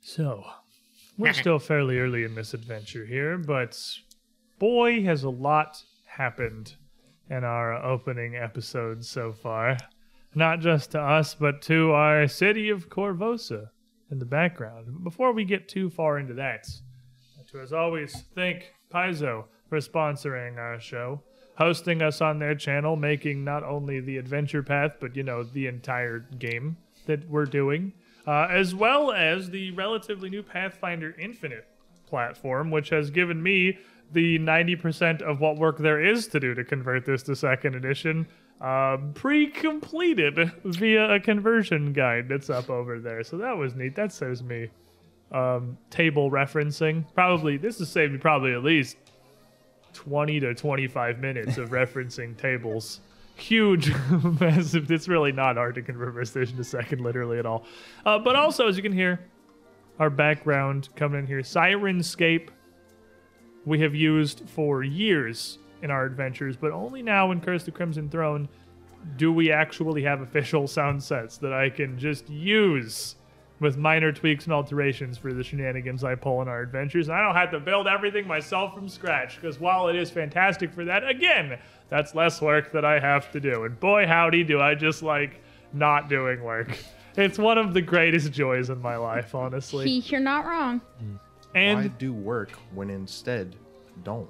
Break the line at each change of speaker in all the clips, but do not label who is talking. So, we're still fairly early in this adventure here, but boy, has a lot happened in our opening episodes so far. Not just to us, but to our city of Corvosa in the background. Before we get too far into that, to as always thank Paizo for sponsoring our show, hosting us on their channel, making not only the adventure path, but you know, the entire game that we're doing, uh, as well as the relatively new Pathfinder Infinite platform, which has given me the 90% of what work there is to do to convert this to second edition uh, pre-completed via a conversion guide that's up over there. So that was neat. That saves me um, table referencing. Probably this has saved me probably at least 20 to 25 minutes of referencing tables. Huge, massive. It's really not hard to convert first edition to second, literally at all. Uh, but also, as you can hear, our background coming in here, Sirenscape. We have used for years in our adventures, but only now in Curse of the Crimson Throne do we actually have official sound sets that I can just use with minor tweaks and alterations for the shenanigans I pull in our adventures. And I don't have to build everything myself from scratch, because while it is fantastic for that, again, that's less work that I have to do. And boy, howdy, do I just like not doing work. It's one of the greatest joys in my life, honestly.
You're not wrong.
Why
And
do work when instead don't?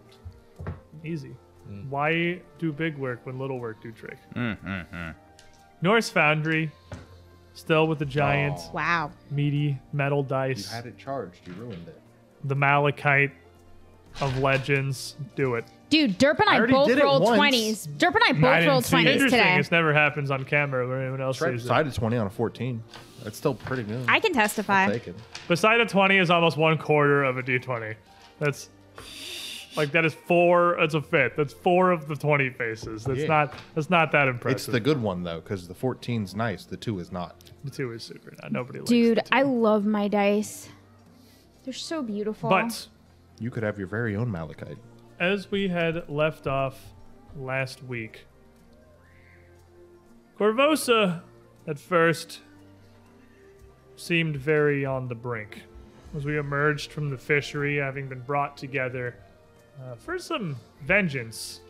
Easy.
Mm.
Why do big work when little work do trick? mm, Norse Foundry, still with the giant,
Oh.
Wow.
meaty metal
You
dice,
had it charged. You ruined it.
the malachite of legends. Do it.
Dude, Derp and I,
already
both
did it
rolled
once.
20s. Derp and I both
I didn't
rolled
see it.
20s
Interesting.
today.
This never happens on camera when anyone else
Right
sees it.
beside a 20 on a 14. That's still pretty good.
I can testify.
Take it.
Beside a 20 is almost one quarter of a d20. That's like that is four. That's a fifth. That's four of the 20 faces. That's
Yeah.
not. That's not that
It's
impressive.
the good one, though, because the 14's nice. The 2 is not.
the two is super. Not nobody. likes
Dude,
the two.
I love my dice. They're so beautiful.
But
You could have your very own malachite.
as we had left off last week, Corvosa at first seemed very on the brink as we emerged from the fishery, having been brought together uh, for some vengeance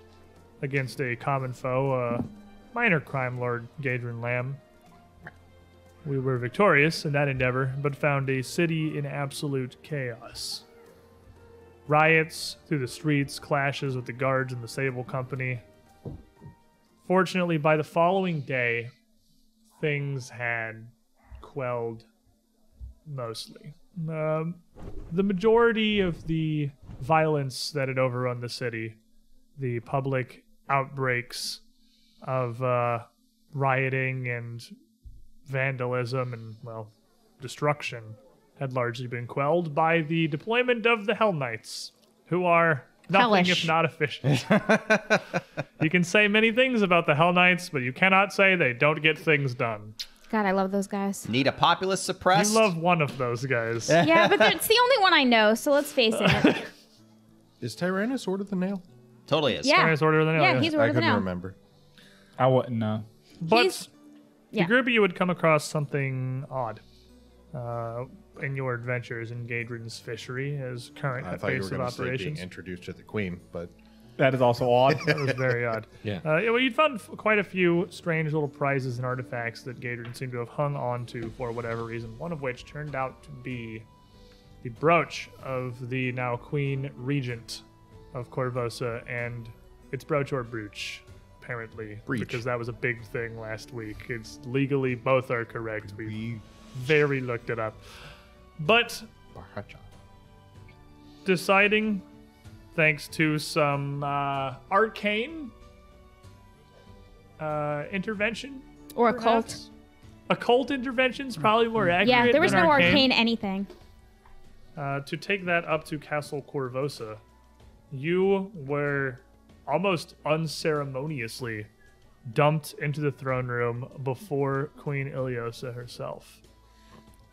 against a common foe, uh, minor crime lord Gadrin Lamb. We were victorious in that endeavor, but found a city in absolute chaos riots through the streets, clashes with the guards and the Sable Company. Fortunately, by the following day, things had quelled mostly. Um, the majority of the violence that had overrun the city, the public outbreaks of uh, rioting and vandalism and, well, destruction had largely been quelled by the deployment of the Hell Knights, who are nothing
Hellish.
if not efficient. you can say many things about the Hell Knights, but you cannot say they don't get things done.
God, I love those guys.
Need a populace
I
suppressed?
love one of those guys.
Yeah, but they're- it's the only one I know, so let's face
Oh,
it.
Is Tyrannus Order the Nail?
totally is.
Yeah.
Tyrannus Order of the Nail,
Yeah,
yeah.
he's
I
order the
couldn't
now.
remember.
I wouldn't know.
But
He's- yeah.
the group you would come across something odd uh, in your adventures in Gadrin's fishery as current
I thought you were
base of
going to say being
operations.
introduced to the Queen, but
That is also odd.
that was very odd.
Yeah.
Uh, well, you'd found f- quite a few strange little prizes and artifacts that Gadrin seemed to have hung on to for whatever reason, one of which turned out to be the brooch of the now Queen Regent of Corvosa, and it's brooch or brooch, apparently,
Breach.
because that was a big thing last week. It's legally both are correct. We
we.
very looked it up. But
Baracha.
deciding, thanks to some uh, arcane uh, intervention.
Or a cult.
perhaps? Occult interventions, probably more accurate.
Yeah, there was
than
no arcane anything.
uh, to take that up to Castle Corvosa, you were almost unceremoniously dumped into the throne room before Queen Iliosa herself,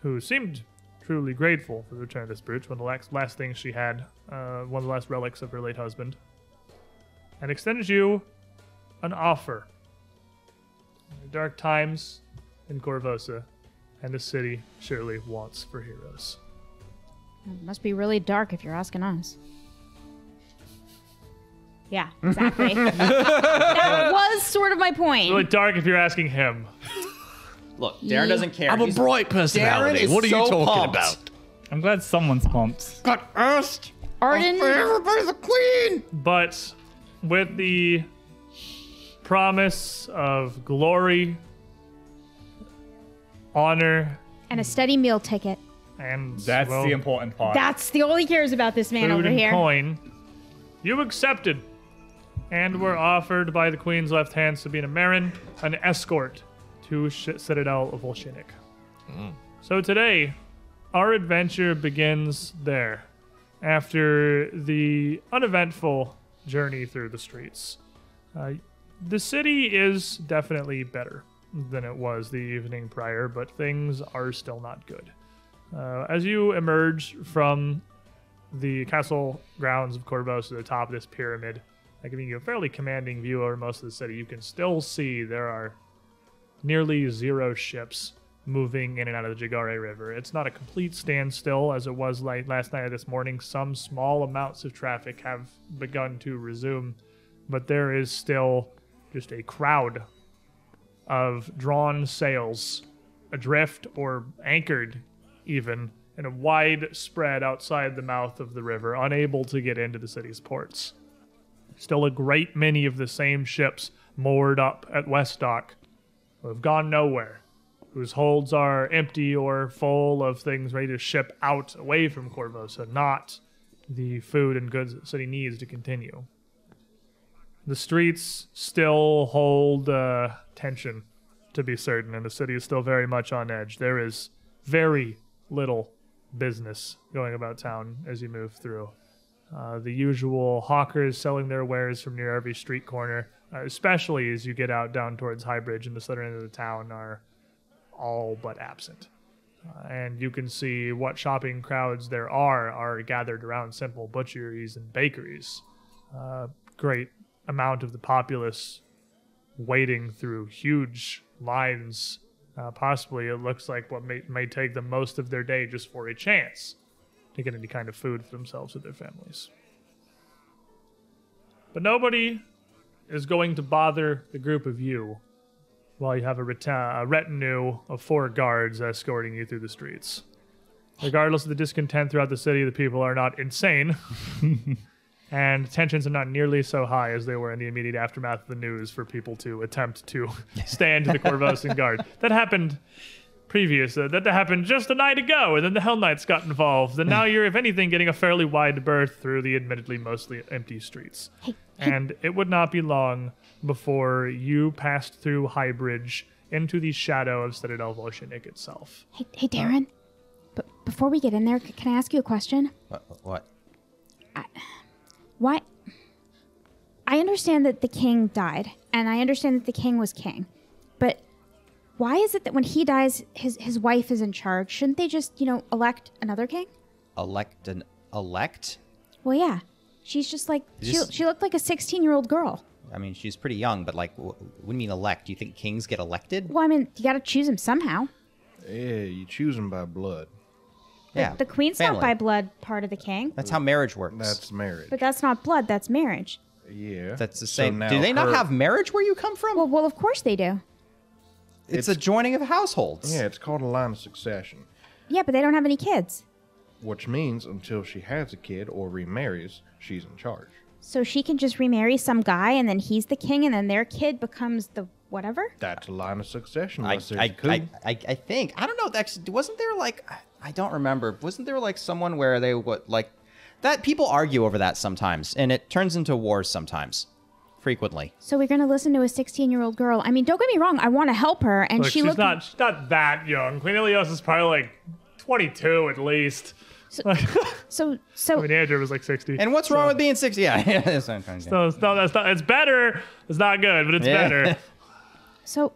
who seemed truly grateful for the return of this brooch, one of the last, last things she had, uh, one of the last relics of her late husband, and extended you an offer. Dark times in Corvosa, and the city surely wants for heroes.
It must be really dark if you're asking us. Yeah, exactly. that was sort of my point.
Really dark if you're asking him.
Look, Darren
Yeah.
doesn't care.
I'm a
He's-
bright personality.
Darren is
What are you
so
talking
pumped.
about?
I'm glad someone's pumped.
Got asked.
Arden,
Everybody's a queen.
But with the promise of glory, honor,
and a steady meal ticket.
and
That's
well,
the important part.
That's the all he cares about this man
food
over
and
here.
coin, you accepted and were offered by the queen's left hand, Sabina Marin, an escort to Sh- Citadel of Volshinik. So today, our adventure begins there after the uneventful journey through the streets. Uh, the city is definitely better than it was the evening prior, but things are still not good. Uh, as you emerge from the castle grounds of Corvos to the top of this pyramid, like giving you a fairly commanding view over most of the city. You can still see there are nearly zero ships moving in and out of the Jagare River. It's not a complete standstill as it was like last night or this morning. Some small amounts of traffic have begun to resume, but there is still just a crowd of drawn sails adrift or anchored even in a wide spread outside the mouth of the river, unable to get into the city's ports. Still a great many of the same ships moored up at West Dock who have gone nowhere, whose holds are empty or full of things ready to ship out away from Corvosa, not the food and goods that the city needs to continue. The streets still hold uh, tension, to be certain, and the city is still very much on edge. There is very little business going about town as you move through. Uh, the usual hawkers selling their wares from near every street corner, uh, especially as you get out down towards High Bridge and the southern end of the town, are all but absent. Uh, and you can see what shopping crowds there are are gathered around simple butcheries and bakeries. Uh, great amount of the populace wading through huge lines. Uh, possibly, it looks like what may, may take them most of their day just for a chance to get any kind of food for themselves or their families. But nobody is going to bother the group of you while you have a, reta- a retinue of four guards escorting you through the streets. Regardless of the discontent throughout the city, the people are not insane, and tensions are not nearly so high as they were in the immediate aftermath of the news for people to attempt to stand the Corvosan guard. That happened previous. Uh, that happened just a night ago, and then the Hell Knights got involved, and now you're, if anything, getting a fairly wide berth through the admittedly mostly empty streets. and it would not be long before you passed through Highbridge into the shadow of Citadel Volshinik itself.
Hey, hey, Darren. But before we get in there, c- can I ask you a question?
What? what?
Why? I understand that the king died, and I understand that the king was king, but why is it that when he dies, his his wife is in charge? Shouldn't they just, you know, elect another king?
Elect an elect?
Well, yeah, she's just like she,
Just-
she looked like a sixteen year old girl.
I mean, she's pretty young, but like, wh- what do you mean elect? Do you think kings get elected?
Well, I mean, you got to choose him somehow.
Yeah, you choose them by blood.
Yeah.
The queen's
family.
not by blood part of the king,
That's how marriage works.
That's marriage.
but that's not blood. That's marriage.
yeah.
That's the
So
same.
now
Do they not
her-
have marriage where you come from?
Well, well, of course they do.
it's, a joining of households.
Yeah, it's called a line of succession,
Yeah, but they don't have any kids,
which means until she has a kid or remarries, she's in charge.
so she can just remarry some guy, and then he's the king, and then their kid becomes the whatever.
That's a line of succession.
I,
Unless there's
I,
a coup.
I, I, I think I don't know. Actually, wasn't there like I- I don't remember. Wasn't there like someone where they would like that? People argue over that sometimes, and it turns into wars sometimes, frequently.
So we're gonna listen to a 16 year old girl. I mean, don't get me wrong. I want to help her, and
Look,
she
she's
looked.
not she's not that young. Queen Ilios is probably like 22 at least.
so so.
I mean, Andrew was like 60.
And what's wrong with being six? Yeah, yeah. that's what I'm trying to say.
no, it's not, that's not, it's better. It's not good, but it's
Yeah.
better.
So,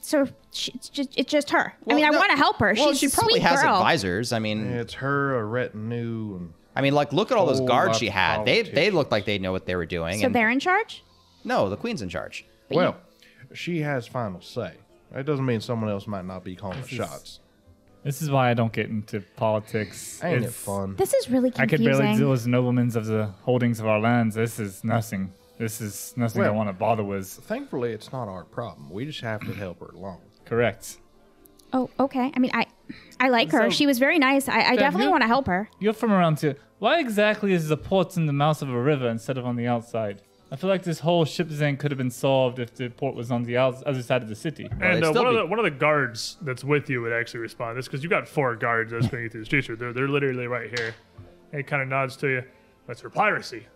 so she, it's just it's just her. I mean,
Well,
I
no-
want to help her.
Well,
She's
she
a
probably
sweet
has
girl.
advisors. I mean,
It's her, a retinue, and
I mean, like look at all those
Whole
guards
lot
she
of
had. They they
politicians.
looked like they know what they were doing.
So
and
they're in charge.
no, the queen's in charge.
uh, well, she has final say. That doesn't mean someone else might not be calling the shots.
This is why I don't get into politics.
Ain't it
It's-
fun?
This is really
I could
confusing.
barely deal as noblemen of the holdings of our lands. This is nothing. This is nothing I
Well-
want to bother with.
Thankfully, it's not our problem. We just have to help her along.
Correct.
oh, okay. I mean, I, I like her.
So-
she was very nice. I, I definitely
you-
want to help her.
You're from around here. Why exactly is the port in the mouth of a river instead of on the outside? I feel like this whole ship thing could have been solved if the port was on the outs- other side of the city.
And
they'd
uh,
still
one, of
be-
the, one of the guards that's with you would actually respond to this because you've got four guards that's going through the streets. here. They're, they're literally right here. And he kind of nods to you. That's for piracy.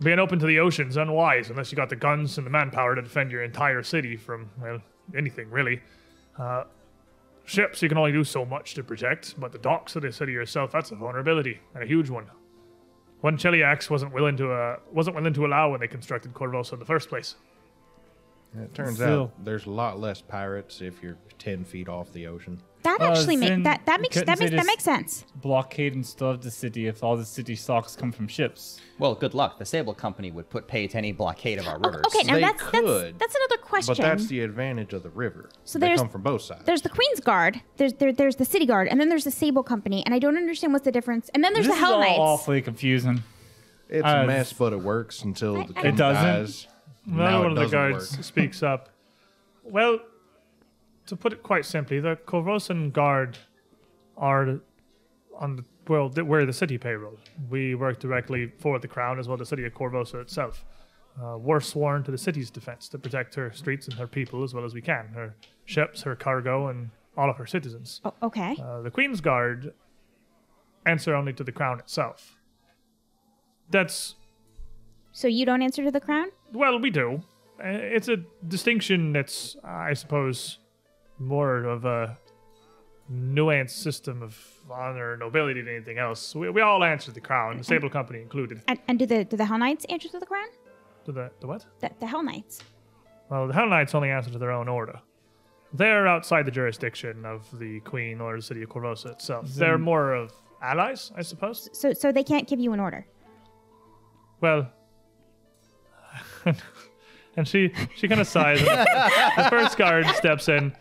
Being open to the ocean's unwise unless you got the guns and the manpower to defend your entire city from, well, anything really. Uh, ships, you can only do so much to protect, but the docks of the city yourself, that's a vulnerability and a huge one. One Cheliax wasn't willing to uh, wasn't willing to allow when they constructed Corvosa in the first place.
And it turns
Still.
out there's a lot less pirates if you're 10 feet off the ocean.
That
Well,
actually makes
then
that that makes that
couldn't they
makes that
just-
makes sense.
Blockade and starve the city if all the city stocks come from ships.
Well, good luck. The Sable Company would put pay to any blockade of our rivers.
Oh, Okay, now
They
that's
could,
that's that's another question.
But that's the advantage of the river.
So
they
there's-
come from both sides.
there's the Queen's Guard, there's there, there's the City Guard, and then there's the Sable Company, and I don't understand what's the difference. And then there's
this
the Hell
is all
Knights.
awfully confusing.
It's
Uh,
a mess, but it works until the
I-
king
It doesn't?
dies.
Another
Now it
one of the
doesn't
guards
work.
speaks up. Well, to put it quite simply, the Corvosan Guard are on the well, th- we're the city payroll. We work directly for the crown as well as the city of Corvosa itself. Uh, we're sworn to the city's defense to protect her streets and her people as well as we can, her ships, her cargo, and all of her citizens.
Oh, okay.
Uh, the Queen's Guard answer only to the crown itself. That's
So you don't answer to the Crown?
well, we do. Uh, It's a distinction that's, I suppose, more of a nuanced system of honor and nobility than anything else. We, we all answer the crown, the stable company included.
And, and do the do the Hell Knights answer to the Crown?
To the, the what?
The, the Hell Knights.
Well, the Hell Knights only answer to their own order. They're outside the jurisdiction of the Queen or the city of Corvosa itself. They're more of allies, I suppose.
So so they can't give you an order.
Well, and she she kind of sighs. and the first guard steps in.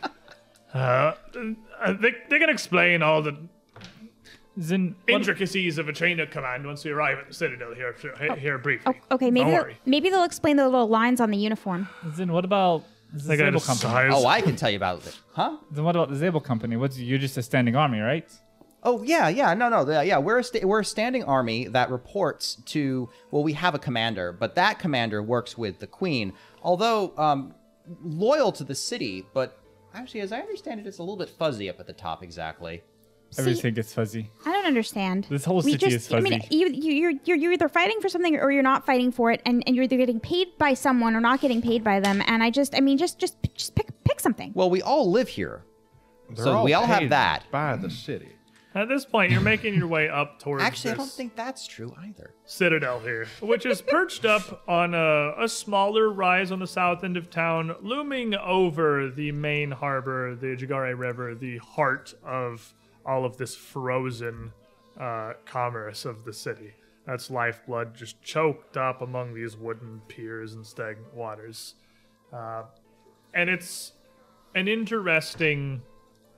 Uh, uh, they they can explain all the
Then what-
intricacies of a chain of command once we arrive at the citadel here here, here
Oh,
briefly.
okay, maybe
Don't
they'll,
worry.
maybe they'll explain the little lines on the uniform.
Then what about the
They got
Zabel
a
company?
size.
Oh, I can tell you about it. Huh?
Then what about the Zabel company? What's you're just a standing army, right?
Oh yeah, yeah, no, no, yeah, yeah. We're a sta- we're a standing army that reports to. Well, we have a commander, but that commander works with the queen. Although um, loyal to the city, but actually, as I understand it, it's a little bit fuzzy up at the top. Exactly.
Everything gets fuzzy.
I don't understand.
This whole
we
city
just,
is
I mean,
fuzzy.
you, you, you're, you're, you're either fighting for something or you're not fighting for it, and, and you're either getting paid by someone or not getting paid by them. And I just, I mean, just, just, just pick, pick something.
Well, we all live here.
They're
So we all have
paid
that.
By the city.
At this point, you're making your way up towards
Actually, I
this
don't think that's true either.
citadel here, which is perched up on a, a smaller rise on the south end of town, looming over the main harbor, the Jigare River, the heart of all of this frozen uh, commerce of the city. That's lifeblood just choked up among these wooden piers and stagnant waters. Uh, and it's an interesting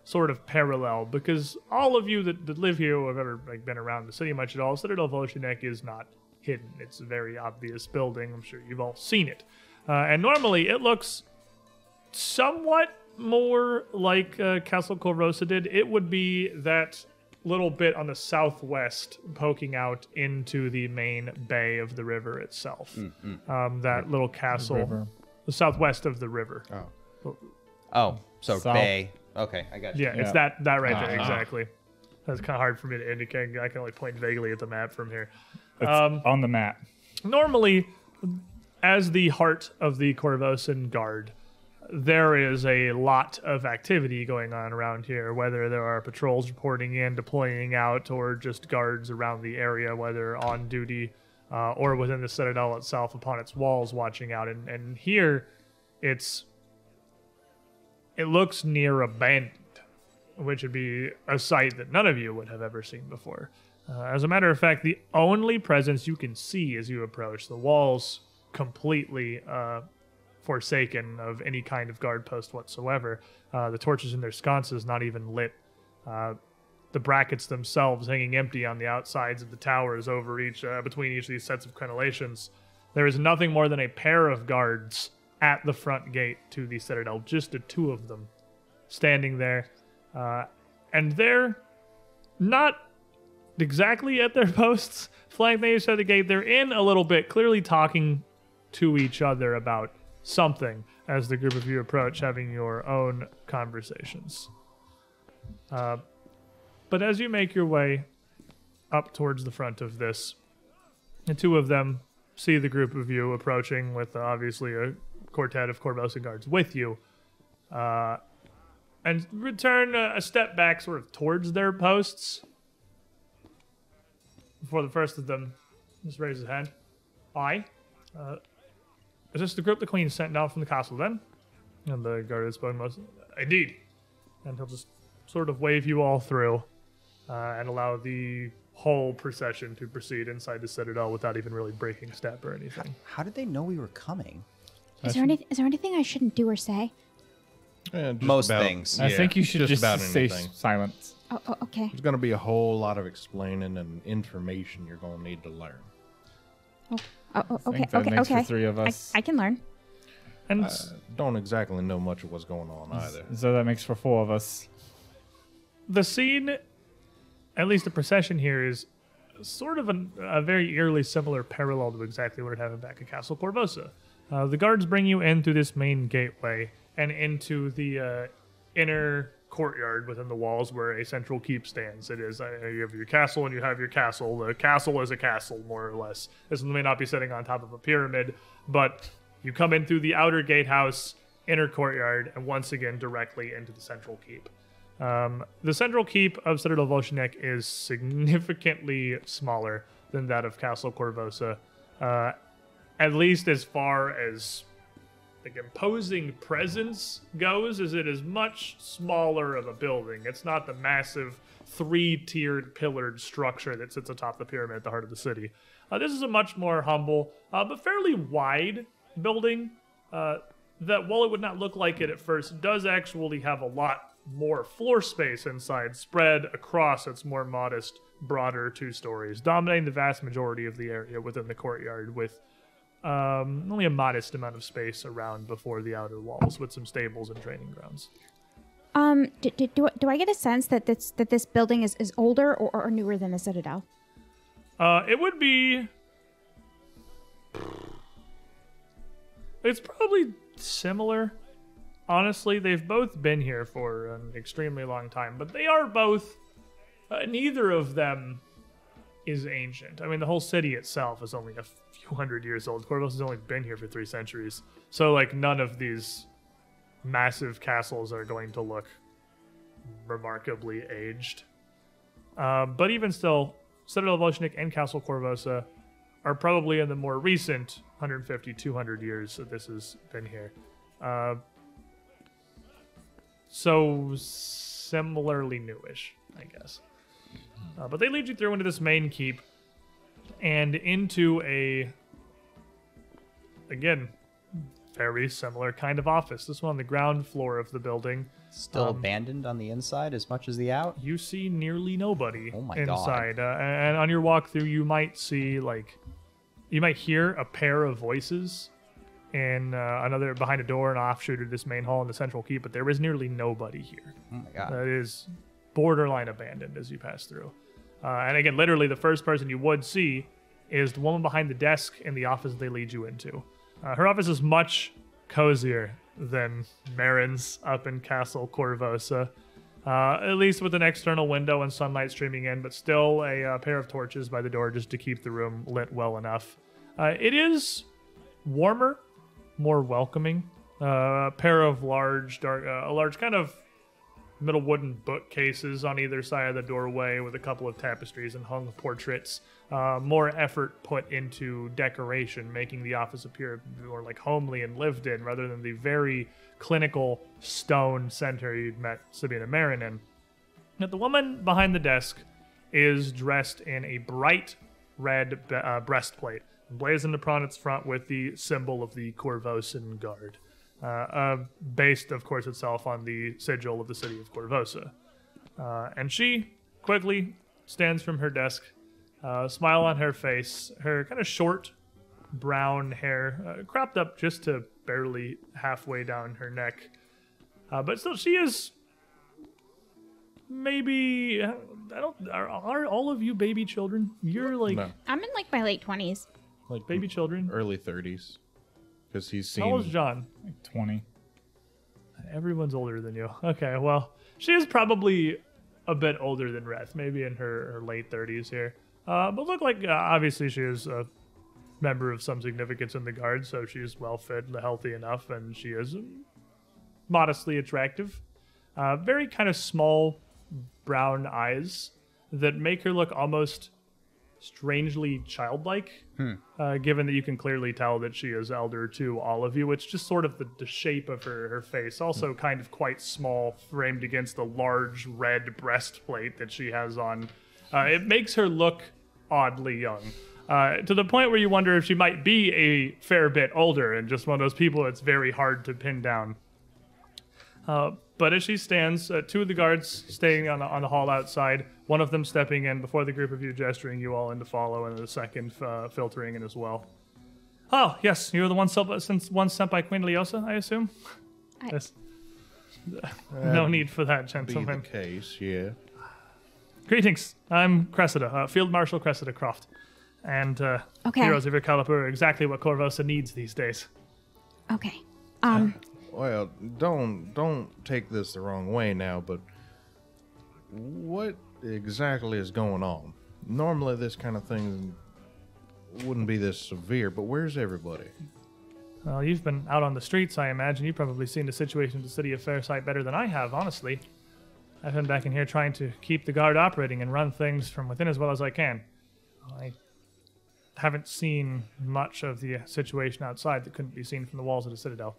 sort of parallel because all of you that, that live here or have ever like been around the city much at all, Citadel Volshinek is not hidden. It's a very obvious building. I'm sure you've all seen it. Uh, and normally it looks somewhat more like uh, Castle Corvosa did. It would be that little bit on the southwest poking out into the main bay of the river itself. Um, that little castle, the southwest of the river.
Oh, so
South-
bay. Okay, I got you.
Yeah, it's
Yeah.
that that right there exactly. That's kind of hard for me to indicate. I can only point vaguely at the map from here.
It's on the map.
Normally, as the heart of the Corvosan Guard, there is a lot of activity going on around here. Whether there are patrols reporting in, deploying out, or just guards around the area, whether on duty uh, or within the citadel itself, upon its walls, watching out. And, and here, it's it looks near abandoned, which would be a sight that none of you would have ever seen before. Uh, as a matter of fact, the only presence you can see as you approach the walls completely uh, forsaken of any kind of guard post whatsoever. Uh, the torches in their sconces not even lit. uh, the brackets themselves hanging empty on the outsides of the towers over each uh, between each of these sets of crenellations. There is nothing more than a pair of guards at the front gate to the citadel, just the two of them standing there, uh, and they're not exactly at their posts, flanked on the other side of the gate. They're in a little bit, clearly talking to each other about something as the group of you approach, having your own conversations. Uh, but as you make your way up towards the front of this, the two of them see the group of you approaching with uh, obviously a quartet of Corvosan guards with you. Uh, and return a, a step back, sort of towards their posts. Before the first of them just raises his hand. Aye. Uh, is this the group the queen sent down from the castle then? And the guard has spoken most. Indeed. And he'll just sort of wave you all through uh, and allow the whole procession to proceed inside the citadel without even really breaking a step or anything.
How did they know we were coming?
Is there, any, is there anything I shouldn't do or say?
Eh, just
Most things.
I
yeah,
think you should just,
about
stay
anything.
silent.
Oh, oh okay.
There's going to be a whole lot of explaining and information you're going to need to learn.
Oh, oh, okay,
that
okay,
makes for
okay.
three of
I-
us.
I, can learn.
And
I don't exactly know much of what's going on either.
So that makes for four of us.
the scene, at least the procession here, is sort of an, a very eerily similar parallel to exactly what it happened back at Castle Corvosa. Uh, the guards bring you in through this main gateway and into the uh, inner courtyard within the walls where a central keep stands. It is uh, you have your castle and you have your castle. The castle is a castle, more or less. This one may not be sitting on top of a pyramid, but you come in through the outer gatehouse, inner courtyard, and once again directly into the central keep. Um, the central keep of Citadel Volshinek is significantly smaller than that of Castle Corvosa, uh, at least as far as like imposing presence goes. Is it is much smaller of a building? It's not the massive three-tiered pillared structure that sits atop the pyramid at the heart of the city. Uh, this is a much more humble uh, but fairly wide building uh, that while it would not look like it at first, does actually have a lot more floor space inside, spread across its more modest, broader two stories, dominating the vast majority of the area within the courtyard, with um, only a modest amount of space around before the outer walls, with some stables and training grounds.
Um, do, do, do, I- do I get a sense that this that this building is, is older or, or newer than the Citadel?
Uh, it would be. It's probably similar. Honestly, they've both been here for an extremely long time, but they are both. Uh, neither of them is ancient. I mean, the whole city itself is only a few hundred years old. Corvus has only been here for three centuries. So, like, none of these massive castles are going to look remarkably aged. Uh, but even still, Citadel Volshnik and Castle Corvosa are probably in the more recent 150, 200 years that this has been here. Uh, so similarly newish, I guess. Uh, but they lead you through into this main keep and into a, again, very similar kind of office. This one on the ground floor of the building.
Still
Um,
abandoned on the inside as much as the out?
You see nearly nobody
Oh my God.
inside. Uh, and on your walkthrough, you might see, like, you might hear a pair of voices in uh, another behind a door, an offshoot of this main hall in the central keep, but there is nearly nobody here.
Oh my god.
That is borderline abandoned as you pass through. Uh, and again, literally, the first person you would see is the woman behind the desk in the office they lead you into. Uh, her office is much cozier than Marin's up in Castle Corvosa, uh, at least with an external window and sunlight streaming in, but still a uh, pair of torches by the door just to keep the room lit well enough. Uh, it is warmer, more welcoming. Uh, a pair of large, dark, uh, a large kind of middle wooden bookcases on either side of the doorway with a couple of tapestries and hung portraits. Uh, more effort put into decoration, making the office appear more like homely and lived in rather than the very clinical stone center you'd met Sabina Marin in. Now, the woman behind the desk is dressed in a bright red be- uh, breastplate, emblazoned upon its front with the symbol of the Corvosan Guard, uh, uh, based, of course, itself on the sigil of the city of Corvosa. Uh, and she quickly stands from her desk, uh, smile on her face, her kind of short brown hair uh, cropped up just to barely halfway down her neck. Uh, but still, she is maybe. I don't. Are, are all of you baby children? You're like
No.
I'm in like my late 20s.
like baby children.
Early 30s. Because he's
How old is
seen.
John?
Like 20.
Everyone's older than you. Okay, well, she is probably a bit older than Reth, maybe in her, her late 30s here. Uh, but look like uh, obviously she is a member of some significance in the guard, so she's well fed and healthy enough, and she is um, modestly attractive. Uh, very kind of small brown eyes that make her look almost strangely childlike, uh, given that you can clearly tell that she is elder to all of you. It's just sort of the, the shape of her, her face, also kind of quite small, framed against the large red breastplate that she has on. Uh, it makes her look oddly young. Uh, to the point where you wonder if she might be a fair bit older and just one of those people that's very hard to pin down. Uh, but as she stands, uh, two of the guards staying on the, on the hall outside, one of them stepping in before the group of you gesturing you all in to follow, and the second uh, filtering in as well. Oh, yes, you're the one, sent- since one sent by Queen Leosa, I assume?
I-
Yes. no need for that,
Uh, Be the
gentlemen.
case, yeah.
Greetings, I'm Cressida, uh, Field Marshal Cressida Croft. And uh,
Okay.
heroes of your caliber are exactly what Corvosa needs these days.
Okay. Um,
Well, don't don't take this the wrong way now, but what exactly is going on? Normally, this kind of thing wouldn't be this severe, but where's everybody?
Well, you've been out on the streets, I imagine. You've probably seen the situation of the city of Fairsight better than I have, honestly. I've been back in here trying to keep the guard operating and run things from within as well as I can. I haven't seen much of the situation outside that couldn't be seen from the walls of the citadel.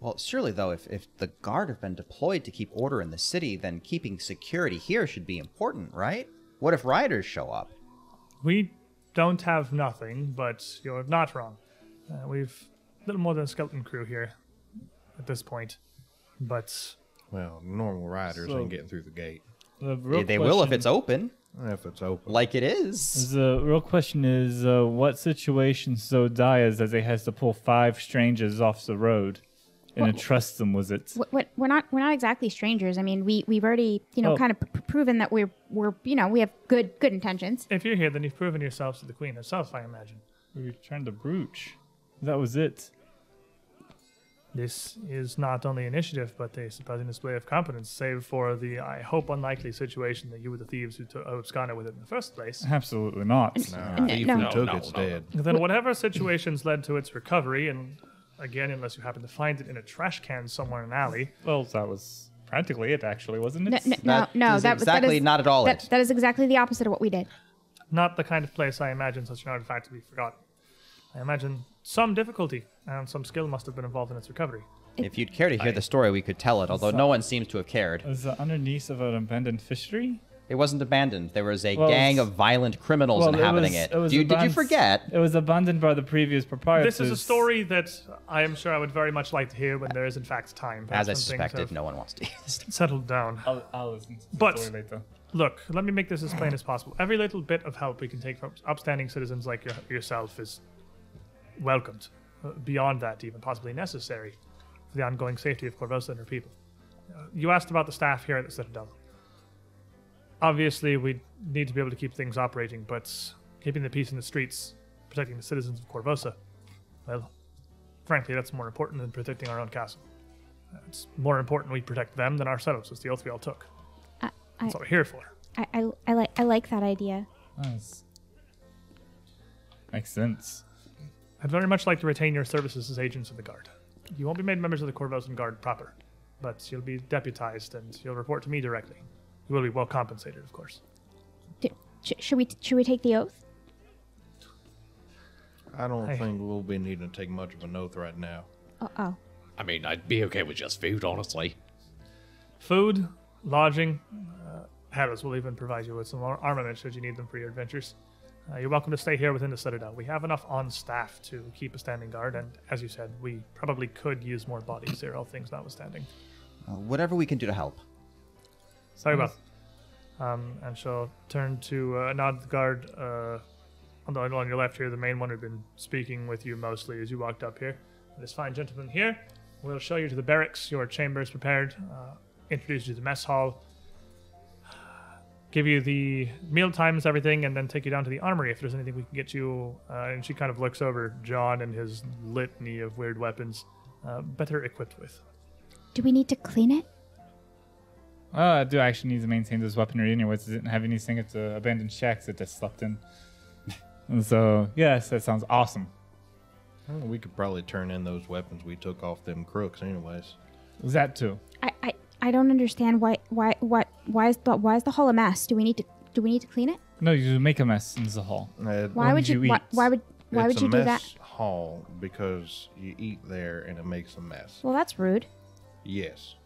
Well, surely though, if, if the guard have been deployed to keep order in the city, then keeping security here should be important, right? What if rioters show up?
We don't have nothing, but you're not wrong. Uh, we've a little more than a skeleton crew here at this point. But
Well, normal riders
So-
ain't getting through the gate
The real
they will if
question-
it's open,
if it's open.
like it is.
The real question is uh, what situation so dire that they has to pull five strangers off the road and
What-
entrust them with it?
what, what, we're not we're not exactly strangers. I mean, we we've already you know
Oh.
kind of p- proven that we're we're you know we have good good intentions.
if you're here, then you've proven yourselves to the queen herself, I imagine.
We were trying to brooch. That was it.
This is not only initiative, but a surprising display of competence, save for the, I hope, unlikely situation that you were the thieves who took absconded with it in the first place.
Absolutely not.
Nah,
No,
thief
no.
who
No,
took
no,
it's
no, no.
dead.
Then, whatever situations led to its recovery, and again, unless you happen to find it in a trash can somewhere in an alley,
Well, that was practically it, actually, wasn't
No,
it?
no,
That
no, no
is
that
exactly
that is,
not at all
That,
it.
that is exactly the opposite of what we did.
not the kind of place I imagine such an artifact to be forgotten. I imagine some difficulty and some skill must have been involved in its recovery.
If you'd care to hear the story, we could tell it, although no one seems to have cared.
Was the underneath of an abandoned fishery?
It wasn't abandoned. There was a
Well,
gang
it's-
of violent criminals inhabiting it.
was
Do you- did you
abandoned-
forget?
It was abandoned by the previous proprietor.
This is a story that I am sure I would very much like to hear when there is, in fact, time.
As I
Perhaps when things
suspected,
have
no one wants to hear this.
Settled down.
I'll, I'll listen to the
But-
story later.
Look, let me make this as plain as possible. Every little bit of help we can take from upstanding citizens like your, yourself is welcomed. Uh, beyond that, even possibly necessary for the ongoing safety of Corvosa and her people. Uh, you asked about the staff here at the Citadel. Obviously, we need to be able to keep things operating, but keeping the peace in the streets, protecting the citizens of Corvosa, well, frankly, that's more important than protecting our own castle. Uh, It's more important we protect them than ourselves, as the oath we all took.
I
That's what we're here for.
I, I, I like I like that idea.
Nice. Makes sense.
I'd very much like to retain your services as agents of the Guard. You won't be made members of the Corvosan Guard proper, but you'll be deputized and you'll report to me directly. You will be well compensated, of course.
D- sh- should we should we take the oath?
I don't
Hey.
think we'll be needing to take much of an oath right now.
Oh, oh.
I mean, I'd be okay with just food, honestly.
Food, lodging, uh, Harris will even provide you with some ar- armament should you need them for your adventures. Uh, you're welcome to stay here within the Citadel. We have enough on staff to keep a standing guard, and as you said, we probably could use more bodies here, all things notwithstanding.
Uh, whatever we can do to help.
Let's talk about. Um, and she'll turn to uh, nod the guard uh, on the one on your left here, the main one who'd been speaking with you mostly as you walked up here. This fine gentleman here will show you to the barracks. Your chamber is prepared. Uh, introduce you to the mess hall. Give you the meal times, everything, and then take you down to the armory if there's anything we can get you. Uh, and she kind of looks over John and his litany of weird weapons, uh, better equipped with.
Do we need to clean it?
Uh, I do actually need to maintain this weaponry anyways. I didn't have anything at the abandoned shacks that I slept in. And so, yes, that sounds awesome.
Well, we could probably turn in those weapons we took off them crooks, anyways.
That too.
I, I, I don't understand why why what why is but why is the hall a mess? Do we need to do we need to clean it?
No, you make a mess in the hall.
Uh,
Why would
did
you,
you
why,
eat?
why would why would
it's a
you do that?
mess hall because you eat there and it makes a mess.
Well, that's rude.
Yes.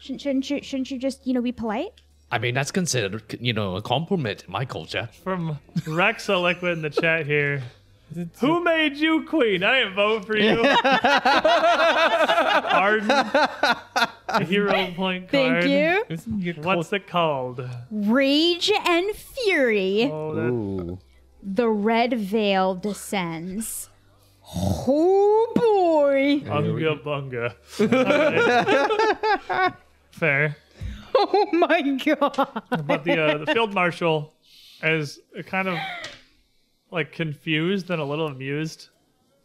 Shouldn't shouldn't you, shouldn't you just you know be polite?
I mean, that's considered, you know, a compliment in my culture.
From Rex Aliqua in the chat here. Who made you queen? I didn't vote for you. Arden. Hero point card.
Thank you.
Isn't your
What's it called?
Rage and fury.
Oh, that,
Ooh.
The red veil descends. Oh boy.
Unga Bunga. Fair.
Oh my god.
But the, uh, the field marshal is kind of like confused and a little amused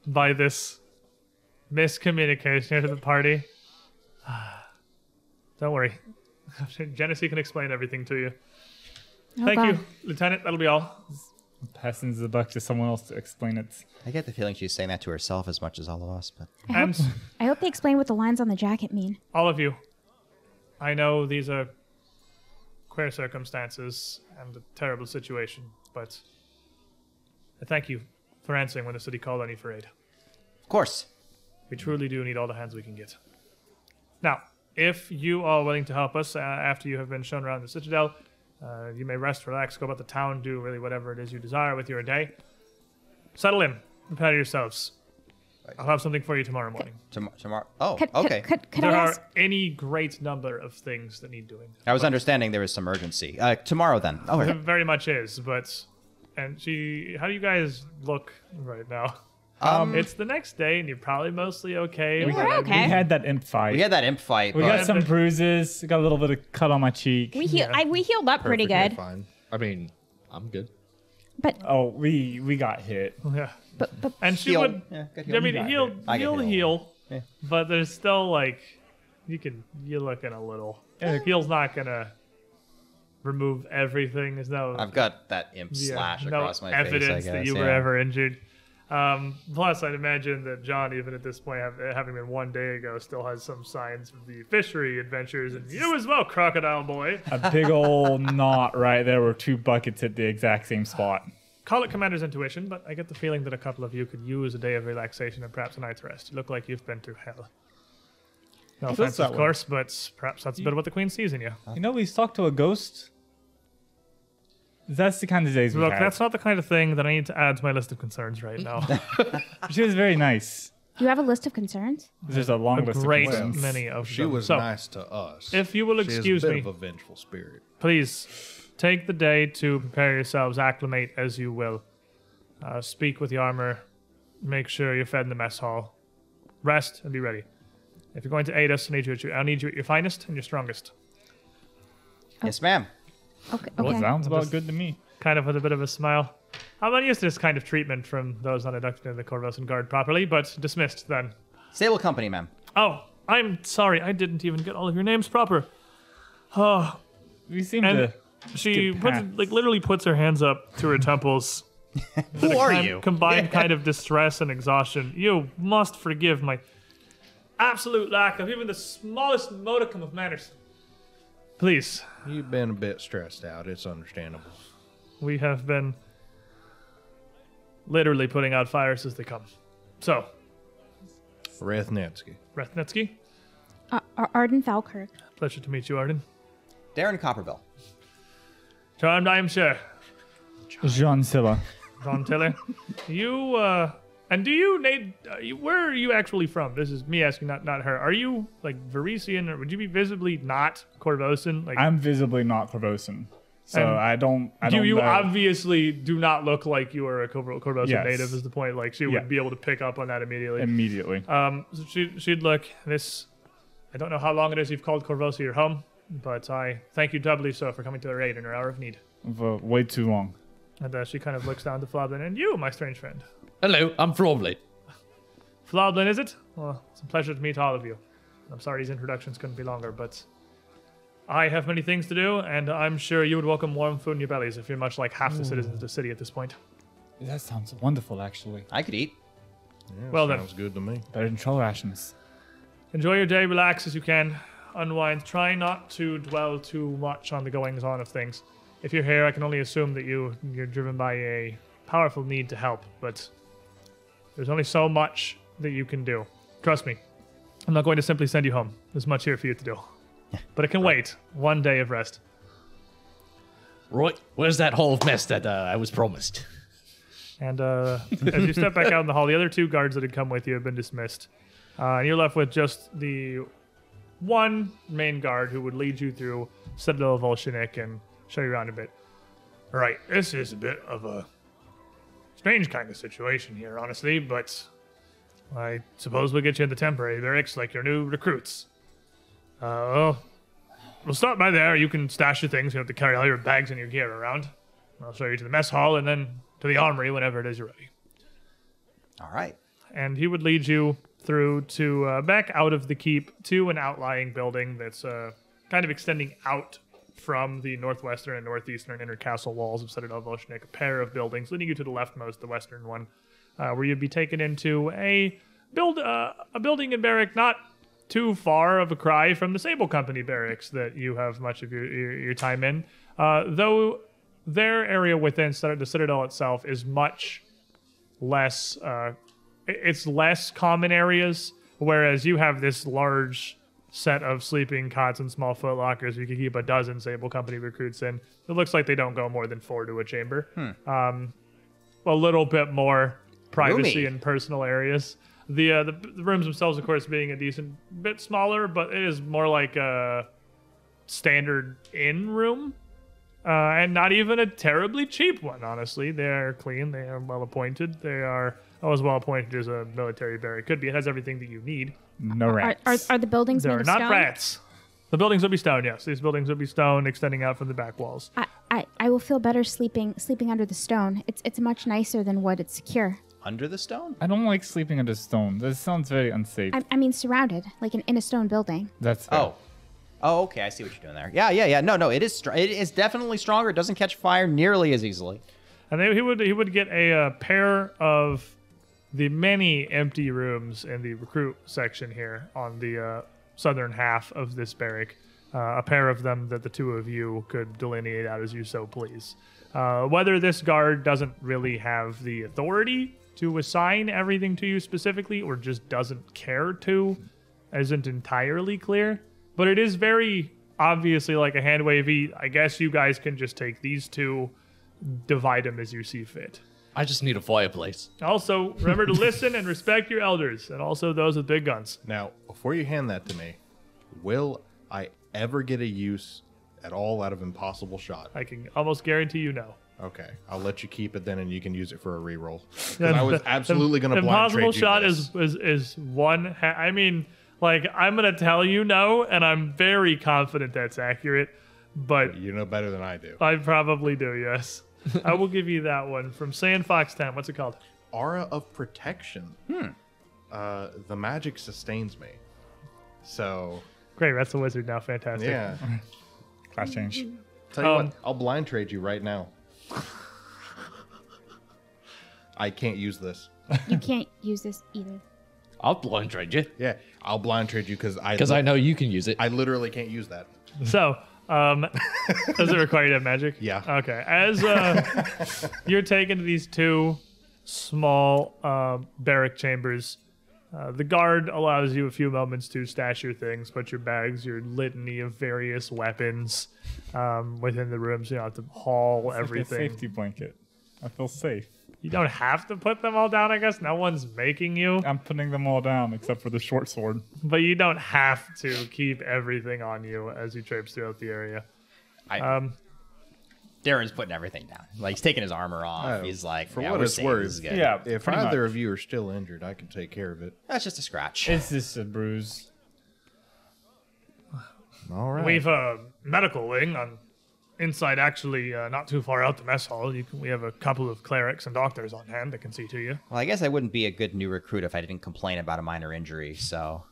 by this miscommunication here to the party. Don't worry. Genesee can explain everything to you.
Oh,
Thank you, Lieutenant. That'll be all.
Passing the buck to someone else to explain it.
I get the feeling she's saying that to herself as much as all of us, but
And
I hope they explain what the lines on the jacket mean.
all of you, I know these are queer circumstances and a terrible situation, but I thank you for answering when the city called on you for aid.
of course.
We truly do need all the hands we can get. Now, if you are willing to help us uh, after you have been shown around the citadel, uh, you may rest, relax, go about the town, do really whatever it is you desire with your day. Settle in, prepare yourselves. I'll have something for you tomorrow morning.
Tomorrow. tomorrow. Oh,
Could,
okay.
Could, could, could I
There
ask?
are any great number of things that need doing.
I was understanding there was some urgency. Uh, tomorrow then. Oh,
It very much is, but and she how do you guys look right now? Um it's the next day and you're probably mostly okay.
We're
but- um,
We
okay.
had that imp fight.
we had that imp fight.
We
but-
got some bruises. Got a little bit of cut on my cheek.
We heal. I, we healed up pretty
Perfectly
good,
Fine.
I mean, I'm good.
but
oh, we we got hit.
Yeah.
but but
And she
Heal.
would
Yeah, good
I
heal.
mean
got
he'll
it.
I get
he'll
healed.
heal. But there's still like you can you're looking a little the heal's not gonna remove everything. There's no
I've got that imp
yeah,
slash
no
across my
evidence
face. I guess.
that you
yeah.
were ever injured. Um, plus, I'd imagine that John, even at this point, have, having been one day ago, still has some signs of the fishery adventures, and you as well, crocodile boy.
A big old knot right there were two buckets at the exact same spot.
Call it commander's intuition, but I get the feeling that a couple of you could use a day of relaxation and perhaps a night's rest. You look like you've been through hell. No offense,
that
of
way.
course, but perhaps that's a bit of what the queen sees in you.
You know, we talked to a ghost. That's the kind of days we
Look,
had.
that's not the kind of thing that I need to add to my list of concerns right now.
She was very nice.
you have a list of concerns.
There's a long
a
list.
great
of complaints.
many of
She
them.
was
so,
nice to us.
if you will
she
excuse
is a bit
me,
of a vengeful spirit.
please take the day to prepare yourselves, acclimate as you will. Uh, speak with the armor, make sure you're fed in the mess hall. Rest and be ready. If you're going to aid us, I need you at your, I need you at your finest and your strongest.
Yes, ma'am.
Okay.
Well,
okay.
sounds about good to me.
Kind of with a bit of a smile. I'm not used to this kind of treatment from those not inducted into the Corvosan Guard properly, but dismissed then.
Stable company, ma'am.
Oh, I'm sorry, I didn't even get all of your names proper. Oh,
We seem
And-
to.
she
Skip
puts,
past.
like literally puts her hands up to her temples.
Who are
com-
you?
Combined kind of distress and exhaustion. You must forgive my absolute lack of even the smallest modicum of manners. Please,
You've been a bit stressed out. It's understandable.
we have been literally putting out fires as they come. So,
Rethnetsky.
Rethnetsky,
Uh, Ar- Arden Falkirk.
pleasure to meet you, Arden.
Darren Copperbill.
Charmed, I am sure.
John Silla.
John Taylor. you uh, And do you, Nate, are you- where are you actually from? This is me asking, not not her. Are you like Varisian, or would you be visibly not Corvosan? Like,
I'm visibly not Corvosan, so
And
I don't. I
you
don't
you
know.
obviously do not look like you are a Corvo- Corvosan
Yes.
native. Is the point? Like, she
Yeah.
would be able to pick up on that immediately.
immediately.
Um, so she, she'd look, this, I don't know how long it is you've called Corvosa your home, but I thank you doubly so for coming to our aid in our hour of need.
For way too long.
And uh, she kind of looks down to Floblin, and you, my strange friend.
Hello, I'm Frovley.
Floblin, is it? Well, it's a pleasure to meet all of you. I'm sorry these introductions couldn't be longer, but I have many things to do, and I'm sure you would welcome warm food in your bellies if you're much like half the citizens of the city at this point.
That sounds wonderful, actually.
I could eat.
Yeah,
Well, then.
sounds good to me.
Better than troll rations.
Enjoy your day, relax as you can, unwind. Try not to dwell too much on the goings on of things. If you're here, I can only assume that you you're driven by a powerful need to help, but there's only so much that you can do. Trust me. I'm not going to simply send you home. There's much here for you to do. But it can wait. One day of rest.
Roy, where's that hall of mess that uh, I was promised?
And uh, as you step back out in the hall, the other two guards that had come with you have been dismissed. Uh, and you're left with just the one main guard who would lead you through Citadel of Volshinik and show you around a bit. All right, this is a bit of a strange kind of situation here, honestly, but I suppose we'll get you in the temporary barracks like your new recruits. Uh, well, we'll stop by there. You can stash your things. You don't have to carry all your bags and your gear around. I'll show you to the mess hall and then to the armory whenever it is you're ready.
All right.
And he would lead you through to uh, back out of the keep to an outlying building that's uh, kind of extending out from the northwestern and northeastern inner castle walls of Citadel Volshnik, a pair of buildings leading you to the leftmost, the western one, uh, where you'd be taken into a build uh, a building in barrack not too far of a cry from the Sable Company barracks that you have much of your your, your time in, uh, though their area within Citad- the Citadel itself is much less uh, i- it's less common areas, whereas you have this large set of sleeping cots and small foot lockers you could keep a dozen Sable Company recruits in. It looks like they don't go more than four to a chamber. Um, a little bit more privacy
Roomy.
and personal areas. The, uh, the the rooms themselves, of course, being a decent bit smaller, but it is more like a standard inn room uh, and not even a terribly cheap one. Honestly, they are clean. They are well appointed. They are oh, as well appointed as a military barrack could be. It has everything that you need.
No
Are,
rats.
are, are the buildings
They
made
are
of
not
stone?
rats. The buildings will be stone. Yes, these buildings will be stone, extending out from the back walls.
I, I, I will feel better sleeping sleeping under the stone. It's it's much nicer than wood. It's secure.
Under the stone?
I don't like sleeping under stone. That sounds very unsafe.
I, I mean, surrounded like an, in a stone building.
That's fair.
Oh. Oh, okay. I see what you're doing there. Yeah, yeah, yeah. No, no. It is. Str- it is definitely stronger. It doesn't catch fire nearly as easily.
And they, he would he would get a uh, pair of the many empty rooms in the recruit section here on the uh, southern half of this barrack. Uh, a pair of them that the two of you could delineate out as you so please. Uh, whether this guard doesn't really have the authority to assign everything to you specifically, or just doesn't care to, isn't entirely clear, but it is very obviously like a hand wavy. I guess you guys can just take these two, divide them as you see fit.
I just need a fireplace.
Also, remember to listen and respect your elders, and also those with big guns.
Now, before you hand that to me, will I ever get a use at all out of impossible shot?
I can almost guarantee you no.
Okay, I'll let you keep it then, and you can use it for a reroll. 'Cause I was absolutely going to blind trade
impossible
you
shot
for this.
is is is one. Ha- I mean, like I'm gonna tell you no, and I'm very confident that's accurate, but
You know better than I do.
I probably do. Yes, I will give you that one from Sand Fox Town. What's it called?
aura of protection.
hmm.
Uh, the magic sustains me. So
Great, that's a wizard now. Fantastic.
yeah,
Class change.
tell you
Um,
what, I'll blind trade you right now. I can't use this.
You
Hmm.
can't use this either.
I'll blind trade you
Yeah, I'll blind trade you because I
because I know you can use it.
I literally can't use that.
So, um, does it require you to have magic?
Yeah.
Okay. As uh, you're taken to these two small uh, barrack chambers, uh, the guard allows you a few moments to stash your things, put your bags, your litany of various weapons um, within the rooms. You don't have to haul
Like a
everything.
safety blanket. I feel safe.
You don't have to put them all down, I guess. No one's making you,
I'm putting them all down except for the short sword.
but you don't have to keep everything on you as you traipse throughout the area.
I-
um,
Darren's putting everything down. Like he's taking his armor off.
Oh,
he's like,
for
yeah,
what
we're
it's
safe.
worth.
This is good.
Yeah,
If
pretty
either
much.
of you are still injured, I can take care of it.
that's just a scratch.
It's just a bruise.
All right.
We've a medical wing on inside, actually, uh, not too far out the mess hall. You can, we have a couple of clerics and doctors on hand that can see to you.
Well, I guess I wouldn't be a good new recruit if I didn't complain about a minor injury. So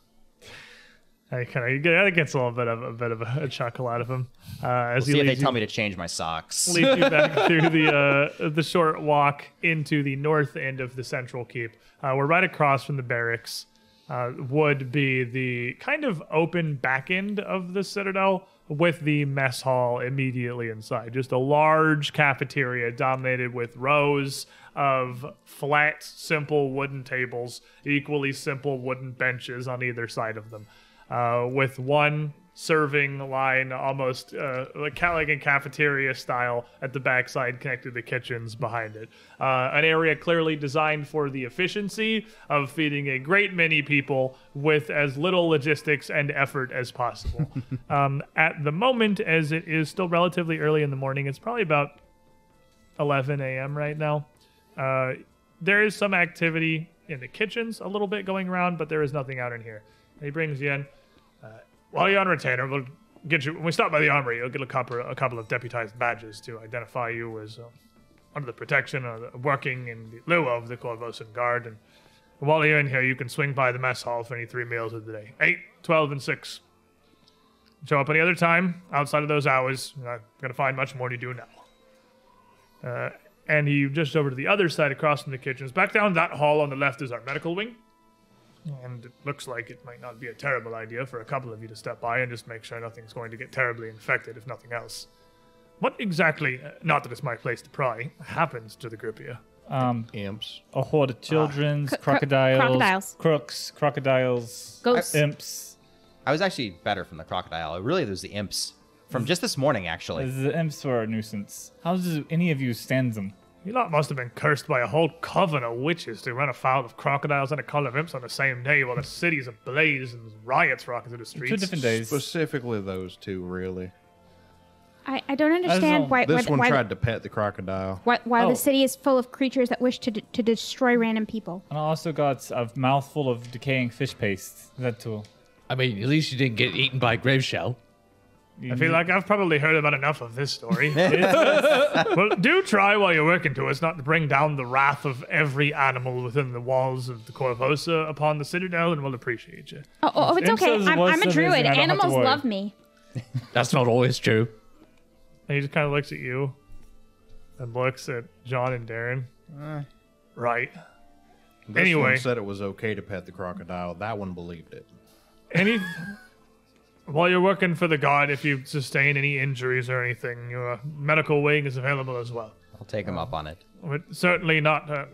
I kind of that gets a little bit of a bit of a, chuckle out of him uh, as
see
he
if they
leads
tell
you,
me to change my socks.
leads you back through the uh, the short walk into the north end of the central keep. Uh, we're right across from the barracks. Uh, would be the kind of open back end of the citadel with the mess hall immediately inside. Just a large cafeteria dominated with rows of flat, simple wooden tables, equally simple wooden benches on either side of them uh, with one serving line almost uh, like, ca- like in cafeteria style at the backside connected to kitchens behind it uh, an area clearly designed for the efficiency of feeding a great many people with as little logistics and effort as possible um, at the moment as it is still relatively early in the morning it's probably about 11 a.m right now uh, there is some activity in the kitchens, a little bit going around, but there is nothing out in here. He brings you in. Uh, while you're on retainer, we'll get you. When we stop by the armory, you'll get a couple, a couple of deputized badges to identify you as uh, under the protection of the, working in the lieu of the Corvosan Guard. And while you're in here, you can swing by the mess hall for any three meals of the day 8, 12, and 6. Show up any other time outside of those hours. You're not going to find much more to do now and he just over to the other side across from the kitchens. Back down that hall on the left is our medical wing. And it looks like it might not be a terrible idea for a couple of you to step by and just make sure nothing's going to get terribly infected, if nothing else. What exactly, uh, not that it's my place to pry, happens to the group here?
imps.
A horde of children's,
Ah. cro-
crocodiles,
crocodiles.
crooks, crocodiles,
Ghosts.
imps.
I was actually better from the crocodile. Really, there's the imps from just this morning, actually.
The imps were a nuisance. How does any of you stand them?
You lot must have been cursed by a whole coven of witches to run afoul of crocodiles and a collar of imps on the same day while the city's ablaze and riots rocking through the streets.
Two different days.
Specifically, those two, really.
I, I don't understand
all.
why
This
why,
one
why,
tried to pet the crocodile.
why, why
Oh.
the city is full of creatures that wish to, d- to destroy random people.
And I also got a mouthful of decaying fish paste. That too.
I mean, at least you didn't get eaten by a grave shell.
I feel like I've probably heard about enough of this story. well, do try while you're working to us not to bring down the wrath of every animal within the walls of the Corvosa upon the Citadel, and we'll appreciate you.
Oh, oh, oh, it's
Imps
okay.
is
I'm,
worse
I'm a
than this,
druid.
and I don't have to
Animals
worry.
love me.
That's not always true.
And he just kind of looks at you and looks at John and Darren. Right.
This
Anyway.
one said it was okay to pet the crocodile. That one believed it.
Any. While you're working for the god, if you sustain any injuries or anything, your medical wing is available as well.
I'll take him up on it.
But certainly not. Uh,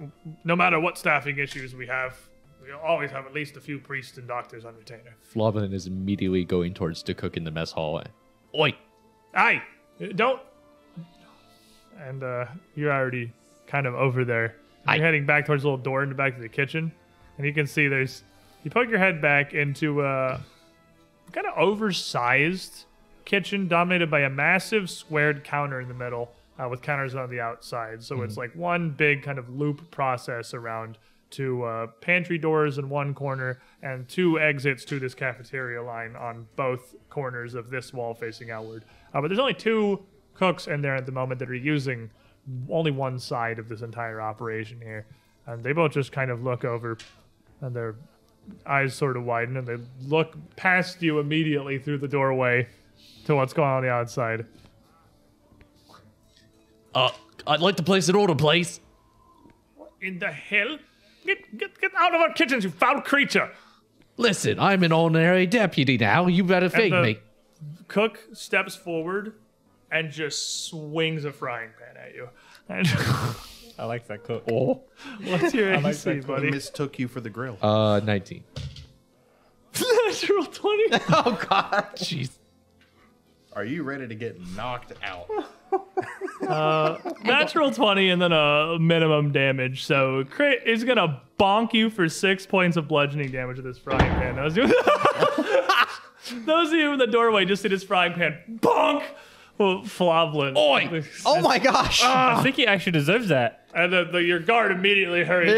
no matter what staffing issues we have, we always have at least a few priests and doctors on retainer.
Floblin is immediately going towards the cook in the mess hallway. Oi!
Hey, Uh, don't. And uh, you're already kind of over there. You're
Aye.
heading back towards the little door in the back of the kitchen, and you can see there's. You poke your head back into uh, a kind of oversized kitchen dominated by a massive squared counter in the middle uh, with counters on the outside. So it's like one big kind of loop process around two uh, pantry doors in one corner and two exits to this cafeteria line on both corners of this wall facing outward. Uh, but there's only two cooks in there at the moment that are using only one side of this entire operation here. And they both just kind of look over and their eyes sort of widen and they look past you immediately through the doorway to what's going on, on the outside.
Uh, I'd like to place an order, please.
In the hell? Get get get out of our kitchens, you foul creature!
Listen, I'm an honorary deputy now. You better feed
the-
me.
Cook steps forward and just swings a frying pan at you. And
I like that cook.
Oh.
what's your
like
AC,
that
buddy?
Mistook you for the grill.
Uh, 19.
Natural twenty.
Oh God!
Jeez.
Are you ready to get knocked out?
Natural 20 and then a minimum damage. So crit is going to bonk you for six points of bludgeoning damage with this frying pan. Those of you, Those of you in the doorway just see this frying pan bonk. Well, Floblin.
Oi!
Oh my gosh!
I think he actually deserves that.
And the, the, your guard immediately hurries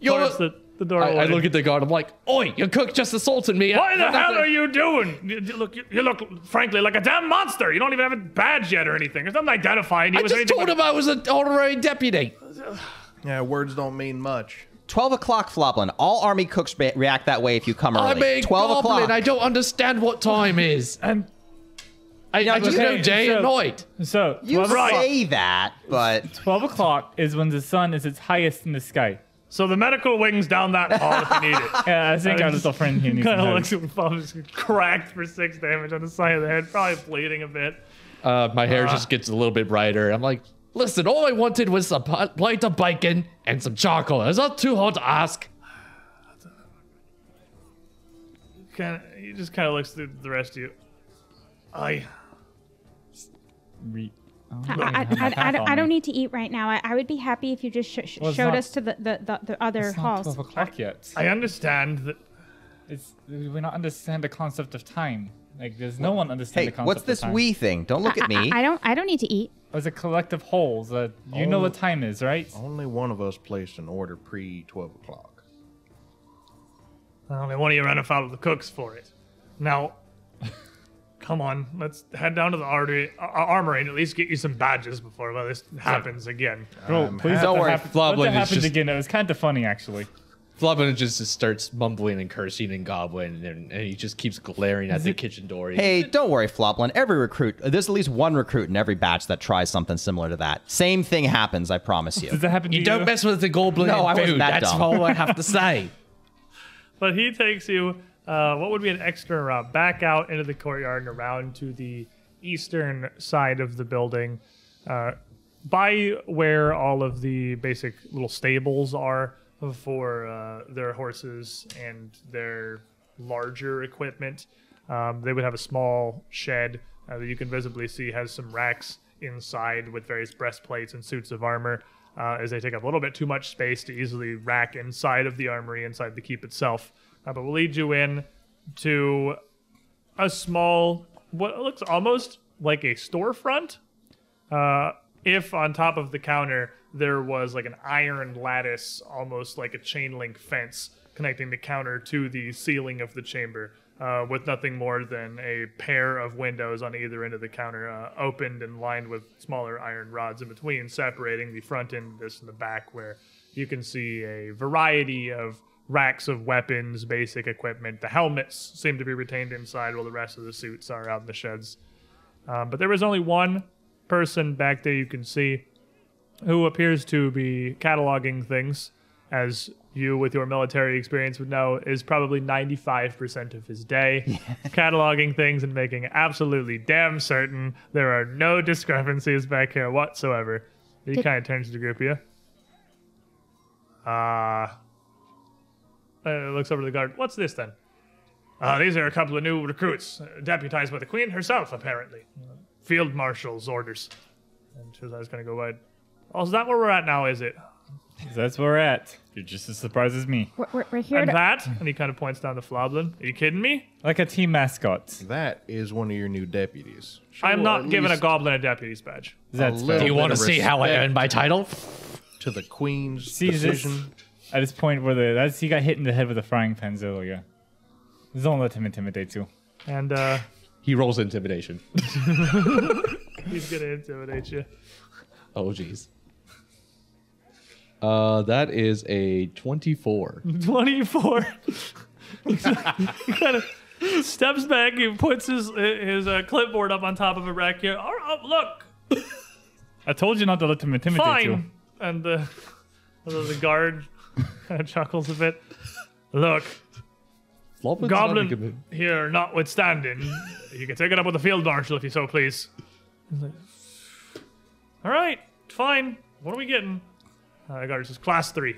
Yo,
towards the, the
I,
doorway.
I look at the guard. I'm like, "Oi, your cook just assaulted me."
Why the hell are you doing? You, you look, you, you look, frankly, like a damn monster. You don't even have a badge yet or anything. There's nothing identifying you
I
with
just
anything.
told him I was an honorary deputy.
Yeah, words don't mean much.
12 o'clock, Floblin. All army cooks re- react that way if you come early.
I'm a
12
goblin.
o'clock.
I don't understand what time is.
And
I, I just
okay,
know day
so-
and night.
So,
you
12 o'clock-
say that, but
12 o'clock is when the sun is its highest in the sky.
so the medical wing's down that hall if you need it.
Yeah, I think our little friend here needs
Kind
some
of
help.
looks at Bob's cracked for six damage on the side of the head, probably bleeding a bit.
Uh, my hair just gets a little bit brighter. I'm like, listen, all I wanted was a pi- plate of bacon and some charcoal. It's not too hard to ask.
Kind of, he just kind of looks through the rest of you. I,
Re-
I, I, I, I, don't- I don't need to eat right now. I, I would be happy if you just sh- sh-
Well, it's
showed
not-
us to the, the, the, the other
It's not
halls.
12 o'clock yet.
I understand that
It's, we not understand the concept of time. Like, there's no one understand
hey,
the concept
what's
of
this
time.
we thing? Don't look
I-
at me.
I, I don't. I don't need to eat.
As a collective whole, that you know what time is, right?
Only one of us placed an order pre 12 o'clock.
only one of um, you ran afoul of the cooks for it. Now, come on, let's head down to the artery, uh, armory and at least get you some badges before well, this happens again.
Bro,
I'm
please
happy-
don't
Don't worry,
worry.
Floblin
that
is
happened
just-
again. It was kind of funny, actually.
Flubbin just just starts mumbling and cursing in Goblin, and, and he just keeps glaring at the kitchen door.
hey, don't worry, Floblin. Every recruit, there's at least one recruit in every batch that tries something similar to that. Same thing happens, I promise you.
Does that happen to
you
you?
don't mess with the goblin
No, I
and
wasn't
food.
that
That's
dumb.
all I have to say.
But he takes you, uh, what would be an extra route, back out into the courtyard and around to the eastern side of the building, uh, by where all of the basic little stables are for uh, their horses and their larger equipment. Um, they would have a small shed uh, that you can visibly see has some racks inside with various breastplates and suits of armor, uh, as they take up a little bit too much space to easily rack inside of the armory, inside the keep itself. Uh, but we'll lead you in to a small, what looks almost like a storefront. Uh, if on top of the counter there was like an iron lattice, almost like a chain link fence connecting the counter to the ceiling of the chamber, uh, with nothing more than a pair of windows on either end of the counter, uh, opened and lined with smaller iron rods in between, separating the front end of this and the back, where you can see a variety of racks of weapons, basic equipment. The helmets seem to be retained inside, while the rest of the suits are out in the sheds. Um, but there was only one person back there you can see who appears to be cataloging things, as you, with your military experience, would know, is probably 95% of his day cataloging things and making absolutely damn certain there are no discrepancies back here whatsoever. He
Did-
kind of turns to the group, yeah? Uh, uh, looks over to the guard. What's this then? Uh, these are a couple of new recruits, uh, deputized by the Queen herself, apparently. Field Marshal's orders. And Shazai's gonna go wide. Oh, is that where we're at now, is it?
That's where we're at. You're just as surprised as me.
We're, we're, we're here.
And
To,
that? And he kind of points down to Floblin. Are you kidding me?
Like a team mascot.
That is one of your new deputies.
I'm
at
not giving a
least-
goblin a deputy's badge.
That's
little-
Do
fair.
you want to see how I earned my title?
To the Queen's
See this
decision.
at this point where the that's he got hit in the head with a frying pan earlier. Don't let him intimidate you.
And uh,
He rolls intimidation.
he's gonna intimidate you.
Oh, jeez. Uh, that is a 24.
24. he kind of steps back. He puts his his uh, clipboard up on top of a rack here. All right, oh, look,
I told you not to let him intimidate you.
fine. And uh, the, the guard kind of chuckles a bit. Look,
Floppin's not a good move.
goblin here notwithstanding, you can take it up with the field marshal if you so please. He's like, All right, fine. What are we getting? Uh, the guard says, class three.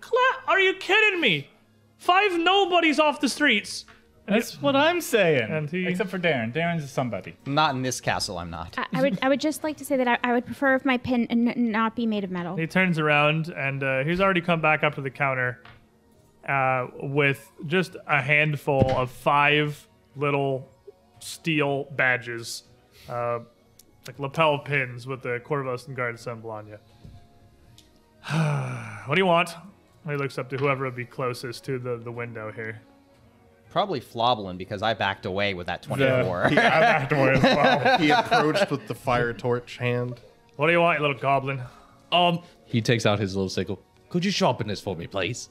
Cla- are you kidding me? Five nobodies off the streets.
That's what I'm saying.
And he-
Except for Darren. Darren's a somebody.
Not in this castle, I'm not.
I, I would I would just like to say that I, I would prefer if my pin n- n- not be made of metal.
He turns around and uh, he's already come back up to the counter uh, with just a handful of five little steel badges, uh, like lapel pins with the Corvos and Guard San Blanya. what do you want? He looks up to whoever would be closest to the, the window here.
Probably Floblin because I backed away with that 24.
he approached with the fire torch hand.
What do you want, you little goblin?
Um, he takes out his little sickle. Could you sharpen this for me, please?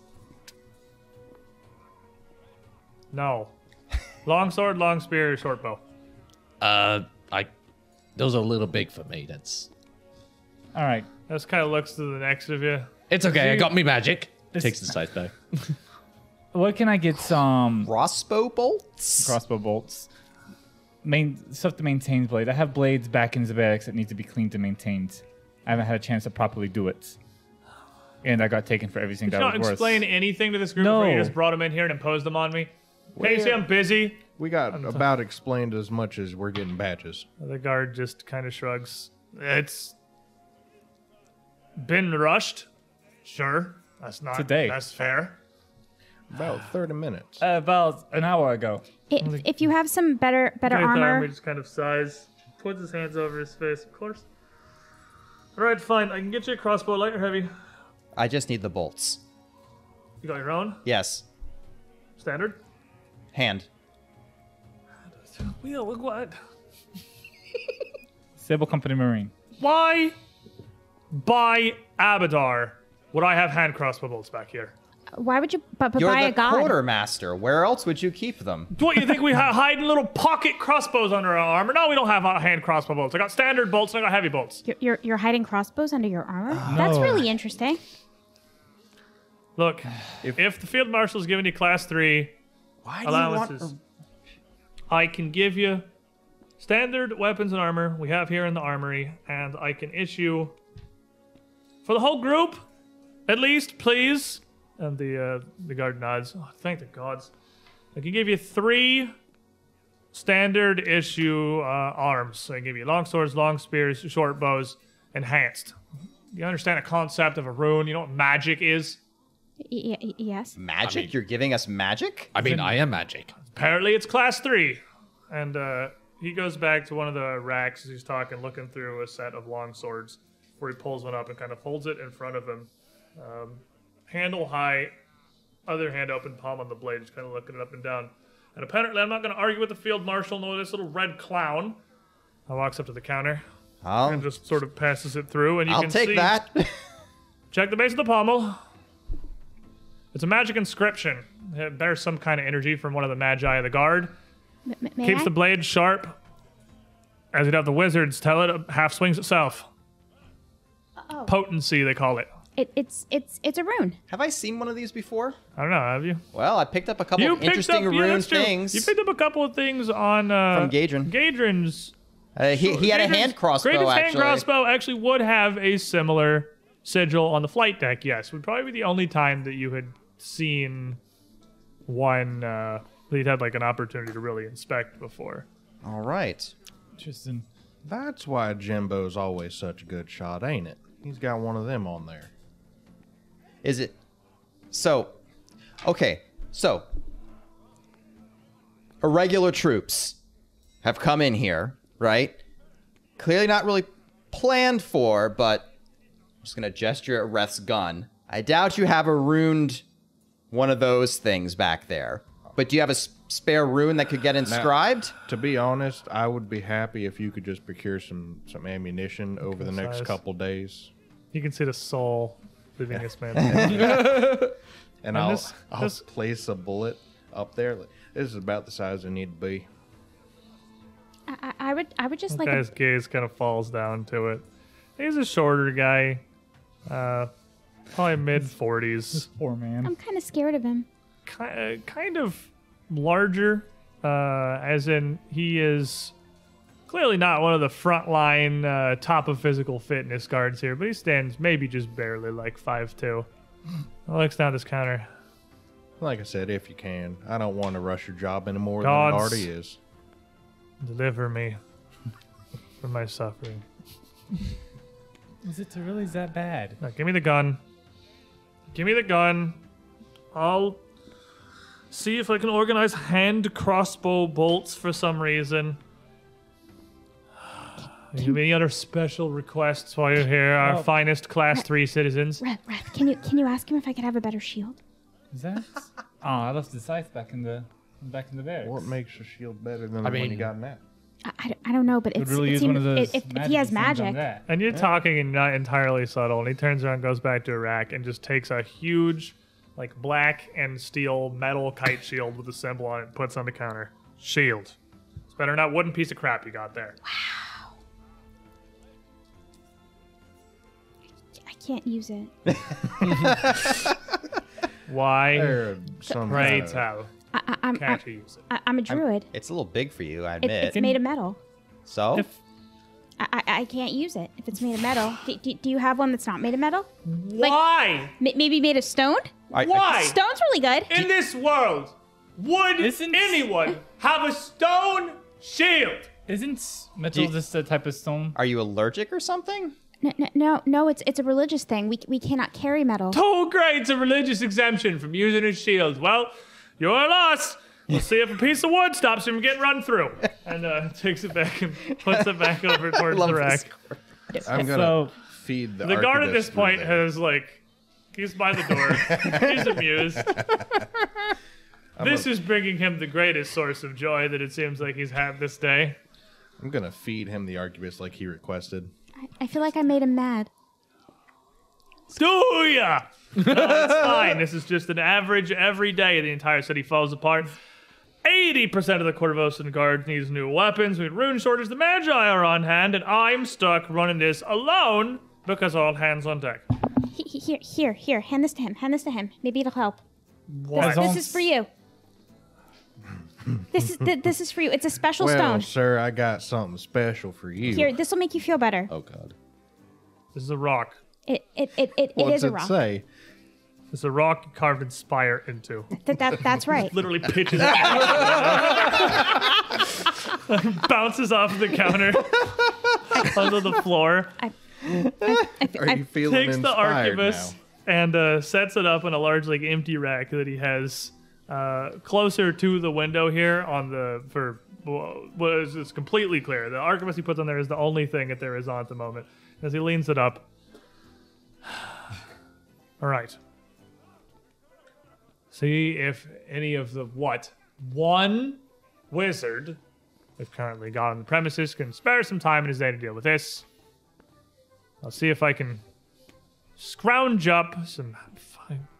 No. Long sword, long spear, short bow.
Uh, I, those are a little big for me. That's
All right.
This kind of looks to the next of you.
it's okay. I got me magic.
This-
Takes the scythe back.
What can I get some
Crossbow bolts?
crossbow bolts? Main stuff to maintain blade. I have blades back in Zabatics that need to be cleaned and maintained. I haven't had a chance to properly do it. And I got taken for everything
Did
that
you not
was worth.
explain anything to this group
No.
before you just brought them in here and imposed them on me? Hey, you see, I'm busy.
We got about explained as much as we're getting badges.
The guard just kind of shrugs. It's been rushed. Sure, that's not
Today.
That's fair.
About 30 minutes.
Uh, about an hour ago.
If, if you have some better better armor,
just kind of sighs, puts his hands over his face. Of course. All right, fine. I can get you a crossbow, light or heavy.
I just need the bolts.
You got your own
Yes.
standard.
Hand.
Wheel, look what?
Sable Company Marine.
Why, by Abadar, would I have hand crossbow bolts back here?
why would you but, but
You're
by
the
a god?
quartermaster. Where else would you keep them?
What you think we ha- hide in little pocket crossbows under our armor? No, we don't have uh, hand crossbow bolts. I got standard bolts and I got heavy bolts.
You're, you're, you're hiding crossbows under your armor?
Ah.
That's really interesting.
Look, if, the field marshal's giving you class three
Why do
allowances, I can give you standard weapons and armor we have here in the armory, and I can issue for the whole group, at least, please. And the uh, the guard nods. Oh, thank the gods. I can give you three standard issue uh, arms. So I can give you long swords, long spears, short bows, enhanced. You understand the concept of a rune? You know what magic is?
Y- y- yes.
Magic? You're giving us magic?
I mean, I am magic.
apparently it's class three. And uh, he goes back to one of the racks as he's talking, looking through a set of long swords, where he pulls one up and kind of holds it in front of him, um, handle high, other hand open, palm on the blade, just kind of looking it up and down. And apparently, I'm not going to argue with the field marshal nor this little red clown. I walks up to the counter and
I'll,
just sort of passes it through, and you
I'll
can
take
see,
that.
Check the base of the pommel. It's a magic inscription. It bears some kind of energy from one of the magi of the guard.
M- m- may
Keeps
I?
the blade sharp. As you'd have the wizards tell it, it half swings itself. Potency, they call it.
it, it's it's it's a rune.
Have I seen one of these before?
I don't know, have you?
Well, I picked up a couple
you
of interesting
yeah,
rune
that's true.
things.
You picked up a couple of things on uh,
From Gadrin.
Gadrin's.
Uh, he, he had a
Gadrin's-
hand crossbow,
Gadrin's
actually.
hand crossbow actually would have a similar sigil on the flight deck. Yes, would probably be the only time that you had seen one uh, that you'd had like an opportunity to really inspect before.
All right.
Interesting.
That's why Jimbo's always such a good shot, ain't it? He's got one of them on there.
Is it. So. Okay. So. Irregular troops have come in here, right? Clearly not really planned for, but I'm just going to gesture at Reth's gun. I doubt you have a ruined one of those things back there. But do you have a s- spare rune that could get inscribed?
To be honest, I would be happy if you could just procure some some ammunition over the next
size.
couple days,
You can see the soul leaving this man.
and, I'll
this-
I'll
this-
place a bullet up there. This is about the size I need to be.
I, I- I would I would just like
guy's
a,
gaze kind of falls down to it. He's a shorter guy, uh, probably mid forties.
Poor man.
I'm kind of scared of him.
Ki- uh, kind of larger, uh, as in he is clearly not one of the frontline uh, top of physical fitness guards here, but he stands maybe just barely like five two. Looks down at this counter.
Like I said, if you can, I don't want to rush your job any more than it
Gods.
already is.
Deliver me from my suffering.
Is it really that bad?
Now, give me the gun. Give me the gun. I'll see if I can organize hand crossbow bolts for some reason. You have any other special requests while you're here, our
Oh.
finest class three citizens?
Reth, Reth, can you can you ask him if I could have a better shield?
Is that? oh, I left the scythe back in the back in the barracks.
What makes your shield better than
I
the one you
mean-
got now?
I, I don't- I don't know, but
Could
it's,
really
it
use
seems-
one of those.
if, if he has
magic things on
magic,
that.
And you're talking and not entirely subtle, and he turns around, goes back to Iraq, and just takes a huge, like black and steel metal kite shield with a symbol on it, and puts on the counter. Shield. It's better than that wooden piece of crap you got there.
I can't use it.
Why?
There, some
Pray
kind of-
tell.
I, I, I'm, I'm,
Can't you use it?
I- I'm a druid.
It's a little big for you, I
It,
admit.
it's made of metal.
so
If-
I, I, I can't use it if it's made of metal. do, do, do you have one that's not made of metal?
Why?
Ma- maybe made of stone?
I- I-
Why?
Stone's really good.
In this world, would
Isn't-
anyone have a stone shield?
Isn't metal
You-
just a type of stone?
are you allergic or something?
No, no, no, no, it's it's a religious thing. We, we cannot carry metal.
Two grades of religious exemption from using a shield. Well, you're lost. We'll see if a piece of wood stops you from getting run through. And uh, takes it back and puts it back over towards
love
the rack.
this.
I'm gonna
So-
feed the.
The guard at this
arquebus
point
through there.
has like he's by the door. he's amused. this is bringing him the greatest source of joy that it seems like he's had this day.
I'm gonna feed him the arquebus like he requested.
I, I feel like I made him mad.
Do ya? No, it's fine. This is just an average every day. The entire city falls apart. 80% of the Corvosan Guard needs new weapons. We had rune shortage. The Magi are on hand, and I'm stuck running this alone because all hands on deck.
He, he, here, here, here. Hand this to him. Hand this to him. Maybe it'll help.
Why?
Don't
This is for you. This is th- this is for you. It's a special
well,
stone.
sir, I got something special for you.
Here, this will make you feel better.
Oh god.
This is a rock.
It it it, it, it
What's
is a
it
rock.
say?
It's a rock carved in spire into.
That, that that's right.
Literally pitches out. Bounces off the counter onto the floor.
I fe-
Are
I-
you feeling
takes the
inspired
arquebus
now?
and uh, sets it up in a large like empty rack that he has uh, closer to the window here on the for well, well, it's, it's completely clear the arquebus he puts on there is the only thing that there is on at the moment as he leans it up all right see if any of the what one wizard we've currently got on the premises can spare some time in his day to deal with this i'll see if i can scrounge up some f-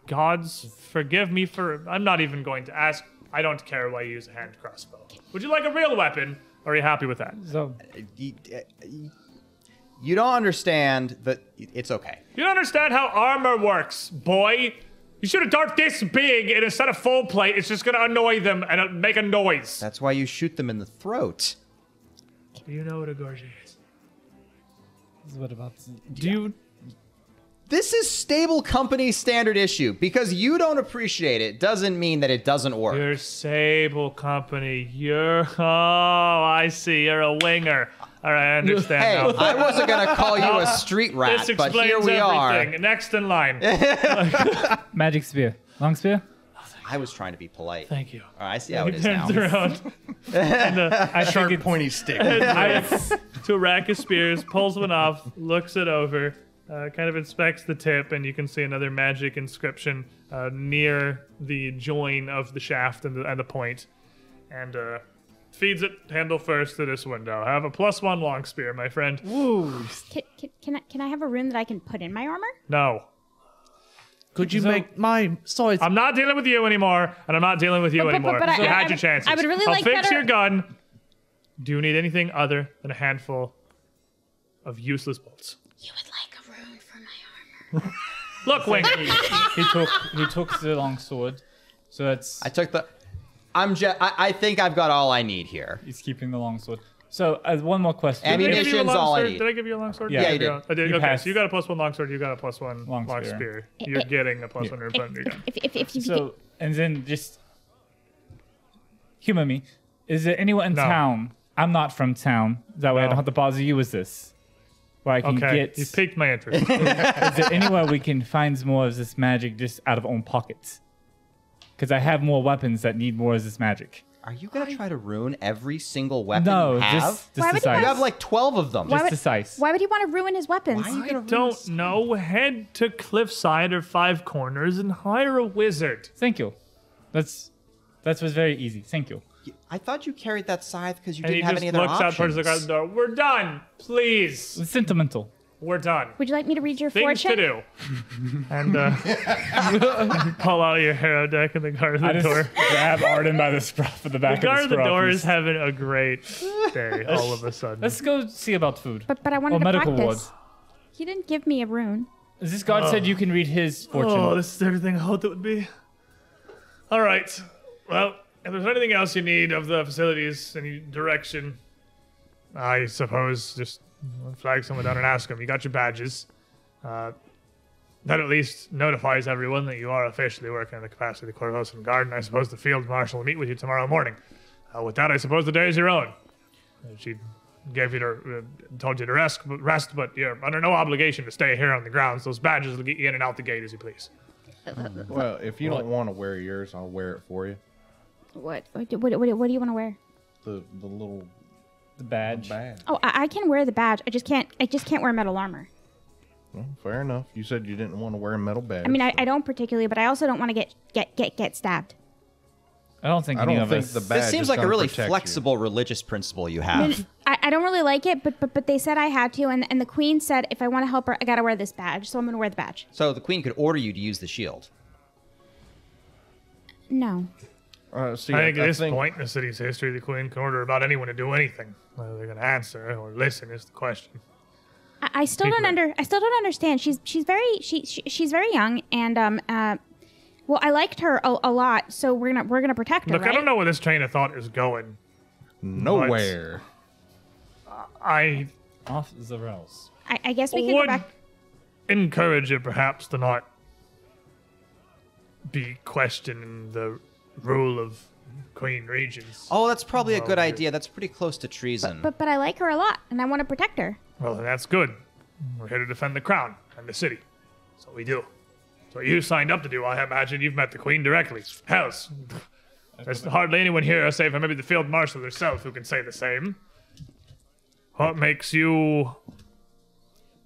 gods forgive me for i'm not even going to ask i don't care why you use a hand crossbow would you like a real weapon are you happy with that
So
You, eh, you don't understand that it's okay.
you don't understand how armor works boy you should have dart this big and instead of full plate it's just going to annoy them and it'll make a noise
That's why you shoot them in the throat.
do you know what a gorget is
what about? Do you?
This is stable company standard issue. Because you don't appreciate it doesn't mean that it doesn't work.
Your sable company. You're oh, I see. You're a winger. All right, I understand.
Hey,
now.
I wasn't gonna call you a street rat,
this
but
explains
here we
everything.
are.
Next in line.
Magic spear, long spear.
I was trying to be polite. All
Thank you.
right, I see how
he
it is now.
turns around
I Sharp think
Pointy stick.
to a rack of spears, pulls one off, looks it over, uh, kind of inspects the tip, and you can see another magic inscription uh, near the join of the shaft and the, and the point, and uh, feeds it handle first to this window. Have a plus one long spear, my friend.
Can, can, can I can I have a room that I can put in my armor?
No,
Could you
So-
make my scythe?
I'm not dealing with you anymore, and I'm not dealing with you
But- but-
anymore.
but I-
you
I- I
had your
would-
chances.
I would really
will
like
fix
better-
your gun. Do you need anything other than a handful of useless bolts?
You would like a room for my armor.
Look, Wing.
he took he took the long sword, so that's
I took the. I'm just. I, I think I've got all I need here.
he's keeping the long sword. So uh, one more question.
Did I give you a
Ammunition's
long
all I
sword?
need.
Did I give you a long sword?
Yeah,
you did.
I did.
You
okay,
passed.
so you got a plus one long sword. You got a plus one
Long
long,
spear.
spear.
Eh,
You're
eh.
getting a plus one
If,
every gun.
if, if, if you
so and then just humor me. Is there anyone in
No.
town? I'm not from town. That way I
No.
don't have to bother you with this. Where I can
Okay,
get.
you piqued my interest.
is there anywhere we can find more of this magic just out of own pockets? Because I have more weapons that need more of this magic.
Are you gonna try to ruin every single weapon
no,
you have?
just,
Why
just
would you
decide.
you have like twelve of them.
Why
just
would-
decide.
why would you want to ruin his weapons?
Why are you
I
gonna ruin
don't
this?
know. Head to Cliffside or Five Corners and hire a wizard.
Thank you. That's that was very easy. Thank you.
I thought you carried that scythe because you
And
didn't
he
have
just
any
looks
other
out
options.
towards the garden door. We're done. Please.
It's sentimental.
We're done.
Would you like me to read your
Things to
fortune?
do. and uh, pull out your hero deck in the guard of the
I just
door.
grab Arden by the scruff of the back
The guard
of
of
the
the
scruff.
door is
Let's-
having a great day all of a sudden.
Let's go see about food.
But but I wanted
Oh,
Or
to
medical ward.
practice. He didn't give me a rune.
This god said you can read his fortune.
Oh, this is everything I hoped it would be. All right. Well, if there's anything else you need of the facilities, any direction, I suppose just flag someone down and ask them. You got your badges. Uh, that at least notifies everyone that you are officially working in the capacity of the courthouse and garden. I suppose the field marshal will meet with you tomorrow morning. Uh, with that, I suppose the day is your own. And She gave you to, uh, told you to rest, rest, but you're under no obligation to stay here on the grounds. Those badges will get you in and out the gate as you please.
Well, if you don't want to wear yours, I'll wear it for you.
What what what, what, what do you want to wear?
The the little
the badge.
badge.
Oh, I, I can wear the badge. I just can't. I just can't wear metal armor.
Well, fair enough. You said you didn't want to wear a metal badge.
I mean, I, I don't particularly, but I also don't want to get get get get stabbed.
I don't think
I
any
don't
of
think
us.
the badge.
This seems
is
like a
gonna
really
protect you.
flexible religious principle you have.
I, I don't really like it, but but but they said I had to, and and the queen said if I want to help her, I gotta wear this badge, so I'm gonna wear the badge.
So the queen could order you to use the shield.
No,
Uh, see,
I think at
I
this
think-
point in the city's history, the Queen can order about anyone to do anything. Whether they're going to answer or listen is the question.
I, I still don't
People-
under I still don't understand. She's she's very she, she she's very young, and um uh, well I liked her a, a lot, so we're gonna we're gonna protect her.
Look, I
right?
don't know where this train of thought is going.
nowhere.
I
off the rails.
I, I guess we could go
would
back.
encourage you perhaps to not be questioning the rule of Queen Regents.
Oh, that's probably a good
yeah.
idea. That's pretty close to treason.
But but I like her a lot, and I want to protect her.
Well, then that's good. We're here to defend the crown and the city. That's what we do. That's what you signed up to do. I imagine you've met the queen directly. Hells, there's hardly anyone here, save for maybe the field marshal herself, who can say the same. What makes you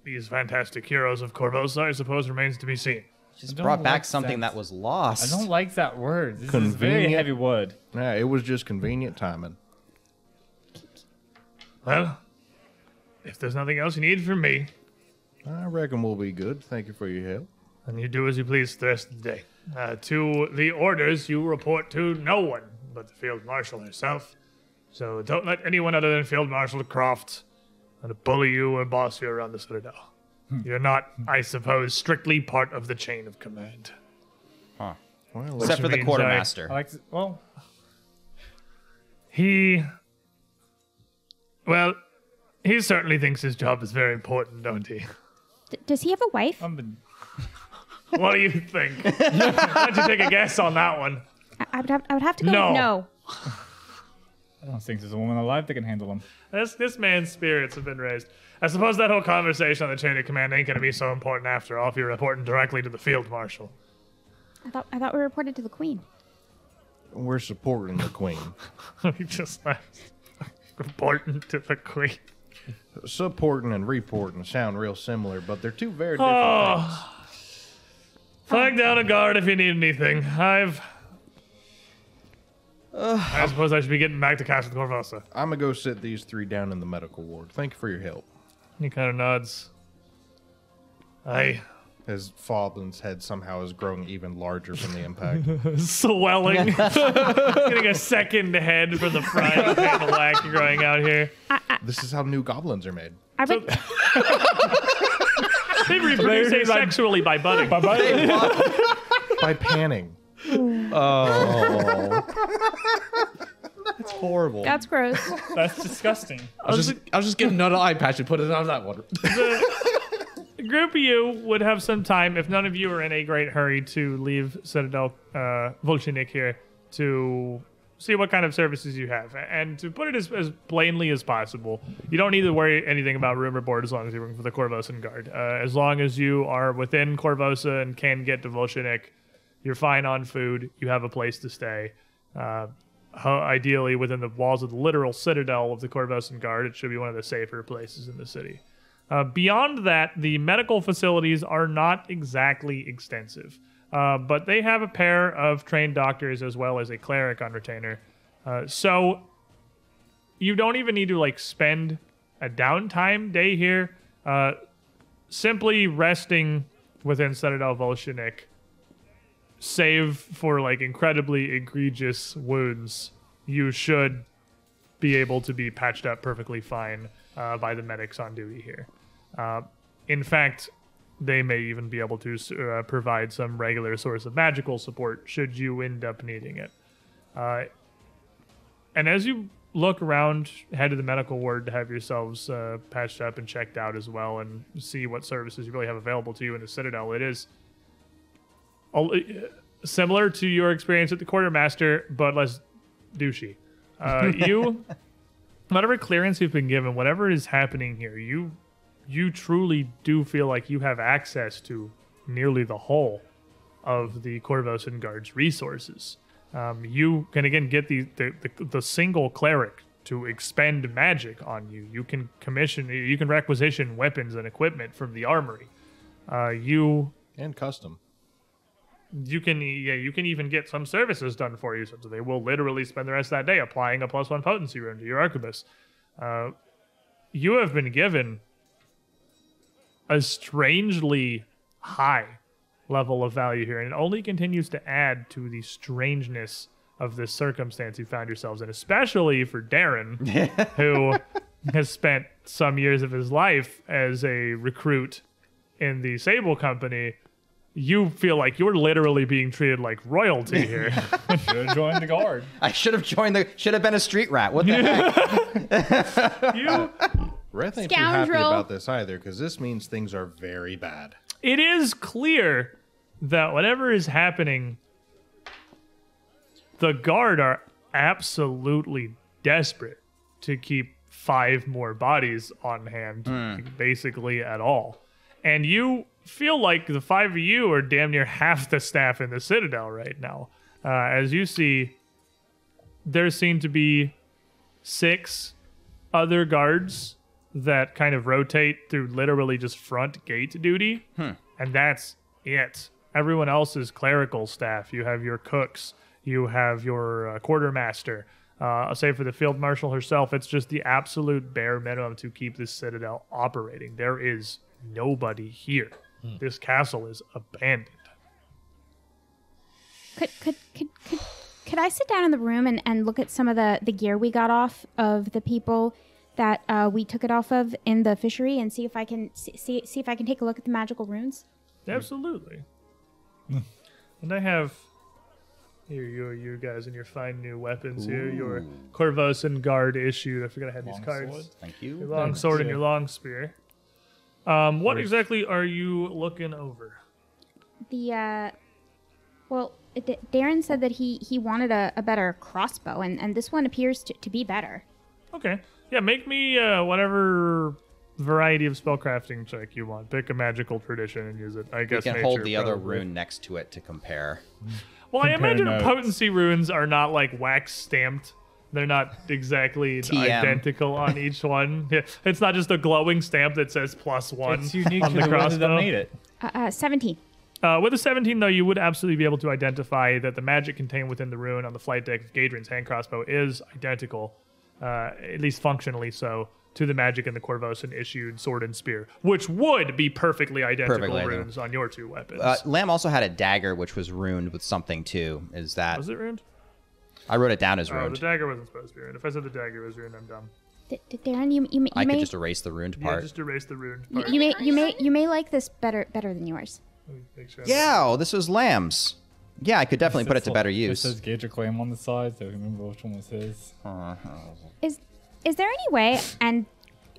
these fantastic heroes of Corvosa, I suppose, remains to be seen.
Just
don't
brought back
like
something
that.
that was
I
lost.
don't like that word. This is a very
Convenient.
heavy word.
Yeah, it was just convenient timing.
Well, if there's nothing else you need from me,
I reckon we'll be good. Thank you for your help.
And you do as you please the rest of the day. Uh, to the orders, you report to no one but the Field Marshal herself. So don't let anyone other than Field Marshal Croft uh, bully you or boss you around the Citadel. You're not, I suppose, strictly part of the chain of command.
Well, let's-
Except for the
means I-
quartermaster.
I like. To, well,
He. Well, he certainly thinks his job is very important, don't he?
D- does he have a wife?
I'm been,
What do you think? Why don't you take a guess on that one?
I, I would have I would have to go. with
No.
no.
I don't think there's a woman alive that can handle him.
This this man's spirits have been raised. I suppose that whole conversation on the chain of command ain't gonna be so important after all if you're reporting directly to the field marshal.
I thought I thought we reported to the queen.
we're supporting the queen.
he just laughs. Reporting to the queen.
supporting and reporting sound real similar, but they're two very different things.
Oh. Flag down a guard if you need anything. I've. I suppose I should be getting back to Castle Corvosa.
I'm gonna go sit these three down in the medical ward. Thank you for your help.
He kind of nods. I
As Foblin's head somehow is growing even larger from the impact.
swelling, getting a second head from the frying pan lack growing out here.
this is how new goblins are made.
I would
They reproduce asexually by budding.
By panning. horrible.
That's gross.
That's disgusting.
I was just, I was just getting another eye patch and put it on that one.
A group of you would have some time, if none of you are in a great hurry, to leave Citadel uh, Volchinik here to see what kind of services you have. And to put it as, as plainly as possible, you don't need to worry anything about room or board as long as you're working for the Corvosan Guard. Uh, as long as you are within Corvosa and can get to Volchinik, you're fine on food, you have a place to stay. Uh, ho- ideally, within the walls of the literal citadel of the Corvosan Guard, it should be one of the safer places in the city. Uh, beyond that, the medical facilities are not exactly extensive, uh, but they have a pair of trained doctors as well as a cleric on retainer. Uh, so you don't even need to like spend a downtime day here. Uh, simply resting within Citadel Volshinik, save for like incredibly egregious wounds, you should be able to be patched up perfectly fine uh, by the medics on duty here. Uh, in fact, they may even be able to uh, provide some regular source of magical support should you end up needing it. Uh, and as you look around, head to the medical ward to have yourselves uh, patched up and checked out as well, and see what services you really have available to you in the Citadel. It is al- similar to your experience at the quartermaster, but less douchey. Uh, you, whatever clearance you've been given, whatever is happening here, you you truly do feel like you have access to nearly the whole of the Corvosan Guard's resources. Um, you can again get the, the, the, the single cleric to expend magic on you. You can commission, you can requisition weapons and equipment from the armory. Uh, you
And custom.
you can yeah you can even get some services done for you. So they will literally spend the rest of that day applying a plus one potency rune to your arquebus. Uh, you have been given a strangely high level of value here, and it only continues to add to the strangeness of this circumstance you found yourselves in, especially for Darren, who has spent some years of his life as a recruit in the Sable Company. You feel like you're literally being treated like royalty here.
Should have joined the guard.
I should have joined the. Should have been a street rat. What the heck?
you
Reth ain't too happy
Scoundrel.
about this either, because this means things are very bad.
it is clear that whatever is happening, the guard are absolutely desperate to keep five more bodies on hand, basically at all. And you feel like the five of you are damn near half the staff in the Citadel right now. Uh, as you see, there seem to be six other guards that kind of rotate through literally just front gate duty, and that's it. Everyone else is clerical staff. You have your cooks, you have your uh, quartermaster. Uh, say for the field marshal herself, it's just the absolute bare minimum to keep this citadel operating. There is nobody here. This castle is abandoned.
could, could, could, could, could I sit down in the room and, and look at some of the, the gear we got off of the people that uh, we took it off of in the fishery and see if I can see, see, see if I can take a look at the magical runes?
Absolutely. and I have here you you guys and your fine new weapons here, your Corvosan guard issued. I forgot I had these cards.
Thank
Your
you.
long sword and your long spear. Um, what exactly are you looking over?
The uh, well, uh, D- Darren said that he he wanted a, a better crossbow, and, and this one appears to, to be better.
Okay. Yeah, make me uh, whatever variety of spellcrafting check you want. Pick a magical tradition and use it. I
You
guess
can
nature,
hold the other
probably.
rune next to it to compare.
Well, I
Compare
imagine
notes.
potency runes are not like wax stamped. They're not exactly
TM.
identical on each one. Yeah, It's not just a glowing stamp that says plus one
It's unique
on
to
the
the ones that
crossbow.
made it.
Uh, uh, Seventeen.
Uh, with a 17, though, you would absolutely be able to identify that the magic contained within the rune on the flight deck of Gadrin's hand crossbow is identical, uh, at least functionally so, to the magic in the Corvosan issued sword and spear, which would be perfectly identical
Perfectly identical.
runes on your two weapons.
Uh, Lamb also had a dagger which was ruined with something too. Is that
was it ruined?
I wrote it down as
Oh, the
ruined.
dagger wasn't supposed to be ruined. If I said the dagger was ruined, I'm dumb.
D- D- Darren, you you, you
I could
may
just erase the ruined
Yeah,
part.
just erase the ruined
you,
part.
you may you may you may like this better better than yours.
Let me make sure I-
Yeah, oh, this was Lamb's. Yeah, I could definitely put it to better
It says
use.
Gauge Acclaim on the side, so remember which one was his.
Is is there any way and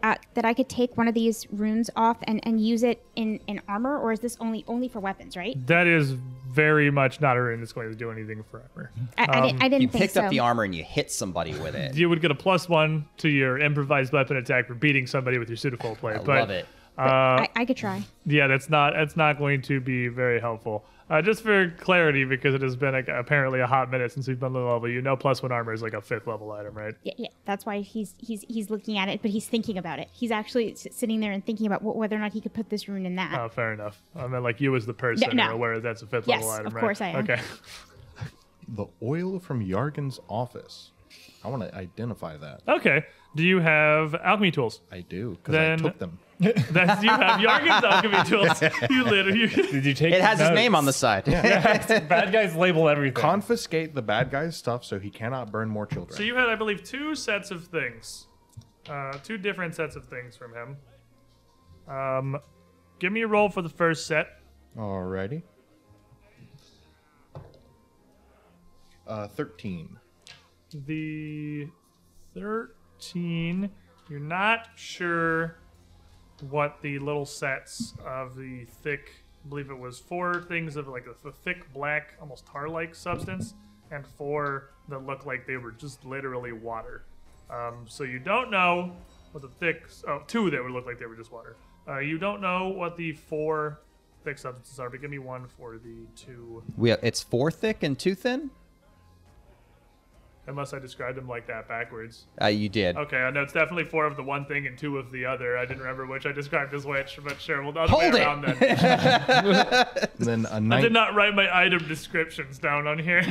uh, that I could take one of these runes off and, and use it in, in armor, or is this only only for weapons? Right?
That is very much not a rune that's going to do anything forever.
I, I, didn't, I didn't
You
think
picked
so.
up the armor and you hit somebody with it.
You would get a plus one to your improvised weapon attack for beating somebody with your pseudopole plate.
I
but
love it.
I, I could try.
yeah, that's not that's not going to be very helpful. Uh, just for clarity, because it has been like, apparently a hot minute since we've been low level. You know, plus one armor is like a fifth level item, right?
Yeah, yeah, that's why he's he's he's looking at it, but he's thinking about it. He's actually s- sitting there and thinking about wh- whether or not he could put this rune in that.
Oh, fair enough. I mean, like you as the person
no.
are aware that that's a fifth
Yes,
level item,
of
right?
course I am.
Okay.
The oil from Yargan's office. I want to identify that.
Okay. Do you have alchemy tools?
I do because I
Then-
took them.
That's you have Yargan's alchemy tools. You literally.
Did you take?
It has his name on the side.
Bad guys label everything.
Confiscate the bad guy's stuff so he cannot burn more children.
So you had, I believe, two sets of things, uh, two different sets of things from him. Um, give me a roll for the first set.
Alrighty. Uh, thirteen.
The thirteen. You're not sure what the little sets of the thick. I believe it was four things of like the thick black, almost tar-like substance, and four that looked like they were just literally water. Um, so you don't know what the thick, oh, two that would look like they were just water. Uh, you don't know what the four thick substances are, but give me one for the two,
We, it's four thick and two thin.
unless I described them like that backwards.
Uh, you did.
Okay, I know it's definitely four of the one thing and two of the other. I didn't remember which I described as which, but sure, we'll the other
Hold
way
it!
around then.
And then a,
I did
nine
not write my item descriptions down on here.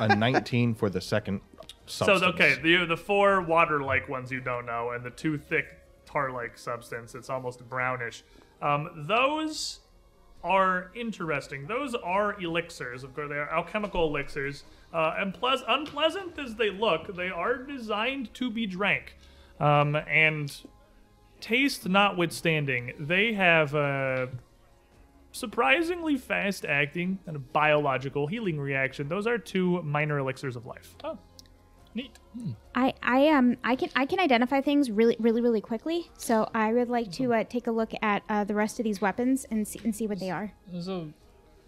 a nineteen for the second.
so
Substance.
okay, the the four water-like ones you don't know, and the two thick tar-like substance. It's almost brownish. Um, those are interesting. Those are elixirs. Of course, they are alchemical elixirs. Uh, and plus, unpleasant as they look, they are designed to be drank. Um, and taste notwithstanding, they have a surprisingly fast acting and a biological healing reaction. Those are two minor elixirs of life. Oh, neat.
I I um I can I can identify things really really really quickly. So I would like to
Mm-hmm.
uh, take a look at uh, the rest of these weapons and see, and see what they are.
There's a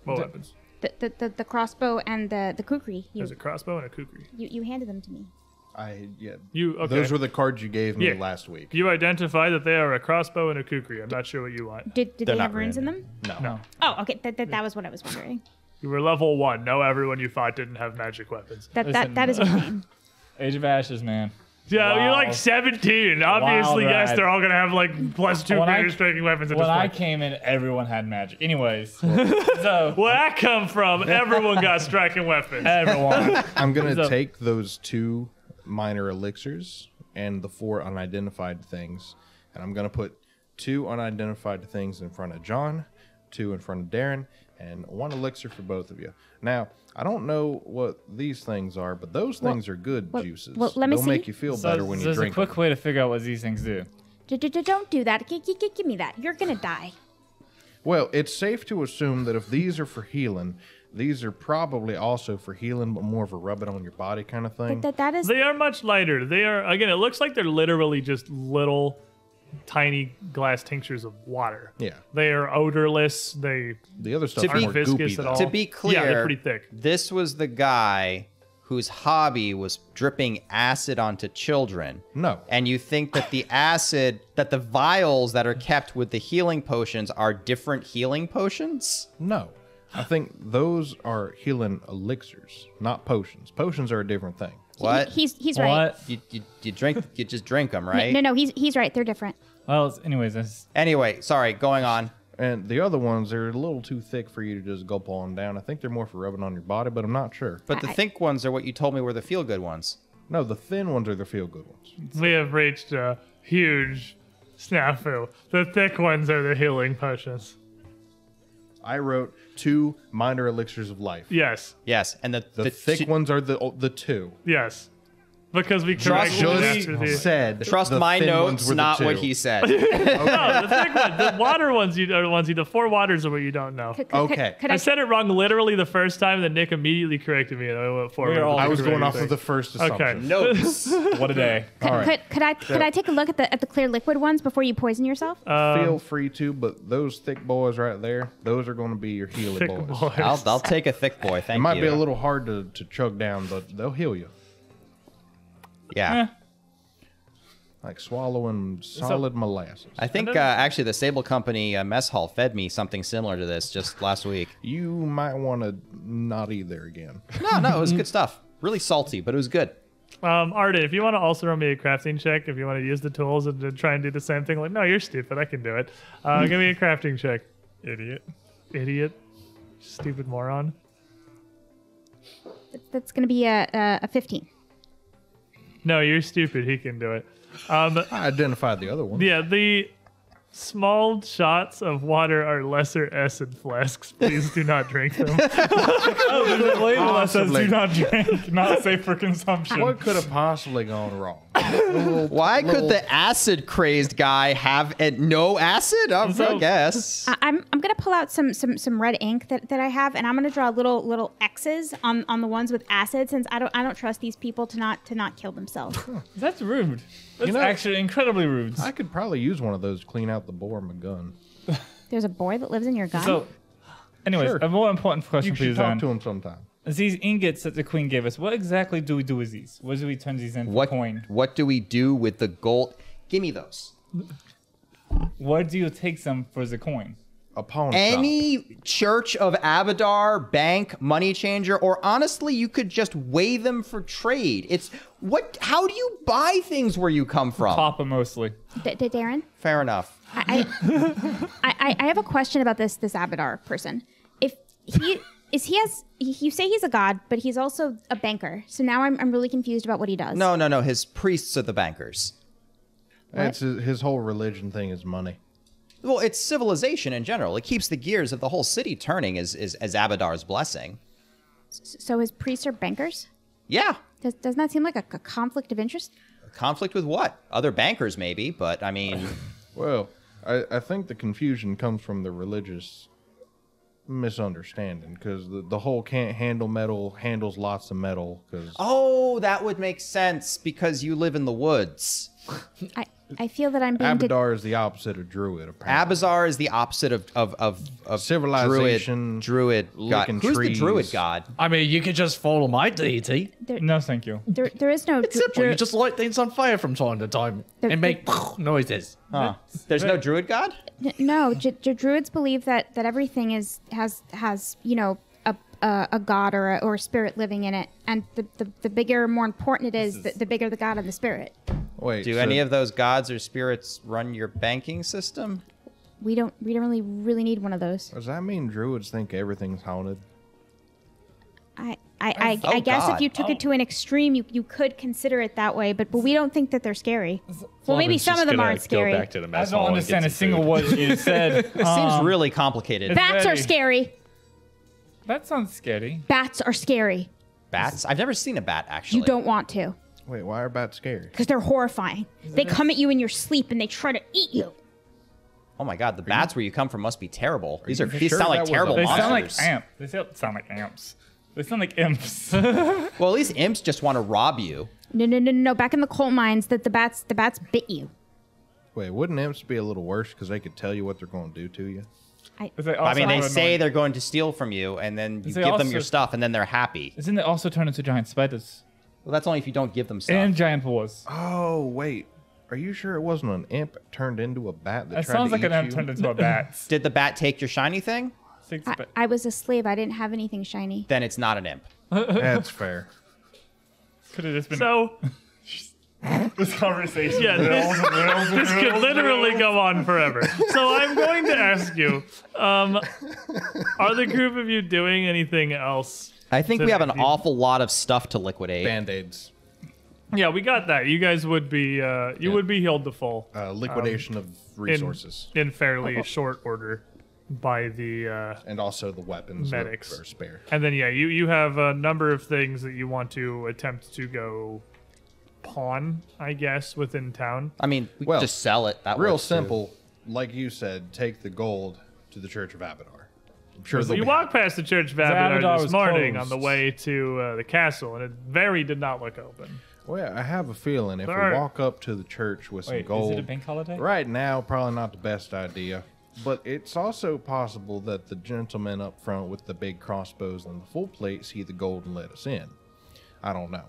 What weapons?
The the, the, the crossbow and the the kukri. You,
There's a crossbow and a kukri.
you you handed them to me.
I yeah.
You okay?
Those were the cards you gave me
Yeah.
last week.
you identify that they are a crossbow and a kukri. I'm not sure what you want.
Did did
They're
they
not
have runes in them?
no.
Oh, okay. That, that, that was what I was wondering.
You were level one. No, everyone you fought didn't have magic weapons.
That that, that is a shame.
Age of Ashes, man.
Yeah, you're
Wow.
like 17. Obviously, yes,
ride.
they're all gonna have like plus two
When I-
greater striking weapons at
When
this
I
point.
came in, everyone had magic. Anyways, so
Where I come from, everyone got striking weapons.
everyone.
I'm gonna
So-
take those two minor elixirs and the four unidentified things, and I'm gonna put two unidentified things in front of John, two in front of Darren, and one elixir for both of you. Now, I don't know what these things are, but those things are good
well,
juices.
well, let me
They'll
see.
make you feel
so
better when you
there's
drink.
a quick
them.
way to figure out what these things do.
D- d- d- Don't do that. G- g- g- give me that. You're gonna die.
Well, it's safe to assume that if these are for healing, these are probably also for healing, but more of a rub it on your body kind of thing.
That that is
They are much lighter. They are again. It looks like they're literally just little, tiny glass tinctures of water.
Yeah.
They are odorless. They
The other stuff
To
are
be
more
viscous
goopy.
at
though.
all.
To be clear,
Yeah, they're pretty thick.
This was the guy whose hobby was dripping acid onto children.
No.
And you think that the acid, that the vials that are kept with the healing potions are different healing potions?
No. I think those are healing elixirs, not potions. Potions are a different thing.
What?
He, he's he's right.
you, you, you drink, you just drink them,
No,
right?
no, no, he's he's right. They're different.
Well, anyways, that's
Anyway, sorry, going on.
And the other ones, they're a little too thick for you to just gulp on down. I think they're more for rubbing on your body, but I'm not sure.
But the
I-
think ones are what you told me were the feel good ones.
No, the thin ones are the feel good ones.
We have reached a huge snafu. The thick ones are the healing potions.
I wrote two minor elixirs of life.
Yes,
Yes, and the,
The,
the
thick
two-
ones are the the two.
yes. because we
Trust
corrected it
Josie
after the.
said.
Trust
the
my
thin
notes,
ones were the
not what
two.
he said.
No, Oh, the thick one. The water ones you are the ones you. The four waters are what you don't know.
Could- could- could-
Okay.
Could
I
I,
said it wrong literally the first time, then Nick immediately corrected me, and I went forward.
We're
Oh,
all-
I was
Correct
going off
thing.
of the first
Okay.
assumption.
Notes.
What a day.
could, could, could I could I take a look at the at the clear liquid ones before you poison yourself?
Um,
Feel free to, but those thick boys right there, those are going to be your healing
Thick
boys.
boys.
I'll, I'll take a thick boy. Thank
It might
you.
be a little hard to, to chug down, but they'll heal you.
Yeah.
Like swallowing solid molasses.
I think uh, actually the Sable Company uh, mess hall fed me something similar to this just last week.
You might want to not eat there again.
No, no, it was good stuff. Really salty, but it was good.
Um, Arden, if you want to also run me a crafting check, if you want to use the tools and, and try and do the same thing, like, no, you're stupid. I can do it. Uh, give me a crafting check. Idiot. Idiot. Stupid moron.
That- That's going to be a, a a fifteen.
No, you're stupid. He can do it. Um,
I identified the other one.
yeah, the small shots of water are lesser acid flasks. Please do not drink them.
The label that says
Possibly.
do not drink, not safe for consumption.
What could have possibly gone wrong?
Why
Little-
could the acid crazed guy have a, no acid? I,
So-
I guess.
I- I'm I'm gonna pull out some some some red ink that, that I have, and I'm gonna draw little little X's on on the ones with acid, since I don't I don't trust these people to not to not kill themselves.
That's rude. That's
know-
actually incredibly rude.
I could probably use one of those to clean out the bore in my gun.
There's a boy that lives in your gun.
so, anyways,
Sure.
a more important question
You
for you,
should talk
Zan.
to him sometime.
Is These ingots that the queen gave us, what exactly do we do with these? What do we turn these into
what
coin?
What do we do with the gold? Give me those.
Where do you take them for the coin?
A pawn shop.
Any church of Abadar, bank, money changer, or honestly, you could just weigh them for trade. It's what? How do you buy things where you come from?
Papa mostly.
D- D- Darren,
Fair enough.
I, I, I I have a question about this this Abadar person. If he is he has he, you say he's a god, but he's also a banker. So now I'm I'm really confused about what he does.
No, no, no. His priests are the bankers.
That's his, his whole religion thing is money.
Well, it's civilization in general. It keeps the gears of the whole city turning, as is, as Abadar's blessing.
S- So his priests are bankers.
Yeah,
Does, doesn't that seem like a, a conflict of interest?
conflict with what? Other bankers, maybe, but I mean,
Well, I, I think the confusion comes from the religious misunderstanding because the, the whole can't handle metal handles lots of metal because
oh, that would make sense because you live in the woods.
I I feel that I'm being.
Abadar is the opposite of druid. Apparently,
Abazar is the opposite of of of, of
Civilization,
Druid, druid god.
licking
Who's
trees.
the druid god?
I mean, you could just follow my deity.
No, thank you.
there, there is no.
It's simple. You just light things on fire from time to time and make noises.
Huh. There's no druid god.
N- No, j- j- druids believe that that everything is has has you know a a, a god or a, or a spirit living in it, and the the, the bigger, more important it is, the, the bigger the god and the spirit.
wait.
Do
so-
any of those gods or spirits run your banking system?
We don't we don't really really need one of those.
does that mean druids think everything's haunted?
I I, I,
Oh,
I guess if
God.
you took it to an extreme, you you could consider it that way, but but we don't think that they're scary. Well, maybe
Robin's
some
just
of them
gonna
aren't
Go
scary.
back to the
I
mess
don't
hall and
understand a
get some
single
food.
word you said.
It
Um,
seems really complicated.
it's-
Bats are
Very.
scary.
That sounds scary.
Bats are scary.
Bats. I've never seen a bat actually.
You don't want to
Wait, why are bats scary?
because they're horrifying. They come at you in your sleep and they try to eat you.
Oh my god, the bats where you come from must be terrible. These are
you
these
sure
sound
that
like
was
terrible
a-
They sound
monsters.
like amps. They sound sound like amps. They sound like imps.
well, at least imps just want to rob you.
No, no, no, no, no. Back in the coal mines, that the bats, the bats bit you.
Wait, wouldn't imps be a little worse because they could tell you what they're going to do to you?
I mean, they say they're going to steal from you, and then you
They
give them your
also-
stuff, and then they're happy.
Isn't they also turn into giant spiders
Well, that's only if you don't give them stuff.
and giant wars?
Oh wait, are you sure it wasn't an imp turned into a bat that,
That
tried
sounds
to
like
eat
an amp
you?
turned into a bat.
Did the bat take your shiny thing?
Six
I,
ba-
I was a slave. I didn't have anything shiny.
Then it's not an imp.
That's fair.
Could have just been
So,
this conversation.
yeah, this, this could literally go on forever. So I'm going to ask you, um, are the group of you doing anything else?
I think we have an
Did you-
awful lot of stuff to liquidate.
Band aids,
Yeah, we got that. You guys would be uh, you would be healed to full
uh,
Um,
liquidation of resources,
in fairly short order by the uh,
and also the weapons that
Medics.
are spare.
and then yeah, you you have a number of things that you want to attempt to go pawn, I guess, within town.
I mean, we
Well,
could just sell it. That
Real
works, too.
simple, like you said, take the gold to the Church of Abadar. I'm sure
So
they'll
you
be
walked past the Church of
Abadar
Abadar this
was
morning
closed.
on the way to uh, the castle, and it very did not look open.
Well, yeah, I have a feeling if
Sir.
we walk up to the church with some
Wait,
gold,
is it a bank holiday?
right now probably not the best idea. But it's also possible that the gentleman up front with the big crossbows and the full plate see the gold and let us in. I don't know.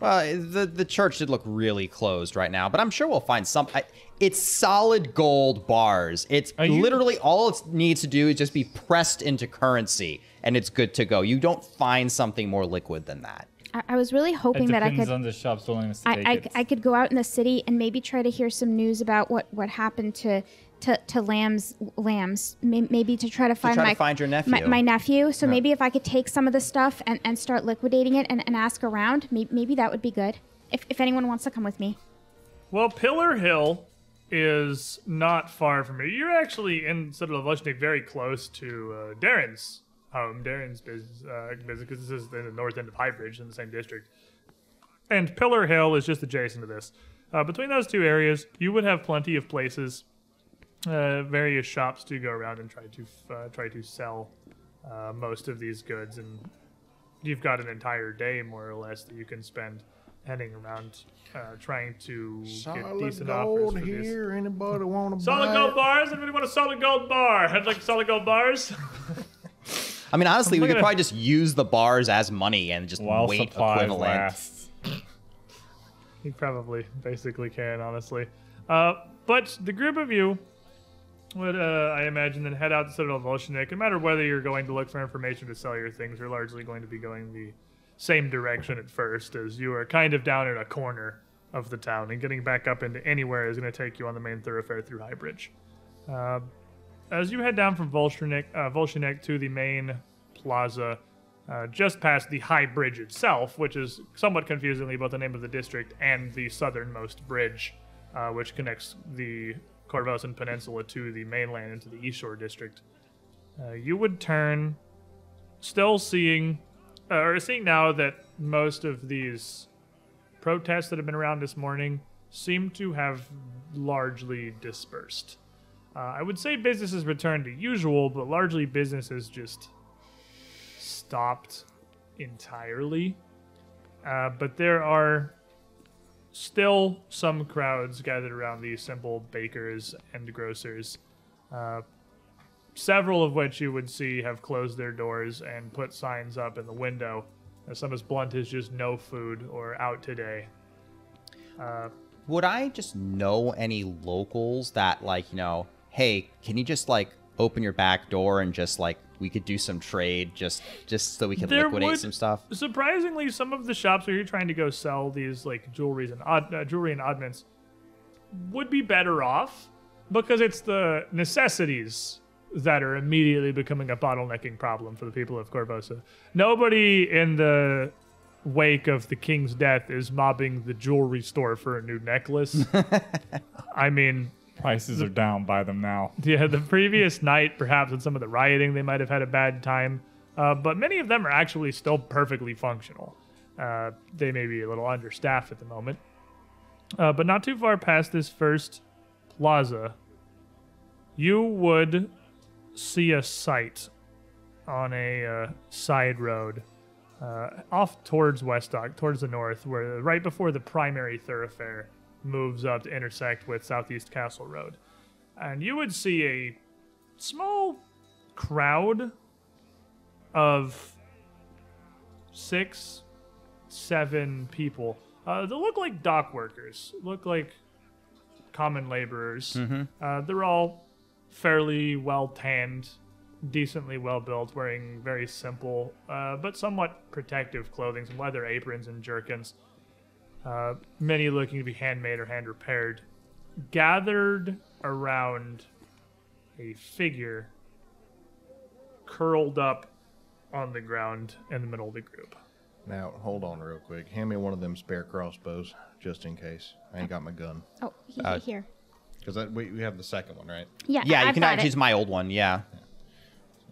Well, the the church did look really closed right now, but I'm sure we'll find some. I, it's solid gold bars. It's
you-
literally all it needs to do is just be pressed into currency, and it's good to go. You don't find something more liquid than that.
I, I was really
It
hoping that I
depends
could
on the shop's willingness to take
I,
it.
I, I could go out in the city and maybe try to hear some news about what, what happened to to, to lambs lambs May- maybe to try to find
try to
my
find your nephew.
my, my nephew so maybe if I could take some of the stuff and, and start liquidating it and, and ask around maybe, maybe that would be good if, if anyone wants to come with me
Well, Pillar Hill is not far from here. You're actually in Citadel of Lushnik, very close to uh, Darren's home. Darren's business, uh, business, because this is in the north end of Highbridge in the same district. And Pillar Hill is just adjacent to this. Uh, between those two areas, you would have plenty of places, uh, various shops to go around and try to f- uh, try to sell uh, most of these goods. And you've got an entire day, more or less, that you can spend heading around uh, trying to get
Solid
decent offers
gold
for these.
here. Anybody want to
Solid
buy?
gold
it?
bars. Anybody want a solid gold bar? I'd like solid gold bars.
I mean, honestly, we could
looking at-
probably just use the bars as money and just
While
weight
supplies
equivalent.
last.
You probably basically can, honestly. Uh, but the group of you would, uh, I imagine, then head out to Citadel Volshnik. No matter whether you're going to look for information to sell your things, you're largely going to be going the same direction at first, as you are kind of down in a corner of the town, and getting back up into anywhere is going to take you on the main thoroughfare through Highbridge. Uh, as you head down from Volshnik, uh, Volshinek to the main plaza, uh, just past the High Bridge itself, which is somewhat confusingly both the name of the district and the southernmost bridge, uh, which connects the Corvosan Peninsula to the mainland into the East Shore district. Uh, you would turn, still seeing, uh, or seeing now that most of these protests that have been around this morning seem to have largely dispersed. Uh, I would say business has returned to usual, but largely business has just stopped entirely. Uh, but there are still some crowds gathered around these simple bakers and grocers, uh, several of which you would see have closed their doors and put signs up in the window. uh, Some as blunt as just no food or out today.
Would I just know any locals that like, you know, hey, can you just like open your back door and just like we could do some trade just just so we can liquidate
would-
some stuff?
Surprisingly, some of the shops where you're trying to go sell these like jewelries and odd, uh, jewelry and oddments would be better off because it's the necessities that are immediately becoming a bottlenecking problem for the people of Corvosa. Nobody in the wake of the king's death is mobbing the jewelry store for a new necklace. I mean,
Prices are down by them now.
yeah, the previous night, perhaps in some of the rioting, they might have had a bad time. Uh, but many of them are actually still perfectly functional. Uh, they may be a little understaffed at the moment. Uh, but not too far past this first plaza, you would see a site on a uh, side road uh, off towards Westock, towards the north, where right before the primary thoroughfare moves up to intersect with Southeast Castle Road and you would see a small crowd of six, seven people. Uh, they look like dock workers, look like common laborers. Uh, they're all fairly well tanned, decently well built, wearing very simple uh, but somewhat protective clothing, some leather aprons and jerkins. Uh, many looking to be handmade or hand repaired gathered around a figure curled up on the ground in the middle of the group.
Now hold on real quick. Hand me one of them spare crossbows, just in case. I ain't got my gun
oh he,
Uh,
here
because we, we have the second one, right?
yeah
Yeah,
I-
you
I've
can
got
actually use
it.
my old one, yeah.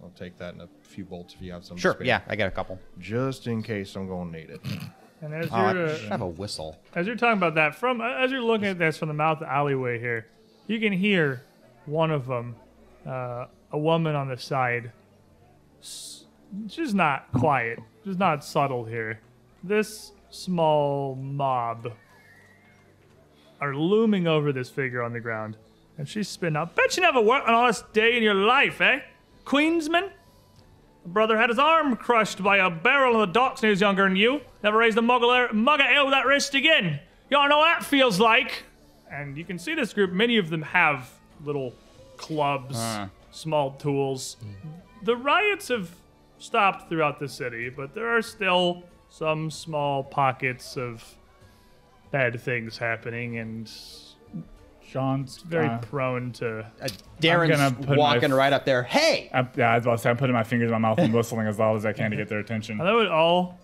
I'll take that and a few bolts if you have some.
Sure,
spare.
yeah, I got a couple.
Just in case I'm gonna need it.
And as
Oh, I
you're uh,
should have a whistle.
as you're talking about that, from as you're looking at this from the mouth alleyway here, you can hear one of them, uh, a woman on the side. S- She's not quiet. She's not subtle here. This small mob are looming over this figure on the ground, and she's spinning out. Bet you never worked an honest day in your life, eh, Queensman? brother had his arm crushed by a barrel on the docks when he was younger than you. Never raised a muggle air, mugger ale with that wrist again. Y'all know what that feels like. And you can see this group, many of them have little clubs, small tools. The riots have stopped throughout the city, but there are still some small pockets of bad things happening, and
Sean's
very
uh,
prone to.
Uh, Darren's
gonna put my
walking
f-
right up there. Hey,
I'm, yeah, I was about to say, I'm putting my fingers in my mouth and whistling as loud as I can to get their attention.
And that would all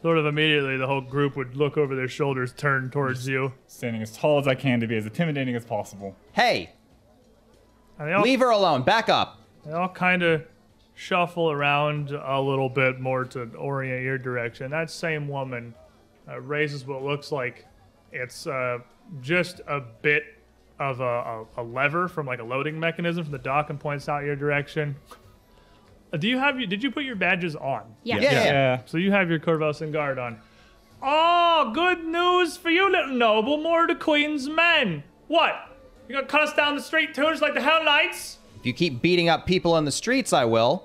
sort of immediately, the whole group would look over their shoulders, turn towards you.
Standing as tall as I can to be as intimidating as possible.
hey,
And
Oh.
they all,
leave her alone. Back up.
they all kind of shuffle around a little bit more to orient your direction. That same woman uh, raises what looks like it's uh, just a bit of a, a, a lever from like a loading mechanism from the dock and points out your direction. Uh, Do you have you? Did you put your badges on?
Yeah.
Yeah, yeah.
Yeah.
So you have your Corvus and guard on. Oh, good news for you, little noble. More of the Queen's men. What? You gonna cut us down the street too, just like the Hell Knights?
If you keep beating up people in the streets, I will.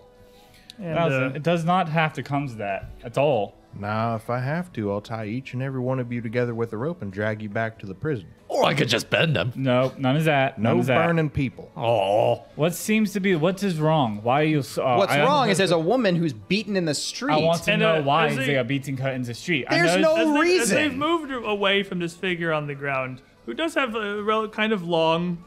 And,
Thousand.
uh,
it does not have to come to that at all.
Now, if I have to, I'll tie each and every one of you together with a rope and drag you back to the prison.
Or I could just bend them.
No, none is that. None
No
is that.
burning people.
Oh,
What seems to be what is wrong? Why are you? So, uh,
What's
I-
wrong is there's a woman who's beaten in the street.
I want to
And,
know
uh,
why
is
they
it-
are beating her in the street. I
There's no
know-
as they- as
reason.
they've moved away from this figure on the ground, who does have a rel- kind of long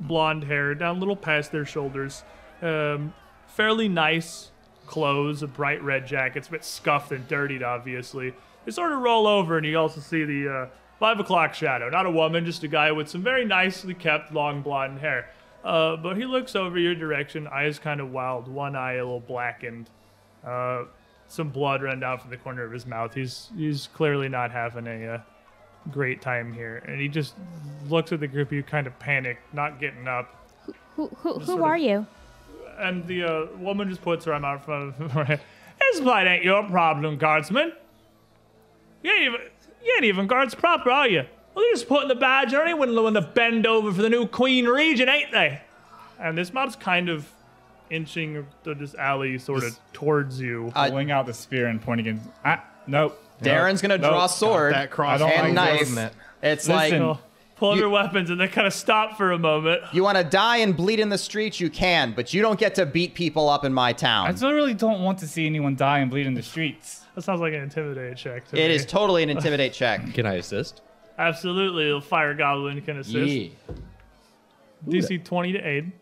blonde hair down a little past their shoulders, um, fairly nice clothes, a bright red jacket, it's a bit scuffed and dirtied, obviously. They sort of roll over, and you also see the uh, five o'clock shadow. Not a woman, just a guy with some very nicely kept long blonde hair. Uh, but he looks over your direction, eyes kind of wild, one eye a little blackened. Uh, some blood run down from the corner of his mouth. He's he's clearly not having a uh, great time here, and he just looks at the group. of You kind of panicked, not getting up,
Who, who,
sort
who
of-
are you?
and the uh, woman just puts her arm out in front of him. This blight ain't your problem, guardsman. You ain't even you ain't even guards proper, are you? Well, they're just putting the badge on anyone willing to bend over for the new Queen Regent, ain't they? And this mob's kind of inching through this alley, sort of towards you.
pulling out the spear and pointing in. I, nope.
Darren's gonna
Nope.
draw sword
That cross
I don't
and
like
knife.
wasn't it?
It's
Listen.
like
pull
You-
their weapons and they kind of stop for a moment.
you want to die and bleed in the streets, you can, but you don't get to beat people up in my
I
town.
still really don't want to see anyone die and bleed in the streets.
That sounds like an intimidate check. To
It
me.
is totally an intimidate check.
can I assist?
absolutely the fire goblin can assist. DC twenty to aid.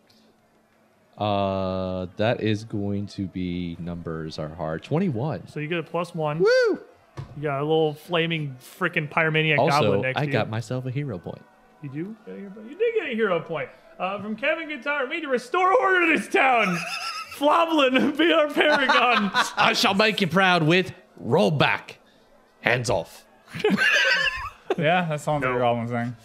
Uh, that is going to be numbers are hard. Twenty-one.
So you get a plus one.
Woo!
You got a little flaming freaking pyromaniac goblin
Also,
next
I
to you.
got myself a hero point.
you do get a hero point. You did get a hero point uh, from Kevin Guitar. Me to restore order to this town. Floblin, be our paragon.
I shall make you proud with roll back, hands off.
Yeah, that sounds like a goblin thing.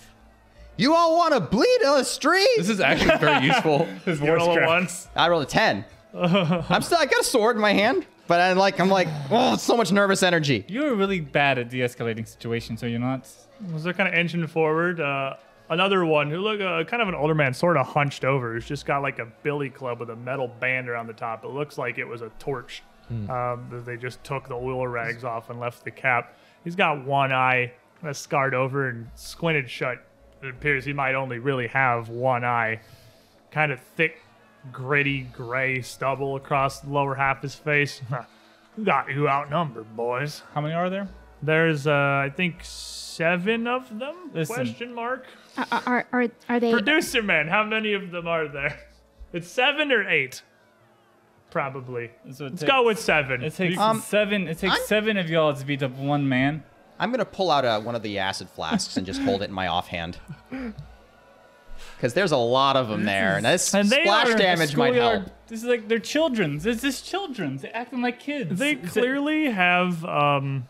You all want to bleed in the
This
streets?
is actually very useful.
His
You
voice
roll a
cracked.
one.
I rolled a ten. I'm still. I got a sword in my hand, but I'm like, I'm like, oh, so much nervous energy.
You're really bad at de-escalating situations, are you not?
So they're kind of inching forward. Uh, another one who look uh, kind of an older man, sort of hunched over, who's just got like a billy club with a metal band around the top. It looks like it was a torch. Um, that they just took the oil rags off and left the cap. He's got one eye kind of scarred over and squinted shut. It appears he might only really have one eye. Kind of thick, gritty gray stubble across the lower half of his face. We got you outnumbered, boys.
How many are there?
There's, uh, I think, seven of them?
Listen.
Question mark.
Are, are, are, are they?
Producer man, how many of them are there? It's seven or eight, probably.
So it
Let's
takes-
go with seven.
It takes
Um,
seven. It takes
I'm-
seven of y'all to beat up one man.
I'm gonna pull out uh one of the acid flasks and just hold it in my offhand. Because there's a lot of them there, and this
And they
splash
are a
damage might help.
Schoolyard- This is like they're children. This is children. They're acting like kids.
they
It's a-
clearly have um,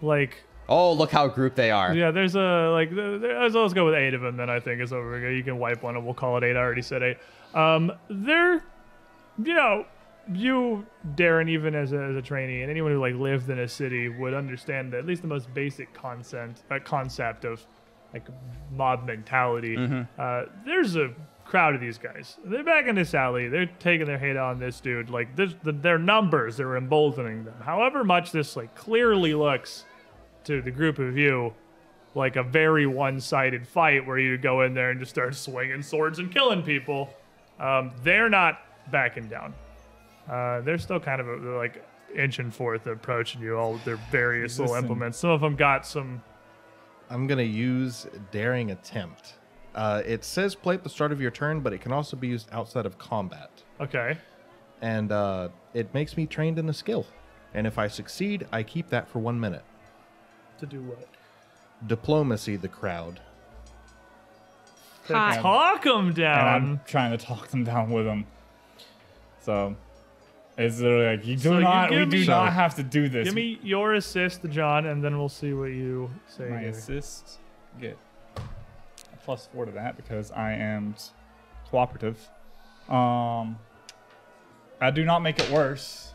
Like,
Oh, look how grouped they are.
yeah, there's a like. th- There, let's let's go with eight of them. Then I think is over. You can wipe one, and we'll call it eight. I already said eight. Um, they're, you know, you Darren, even as a, as a trainee, and anyone who like lived in a city would understand that at least the most basic concept, uh, concept of like mob mentality. Uh, there's a crowd of these guys. They're back in this alley. They're taking their hate on this dude. Like this, the, their numbers are emboldening them. However much this like clearly looks to the group of you like a very one-sided fight where you go in there and just start swinging swords and killing people. Um, they're not backing down. Uh, they're still kind of uh, like inching forth, approaching you all with their various little
Listen.
implements. Some of them got some
I'm gonna use daring attempt. Uh, it says play at the start of your turn, but it can also be used outside of combat,
Okay.
and uh, it makes me trained in a skill. And if I succeed, I keep that for one minute.
To do what?
Diplomacy, the crowd.
Hot.
Talk them
and
down.
I'm trying to talk them down with them. So it's literally like you do
So you
not, we
give
do
me-
not have to do this.
Give me your assist, John, and then we'll see what you say.
my
here.
assist. Get a plus four to that because I am s- cooperative. Um, I do not make it worse.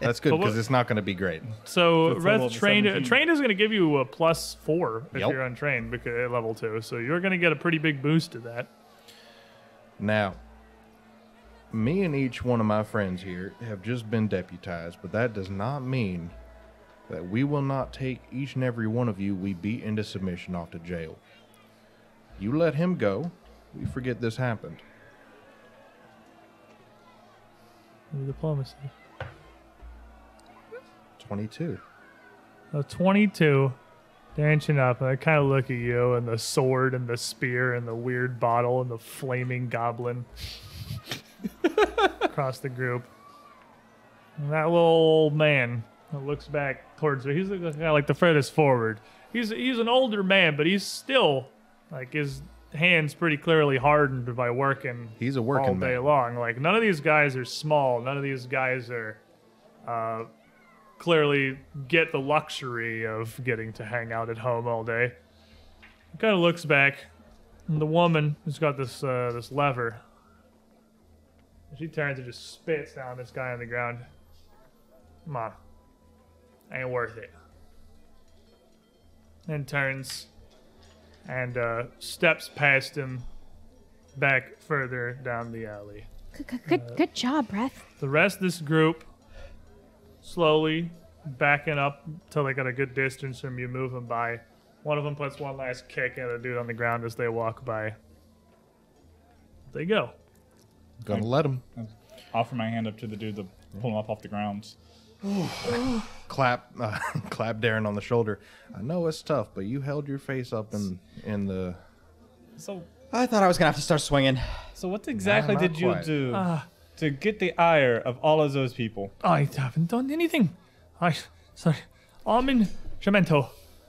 That's good
But what-
because it's not gonna be great.
So,
So total
Reth
of
trained.
17.
Trained is going to give you a plus four if
Yep.
you're untrained because at level two. So you're going to get a pretty big boost to that.
Now, me and each one of my friends here have just been deputized, but that does not mean that we will not take each and every one of you we beat into submission off to jail. You let him go, we forget this happened.
Diplomacy.
22.
A 22, dancing up, and I kind of look at you and the sword and the spear and the weird bottle and the flaming goblin across the group. And that little old man that looks back towards her, he's the guy like the furthest forward. He's, he's an older man, but he's still, like, his hands pretty clearly hardened by working
He's a working
all day
man.
long. Like none of these guys are small. None of these guys are uh, clearly get the luxury of getting to hang out at home all day. Kind of looks back, and the woman who's got this uh, this lever. She turns and just spits down this guy on the ground. Come on, ain't worth it. And turns and uh, steps past him back further down the alley.
Good, good, good, good job, Breath.
The rest of this group slowly backing up till they got a good distance from you, moving by. One of them puts one last kick at a dude on the ground as they walk by. They go.
Gonna let him.
Offer my hand up to the dude to pull him up off the ground.
Clap, uh, clap Darren on the shoulder. I know it's tough, but you held your face up in in the.
So,
I thought I was gonna have to start swinging.
so what exactly
not
did you
quite.
do to get the ire of all of those people?
I haven't done anything. I sorry. Armin Gemento.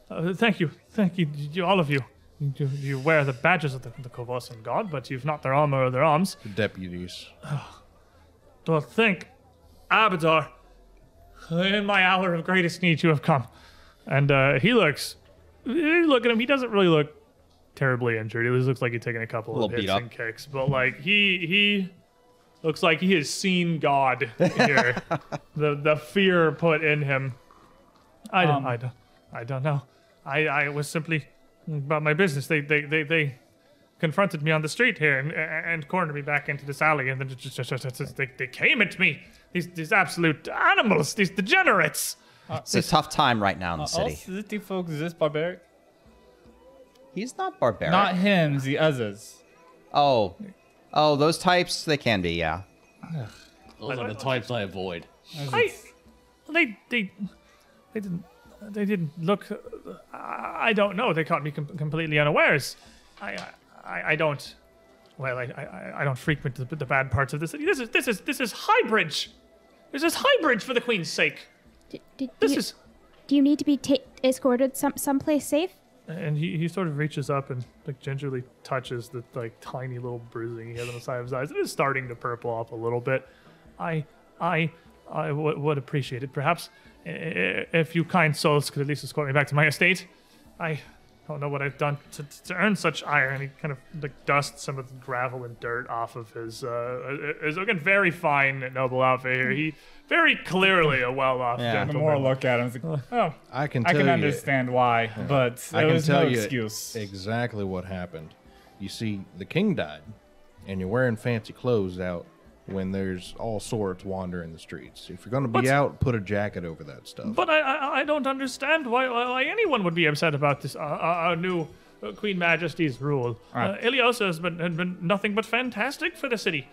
Uh, thank you, thank you, you, all of you. You, you wear the badges of the, the Kovosan god, but you've not their armor or their arms.
deputies.
To think, Abadar, in my hour of greatest need, you have come. And uh, he looks. You look at him. He doesn't really look terribly injured. He just looks like he's taking a couple
little
of hits
beat up.
and kicks, but like he he looks like he has seen God here. the the fear put in him. I don't I don't I don't know. I I was simply about my business. They they they they confronted me on the street here and and cornered me back into this alley, and then just, just, just, just- they they came at me. These these absolute animals. These degenerates.
It's a tough time right
Uh,
now in the
All
city.
city folks is this barbaric?
He's not barbaric.
Not him, the others.
oh, oh, those types they can be. Yeah.
Those are the types I avoid.
I, they, they, they didn't, they didn't look. I I don't know. They caught me com- completely unawares. I, I, I don't. Well, I, I, I don't frequent the, the bad parts of the city. This is, this is, this is Highbridge. This is Highbridge for the Queen's sake.
Did, did, do,
This
you,
is.
do you need to be ta- escorted some someplace safe?
And he, he sort of reaches up and like gingerly touches the like tiny little bruising he has on the side of his eyes. It is starting to purple up a little bit. I I I w- would appreciate it. Perhaps I- if you kind souls could at least escort me back to my estate, I don't know what I've done to, to earn such ire. And he kind of like dusts some of the gravel and dirt off of his. Uh, is looking very fine noble outfit here. He very clearly a well-off
Yeah.
The more I
gentleman.
look at him, it's like, oh,
I can
I
tell
can
you-
understand why, but
I
it
can
was
tell
no
you
excuse.
exactly what happened. You see, the king died, and you're wearing fancy clothes out when there's all sorts wandering the streets. If you're going to be
But-
out, put a jacket over that stuff.
But I, I, I don't understand why, why anyone would be upset about this. Uh, our, our new uh, Queen Majesty's rule. Uh, Iliosa has been, had been nothing but fantastic for the city.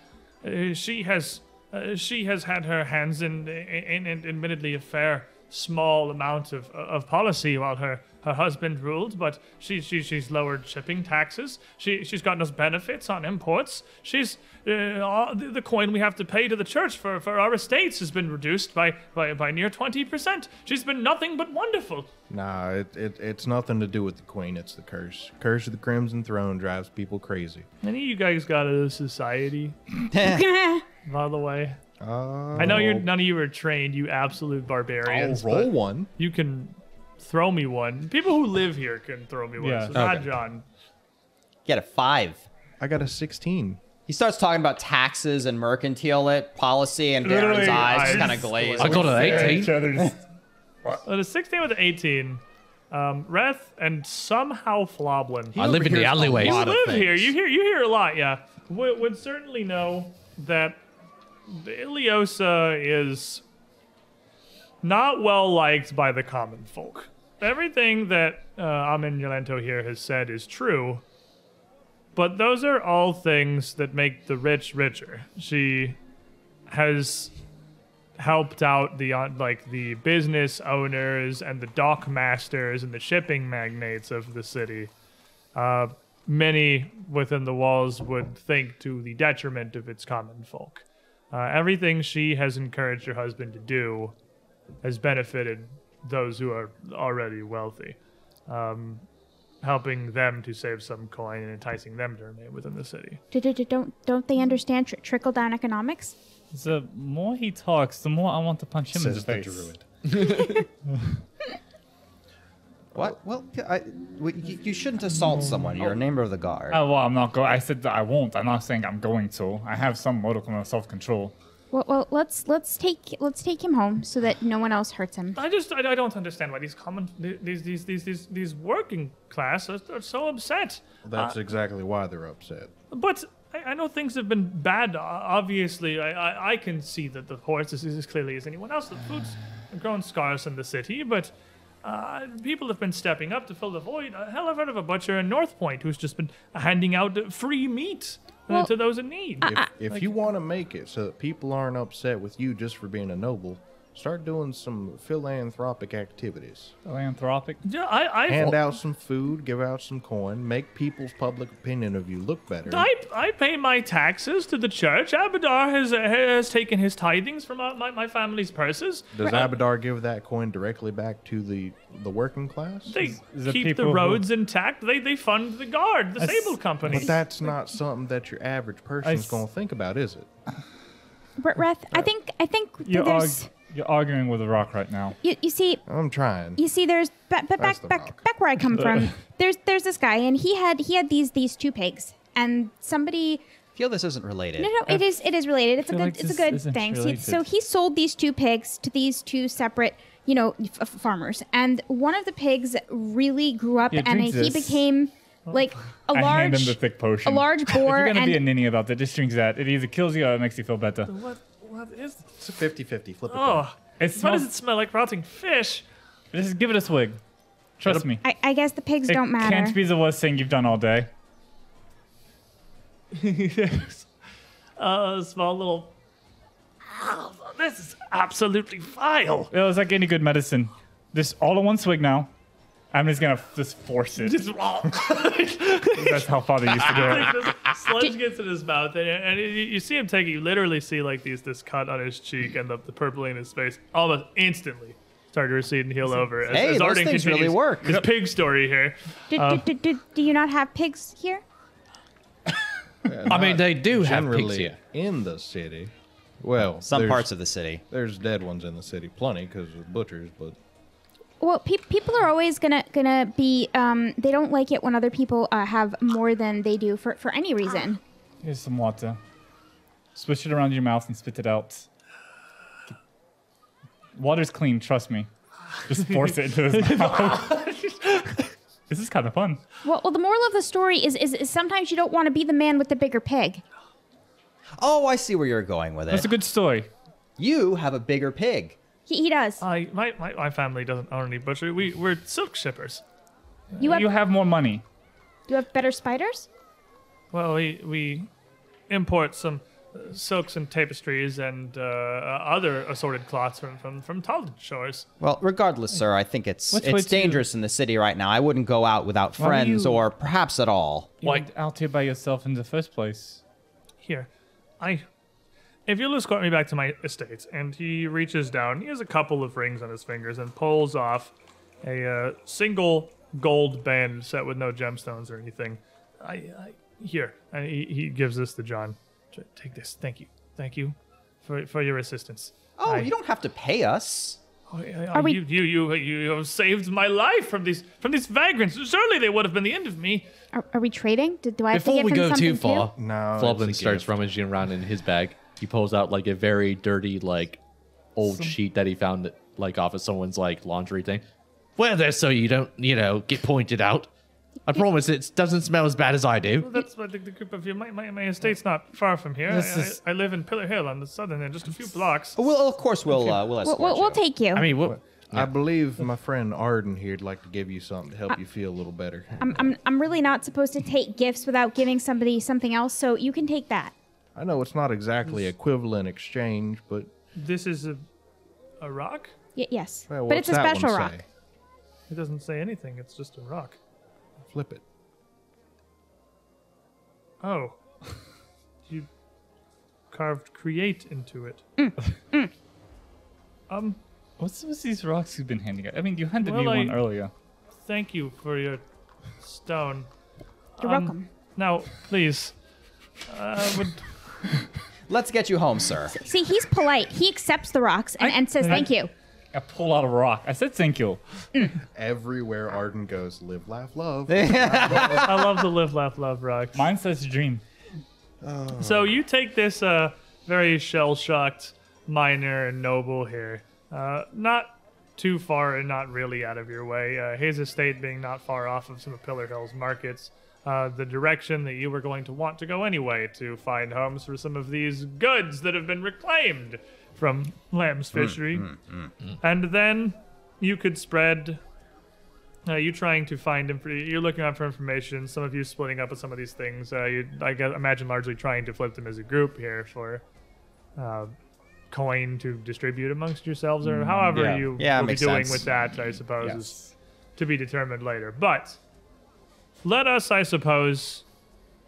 Uh, she has uh, she has had her hands in, in, in admittedly a fair small amount of, of policy while her, her husband ruled, but she, she, she's lowered shipping taxes. She, she's gotten us benefits on imports. She's uh, all, the the coin we have to pay to the church for, for our estates has been reduced by, by, by near 20%. She's been nothing but wonderful.
nah, it, it, it's nothing to do with the queen. It's the curse. Curse of the Crimson Throne drives people crazy.
Any of you guys got out of society, by the way? I know you're none of you are trained, you absolute
I'll
barbarians.
roll
but
one.
You can throw me one. People who live here can throw me one.
Yeah.
So not
Okay.
John.
Get a five.
I got a 16.
He starts talking about taxes and mercantile it policy, and Darren's
Literally,
eyes
eyes
kind of glaze.
I got an
At
18.
each other, just-
So Uh, the 16 with the 18, um, Reth and somehow Floblin.
I live in the alleyways.
you live here. You hear you hear a lot, yeah. Would, would certainly know that the Iliosa is not well liked by the common folk. Everything that uh, Amin Yolento here has said is true, but those are all things that make the rich richer. She has helped out the uh, like the business owners and the dock masters and the shipping magnates of the city many within the walls would think to the detriment of its common folk. Uh, everything she has encouraged her husband to do has benefited those who are already wealthy, um, helping them to save some coin and enticing them to remain within the city.
D- d- d- Don't don't
Mm.
they understand tr- trickle down economics?
the more he talks, the more I want to punch him in the face.
What? Well, I, well, you, you shouldn't assault someone. You're a member of the guard.
Oh, well, I'm not going. I said that I won't. I'm not saying I'm going to. I have some modicum of self-control.
Well, well, let's let's take let's take him home so that no one else hurts him.
I just I, I don't understand why these common these these these these, these working class are, are so upset.
That's exactly why they're upset.
But I, I know things have been bad. o- Obviously, I, I, I can see that the horse is, is as clearly as anyone else. The food's grown scarce in the city, but uh, people have been stepping up to fill the void. Uh, hell, I've heard of a butcher in North Point who's just been handing out uh, free meat uh,
Well,
to those in need.
If, if you want to make it so that people aren't upset with you just for being a noble, start doing some philanthropic activities.
Philanthropic.
yeah, I, I've,
Hand out some food, give out some coin, make people's public opinion of you look better.
I, I pay my taxes to the church. Abadar has, uh, has taken his tithings from uh, my, my family's purses.
Does Abadar give that coin directly back to the the working class?
They
the
keep the
people who-
roads intact. They, they fund the guard, the
That's-
sable company.
But that's not something that your average person's
s-
going to think about, is it?
R- Reth, I think I think
You're, arg-
there's
you're arguing with a rock right now.
you, you see
I'm trying.
you see there's but but
That's
back
the rock.
back back where I come from. There's there's this guy and he had he had these these two pigs and somebody
I feel this isn't related.
No, no, it is. It is related. It's a
feel
good.
like
it's a
this
good
isn't
thing. See, so
related.
he sold these two pigs to these two separate, you know, f- f- farmers, and one of the pigs really grew up,
Yeah,
and
drink
he
this. Oh,
became like a
I hand him
large,
the thick
a
potion.
large
If
boar,
you're gonna
and
be a ninny about that, just drink that. It either kills you or it makes you feel better.
what, what is
It's a 50 50. Flip it.
Oh,
It
why does
smells.
it smell like rotting fish?
Just give it a swig. Trust me.
I, I guess the pigs
It
don't matter.
can't be the worst thing you've done all day.
Uh, small little. Oh, this is absolutely vile.
It was like any good medicine. Just all in one swig now. I'm just gonna f- just force it.
It's
That's how father used to do it.
Sludge gets in his mouth, and, and you, you see him take it. You literally see like these this cut on his cheek and the, the purpling in his face almost instantly start to recede and heal over. As,
Hey,
as
those
Arden
things really
continues
work.
His pig story here.
Do, do, do, do, do you not have pigs here?
I mean, they do have pigs
Generally,
here.
in the city, Well,
Some
there's-
parts of the city.
there's dead ones in the city, plenty because of butchers. But
Well, pe- people are always gonna gonna be. Um, they don't like it when other people uh, have more than they do for for any reason.
Here's some water. Swish it around your mouth and spit it out. Water's clean, trust me. Just force it into his mouth. this is kind of fun.
Well, well, the moral of the story is is, is sometimes you don't want to be the man with the bigger pig.
Oh, I see where you're going with
That's
it.
a good story.
you have a bigger pig.
He, he does.
I my, my, my family doesn't own any butchery. We we're silk shippers.
you have
You have more money.
you have better spiders.
Well, we we import some uh, silks and tapestries and uh, uh, other assorted cloths from from from Talden shores.
Well, regardless, sir, I think it's
Which way
it's
to-
dangerous in the city right now. I wouldn't go out without
Why don't
friends
you-
or perhaps at all.
You
Why-
went out here by yourself in the first place.
Here, I. If you'll escort me back to my estate, and he reaches down, he has a couple of rings on his fingers and pulls off a uh, single gold band set with no gemstones or anything. I, I here, and he, he gives this to John. "T- Take this. Thank you. Thank you for for your assistance.
Oh,
I-
you don't have to pay us.
Oh, yeah, oh,
we-
You, you, you, you have saved my life from these from these vagrants. Surely they would have been the end of me.
Are, are we trading? Did, do I have
Before
to give
we
him
go
something
too far,
Too?
No,
Flublin
it's a
starts
gift.
rummaging around in his bag. He pulls out like a very dirty, like old sheet that he found like off of someone's like laundry thing. Wear this so you don't, you know, get pointed out. I promise it doesn't smell as bad as I do.
That's what the, the group of you. My, my, my estate's not far from here.
This
I,
is-
I, I live in Pillar Hill on the southern end, just a few blocks.
oh.
Well, of course we'll uh, we'll
We'll,
escort
we'll,
you.
we'll take you.
I mean, what?
I believe my friend Arden here'd like to give you something to help you feel a little better.
I'm, I'm I'm really not supposed to take gifts without giving somebody something else. So you can take that.
I know it's not exactly equivalent exchange, but
This is a, a rock.
Y- yes,
well,
but
what's
it's a
that one
special rock.
say?
It doesn't say anything. It's just a rock.
Flip it.
Oh, you carved create into it. um,
What's with these rocks you've been handing out? I mean, you handed me
Well,
one
I-
earlier.
thank you for your stone.
You're
Um,
welcome.
Now, please, I would.
Let's get you home, sir.
See, he's polite. He accepts the rocks and, and says thank you.
I pull out a rock. I said thank you.
Everywhere Arden goes, live, laugh, love.
I love the live, laugh, love rock.
Mine says dream.
So you take this uh, very shell shocked miner and noble here, uh, not too far and not really out of your way. Uh, his estate being not far off of some of Pillar Hill's markets, uh, the direction that you were going to want to go anyway to find homes for some of these goods that have been reclaimed from Lamb's Fishery. And then you could spread. Uh, you trying to find inf- you're looking out for information. Some of you splitting up with some of these things. Uh, you, I guess, imagine largely trying to flip them as a group here for uh, coin to distribute amongst yourselves, or however
yeah.
you
Mm, Yeah,
will be
makes
doing
sense.
with that. I suppose is to be determined later. But let us, I suppose,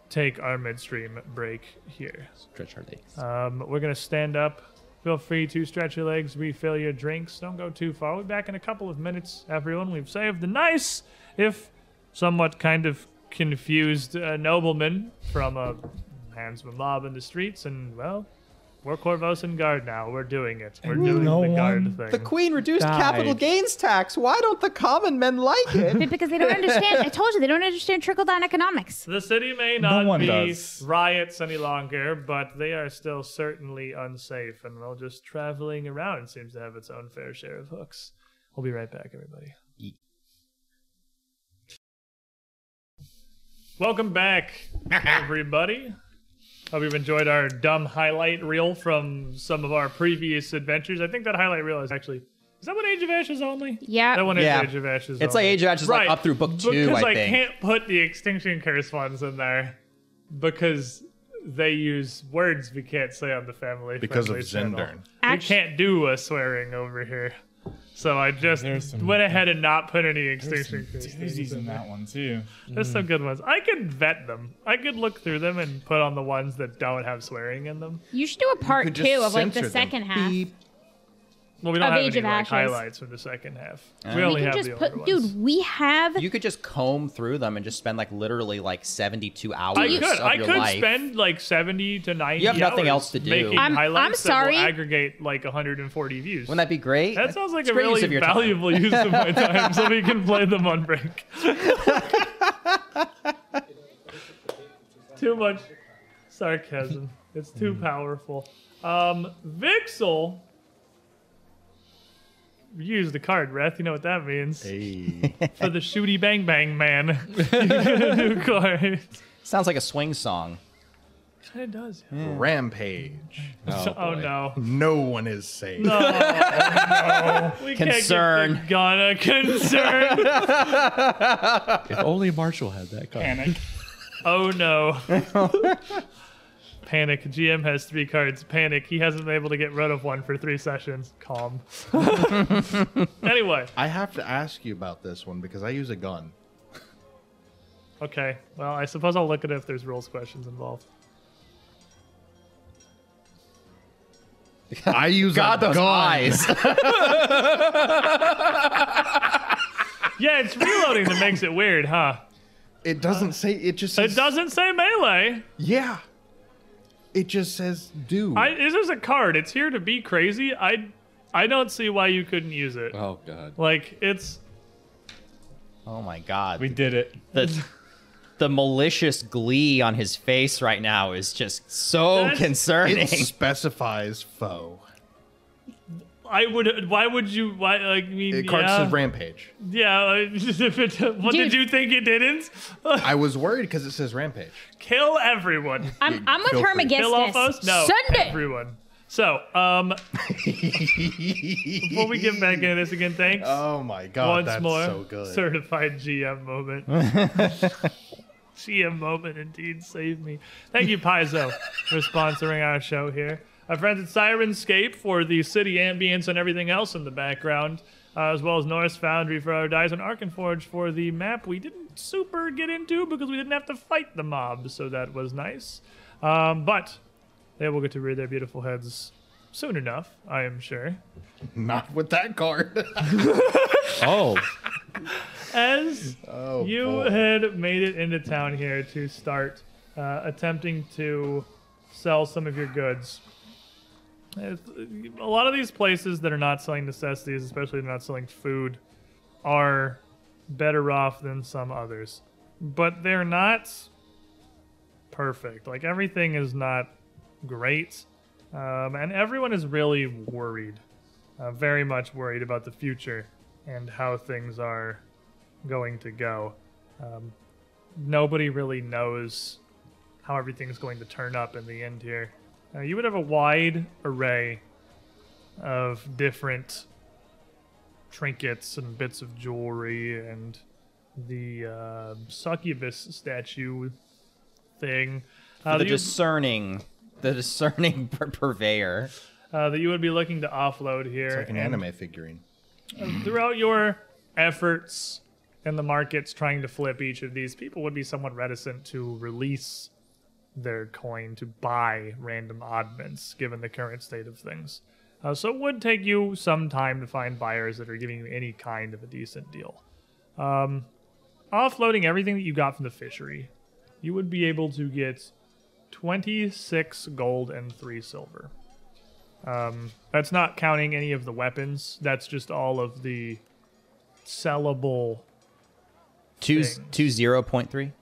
take our midstream break here.
Stretch our legs.
Um, we're gonna stand up. Feel free to stretch your legs, refill your drinks. Don't go too far. We'll be back in a couple of minutes, everyone. We've saved the nice, if somewhat kind of confused, uh, nobleman from a handsome mob in the streets, and well, we're Corvos and guard now. We're doing it. We're doing
no
the guard
one-
thing.
The queen reduced
Died.
capital gains tax. Why don't the common men like it?
But because they don't understand. I told you they don't understand trickle down economics.
The city may not
one
be
does.
riots any longer, but they are still certainly unsafe, and well, just traveling around seems to have its own fair share of hooks. We'll be right back, everybody. Welcome back, everybody. Hope you've enjoyed our dumb highlight reel from some of our previous adventures. I think that highlight reel is actually. Is that what Age of Ashes only?
Yeah.
That one is
Yeah.
Age of Ashes
It's like Age of Ashes, like, up through book two,
because
I think.
can't put the Extinction Curse ones in there because they use words we can't say on the family.
Because of
friendly channel.
Zendern.
Actu-
we can't do a swearing over here. So I just went ahead and not put any Extinction Curse.
Doozies
things
in
in there.
that one too.
There's some good ones. I could vet them. I could look through them and put on the ones that don't have swearing in them.
You should do a part
could
two
just
of like the
censor them.
second half.
Well, we don't
Of
have
Age
any
of
like
Ashes.
highlights from the second half. we
Ah.
we
only
can
have
just
the older
put,
ones.
dude. We have
You could just comb through them and just spend like literally like 72 hours
you-
I could.
of
I
your
could
life.
spend like seventy to ninety.
You have nothing
hours
else to do.
Making
I'm- I'm
highlights that
sorry.
will aggregate like 140 views.
Wouldn't that be great?
that sounds like
It's
a
great use
really
of your time.
valuable use of my time. so we can play them on break. too much sarcasm. It's too
Hmm.
powerful. Um, Vixel. Use the card, Reth. You know what that means. For the shooty bang bang man. You get a new card.
Sounds like a swing song.
Kind of does.
Rampage.
Oh, no.
No one is safe.
We
Concern.
Can't get the Ghana concern.
If only Marshall had that card.
Panic. Oh no. Panic. GM has three cards. Panic. He hasn't been able to get rid of one for three sessions. Calm. anyway.
I have to ask you about this one because I use a gun.
Okay. Well, I suppose I'll look at it if there's rules questions involved.
I use God, a
those
gun.
eyes.
Yeah, it's reloading that makes it weird, huh?
It doesn't say. It just. Says,
It doesn't say melee.
Yeah. It just says do.
I, this is a card. It's here to be crazy. I, I don't see why you couldn't use it.
Oh god.
Like it's
oh my god.
We did it.
The, the malicious glee on his face right now is just so
That's-
concerning.
it specifies foe.
I would. Why would you? Why? Like, I mean,
It card
yeah,
says rampage.
yeah. like, If it, what did
Dude.
you think it didn't?
I was worried because it says rampage.
Kill everyone.
I'm, I'm with
Feel free.
Kill off
Hermagistus.
us. No,
Sunday.
everyone. So, um, before we get back into this again, thanks
Oh my god,
once
that's
more.
so good.
Certified GM moment. GM moment indeed saved me. Thank you, Paizo, for sponsoring our show here. Our friends at Sirenscape for the city ambience and everything else in the background, uh, as well as Norse Foundry for our dice and Arkenforge for the map we didn't super get into because we didn't have to fight the mob, so that was nice. Um, but they will get to rear their beautiful heads soon enough, I am sure.
Not with that card.
Oh,
As
oh,
you
boy.
had made it into town here to start uh, attempting to sell some of your goods. Uh, A lot of these places that are not selling necessities, especially not selling food, are better off than some others. But they're not perfect. Like everything is not great. Um, and everyone is really worried, uh, very much worried about the future and how things are going to go. Um, nobody really knows how everything's going to turn up in the end here. Uh, you would have a wide array of different trinkets and bits of jewelry and the uh, succubus statue thing uh,
the
that, you,
discerning, the discerning pur- purveyor.
uh, that you would be looking to offload here.
Like an
and-
anime figurine.
throughout your efforts in the markets trying to flip each of these, people would be somewhat reticent to release their coin to buy random oddments given the current state of things. Uh, so it would take you some time to find buyers that are giving you any kind of a decent deal. Um, offloading everything that you got from the fishery, you would be able to get 26 gold and 3 silver. That's not counting any of the weapons. That's just all of the sellable.
Two,
Things.
two zero point three.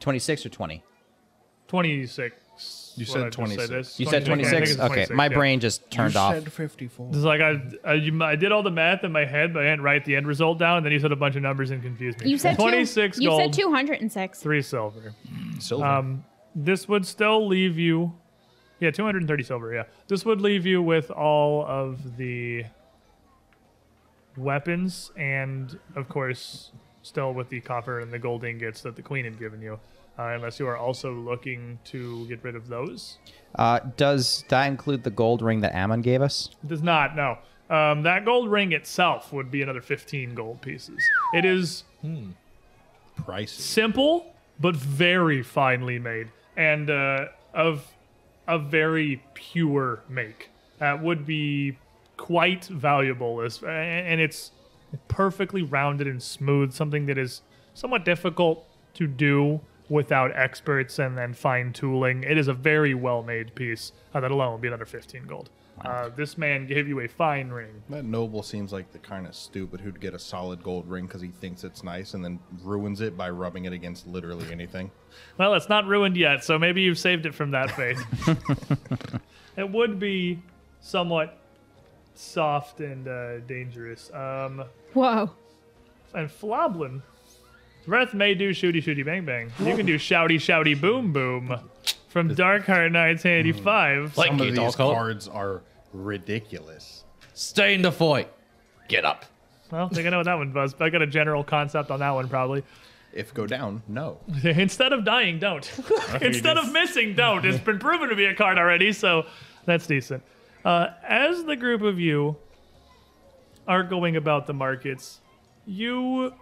26 or 20?
26.
You
What
said
did I just say
26.
this?
You said
I think
26?
it's
Okay, my
yeah.
brain just turned off.
said 54.
It's like I, I, you- I did all the math in my head, but I didn't write the end result down. And then you said a bunch of numbers and confused me.
You said two-
26
You
gold,
said 206.
three silver. Um,
Silver.
This would still leave you, yeah, 230 silver. Yeah, this would leave you with all of the weapons, and of course, still with the copper and the gold ingots that the queen had given you. Uh, unless you are also looking to get rid of those,
Uh, does that include the gold ring that Ammon gave us?
It does not. No, um, that gold ring itself would be another 15 gold pieces. It is
Price.
simple but very finely made and uh, of a very pure make. That would be quite valuable, as, and it's perfectly rounded and smooth, something that is somewhat difficult to do without experts and then fine tooling. It is a very well made piece. Uh, that alone will be another 15 gold. Uh, this man gave you a fine ring.
That noble seems like the kind of stupid who'd get a solid gold ring because he thinks it's nice and then ruins it by rubbing it against literally anything.
Well, it's not ruined yet, so maybe you've saved it from that fate. it would be somewhat soft and uh, dangerous. Um,
Whoa.
and Floblin. Wrath may do shooty shooty bang bang. You can do shouty shouty boom boom from Darkheart 1985.
Like
Some of
it,
these
Darkhold.
cards are ridiculous.
Stay in the fight. Get up.
Well, I think I know what that one was, but I got a general concept on that one probably.
If go down, no.
Instead of dying, don't. Instead of missing, don't. It's been proven to be a card already, so that's decent. Uh, as the group of you are going about the markets, you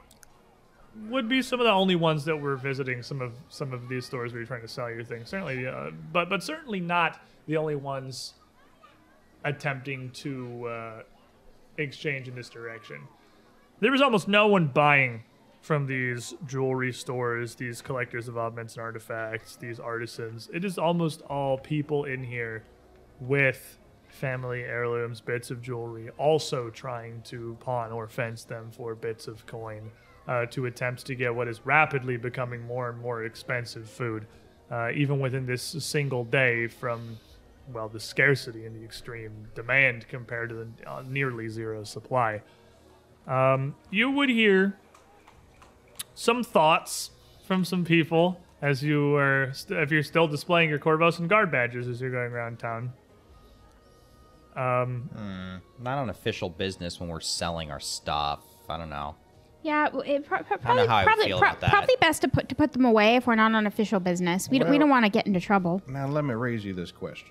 would be some of the only ones that were visiting some of some of these stores where you're trying to sell your things. Certainly, uh, but but certainly not the only ones attempting to uh, exchange in this direction. There was almost no one buying from these jewelry stores, these collectors of augments and artifacts, these artisans. It is almost all people in here with family heirlooms, bits of jewelry, also trying to pawn or fence them for bits of coin uh, to attempts to get what is rapidly becoming more and more expensive food, uh, even within this single day from. Well, the scarcity and the extreme demand compared to the uh, nearly zero supply. Um, you would hear some thoughts from some people as you are st- if you're still displaying your Corvos and guard badges as you're going around town. Um,
Not on official business when we're selling our stuff. I don't know.
Yeah, well, it pro- pro- probably
how I would
probably,
feel
pro-
about that.
probably best to put to put them away if we're not on official business. We don't, we
Well-
don't want to get into trouble.
Now let me raise you this question: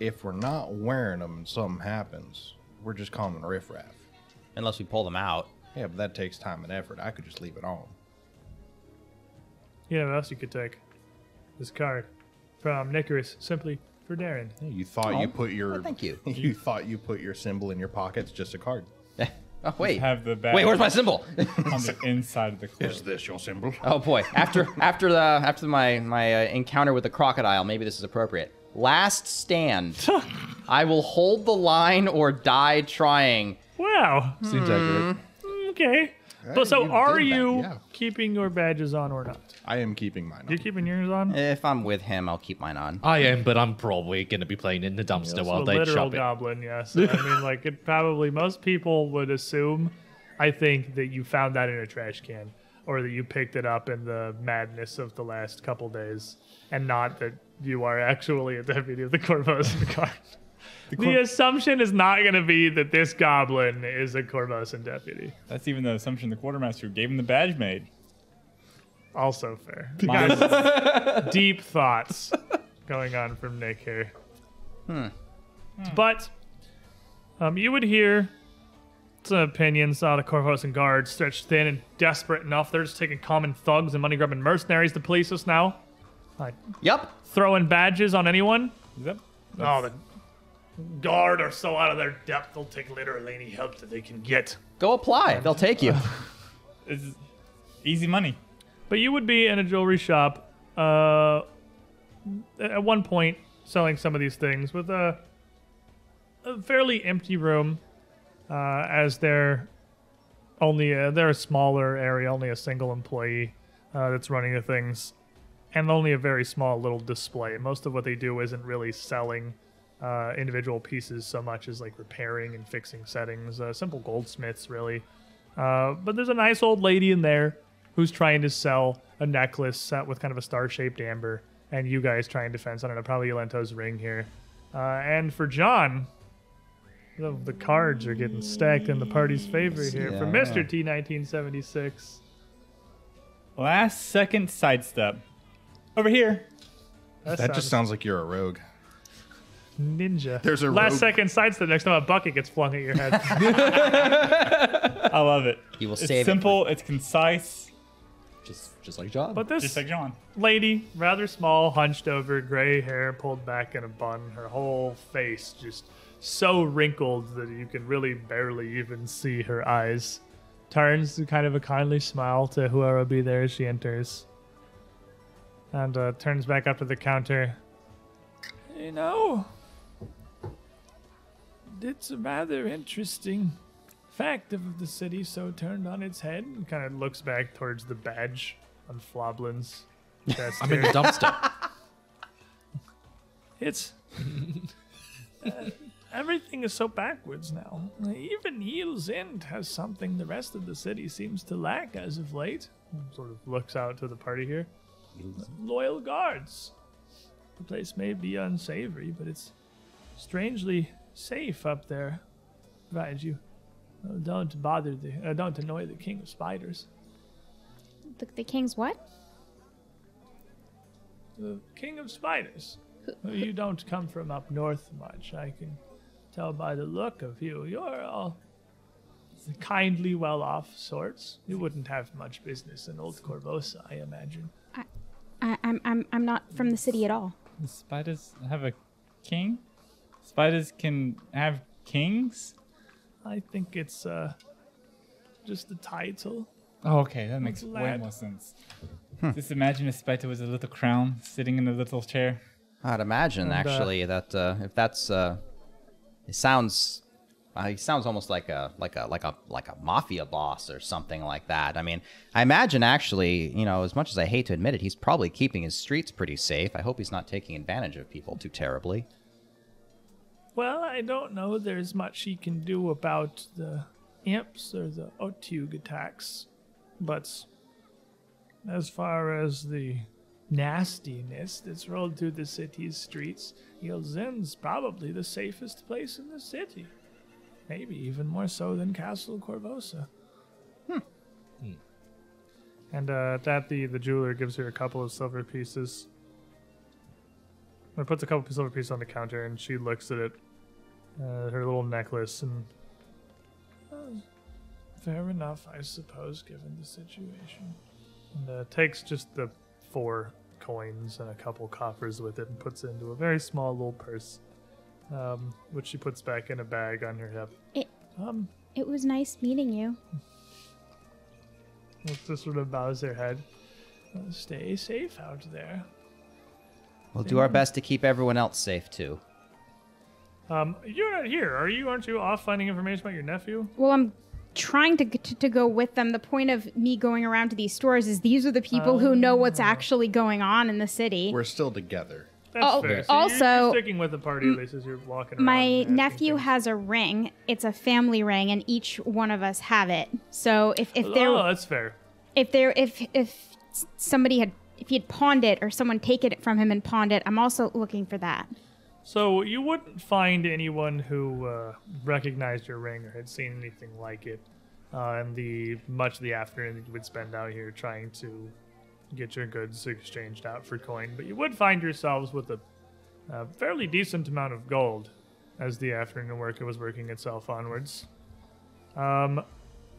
If we're not wearing them and something happens, we're just common riffraff.
Unless we pull them out.
Yeah, but that takes time and effort. I could just leave it on.
you know what else you could take? This card from Nicholas, simply for Darren.
Yeah, You thought you put your
well, Oh. thank you.
You thought you put your symbol in your pocket. It's just a card.
Oh, wait.
Have the bag
Wait, where's my symbol?
on the inside of the cloak.
this your symbol?
oh boy. After after the after my my uh, encounter with the crocodile, maybe this is appropriate. Last stand. I will hold the line or die trying.
Wow.
Seems
Hmm.
accurate.
Okay.
Hmm. Hey,
But so,
you
are
did that,
you
yeah.
keeping your badges on or not?
I am keeping mine.
You're
on.
keeping yours on.
If I'm with him, I'll keep mine on.
I am, but I'm probably gonna be playing in the dumpster
It's
while
a
they
literal
chop it.
goblin, yes. I mean, like, it probably, most people would assume, I think, that you found that in a trash can or that you picked it up in the madness of the last couple days and not that you are actually a deputy of the Corvos and Guard. The, assumption is not going to be that this goblin is a Corvosan deputy.
That's even the assumption the quartermaster who gave him the badge made.
Also fair.
Mine-
deep thoughts going on from Nick here. Hmm. But um, you would hear some opinions out of Corvos and guards stretched thin and desperate enough. They're just taking common thugs and money grubbing mercenaries to police us now. Like
Yep.
throwing badges on anyone.
Is that-
Oh, the guard are so out of their depth, they'll take literally any help that they can get.
Go apply. They'll take you.
it's easy money.
But you would be in a jewelry shop uh, at one point selling some of these things with a, a fairly empty room uh, as they're only a, they're a smaller area, only a single employee uh, that's running the things, and only a very small little display. Most of what they do isn't really selling uh, individual pieces so much as like repairing and fixing settings, uh, simple goldsmiths really. Uh, but there's a nice old lady in there who's trying to sell a necklace set with kind of a star-shaped amber, and you guys trying to fence. I don't know, probably Lento's ring here. Uh, and for John, the, the cards are getting stacked in the party's favor here. For Mr. T, 1976.
Last second sidestep. Over here.
That,
That just sounds like you're a rogue.
ninja.
There's a
last
rogue-
second sidestep. Next time a bucket gets flung at your head.
I love it.
You will
It's
save it
simple. It's concise.
Just just like John.
But this
Just like John.
lady, rather small, hunched over, gray hair pulled back in a bun, her whole face just so wrinkled that you can really barely even see her eyes. Turns to kind of a kindly smile to whoever be there as she enters. And uh, turns back up to the counter.
You know, it's a rather interesting fact of the city so turned on its head.
and Kind of looks back towards the badge on Floblin's chest.
I'm in the
here.
dumpster.
It's. uh, everything is so backwards now. Even Yield's End has something the rest of the city seems to lack as of late
sort of looks out to the party here.
loyal guards. The place may be unsavory, but it's strangely safe up there. Provided you uh, don't bother the, uh, don't annoy the king of spiders.
The, the king's what?
The king of spiders. Uh, You don't come from up north much. I can tell by the look of you. You're all the kindly, well-off sorts. You wouldn't have much business in old Corvosa, I imagine.
I, I'm, I'm, I'm not from the city at all.
The spiders have a king? Spiders can have kings?
I think it's uh, just the title.
Oh, okay, that makes way
Lad.
more sense.
Hmm.
Just imagine a spider with a little crown sitting in a little chair.
I'd imagine actually that uh, if that's uh, it sounds uh, he sounds almost like a like a like a like a mafia boss or something like that. I mean, I imagine actually, you know, as much as I hate to admit it, he's probably keeping his streets pretty safe. I hope he's not taking advantage of people too terribly.
Well, I don't know. There's much he can do about the imps or the Otug attacks, but as far as the nastiness that's rolled through the city's streets, Yelzin's probably the safest place in the city. Maybe even more so than Castle Corvosa. Hmm.
And uh, at that, the, the jeweler gives her a couple of silver pieces. Or puts a couple of silver pieces on the counter, and she looks at it, uh, her little necklace, and Uh,
Fair enough, I suppose, given the situation.
and, uh, takes just the four coins and a couple coppers with it, and puts it into a very small little purse, um, which she puts back in a bag on her hip.
Um,
It was nice meeting you.
It just sort of bows her head. Uh,
stay safe out there.
We'll do our best to keep everyone else safe too.
Um, you're not here, are you? Aren't you off finding information about your nephew?
Well, I'm trying to, g- to to go with them. The point of me going around to these stores is these are the people who know what's actually going on in the city.
Oh. We're still together.
That's
Oh,
fair. So you're- you're,
also-
sticking with the party, at least as you're walking around. and
My
asking
nephew
things.
has a ring. It's a family ring, and each one of us have it. So if if
Oh,
there
that's fair.
if there if if s- somebody had if he had pawned it or someone taken it from him and pawned it, I'm also looking for that.
So you wouldn't find anyone who uh, recognized your ring or had seen anything like it. Uh, and the much of the afternoon that you would spend out here trying to get your goods exchanged out for coin, but you would find yourselves with a, a fairly decent amount of gold as the afternoon work was working itself onwards. Um,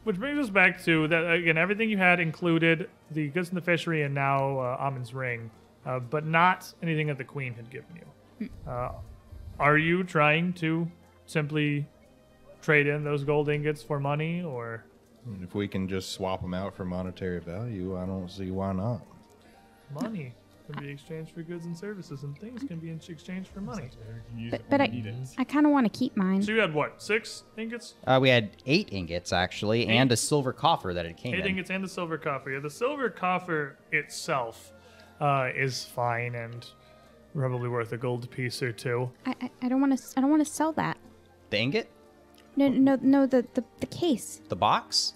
which brings us back to that again. Everything you had included the goods in the fishery and now uh, Amin's ring, uh, but not anything that the queen had given you. Are you trying to simply trade in those gold ingots for money, or
And if we can just swap them out for monetary value, I don't see why not.
money can be exchanged for goods and services, and things can be in- exchanged for money?
But, but I I kind of want to keep mine.
So you had what six ingots,
Uh, we had eight ingots actually, and a silver coffer that it came
eight
in.
ingots, and the silver coffer. Yeah, the silver coffer itself uh, is fine and probably worth a gold piece or two.
I, I, I don't want to I don't want to sell that.
The ingot,
No no no the the, the case.
the box.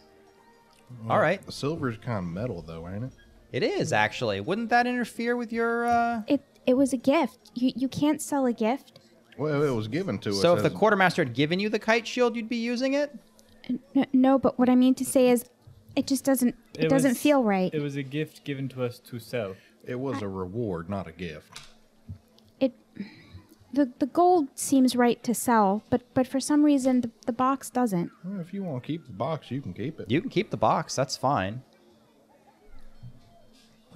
Mm.
All right,
The silver's kind of metal, though, ain't it?
it is actually. Wouldn't that interfere with your? Uh...
It it was a gift. You you can't sell a gift.
Well, it was given to us.
So if
as
the
a-
quartermaster had given you the kite shield, you'd be using it.
No, no but what I mean to say is, it just doesn't it, doesn't
was-
feel right.
It was a gift given to us to sell.
it was a reward, not a gift.
it the the gold seems right to sell, but but for some reason the, the box doesn't.
Well, if you want to keep the box, you can keep it.
You can keep the box. That's fine.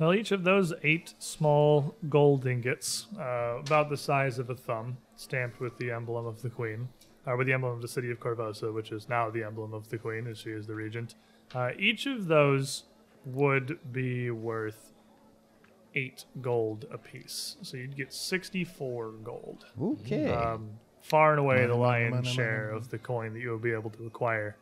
Well, each of those eight small gold ingots, uh, about the size of a thumb, stamped with the emblem of the queen, or with the emblem of the city of Corvosa, which is now the emblem of the queen, as she is the regent. Uh, each of those would be worth eight gold apiece, so you'd get sixty-four gold.
Okay.
Um, far and away, the lion's share of the coin that you would be able to acquire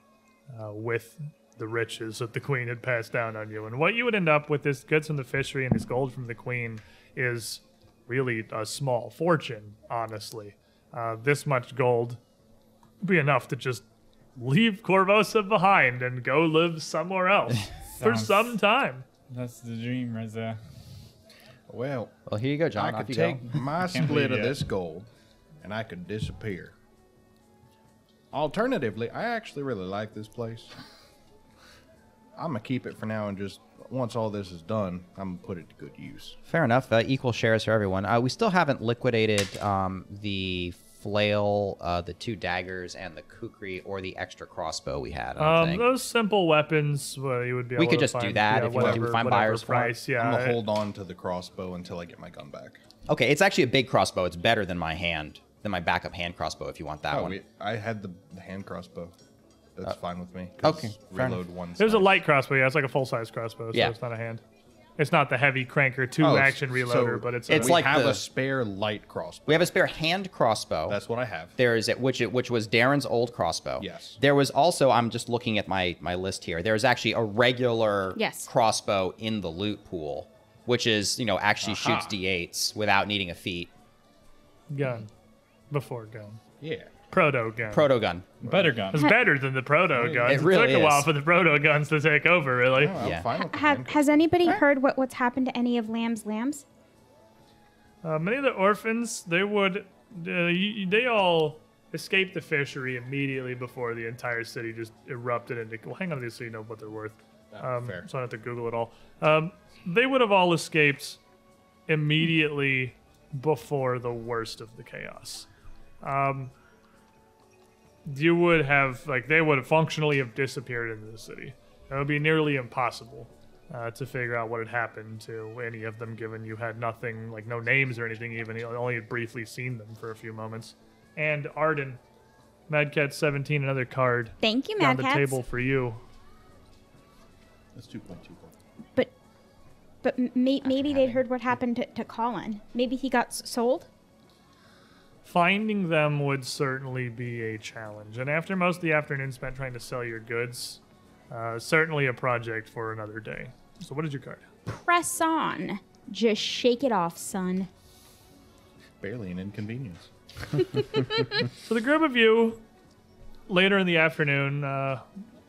uh, with the riches that the queen had passed down on you. And what you would end up with this goods from the fishery and this gold from the queen is really a small fortune, honestly. Uh, this much gold would be enough to just leave Corvosa behind and go live somewhere else for
Sounds-
some time.
That's the dream, Reza.
Well,
well, here you go,
I
John. Off
could
you
take
go.
my
Can't
split
believe
of
it.
this gold and I could disappear. Alternatively, I actually really like this place. I'm going to keep it for now and just, once all this is done, I'm going to put it to good use.
Fair enough. Uh, equal shares for everyone. Uh, we still haven't liquidated um, the flail, uh, the two daggers, and the kukri, or the extra crossbow we had. I don't
Um,
think.
uh,
those simple weapons, well, you would be.
We
able
could
to
just do
find-
that
yeah,
if you want to
whatever-
find
whatever
buyers for it.
price. Yeah,
I'm going
it-
to hold on to the crossbow until I get my gun back.
Okay, it's actually a big crossbow. It's better than my hand, than my backup hand crossbow. If you want that
Oh,
one.
we, I had the the hand crossbow. That's fine with me.
Uh, okay,
'cause
fair
Reload one.
There's a
snipe.
light crossbow. Yeah, it's like a full size crossbow, so
Yeah.
it's not a hand. It's not the heavy cranker two
Oh,
action
so
reloader, but it's, a,
It's
we
like
have
the-
a spare light crossbow.
We have a spare hand crossbow.
That's what I have.
there is it, which it, which was Darren's old crossbow.
Yes.
There was also. I'm just looking at my my list here. There is actually a regular
Yes.
crossbow in the loot pool, which is you know actually shoots d8s without needing a feat.
gun before gun.
Yeah.
Proto gun.
Proto gun.
Better gun.
it's better than the proto guns. It,
really
took a while
is.
for the proto guns to take over, really.
No, I'm
Yeah.
fine with the
Have,
hand
has anybody heard what, what's happened to any of Lamb's lambs?
Uh, many of the orphans, they would, uh, y- they all escaped the fishery immediately before the entire city just erupted into. Well, hang on to these so you know what they're worth. Um,
fair.
So I don't have to Google it all. Um, they would have all escaped immediately before the worst of the chaos. Um, you would have like they would have functionally have disappeared into the city. It would be nearly impossible uh, to figure out what had happened to any of them, given you had nothing like no names or anything. Even you only had briefly seen them for a few moments. And Arden, Madcat seventeen, another card
Thank you,
on
Mad
the
Cats.
table for you.
That's 2.2.
But but m- may, maybe they'd heard what happened to, to Colin. Maybe he got s- sold.
finding them would certainly be a challenge. And after most of the afternoon spent trying to sell your goods, uh, certainly a project for another day. So, what is your card?
Press on. Just shake it off, son.
Barely an inconvenience.
So, the group of you, later in the afternoon, uh,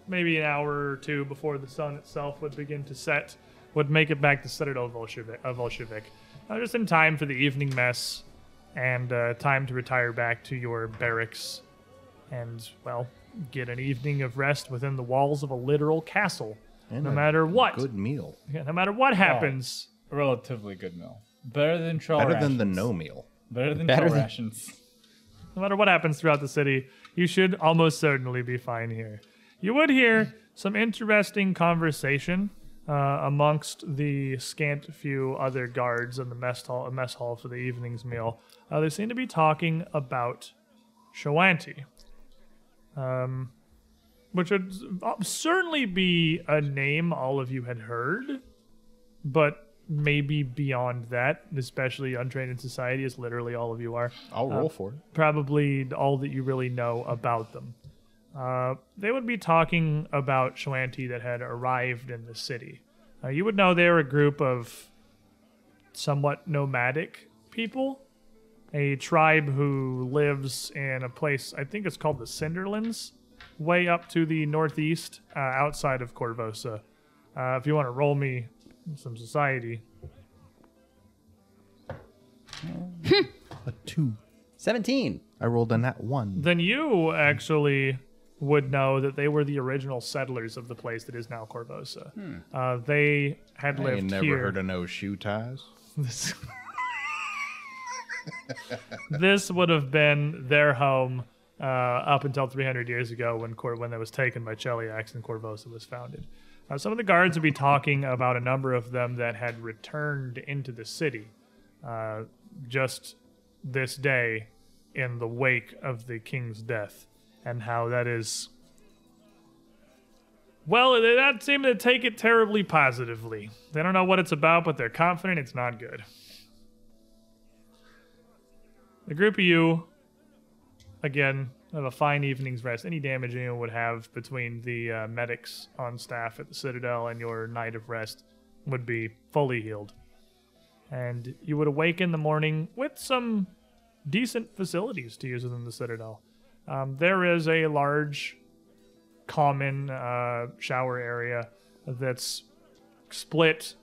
maybe an hour or two before the sun itself would begin to set, would make it back to Citadel Volshevik, uh, Volshevik. Uh, just in time for the evening mess and uh, time to retire back to your barracks and, well, get an evening of rest within the walls of a literal castle.
And
no
a
matter what.
Good meal.
Yeah, no matter what happens,
Relatively good meal. Better than troll
Better
rations.
than the no meal.
Better than
Better
troll
than-
rations.
no matter what happens throughout the city, you should almost certainly be fine here. You would hear some interesting conversation uh, amongst the scant few other guards in the mess hall, mess hall for the evening's meal. Uh, they seem to be talking about Shawanti, um, which would uh, certainly be a name all of you had heard, but maybe beyond that, especially untrained in society, as literally all of you are
I'll
Oh.
roll for it.
probably all that you really know about them. Uh, they would be talking about Shawanti that had arrived in the city. Uh, you would know they're a group of somewhat nomadic people, a tribe who lives in a place, I think it's called the Cinderlands, way up to the northeast uh, outside of Corvosa. Uh, if you want to roll me some society,
A two.
Seventeen.
I rolled a nat one.
then you actually would know that they were the original settlers of the place that is now Corvosa. Uh, they had
I
lived
ain't Hmm. never
here.
heard of no shoe ties.
this. this would have been their home uh, up until 300 years ago when Cor- when that was taken by Cheliax and Corvosa was founded. Uh, some of the guards would be talking about a number of them that had returned into the city uh, just this day in the wake of the king's death, and how that is. Well, they don't seem to take it terribly positively. They don't know what it's about, but they're confident it's not good. The group of you, again, have a fine evening's rest. Any damage anyone would have between the uh, medics on staff at the Citadel and your night of rest would be fully healed. And you would awake in the morning with some decent facilities to use within the Citadel. Um, there is a large common uh, shower area that's split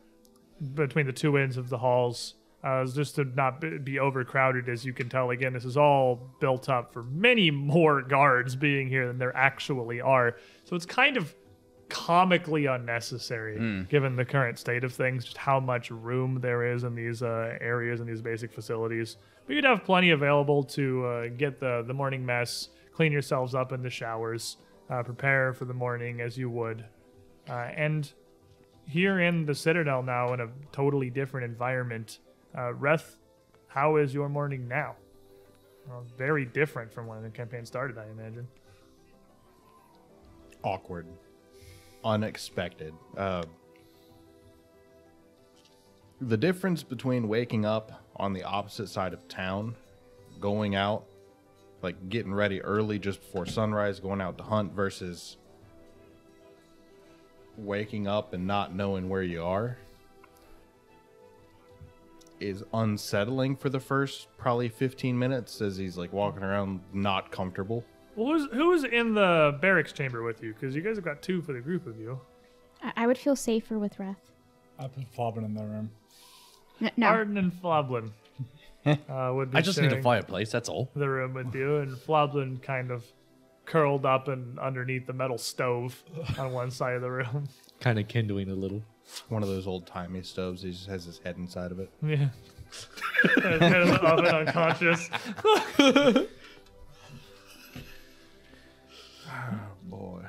between the two ends of the halls uh, just to not b- be overcrowded. As you can tell, again, this is all built up for many more guards being here than there actually are. So it's kind of comically unnecessary given the current state of things, just how much room there is in these uh, areas and these basic facilities. But you'd have plenty available to uh, get the, the morning mess, clean yourselves up in the showers, uh, prepare for the morning as you would. Uh, and here in the Citadel now, in a totally different environment, uh, Reth, how is your morning now? Well, very different from when the campaign started, I imagine.
awkward, unexpected. Uh, the difference between waking up on the opposite side of town, going out, like getting ready early just before sunrise, going out to hunt, versus waking up and not knowing where you are is unsettling for the first probably 15 minutes as he's like walking around not comfortable.
Well, who's who's in the barracks chamber with you? Because you guys have got two for the group of you.
I, I would feel safer with Reth.
I've been flobbing in the room.
N- No,
Arden and Floblin uh, would be
I just need a
sharing
fireplace. That's all.
the room with you, and Floblin kind of curled up and underneath the metal stove on one side of the room.
Kind of kindling a little.
One of those old timey stoves. He just has his head inside of it.
Yeah. kind of the oven unconscious.
Boy,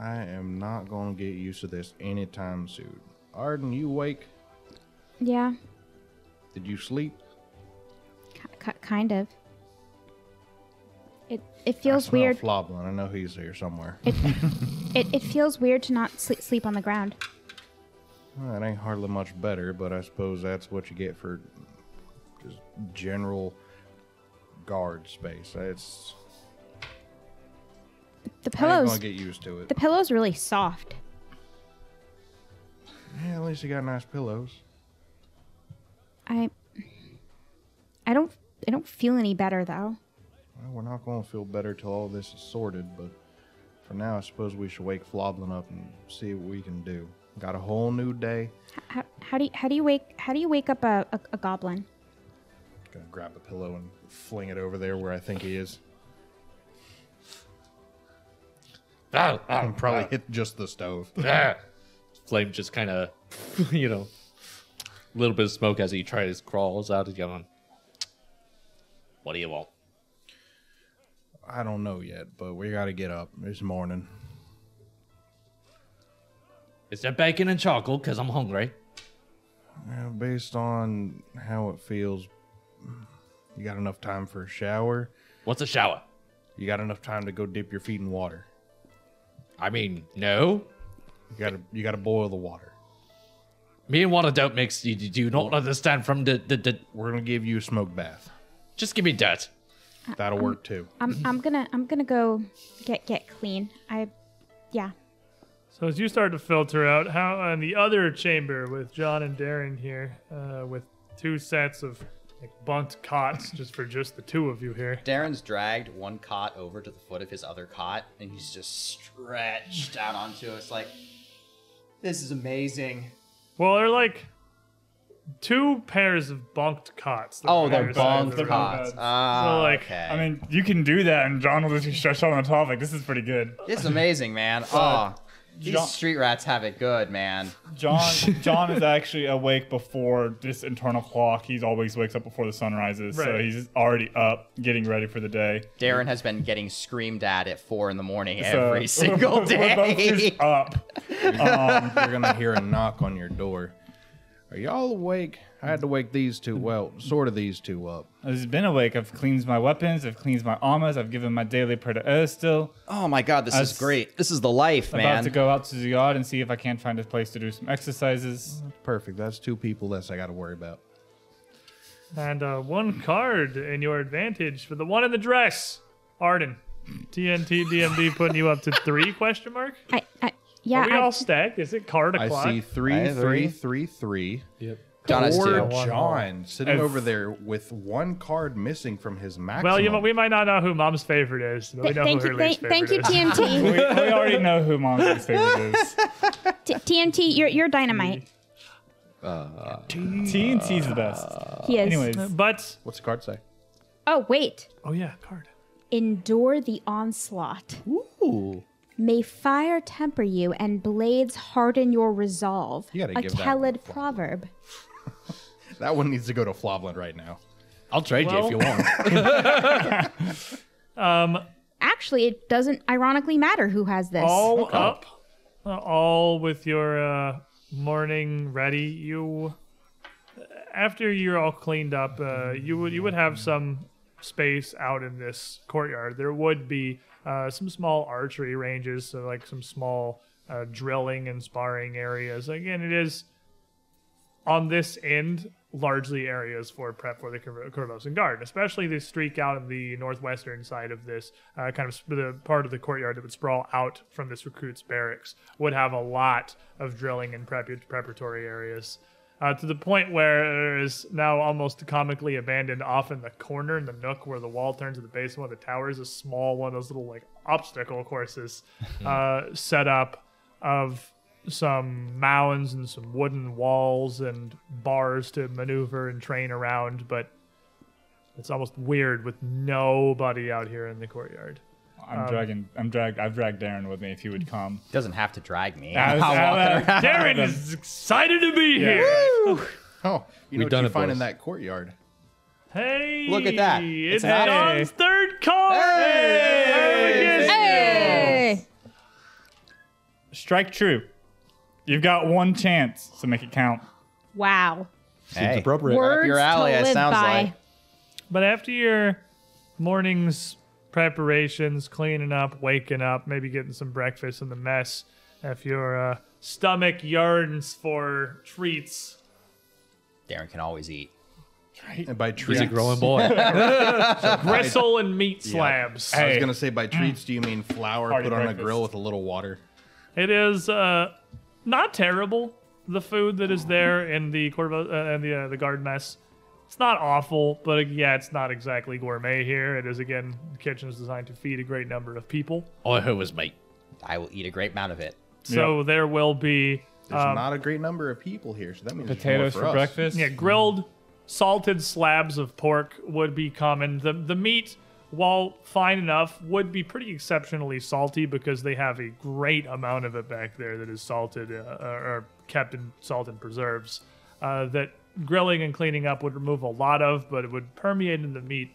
I am not going to get used to this anytime soon. Arden, you wake?
yeah,
Did you sleep?
ki- ki- kind of. It it
I
feels
smell
weird.
Floblin. I know he's here somewhere.
It it feels weird to not sleep sleep on the ground.
Well, it ain't hardly much better, but I suppose that's what you get for just general guard space. It's
The
I ain't
pillows
gonna get used to it.
the pillow's really soft.
Yeah, at least you got nice pillows.
I I don't I don't feel any better though.
Well, we're not going to feel better till all this is sorted, but for now, I suppose we should wake Floblin up and see what we can do. Got a whole new day.
How, how do you, how do you wake how do you wake up a, a, a goblin?
Gonna grab a pillow and fling it over there where I think he is.
Ah, ah,
And probably hit just the stove.
ah. Flame just kind of, you know, a little bit of smoke as he tries crawls out. He's going, "What do you want?"
I don't know yet, but we gotta get up. It's morning.
Is there bacon and charcoal? Because I'm hungry.
Well, based on how it feels, you got enough time for a shower.
What's a shower?
You got enough time to go dip your feet in water.
I mean, no.
You gotta you gotta boil the water.
Me and water don't mix. You you do not understand from the the, the
We're gonna give you a smoke bath.
Just give me dirt.
That'll work too.
I'm I'm gonna I'm gonna go get get clean. I yeah.
So as you start to filter out, how in the other chamber with John and Darren here, uh, with two sets of like bunked cots just for just the two of you here.
Darren's dragged one cot over to the foot of his other cot, and he's just stretched out onto us like, this is amazing.
Well, they're like two pairs of bunked cots. that are
Oh,
on
they're
either side of
bunk
the room.
cots. Ah,
So, like,
okay.
I mean, you can do that, and John will just be stretched out on the topic. This is pretty good.
This is amazing, man. Ah, These
John,
street rats have it good, man.
John, John is actually awake before this internal clock. He's always wakes up before the sun rises, so
Right.
he's already up, getting ready for the day.
Darren has been getting screamed at at four in the morning
So
every
we're-
single
uh, we're both
day.
just up.
You're gonna hear a knock on your door. Are y'all awake? I had to wake these two. Well, sort of these two up.
I've been awake. I've cleansed my weapons. I've cleansed my armors. I've given my daily prayer to Erstil.
oh my god, this
That's-
is great. This is the life,
About
man.
to go out to the yard and see if I can't find a place to do some exercises.
Perfect. That's two people less I got to worry about.
And uh, one card in your advantage for the one in the dress, Arden. TNT DMD putting you up to three question mark.
I, I yeah.
Are we
I-
all stacked? Is it card
I
o'clock?
see three,
I
three,
agree.
three, three.
John has
Poor
two.
John sitting
I've-
over there with one card missing from his maximum.
Well, you know, we might not know who mom's favorite is, but we
th-
know
thank
who
you,
her
thank,
least
thank you,
favorite is.
We, we
TMT.
already know who Mom's favorite is.
T- TMT, you're you're dynamite.
TNT's the best.
Uh,
He is.
Anyways,
But
What's the card say?
Oh wait.
oh yeah, card.
Endure the onslaught.
Ooh.
May fire temper you and blades harden your resolve.
You gotta
a
give that one
Khalid
a flop.
proverb.
That one needs to go to Flobland right now.
I'll trade you if you want.
Actually, it doesn't ironically matter who has this.
All up, Uh, all with your uh, morning ready. You, after you're all cleaned up, uh, you would you would have some space out in this courtyard. There would be uh, some small archery ranges, so like some small uh, drilling and sparring areas. Again, it is on this end largely areas for prep for the Corv- Corvosan Guard, especially the streak out in the northwestern side of this uh, kind of sp- the part of the courtyard that would sprawl out from this recruit's barracks would have a lot of drilling and prep- preparatory areas. Uh, to the point where there is now almost comically abandoned off in the corner in the nook where the wall turns to the base of one of the towers, a small one of those little like obstacle courses uh, set up of some mounds and some wooden walls and bars to maneuver and train around, but it's almost weird with nobody out here in the courtyard.
I'm dragging. I'm drag. I've dragged Darren with me if he would come.
Doesn't have to drag me.
I was- I was-
Darren is excited to be here.
Oh, you
We've
know what
done
you
it,
find in
boys.
that courtyard?
Hey,
Look at that.
It's,
It's happening.
John's third call.
Hey!
Strike true. You've got one chance, so make it count.
Wow.
Hey.
appropriate.
Words
your alley,
to
it
live
sounds
by.
like.
But after your morning's preparations, cleaning up, waking up, maybe getting some breakfast in the mess, if your uh, stomach yearns for treats,
Darren can always eat.
And by treats,
He's a growing boy.
gristle and meat slabs.
I was
Hey.
gonna say by treats. Do you mean flour
Party
put on
breakfast.
a grill with a little water?
It is uh, not terrible. The food that is there in the Corvo uh, and the uh, the guard mess, it's not awful, but uh, yeah, it's not exactly gourmet here. It is again, the kitchen is designed to feed a great number of people,
All who was mate.
I will eat a great amount of it.
so there will be
There's not a great number of people here, so that means there's more
Potatoes for,
us.
breakfast.
Yeah, grilled, salted slabs of pork would be common. The the meat, while fine enough, would be pretty exceptionally salty because they have a great amount of it back there that is salted uh, or or kept in salt and preserves. Uh, that grilling and cleaning up would remove a lot of, but it would permeate in the meat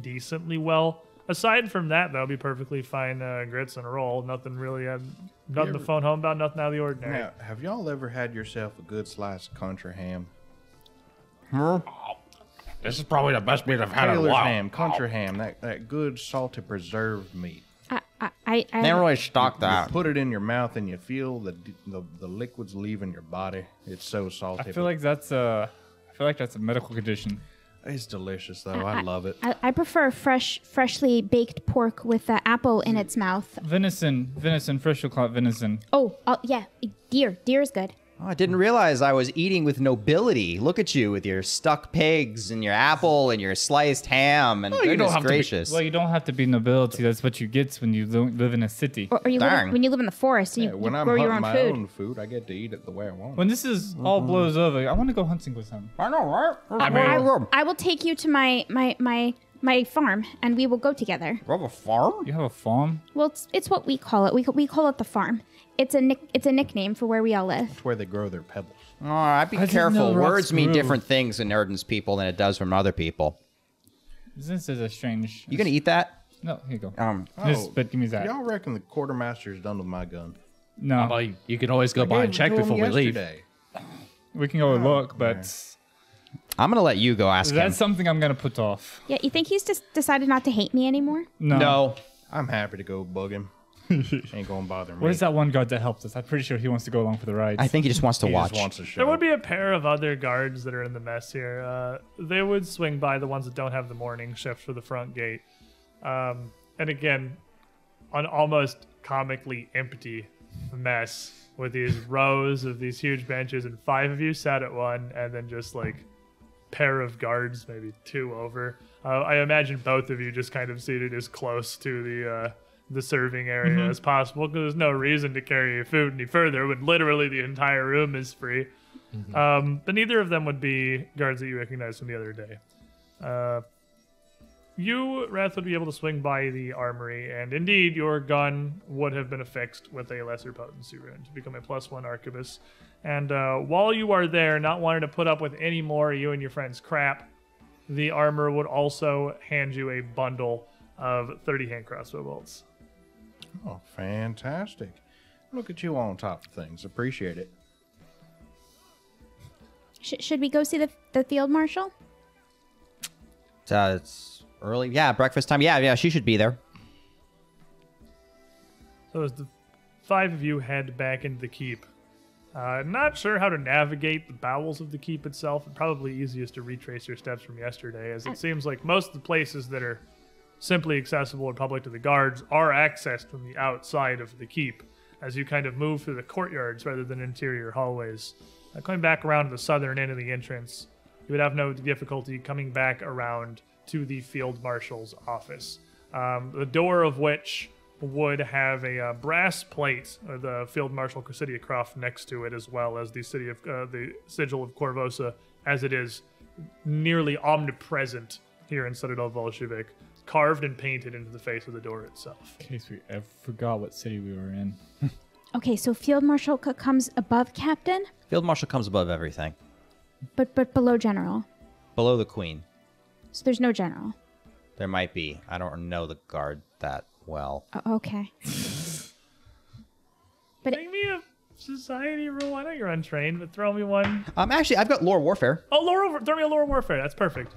decently well. Aside from that, that would be perfectly fine uh, grits and a roll. Nothing really, uh, nothing to phone home about, nothing out of the ordinary.
Now, have y'all ever had yourself a good slice of contra ham?
This is probably the best meat I've had
Taylor's ham, contra ham, that, that good salted preserved meat.
I, I, I, I,
They don't really stock
You
that.
put it in your mouth and you feel the the, the liquids leaving your body. It's so salty.
I feel
but
like that's a. I feel like that's a medical condition.
it's delicious though. I love it.
I, I prefer fresh, freshly baked pork with uh, apple in its mouth.
Venison, venison, freshly caught venison.
Oh, oh yeah, deer. Deer is good.
Oh, I didn't realize I was eating with nobility. Look at you with your stuck pigs and your apple and your sliced ham and
you don't
goodness
have to be-
gracious.
Well, you don't have to be nobility. That's what you get when you lo- live in a city.
Or, or you live,
Darn.
when you live in the forest, you,
Yeah, when
you
I'm
grow
hunting
your own
my
food.
own food, I get to eat it the way I want.
When this is all blows over, I want to go hunting with him.
I know, right?
I, I will take you to my my my my farm, and we will go together.
You have a farm?
You have a farm?
Well, it's, it's what we call it. We, ca- we call it the farm. It's a nick, it's a nickname for where we all live.
It's where they grow their pebbles.
All right, be
I didn't
careful.
know rocks
Words mean
grew.
different things in Erden's people than it does from other people.
This is a strange.
You gonna eat that?
No, here you go.
Um,
Just- but give me that.
Oh, Y'all reckon the quartermaster is done with my gun?
No,
Well, you- you can always go by and check before we leave.
we can go look, but
I'm gonna let you go ask him.
that's something I'm gonna put off.
Yeah, you think he's just decided not to hate me anymore?
No.
No,
I'm happy to go bug him. Ain't gonna bother me.
What is that one guard that helped us? I'm pretty sure he wants to go along for the ride.
I think he just wants to
He
watch.
just wants to show.
There would be a pair of other guards that are in the mess here. Uh, they would swing by the ones that don't have the morning shift for the front gate. Um, and again, an almost comically empty mess with these rows of these huge benches, and five of you sat at one, and then just like pair of guards, maybe two over. Uh, I imagine both of you just kind of seated as close to the uh, the serving area as possible, because there's no reason to carry your food any further when literally the entire room is free. Um, but neither of them would be guards that you recognize from the other day. Uh, you, Wrath, would be able to swing by the armory, and indeed, your gun would have been affixed with a lesser potency rune to become a plus one arquebus. And uh, while you are there, not wanting to put up with any more you and your friends' crap, the armor would also hand you a bundle of 30 hand crossbow bolts.
Oh, fantastic! Look at you on top of things. Appreciate it.
Sh- should we go see the, the field marshal?
Uh, it's early. Yeah, breakfast time. Yeah, yeah, she should be there.
So as the five of you head back into the keep, uh, not sure how to navigate the bowels of the keep itself, and probably easiest to retrace your steps from yesterday, as it seems like most of the places that are simply accessible and public to the guards are accessed from the outside of the keep, as you kind of move through the courtyards rather than interior hallways. Uh, coming back around to the southern end of the entrance, you would have no difficulty coming back around to the field marshal's office. Um, the door of which would have a uh, brass plate of the field marshal Cressidia Croft next to it, as well as the city of uh, the sigil of Corvosa, as it is nearly omnipresent here in Citadel Bolshevik, carved and painted into the face of the door itself.
In case we I forgot what city we were in.
Okay, so field marshal c- comes above captain,
Field marshal comes above everything,
but but below general.
below the queen.
So there's no general.
There might be. I don't know the guard that well.
O- okay. but
Make me a society roll. I know you're untrained, but throw me one.
Um, actually, I've got lore warfare.
Oh, lore, throw me a lore warfare. That's perfect.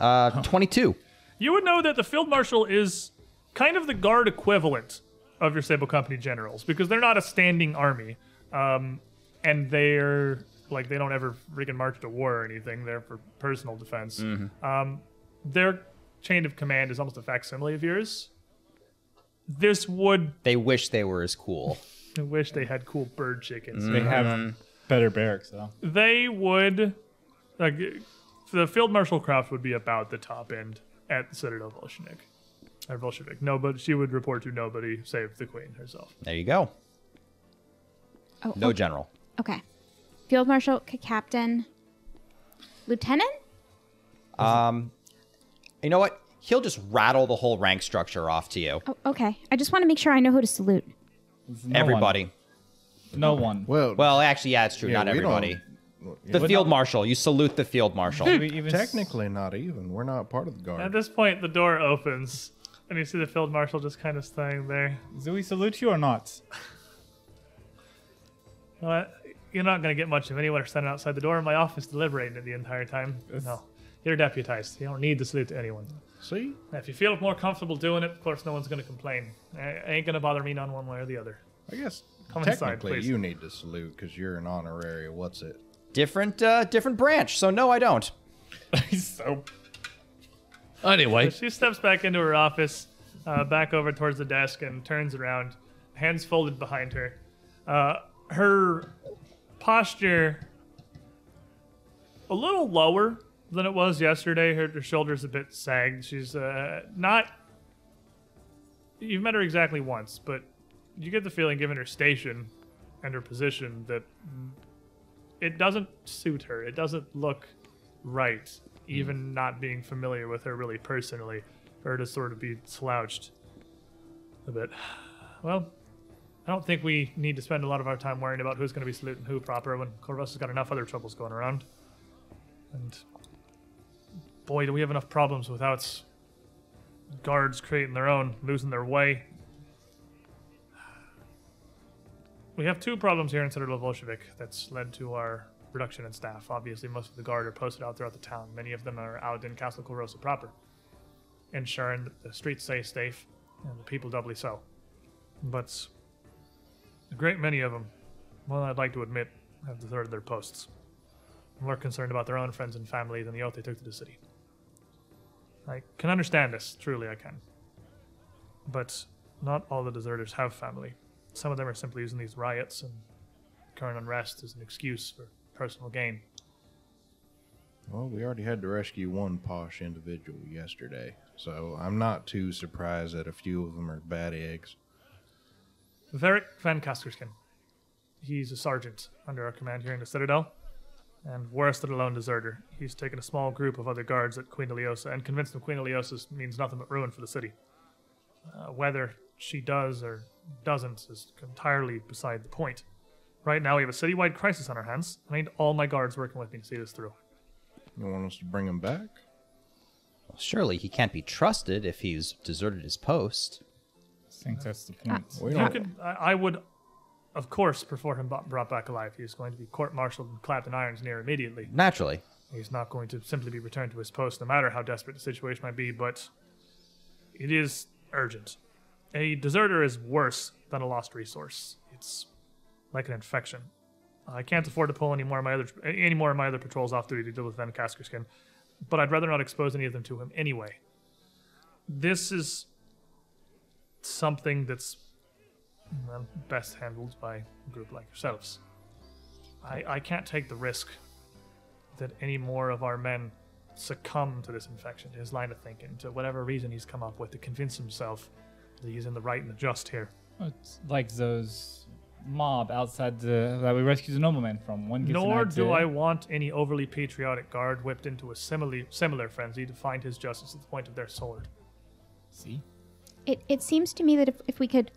Uh,
Oh.
twenty-two.
You would know that the field marshal is kind of the guard equivalent of your Sable Company generals because they're not a standing army, um, and they're like they don't ever freaking march to war or anything. They're for personal defense. Um, their chain of command is almost a facsimile of yours. This would
They wish they were as cool.
I wish they had cool bird chickens.
They
Mm-hmm.
have better barracks though.
They would like the field marshal Croft would be about the top end at the Citadel Bolshevik. Or Bolshevik. No, but she would report to nobody save the queen herself.
There you go.
oh,
No
oh,
general.
okay. Field marshal c- captain, lieutenant.
Um, you know what? He'll just rattle the whole rank structure off to you.
Oh, okay. I just want to make sure I know who to salute.
There's no
everybody.
One. No one.
Well,
Well, actually, yeah, it's true.
Yeah,
not
we don't-
everybody. The
We're
field
not- Hmm.
marshal. You salute the field marshal.
Do we even s-
technically not even. We're not part of the guard.
At this point the door opens and you see the field marshal just kind of standing there.
do we salute you or not?
Uh, you're not going to get much of anyone standing outside the door of my office deliberating it the entire time. No. You're deputized. You don't need to salute to anyone.
See,
If you feel more comfortable doing it, of course, no one's going to complain. It ain't going to bother me none one way or the other.
I guess
Come inside,
technically
please.
you need to salute because you're an honorary. What's it?
Different, uh, different branch. So no, I don't.
so
Anyway,
She steps back into her office, uh, back over towards the desk, and turns around, hands folded behind her. Uh, her posture a little lower than it was yesterday. Her, her shoulders a bit sagged. She's uh, not. You've met her exactly once, but you get the feeling, given her station and her position, that mm, it doesn't suit her. It doesn't look right. even not being familiar with her really personally, for her to sort of be slouched a bit. Well, I don't think we need to spend a lot of our time worrying about who's going to be saluting who proper when Corvus has got enough other troubles going around. And boy, do we have enough problems without guards creating their own, losing their way. We have two problems here in Citadel Bolshevik that's led to our reduction in staff. Obviously, most of the guard are posted out throughout the town. Many of them are out in Castle Corrosa proper, ensuring that the streets stay safe and the people doubly so. But a great many of them, well, I'd like to admit, have deserted their posts. More concerned about their own friends and family than the oath they took to the city. I can understand this, truly I can. But not all the deserters have family. Some of them are simply using these riots and current unrest as an excuse for personal gain.
Well, we already had to rescue one posh individual yesterday, so I'm not too surprised that a few of them are bad eggs.
Varric Van Kaskerskin. He's a sergeant under our command here in the Citadel, and worse than a lone deserter. He's taken a small group of other guards at Queen Eliosa and convinced them Queen Eliosa means nothing but ruin for the city. Uh, whether she does or doesn't is entirely beside the point. Right now, we have a citywide crisis on our hands. I need all my guards working with me to see this through.
You want us to bring him back?
Surely he can't be trusted if he's deserted his post.
I think that's the point.
We
Uh, You
don't.
could, I, I would, of course, prefer him bo- brought back alive. He's going to be court-martialed and clapped in irons near immediately.
Naturally.
He's not going to simply be returned to his post, no matter how desperate the situation might be. But it is urgent. A deserter is worse than a lost resource. It's like an infection. I can't afford to pull any more of my other any more of my other patrols off duty to deal with Van Kaskerskin, but I'd rather not expose any of them to him anyway. This is something that's well, best handled by a group like yourselves. I, I can't take the risk that any more of our men succumb to this infection, to his line of thinking, to whatever reason he's come up with to convince himself that he's in the right and the just here.
It's like those mob outside the that we rescued the nobleman from. One gets an
Nor
eye
do
to-
I want any overly patriotic guard whipped into a similar, similar frenzy to find his justice at the point of their sword.
see.
It, it seems to me that if, if we could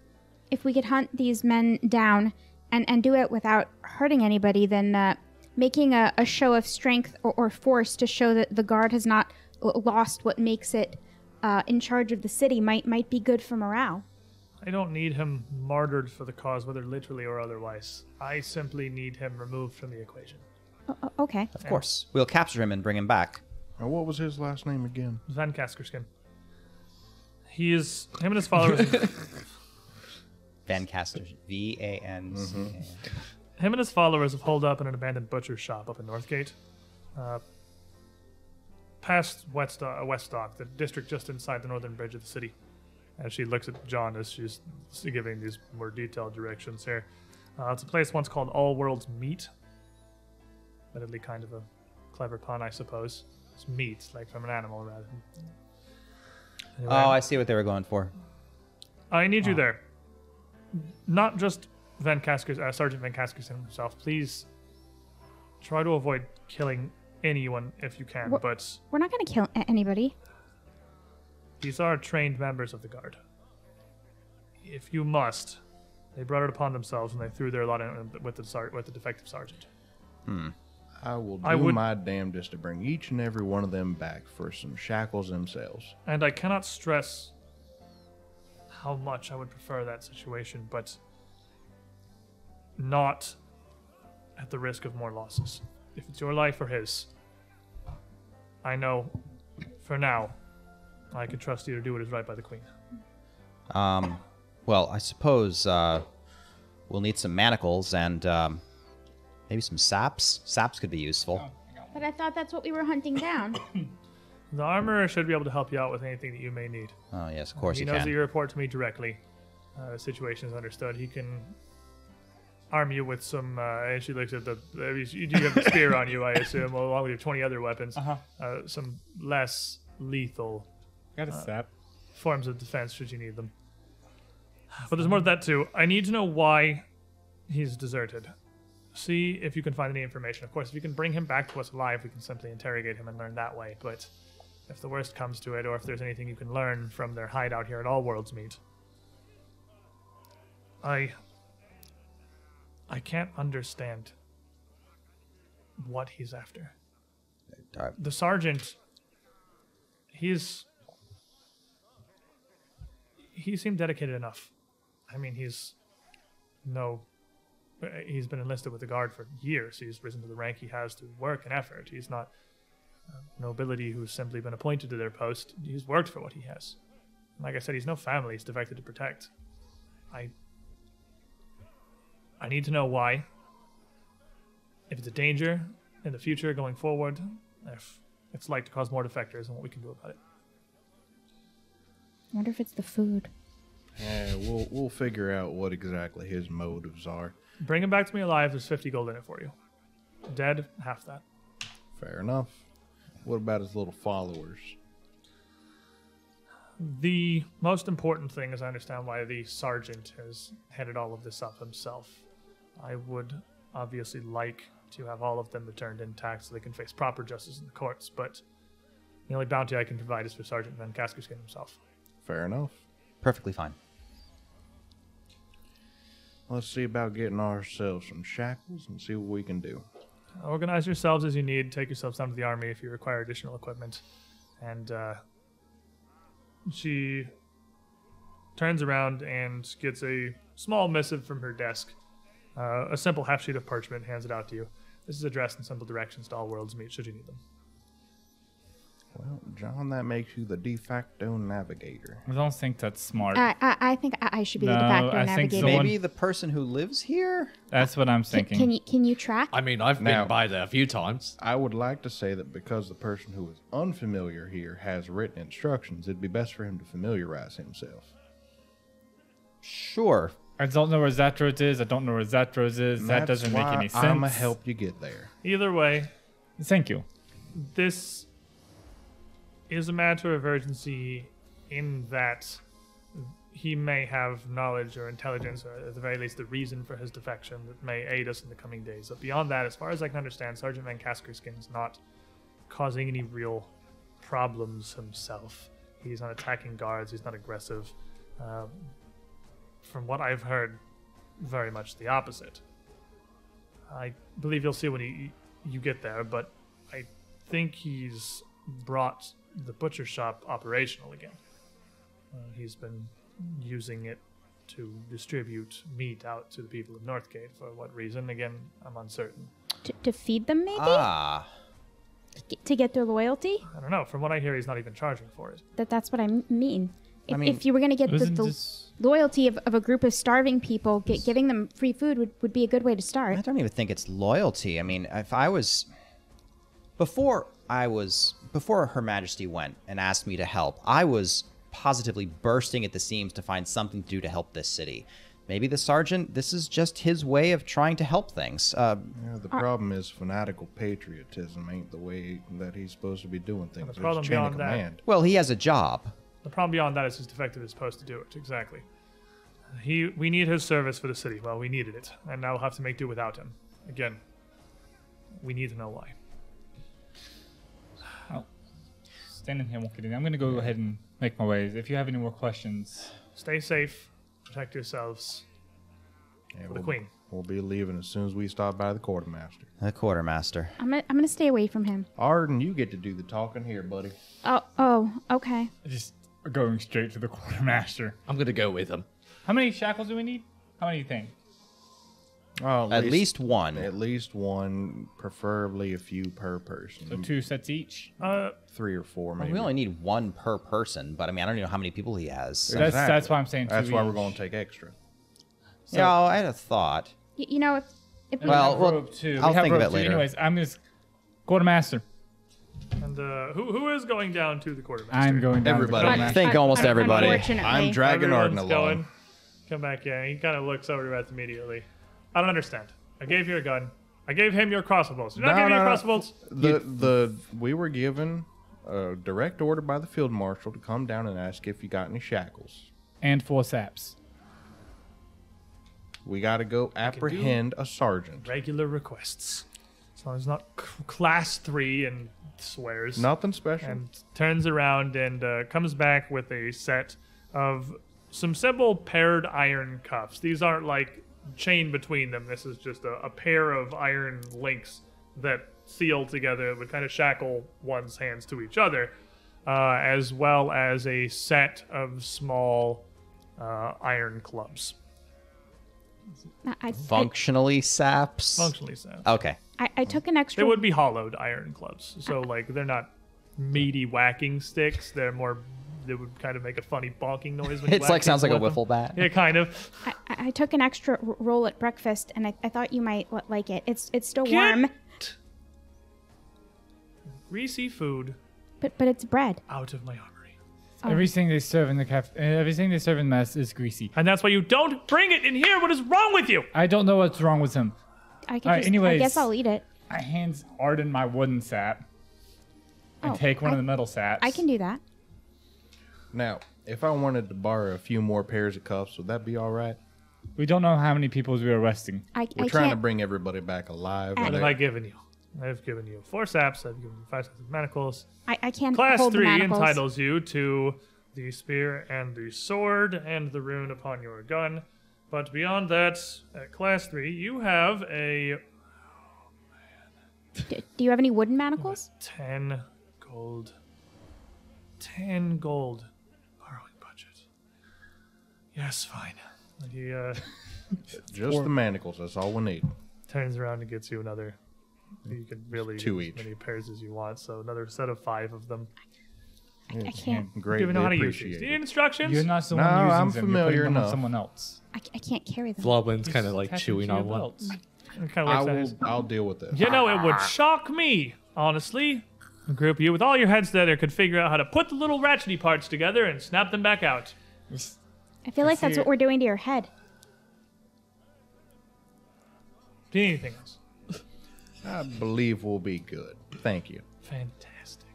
if we could hunt these men down and, and do it without hurting anybody, then uh, making a, a show of strength or, or force to show that the guard has not l- lost what makes it uh, in charge of the city might might be good for morale.
I don't need him martyred for the cause, whether literally or otherwise. I simply need him removed from the equation.
O- o- okay.
Of course. We'll capture him and bring him back.
And what was his last name again?
Van Kaskerskin. He is him and his followers. him
Van Caster. V A N C A N.
and his followers have holed up in an abandoned butcher's shop up in Northgate, uh, past West uh, Westdock, the district just inside the northern bridge of the city. And she looks at John as she's giving these more detailed directions here. Uh, it's a place once called All Worlds Meat. Admittedly, kind of a clever pun, I suppose. It's meat, like from an animal, rather. Anyway.
Oh, I see what they were going for.
I need you there. Not just Van Kaskers, uh, Sergeant Van Kaskerson himself. Please try to avoid killing anyone if you can,
What-
but
We're not going to kill a- anybody.
these are trained members of the guard. If you must, they brought it upon themselves and they threw their lot in with the, sar- with the defective sergeant.
I will do
I would-
my damnedest to bring each and every one of them back for some shackles themselves.
And I cannot stress how much I would prefer that situation, but not at the risk of more losses. If it's your life or his, I know for now I can trust you to do what is right by the Queen.
Um, well, I suppose uh, we'll need some manacles and um, maybe some saps. Saps could be useful.
But I thought that's what we were hunting down.
The armorer should be able to help you out with anything that you may need.
Oh, yes, of course
he
you
knows
can.
that you report to me directly. Uh, the situation is understood. He can arm you with some. Uh, and she looks at the. uh, you- You do have the spear on you, I assume, along with your twenty other weapons.
Uh-huh.
Uh, some less lethal
Got
Uh,
a sap.
forms of defense should you need them. But there's more to that too. I need to know why he's deserted. see if you can find any information. Of course, if you can bring him back to us alive, we can simply interrogate him and learn that way. But if the worst comes to it, or if there's anything you can learn from their hideout here at All Worlds Meet, I. I can't understand what he's after.
Uh,
The sergeant, he's. He seemed dedicated enough. I mean, he's no uh, he's been enlisted with the guard for years. He's risen to the rank he has through work and effort. He's not uh, nobility who's simply been appointed to their post. He's worked for what he has. And like I said, he's no family. He's defected to protect. I. I need to know why. If it's a danger in the future going forward, if it's like to cause more defectors, and what we can do about it.
I wonder if it's the food.
Yeah, we'll we'll figure out what exactly his motives are.
Bring him back to me alive. There's 50 gold in it for you. Dead, half that.
Fair enough. What about his little followers?
The most important thing is I understand why the sergeant has headed all of this up himself. I would obviously like to have all of them returned intact so they can face proper justice in the courts, but the only bounty I can provide is for Sergeant Van Kaskerskin himself.
Fair enough.
perfectly fine.
Let's see about getting ourselves some shackles and see what we can do.
Organize yourselves as you need, take yourselves down to the army if you require additional equipment. And uh, she turns around and gets a small missive from her desk. Uh, a simple half sheet of parchment, hands it out to you. This is addressed in simple directions to all worlds meet should you need them.
Well, John, that makes you the de facto navigator.
I don't think that's smart.
uh,
I, I, I think I, I should be the de
No,
facto
I think
navigator.
someone-
Maybe the person who lives here.
that's what I'm
Can,
thinking.
can you can you track?
I mean, I've
Now-
been by there a few times.
I would like to say that because the person who is unfamiliar here has written instructions, it'd be best for him to familiarize himself.
Sure.
I don't know where Zatros is. I don't know where Zatros is.
And
That
that's
doesn't make
why
any sense.
I'ma help you get there.
Either way,
Thank you.
this is a matter of urgency in that he may have knowledge or intelligence, or at the very least, the reason for his defection that may aid us in the coming days. But beyond that, as far as I can understand, Sergeant Van Kaskerskin's not causing any real problems himself. He's not attacking guards, he's not aggressive. Uh, from what I've heard, very much the opposite. I believe you'll see when he, you get there, but I think he's brought the butcher shop operational again. Uh, he's been using it to distribute meat out to the people of Northgate. For what reason? Again, I'm uncertain.
To, to feed them, maybe?
Ah,
To get- to get their loyalty?
I don't know. From what I hear, he's not even charging for it.
That That's what I m- mean. If,
mean,
if you were going to get the,
Isn't
the
this-
loyalty of, of a group of starving people, get, giving them free food would, would be a good way to
I
start.
don't even think it's loyalty. I mean, if I was before I was before Her Majesty went and asked me to help, I was positively bursting at the seams to find something to do to help this city. Maybe the sergeant, this is just his way of trying to help things. Uh,
Yeah, the problem is fanatical patriotism ain't the way that he's supposed to be doing things. There's a
problem
chain of
beyond that-
command.
well, he has a job.
The problem beyond that is he's defected his post to do it. Exactly. Uh, He, we need his service for the city. Well, we needed it, and now we'll have to make do without him. Again, we need to know why.
Standing here won't get in. I'm going to go ahead and make my ways. If you have any more questions,
Stay safe. Protect yourselves.
Yeah,
the
we'll-
queen.
We'll be leaving as soon as we stop by the quartermaster.
The quartermaster.
I'm going to I'm gonna stay away from him.
Arden, you get to do the talking here, buddy.
Oh, oh, okay.
just going straight to the quartermaster.
I'm gonna go with him.
How many shackles do we need? How many do you think?
Oh,
At least one.
at least one, preferably a few per person,
So two sets each.
Uh,
three or four maybe.
we only need one per person, but I mean, I don't even know how many people he has.
That's- that's why I'm saying two
That's why we're
each.
going to take extra.
Yeah, I had a thought.
Y- you know, if, if we-
Well,
We have
well,
robe two. We
I'll
have
think of
robe
it
two.
later.
Anyways, I'm just quartermaster.
and uh, who, who is going down to the quartermaster?
I'm going down. to the
Everybody.
quartermaster.
I think almost
un-
everybody.
Unfortunately.
I'm dragging Arden
Everyone's
along.
going. Come back in. He kind of looks over to Reth immediately. I don't understand. I gave you a gun. I gave him your crossbows. Did I
No,
give you
no,
your
no.
crossbows?
The the we were given a direct order by the field marshal to come down and ask if you got any shackles.
And four saps.
We got to go apprehend a sergeant.
Regular requests. As long as not c- class three and swears.
Nothing special.
and turns around and uh, comes back with a set of some simple paired iron cuffs. These aren't like chain between them. This is just a, a pair of iron links that seal together, would kind of shackle one's hands to each other, uh, as well as a set of small uh, iron clubs.
I, I,
Functionally saps.
Functionally so.
Okay.
I, I took an
They
extra.
would be hollowed iron clubs, so like they're not meaty whacking sticks. They're more. They would kind of make a funny bonking noise when you
It's
whack
like sounds like
people
a
with them.
wiffle bat.
Yeah, kind of.
I, I I took an extra r- roll at breakfast, and I, I thought you might li- like it. It's it's still warm,
Greasy food
but but it's bread.
out of my armory,
Oh.
Everything they serve in the caf- uh, everything they serve in mass is greasy.
and that's why you don't bring it in here. What is wrong with you?
I don't know what's wrong with them.
I can
All right,
just, I
anyways.
guess I'll eat it.
I hands Arden my wooden sap and
Oh,
take one
I-
of the metal saps.
I can do that.
now, if I wanted to borrow a few more pairs of cuffs, would that be all right?
We don't know how many people we are arresting.
I,
We're
I
trying to
can't.
bring everybody back alive.
What
and
What
they-
have I given you? I've given you four saps. I've given you five sets of manacles.
I, I can't
Class
hold the
three
manacles.
entitles you to the spear and the sword and the rune upon your gun. But beyond that, at class three, you have a
D- do you have any wooden manacles?
10 gold. 10 gold borrowing budget. Yes, fine. And he uh,
Just the manacles. That's all we need.
turns around and gets you another. You can really
Two
as
each.
many pairs as you want, so another set of five of them.
I can't.
Greatly
Given how to use these. Do
appreciate
you
it.
need instructions?
You're not the
No,
one using
I'm
them.
familiar
You're putting them on
enough.
someone else.
I, c- I can't carry them.
Globlin's kind of like
Attach them
chewing
to your
on one.
belts.
It kinda
I
looks at
will.
his-
I'll deal with this.
You know, it would shock me, honestly. A group of you with all your heads together could figure out how to put the little ratchety parts together and snap them back out.
I feel like that's what we're doing to your head.
Do you need anything else?
I believe we'll be good. Thank you.
Fantastic.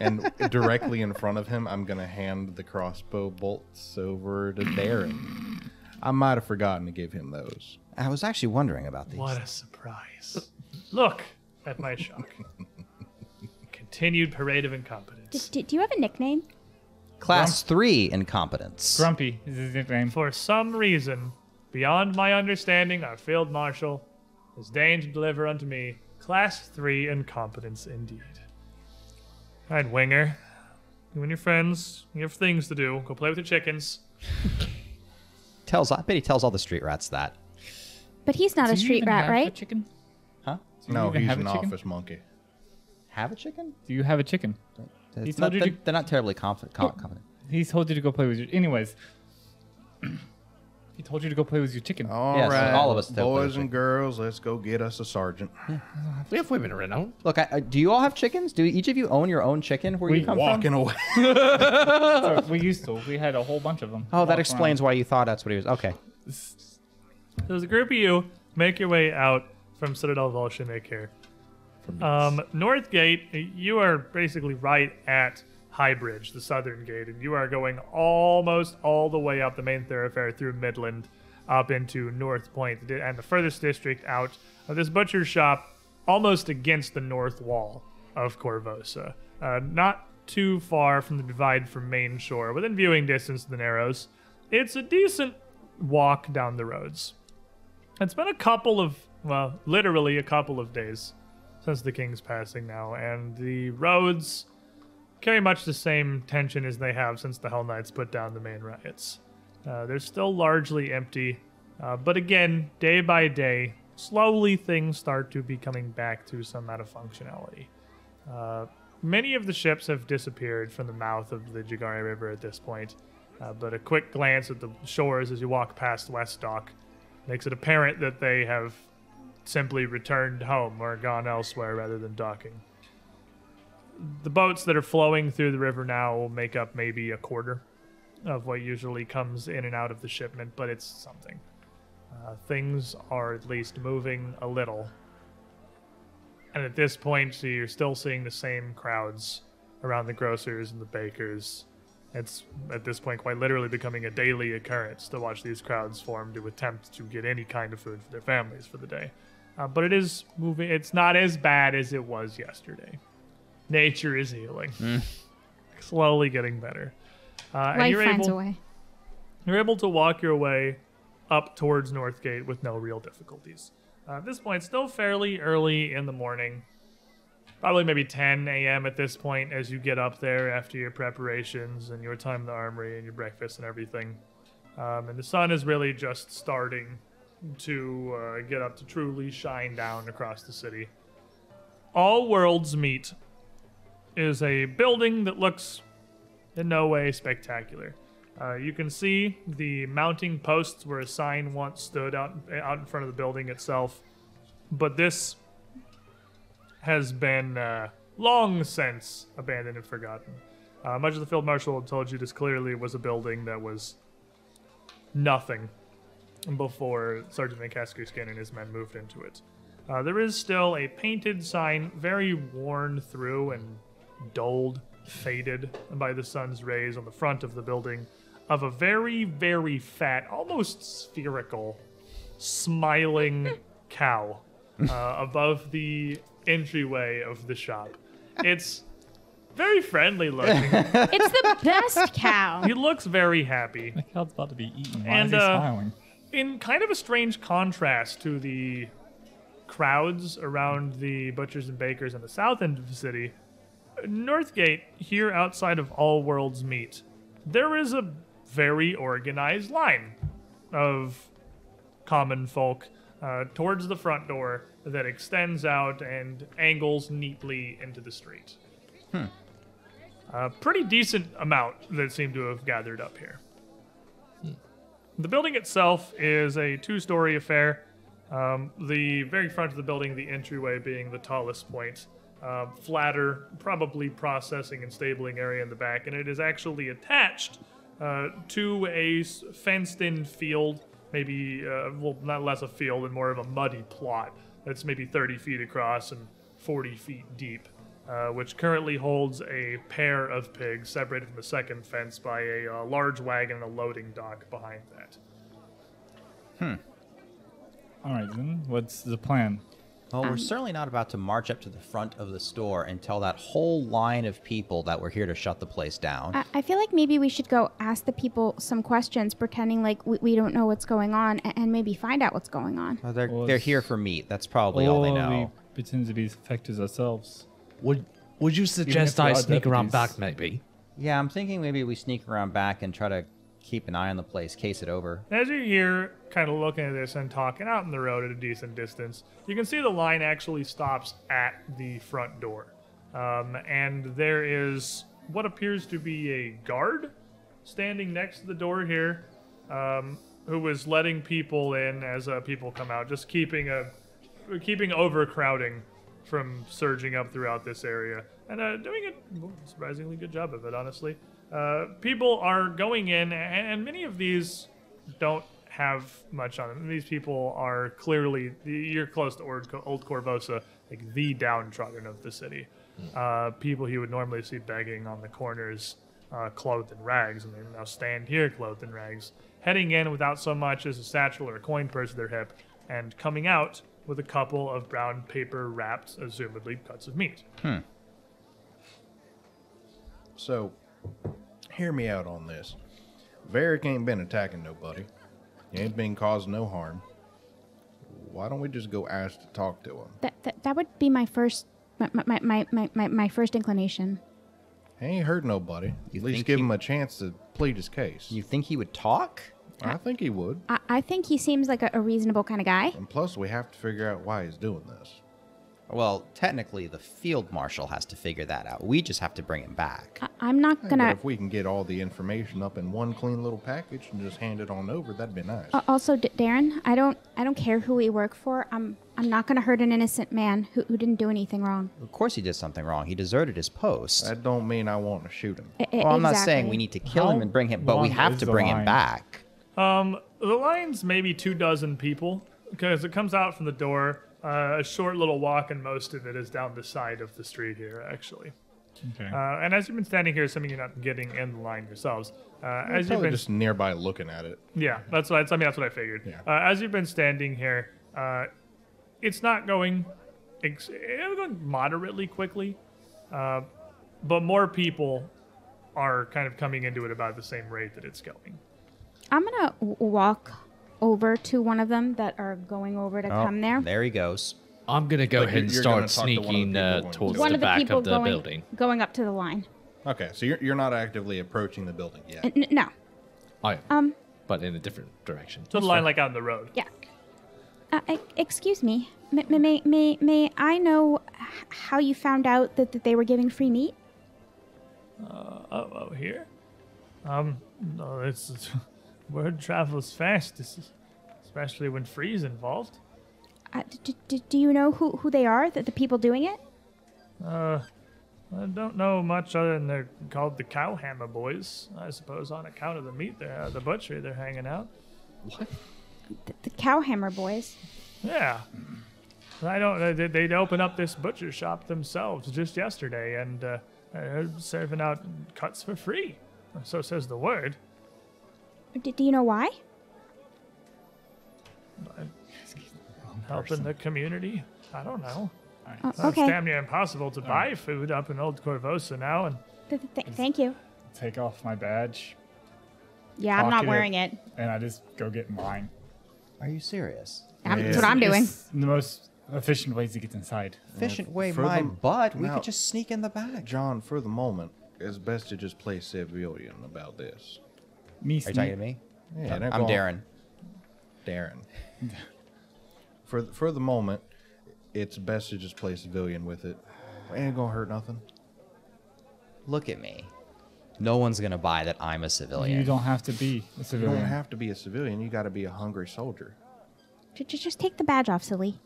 And directly in front of him, I'm gonna hand the crossbow bolts over to Darren. I might have forgotten to give him those.
I was actually wondering about these.
What a surprise. Look at my shock. Continued parade of
D-
incompetence.
d- do you have a nickname?
Class three incompetence.
Grumpy is his nickname.
For some reason, beyond my understanding, our field marshal has deigned to deliver unto me class three incompetence indeed. All right, Winger. You and your friends, you have things to do. Go play with your chickens.
Tells. I bet he tells all the street rats that.
But he's not a street rat, right?
chicken?
Huh?
No,
even
he's
have a
an
chicken?
office monkey.
Have a chicken?
Do you have a chicken?
It's
told
not-
you
they're,
to-
they're not terribly confident. confident.
He told you to go play with your. Anyways, he told you to go play with your chicken.
All right,
Yes, all of us tell
boys
Thursday.
and girls, let's go get us a sergeant.
We have women around.
Look, I, I- do you all have chickens? Do each of you own your own chicken? Where
We
you come
Walking away.
So we used to. We had a whole bunch of them.
from? Oh, that explains why you thought that's what he was. Okay.
So there's a group of you make your way out from Citadel Volshinik here. Um, North Gate, you are basically right at High Bridge, the southern gate, and you are going almost all the way up the main thoroughfare through Midland up into North Point and the furthest district out of this butcher's shop, almost against the north wall of Corvosa. Uh, not too far from the divide from Main Shore, within viewing distance of the Narrows. It's a decent walk down the roads. It's been a couple of, well, literally a couple of days since the king's passing now, and the roads carry much the same tension as they have since the Hell Knights put down the main riots. Uh, they're still largely empty, uh, but again, day by day, slowly things start to be coming back to some amount of functionality. Uh, many of the ships have disappeared from the mouth of the Jagari River at this point, uh, but a quick glance at the shores as you walk past West Dock makes it apparent that they have simply returned home or gone elsewhere rather than docking. The boats that are flowing through the river now will make up maybe a quarter of what usually comes in and out of the shipment, but it's something. Uh, things are at least moving a little. And at this point, so you're still seeing the same crowds around the grocers and the bakers It's at this point quite literally becoming a daily occurrence to watch these crowds form to attempt to get any kind of food for their families for the day. Uh, but it is moving, it's not as bad as it was yesterday. Nature is healing, slowly getting better. Uh, and
Life
you're
finds
able,
a way.
you're able to walk your way up towards Northgate with no real difficulties. Uh, at this point, it's still fairly early in the morning, probably maybe 10 a.m. at this point as you get up there after your preparations and your time in the armory and your breakfast and everything. Um, and the sun is really just starting to uh, get up to truly shine down across the city. All Worlds Meet is a building that looks in no way spectacular. Uh, you can see the mounting posts where a sign once stood out out in front of the building itself, but this has been uh, long since abandoned and forgotten. Uh, much as the field marshal had told you, this clearly was a building that was nothing before Sergeant McCaskey and his men moved into it. Uh, there is still a painted sign, very worn through and dulled, faded by the sun's rays on the front of the building, of a very, very fat, almost spherical, smiling cow uh, above the entryway of the shop. It's very friendly looking.
It's the best cow.
he looks very happy
The cow's about to be eaten. Why
And,
is he
uh,
smiling?
in kind of a strange contrast to the crowds around the butchers and bakers on the south end of the city, Northgate, here outside of All Worlds Meet, there is a very organized line of common folk uh, towards the front door that extends out and angles neatly into the street. A pretty decent amount that seem to have gathered up here. The building itself is a two story affair. Um, the very front of the building, the entryway being the tallest point, uh, flatter, probably processing and stabling area in the back, and it is actually attached uh, to a fenced in field, maybe, uh, well, not less a field and more of a muddy plot that's maybe 30 feet across and 40 feet deep, uh, which currently holds a pair of pigs separated from the second fence by a uh, large wagon and a loading dock behind that.
All right, then. What's the plan?
Well, we're certainly not about to march up to the front of the store and tell that whole line of people that we're here to shut the place down.
I, I feel like maybe we should go ask the people some questions, pretending like we, we don't know what's going on, and, and maybe find out what's going on.
Uh, they're,
Well,
they're
it's-
here for meat. That's probably all they
Or
know.
We pretend to be infectors ourselves.
Would Would you suggest
there
I
are
sneak around
deputies-
back, maybe?
Yeah, I'm thinking maybe we sneak around back and try to keep an eye on the place, case it over.
As you're here, kind of looking at this and talking out in the road at a decent distance, you can see the line actually stops at the front door. Um, and there is what appears to be a guard standing next to the door here um, who is letting people in as uh, people come out, just keeping a keeping overcrowding from surging up throughout this area and uh, doing a surprisingly good job of it, honestly. Uh, people are going in, a- and many of these don't have much on them. These people are clearly, you're close to Old, Old Corvosa, like the downtrodden of the city. Uh, people you would normally see begging on the corners, uh, clothed in rags, and they now stand here clothed in rags, heading in without so much as a satchel or a coin purse at their hip, and coming out with a couple of brown paper wrapped, assumedly, cuts of meat.
So, hear me out on this. Varric ain't been attacking nobody. He ain't been causing no harm. Why don't we just go ask to talk to him?
That, that, that would be my first my, my, my, my, my, my first inclination.
He ain't hurt nobody.
You
At least
think
give
he-
him a chance to plead his case.
You think he would talk?
I think he would.
I, I think he seems like a, a reasonable kind of guy.
And plus, we have to figure out why he's doing this.
Well, technically, the field marshal has to figure that out. We just have to bring him back.
I, I'm not
But
gonna.
if we can get all the information up in one clean little package and just hand it on over, that'd be nice.
Uh, also, D- Darren, I don't I don't care who we work for. I'm I'm not gonna hurt an innocent man who, who didn't do anything wrong.
Of course, he did something wrong. He deserted his post.
that don't mean I want to shoot him.
I- I-
well, I'm not
E, exactly.
saying we need to kill him
How
and bring him, but we
long
have
is
to
the
bring him
line?
back.
Um, the line's maybe two dozen people because it comes out from the door. Uh, a short little walk, and most of it is down the side of the street here, actually.
Okay.
Uh, and as you've been standing here, assuming you're not getting in the line yourselves, uh, as you've
Probably
been
just nearby looking at it.
Yeah, that's what I, I mean. That's what I figured.
Yeah.
Uh, as you've been standing here, uh, it's not going, ex- it's going moderately quickly, uh, but more people are kind of coming into it about the same rate that it's going.
I'm gonna w- walk over to one of them that are going over to
Oh,
come there.
There he goes.
I'm gonna go
Like,
ahead
you're-
and
you're gonna
start
talk to one of the
sneaking
people
uh,
going
towards
to-
One
the
of the
back
people
of the
going
building.
going up to the line.
Okay, so you're, you're not actively approaching the building yet.
N- n- no,
I,
um,
but in a different direction.
So the line, like out on the road.
yeah. Uh, e- excuse me. May, may, may, may I know h- how you found out that, that they were giving free meat?
Oh, oh, here? Um, no, it's, it's word travels fast, this is- especially when free's involved.
Uh, d- d- do you know who, who they are, that the people doing it?
Uh, I don't know much other than they're called the Cowhammer Boys. I suppose on account of the meat they're uh, the butchery they're hanging out.
The, the Cowhammer boys.
Yeah. I don't. uh, They, they'd open up this butcher shop themselves just yesterday, and uh, they're serving out cuts for free. So says the word.
D- do you know why?
Helping the community. I don't know.
Uh,
Uh, It's
okay.
damn near impossible to buy food up in Old Corvosa now, and
Th- th- th- thank you.
Take off my badge,
Yeah, I'm not
Pocket it.
wearing it.
and I just go get mine.
Are you serious?
I'm,
Yeah.
That's what I'm doing.
It's the most efficient ways to get inside.
Efficient way,
for
my
the-
butt. We
no.
could just sneak in the back.
John, for the moment, it's best to just play civilian about this.
Are
Me
you
sneak-
talking to me?
Yeah, don't
I'm
go on-
Darren.
Darren. for the, for the moment, it's best to just play civilian with it. Ain't gonna hurt nothing.
Look at me. No one's gonna buy that I'm a civilian.
You don't have to be a
You
civilian.
don't have to be a civilian. You got to be a hungry soldier
J- j- just take the badge off, silly.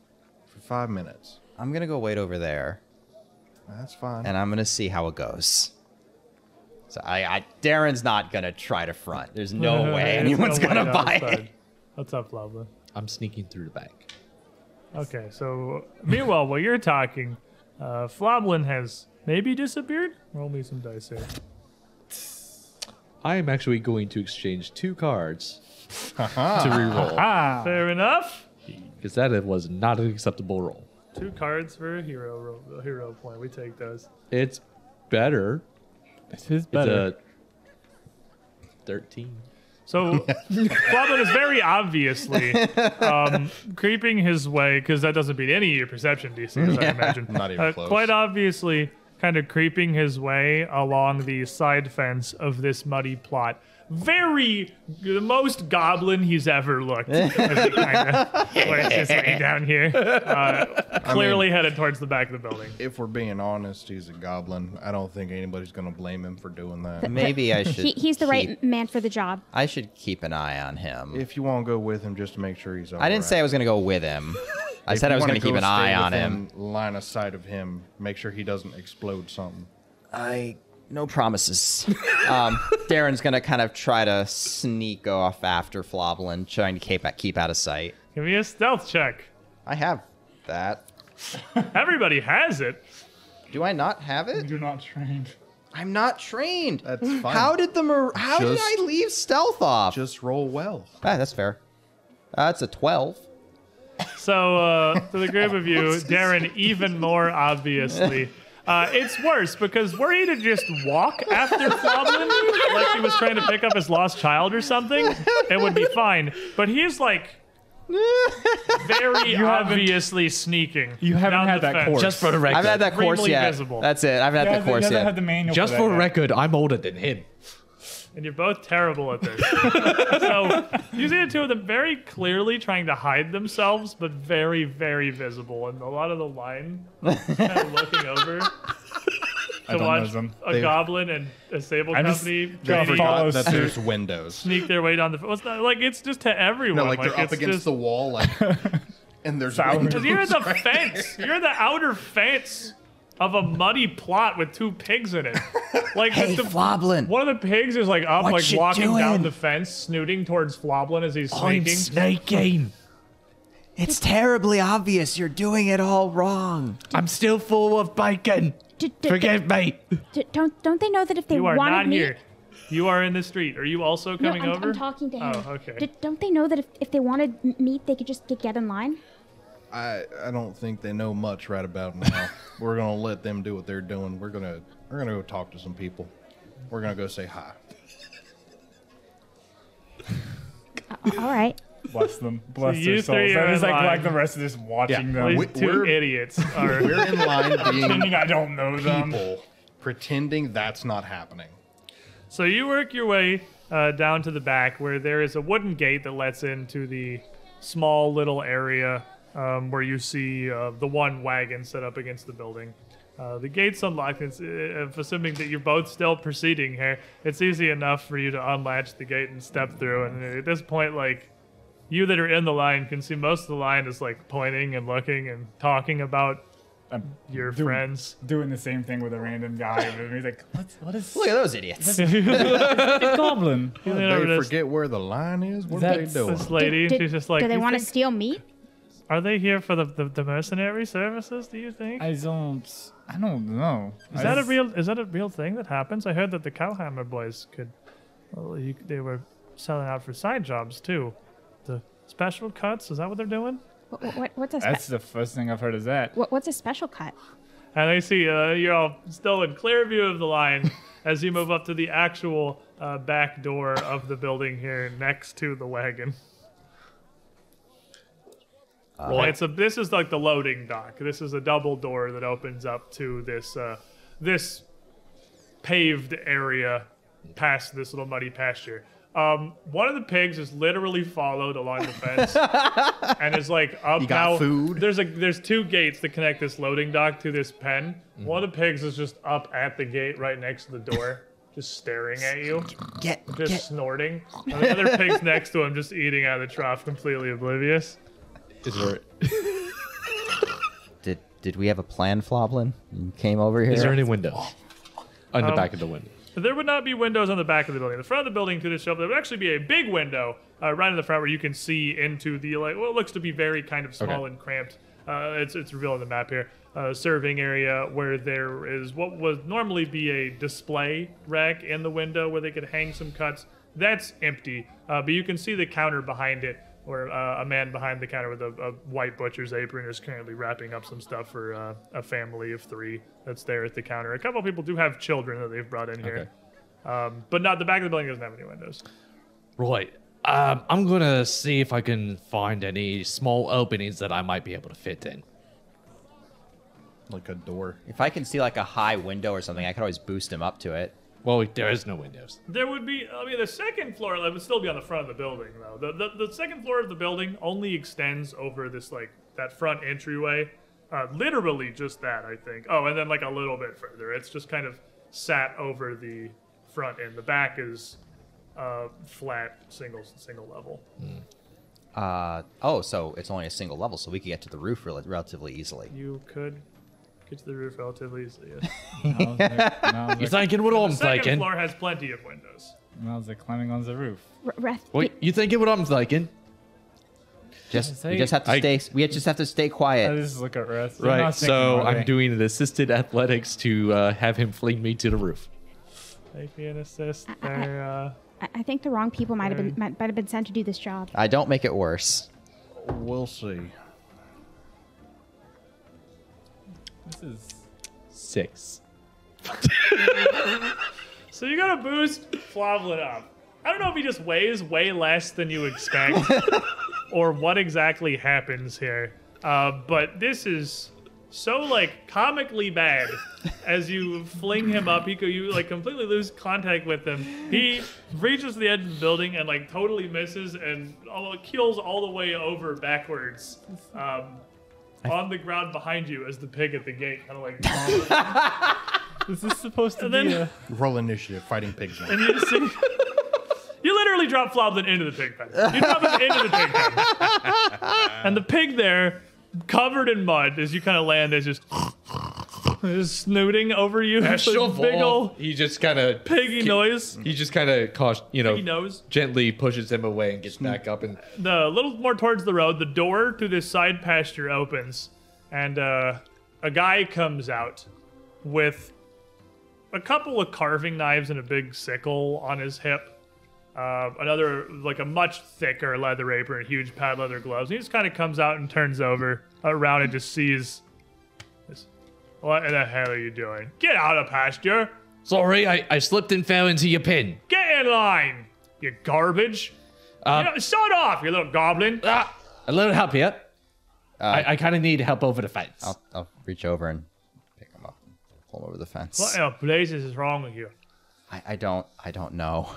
for five minutes.
I'm gonna go wait over there,
That's fine.
and I'm gonna see how it goes. So I, I Darren's not gonna try to front. There's no way
There's
anyone's
no way
gonna
on our
buy it.
side. That's up, Lovely.
I'm sneaking through the back.
Okay. So meanwhile, while you're talking, uh, Floblin has maybe disappeared. Roll me some dice here.
I am actually going to exchange two cards to reroll
Ah,
Fair enough.
because that it was not an acceptable roll.
Two cards for a hero roll, hero point. We take those.
It's better.
this is
It's
better.
a thirteen.
So Floblin is very obviously um, creeping his way because that doesn't beat any of your perception DCs, I imagine. Uh,
Not even close.
Quite obviously, kind of creeping his way along the side fence of this muddy plot. Very the most goblin he's ever looked. as he kind of works his way down here, uh, clearly headed towards the back of the building.
if we're being honest, he's a goblin. I don't think anybody's gonna blame him for doing that.
Maybe I should.
He, he's the right
keep-
m- man for the job.
I should keep an eye on him.
If you want to go with him, just to make sure he's.
I didn't say I was gonna go with him. I said I was gonna keep an eye on him.
Line of sight of him. Make sure he doesn't explode something.
I no promises. um, Darren's gonna kind of try to sneak off after Floblin, trying to keep keep out of sight.
Give me a stealth check.
I have that.
Everybody has it.
Do I not have it?
You're not trained.
I'm not trained.
That's fine.
How did the mar- how did
Just-
I leave stealth off?
Just roll well.
ah, that's fair. Ah, That's a twelve.
So uh, to the group of you, Darren, even more obviously. Uh, it's worse because were he to just walk after Floblin like he was trying to pick up his lost child or something, it would be fine. But he's like very obviously sneaking.
You haven't
down
had
the
that
fence.
course.
Just for the
I
record.
haven't had that course
Extremely
yet.
visible.
That's it. I haven't
Yeah,
had the course
doesn't
yet.
have the manual.
Just
for,
for
that
the
yet.
record, I'm older than him.
and you're both terrible at this. so you see the two of them very clearly trying to hide themselves, but very, very visible, and a lot of the line kind of looking over to
I don't
watch
know them.
a
They-
goblin and a sable
I'm just-
company
they
lady
follow-
Forgot that
suit.
there's windows.
sneak their way down the. Well, it's not, like it's just to everyone.
No, like, they're up
it's
against
just,
the wall, like, and there's
Sour.
windows.
Because you're the fence. You're the outer fence of a muddy plot with two pigs in it. Like
Hey,
the,
Floblin.
One of the pigs is like up,
What
like
you
walking down
doing?
the fence, snooting towards Floblin as
Oh,
he's
I'm
sneaking.
sneaking.
It's terribly obvious. You're doing it all wrong.
I'm still full of bacon.
D- d-
Forgive me.
d- don't don't they know that if they
You are
wanted
not
me,
here. You are in the street. Are you also
No,
coming
I'm,
over?
I'm talking to him.
Oh, okay.
D- don't they know that if, if they wanted m- meat, they could just get, get in line?
I I don't think they know much right about now. we're gonna let them do what they're doing. We're gonna we're gonna go talk to some people. We're gonna go say hi.
Uh, all right.
Bless them. Bless
you
their
three
souls. That
are
is like,
alive.
like the rest of us watching
Yeah.
them.
These
We-
two
we're-
idiots are.
We're in line being
Pretending I don't know them.
people, pretending that's not happening.
So you work your way uh, down to the back where there is a wooden gate that lets into the small little area um, where you see uh, the one wagon set up against the building. Uh, the gate's unlocked. It's, uh, assuming that you're both still proceeding here, it's easy enough for you to unlatch the gate and step through. And at this point, like, you that are in the line can see most of the line is, like, pointing and looking and talking about
I'm
your
Dude.
friends.
doing the same thing with a random guy. over there. He's like, What's, what is
Look at those idiots.
goblin?
You
Did
lean over
they
to this-
forget where the line is? What are
That's-
they doing?
this lady, and
Did-
she's just like,
do they
"You
want to
think-
steal meat?
Are they here for the, the, the mercenary services? Do you think
I don't. I don't know.
is that a real is that a real thing that happens? I heard that the Cowhammer boys could, well, you, they were selling out for side jobs too. The special cuts is that what they're doing?
What, what, what's a
That's
spe-
the first thing I've heard. Is that
what, what's a special cut?
And I see uh, you're all still in clear view of the line as you move up to the actual uh, back door of the building here, next to the wagon.
Uh,
well, it's a this is like the loading dock. This is a double door that opens up to this uh, this paved area past this little muddy pasture. Um, one of the pigs is literally followed along the fence and is like up
got
now.
food?
There's a there's two gates that connect this loading dock to this pen.
Mm-hmm.
One of the pigs is just up at the gate right next to the door, just staring at you,
Get,
just
get.
snorting. And the other pig's next to him, just eating out of the trough, completely oblivious.
Is there,
Did, did we have a plan, Floblin? You came over here?
is there any window? On the back of the window.
There would not be windows on the back of the building. The front of the building to the shelf, there would actually be a big window uh, right in the front where you can see into the like what looks to be very kind of small
Okay.
and cramped. Uh, it's it's revealed on the map here. Uh, serving area where there is what would normally be a display rack in the window where they could hang some cuts. That's empty, uh, but you can see the counter behind it, where uh, a man behind the counter with a, a white butcher's apron is currently wrapping up some stuff for uh, a family of three that's there at the counter. A couple people do have children that they've brought in here.
Okay.
Um, but not the back of the building doesn't have any windows.
Right. Um, I'm gonna see if I can find any small openings that I might be able to fit in.
Like a door.
If I can see like a high window or something, I could always boost him up to it.
Well, there is no windows.
There would be, I mean, the second floor, it would still be on the front of the building, though. The, the, the second floor of the building only extends over this, like, that front entryway. Uh, literally just that, I think. Oh, and then, like, a little bit further. It's just kind of sat over the front end. The back is uh, flat, single, single level.
Uh, oh, so it's only a single level, so we could get to the roof rel- relatively easily.
You could get to the roof relatively easily. Yes.
Now's they're, now
You're
they're,
thinking what I'm
the second
thinking.
floor has plenty of windows.
now they're climbing on the roof.
R- Reth,
Wait, you thinking what I'm thinking?
Just
Say-
we just have to
I-
stay. We just have to stay
I
quiet.
just look at rest. They're
Right.
not thinking,
So
are they?
I'm doing an assisted athletics to uh, have him fling me to the roof.
Make me an assist
I- I-
there. Uh,
I, I think the wrong people might have been might, might have been sent to do this job.
I don't make it worse.
We'll see.
This is
Six.
So you gotta boost Flavlin up. I don't know if he just weighs way less than you expect, or what exactly happens here. Uh, but this is so like comically bad. As you fling him up, he co- you like completely lose contact with him. He reaches the edge of the building and like totally misses and all, keels all the way over backwards. Um, on the ground behind you as the pig at the gate kind of like
this is supposed to
And then-
be. A,
Roll initiative, fighting pigs. now.
And you see, you literally drop Floblin into the pig pen. You drop him into the pig pen, and the pig there, covered in mud, as you kind of land, is just, is snooting over you. It's a big old
He just kind of
piggy noise.
He just kind of caution, you know,
Piggy nose.
gently pushes him away and gets back up and
The a little more towards the road, the door to this side pasture opens, and uh, a guy comes out. with a couple of carving knives and a big sickle on his hip. Uh, another, like a much thicker leather apron, huge pad leather gloves. And he just kind of comes out and turns over around and just sees. this, What in the hell are you doing? Get out of pasture!
Sorry, I, I slipped and fell into your pin.
Get in line! You garbage!
Um,
you know, shut off, you little goblin!
Ah, a little help here. I, I kind of need help over the fence.
I'll, I'll reach over and pick him up, pull him over the fence.
What in the Oh, blazes is wrong with you?
I, I don't, I don't know.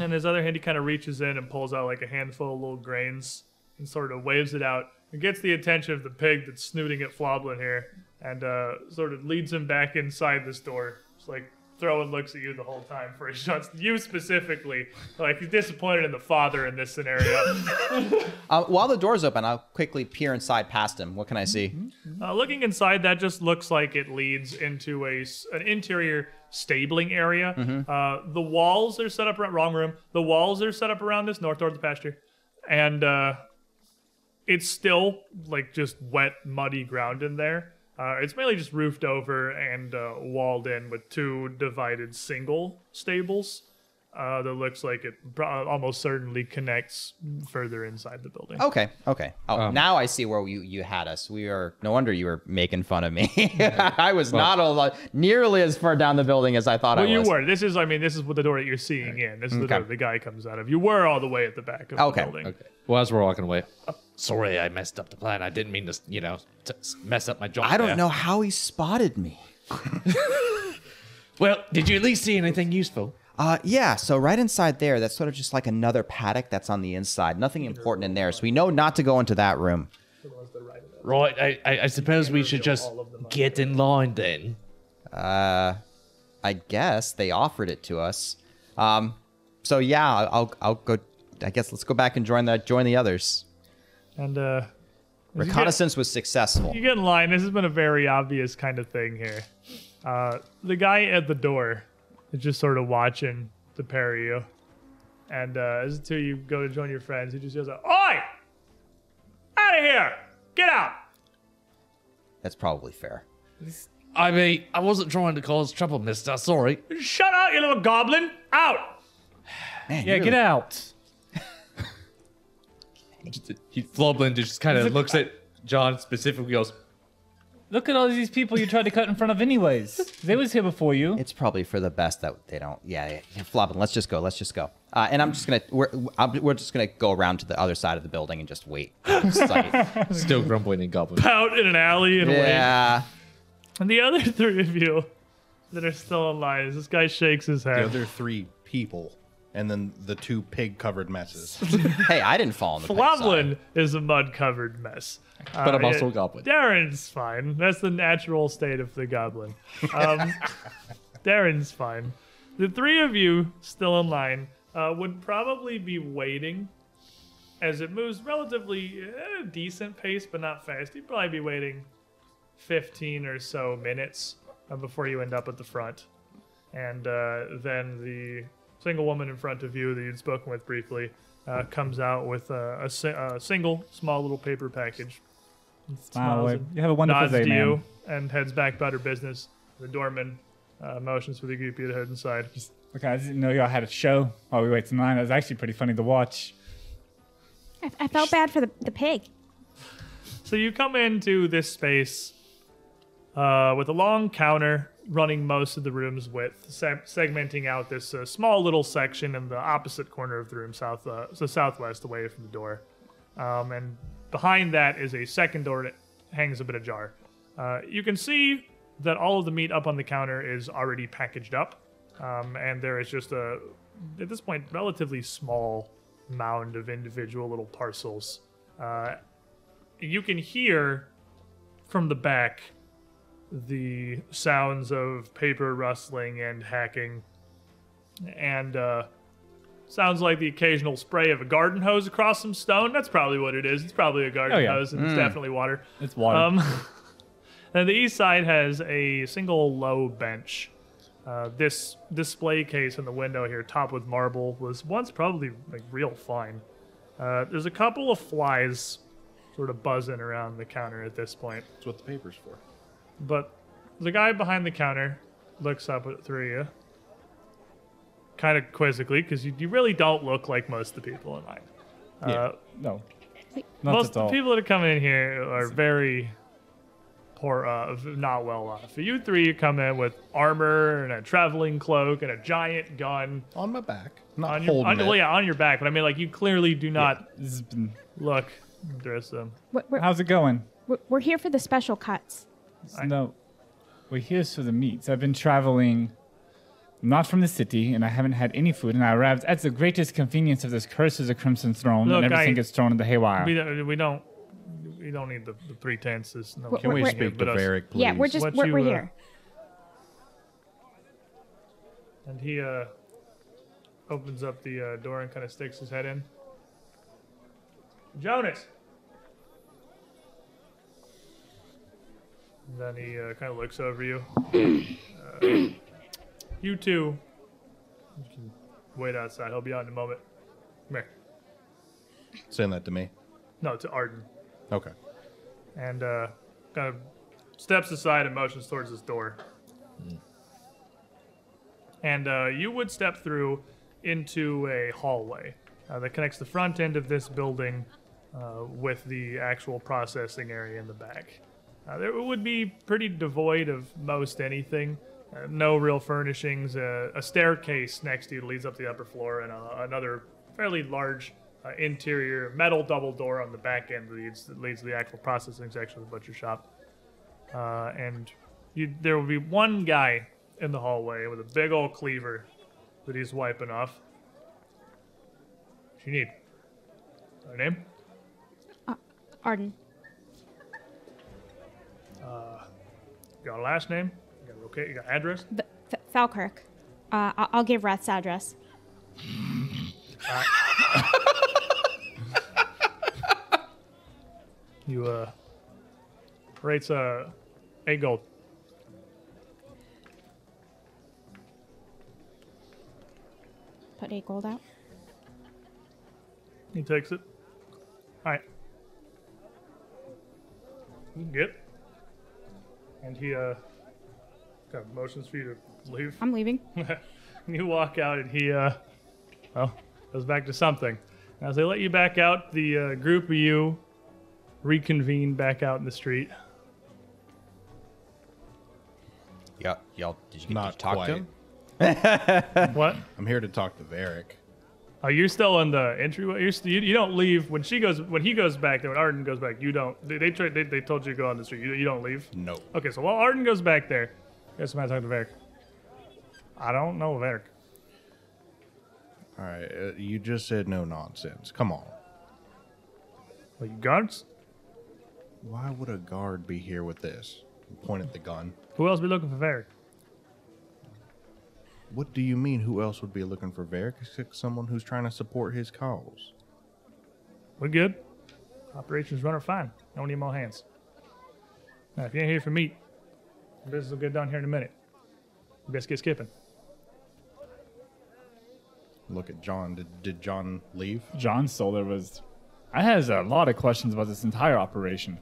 And his other hand, he kind of reaches in and pulls out like a handful of little grains and sort of waves it out and gets the attention of the pig that's snooting at Floblin here and uh, sort of leads him back inside this door. It's like throwing looks at you the whole time for his shots. You specifically. Like he's disappointed in the father in this scenario.
Uh, while the door's open, I'll quickly peer inside past him. What can I see?
Uh, looking inside, that just looks like it leads into a s- an interior stabling area. Uh, the walls are set up around wrong room. The walls are set up around this north toward the pasture, and uh, it's still like just wet, muddy ground in there. Uh, it's mainly just roofed over and uh, walled in with two divided single stables. Uh, that looks like it pro- almost certainly connects further inside the building.
Okay, okay. Oh,
Um,
now I see where you you had us. We are no wonder you were making fun of me. I was not a lot, nearly as far down the building as I thought
Well,
I
you
was.
were. This is, I mean, this is what the door that you're seeing in. This is the
Okay.
door the guy comes out of. You were all the way at the back of
Okay,
the building.
Okay. Well, as we're walking away, "Oh, sorry, I messed up the plan. I didn't mean to, you know, t- s- mess up my job.
I don't
there."
know how he spotted me.
Well, did you at least see anything useful?
Uh, yeah, so right inside there, that's sort of just like another paddock that's on the inside. Nothing important in there, so we know not to go into that room.
Right. I, I, I suppose we should just get in line then.
I guess they offered it to us. Um, so yeah, I'll I'll go. I guess let's go back and join the join the others.
And uh, as you get-
Reconnaissance was successful.
You get in line. This has been a very obvious kind of thing here. Uh, the guy at the door is just sort of watching the pair of you. And uh, as the two of you go to join your friends, he just yells out, Oi! Out of here! Get out!
That's probably fair.
I mean, I wasn't trying to cause trouble, mister. Sorry.
Shut up, you little goblin! Out!
Yeah, get out.
He, Floblin just kind of looks at John specifically goes,
Look at all these people you tried to cut in front of, anyways. They was here before you.
It's probably for the best that they don't. Yeah, yeah, yeah Flobbin, let's just go. Let's just go. Uh, and I'm just gonna we're I'm, we're just gonna go around to the other side of the building and just wait. out of sight.
still grumbling and gobbling.
Out in an alley and away.
yeah,
And the other three of you that are still alive, this guy shakes his
The
head.
other three people, and then the two pig covered messes.
hey, I didn't fall in the pit, sorry.
Floblin is a mud covered mess.
But I'm
Uh,
also a
it-
goblin.
Darren's fine. That's the natural state of the goblin. Um, Darren's fine. The three of you still in line uh, would probably be waiting as it moves relatively at a decent pace, but not fast. You'd probably be waiting 15 or so minutes uh, before you end up at the front. And uh, then the single woman in front of you that you'd spoken with briefly uh, comes out with a, a, si- a single small little paper package.
Wow,
Smiles and
you have a wonderful
nods
day,
to
man.
you and heads back about her business. The doorman uh, motions for the group you to head inside.
Okay, I didn't know y'all had a show while we waited in line. It was actually pretty funny to watch.
I, I felt bad for the, the pig.
So you come into this space uh, with a long counter running most of the room's width, se- segmenting out this uh, small little section in the opposite corner of the room, south uh, so southwest, away from the door. Um, and behind that is a second door that hangs a bit ajar. Uh, you can see that all of the meat up on the counter is already packaged up, um, and there is just a, at this point, relatively small mound of individual little parcels. Uh, you can hear from the back the sounds of paper rustling and hacking and uh sounds like the occasional spray of a garden hose across some stone that's probably what it is it's probably a garden
Oh, yeah.
hose and it's definitely water
It's water.
um and the east side has a single low bench uh, this display case in the window here topped with marble was once probably like real fine uh, there's a couple of flies sort of buzzing around the counter at this point
That's what the paper's for.
but The guy behind the counter looks up at the three of you, kind of quizzically, because you, you really don't look like most of the people in line. Uh,
No. Not
most
at all.
of the people that come in here are very poor off, not well off. You three come in with armor and a traveling cloak and a giant gun
On my back, not
on your,
holding
on,
it.
well, yeah, on your back. But I mean, like, you clearly do not
This has been-
look dressed up.
We're, we're,
How's it going?
we're- we're here for the special cuts.
No. Well, here's for the meats. I've been traveling not from the city, and I haven't had any food, and I arrived at the greatest convenience of this curse is a Crimson Throne,
Look,
and everything
I-
gets thrown in the haywire.
We don't, we don't, we don't need the, the pretenses. No,
What-
one
Can we
We're-
can hear
speak to
but us.
Varric, please?
Yeah, we're just
What
we're,
you,
we're
uh,
here.
And he uh, opens up the uh, door and kind of sticks his head in. Jonas. And then he uh, kind of looks over you. uh, you two. you can Wait outside. He'll be out in a moment. Come here.
Send that to me.
No, to Arden.
Okay.
and uh, kind of steps aside and motions towards this door. And uh, you would step through into a hallway uh, that connects the front end of this building uh, with the actual processing area in the back. Uh, there would be pretty devoid of most anything. Uh, no real furnishings. Uh, a staircase next to you leads up to the upper floor, and uh, another fairly large uh, interior metal double door on the back end that leads, that leads to the actual processing section of the butcher shop. Uh, and you, there will be one guy in the hallway with a big old cleaver that he's wiping off. What you need? Her name?
Arden.
You got a last name? You got okay? You got address?
Th- Th- Falkirk. Uh, I'll, I'll give Rath's address.
You uh rates uh eight gold.
Put eight gold out.
He takes it. Alright. You can get. it. And he uh kind of motions for you to leave.
I'm leaving.
you walk out and he uh well goes back to something And as they let you back out the uh, group of you reconvene back out in the street
Yeah, y'all. Did you get
Not
to talk
quite.
to him?
what
I'm here to talk to Varric.
oh you're still in the entryway you're st- you, you don't leave when she goes when he goes back there when arden goes back you don't they they, tra- they, they told you to go on the street you, you don't leave
No.
okay so while arden goes back there guess i'm talking to Varric. i don't know Varric.
All right. Uh, you just said no nonsense. Come on.
Well, you guards
Why would a guard be here with this? Point at the gun.
who else be looking for Varric?
What do you mean? Who else would be looking for Varric except someone who's trying to support his cause?
We're good. Operations running fine. Don't need more hands. Now, if you ain't here for meat, business will get done here in a minute. You best get skipping.
Look at John. Did, did John leave?
John Solar was. I has a lot of questions about this entire operation.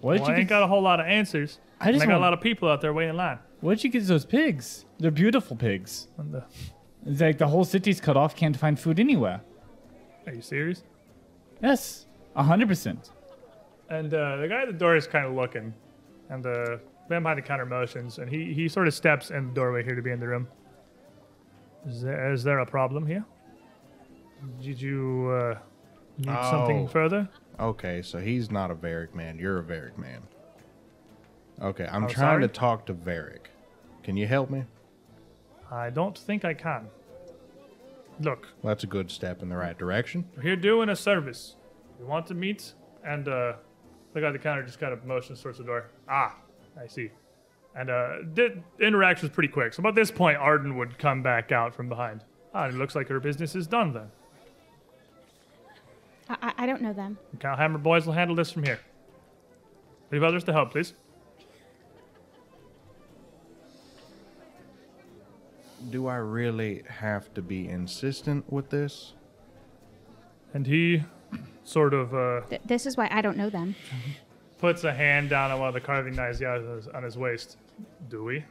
What did
Well, I
you
ain't
get?
got a whole lot of answers.
I
I
just
just I got
want-
a lot of people out there waiting in line.
What did you get those pigs? They're beautiful pigs.
And the-
It's like the whole city's cut off, can't find food anywhere.
are you serious?
Yes, hundred percent.
And uh, the guy at the door is kind of looking, and the man behind the counter motions, and he, he sort of steps in the doorway here to be in the room. Is there, is there a problem here? Did you uh, need
Oh.
something further?
Okay, so he's not a Varric man. You're a Varric man. Okay, I'm
I'm
trying
Oh, sorry?
to talk to Varric. Can you help me?
I don't think I can. Look,
Well, that's a good step in the right direction.
We're here doing a service. You want to meet? And uh, the guy at the counter just kind of motions towards the door. Ah, I see. And uh, the interaction was pretty quick. So about this point, Arden would come back out from behind. Ah, it looks like her business is done then.
I, I, I don't know them.
The Cowhammer boys will handle this from here. Leave others to help, please.
Do I really have to be insistent with this?
And he sort of uh,
Th- this is why I don't know them.
puts a hand down on one of the carving knives he has on his, on his waist. Do we?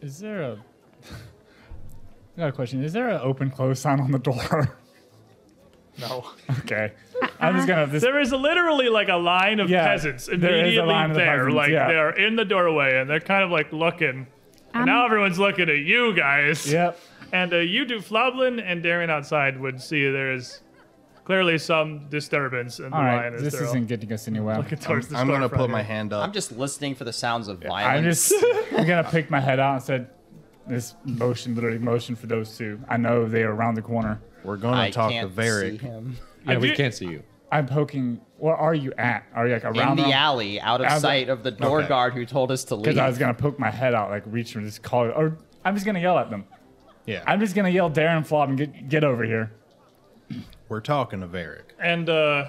Is there a? I got a question. Is there an open close sign on the door?
No.
okay. I'm just gonna this.
There is literally like a line of
Yeah,
peasants
there is a
immediately there.
line of the peasants,
like
yeah.
they're in the doorway and they're kind of like looking. and now everyone's looking at you guys.
Yep.
And uh, you do Floblin and Darren outside would see there is clearly some disturbance in the
All right.
line as
This
they're all
isn't getting us anywhere.
looking towards the
I'm gonna
storefront
put my
here.
hand
I'm
up.
just listening for the sounds of
I'm
violence.
just I'm gonna pick my head out and said this motion, literally motion for those two. I know they are around the corner.
We're gonna
I
talk to
can't see
Varric.
him.
Yeah, we
did-
can't see you.
I'm poking. Where are you at? Are you like
In
around
the alley, out of
As a-
sight of the door
Okay.
guard who told us to leave.
Because I was gonna poke my head out, like reach and just call. Or I'm just gonna yell at them.
Yeah,
I'm just gonna yell, Darren Flob, and get get over here.
we're talking to Varric,
And uh,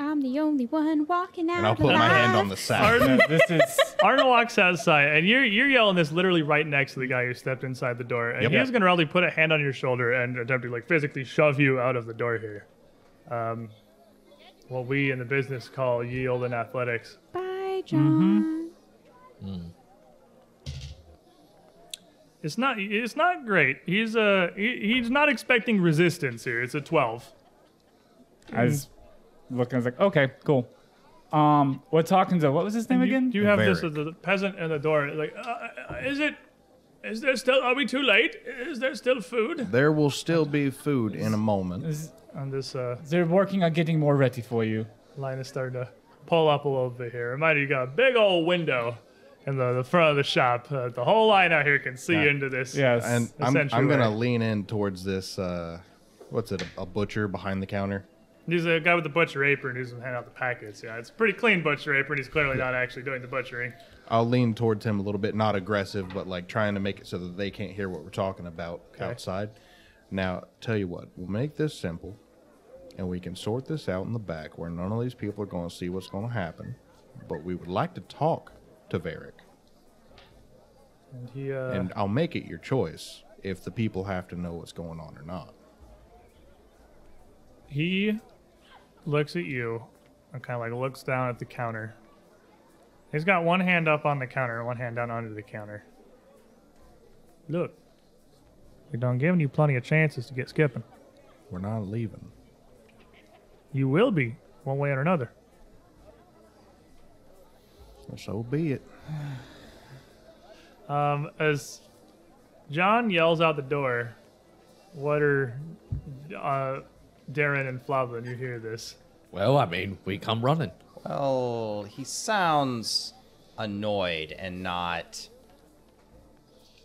I'm the only one walking out.
and I'll put my hand on the side.
Arden,
This is
Arden walks outside, and you're you're yelling this literally right next to the guy who stepped inside the door, and he's gonna probably put a hand on your shoulder and attempt to like physically shove you out of the door here. Um, what we in the business call yield in athletics.
Bye, John.
It's not it's not great. He's uh, he, he's not expecting resistance here. It's a twelve.
I was looking. I was like, okay, cool. Um, we're talking to what was his name
You,
again?
you have this
Varric.
as the peasant in the door. Like, uh, uh, is it? Is there still? Are we too late? Is there still food?
There will still be food in a moment.
Is-
And this uh,
They're working on getting more ready for you.
line is starting to pull up a little bit here. Remind you, you got a big old window in the, the front of the shop. Uh, the whole line out here can see into this.
Yes.
And I'm, I'm
Essentially.
gonna lean in towards this. Uh, what's it? A, a butcher behind the counter.
There's a guy with the butcher apron who's handing out the packets. Yeah, it's a pretty clean butcher apron. He's clearly not actually doing the butchering.
I'll lean towards him a little bit, not aggressive, but like trying to make it so that they can't hear what we're talking about outside. Now, tell you what, we'll make this simple, and we can sort this out in the back where none of these people are going to see what's going to happen. But we would like to talk to Varric,
And he, uh,
and I'll make it your choice if the people have to know what's going on or not.
he looks at you and kind of like looks down at the counter. He's got one hand up on the counter and one hand down under the counter. Look, we done giving you plenty of chances to get skipping.
We're not leaving.
You will be, one way or another.
So be it.
Um, as John yells out the door, what are uh, Darren and Flavin? You hear this?
Well, I mean, we come running.
Well, he sounds annoyed and not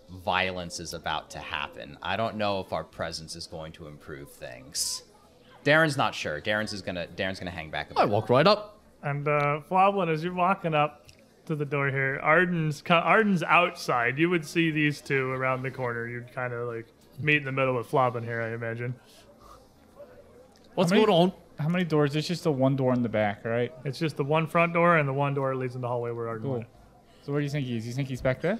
violence is about to happen. I don't know if our presence is going to improve things. Darren's not sure. Darren's is gonna Darren's gonna hang back a
I
bit.
walked right up.
And uh, Flavin, as you're walking up to the door here, Arden's co- Arden's outside. You would see these two around the corner. You'd kind of like meet in the middle with Flavin here, I imagine.
What's
many-
going on?
How many doors? It's just the one door in the back, right?
It's just the one front door and the one door leads in the hallway where Arden
Cool.
went.
So where do you think he is? You think he's back there?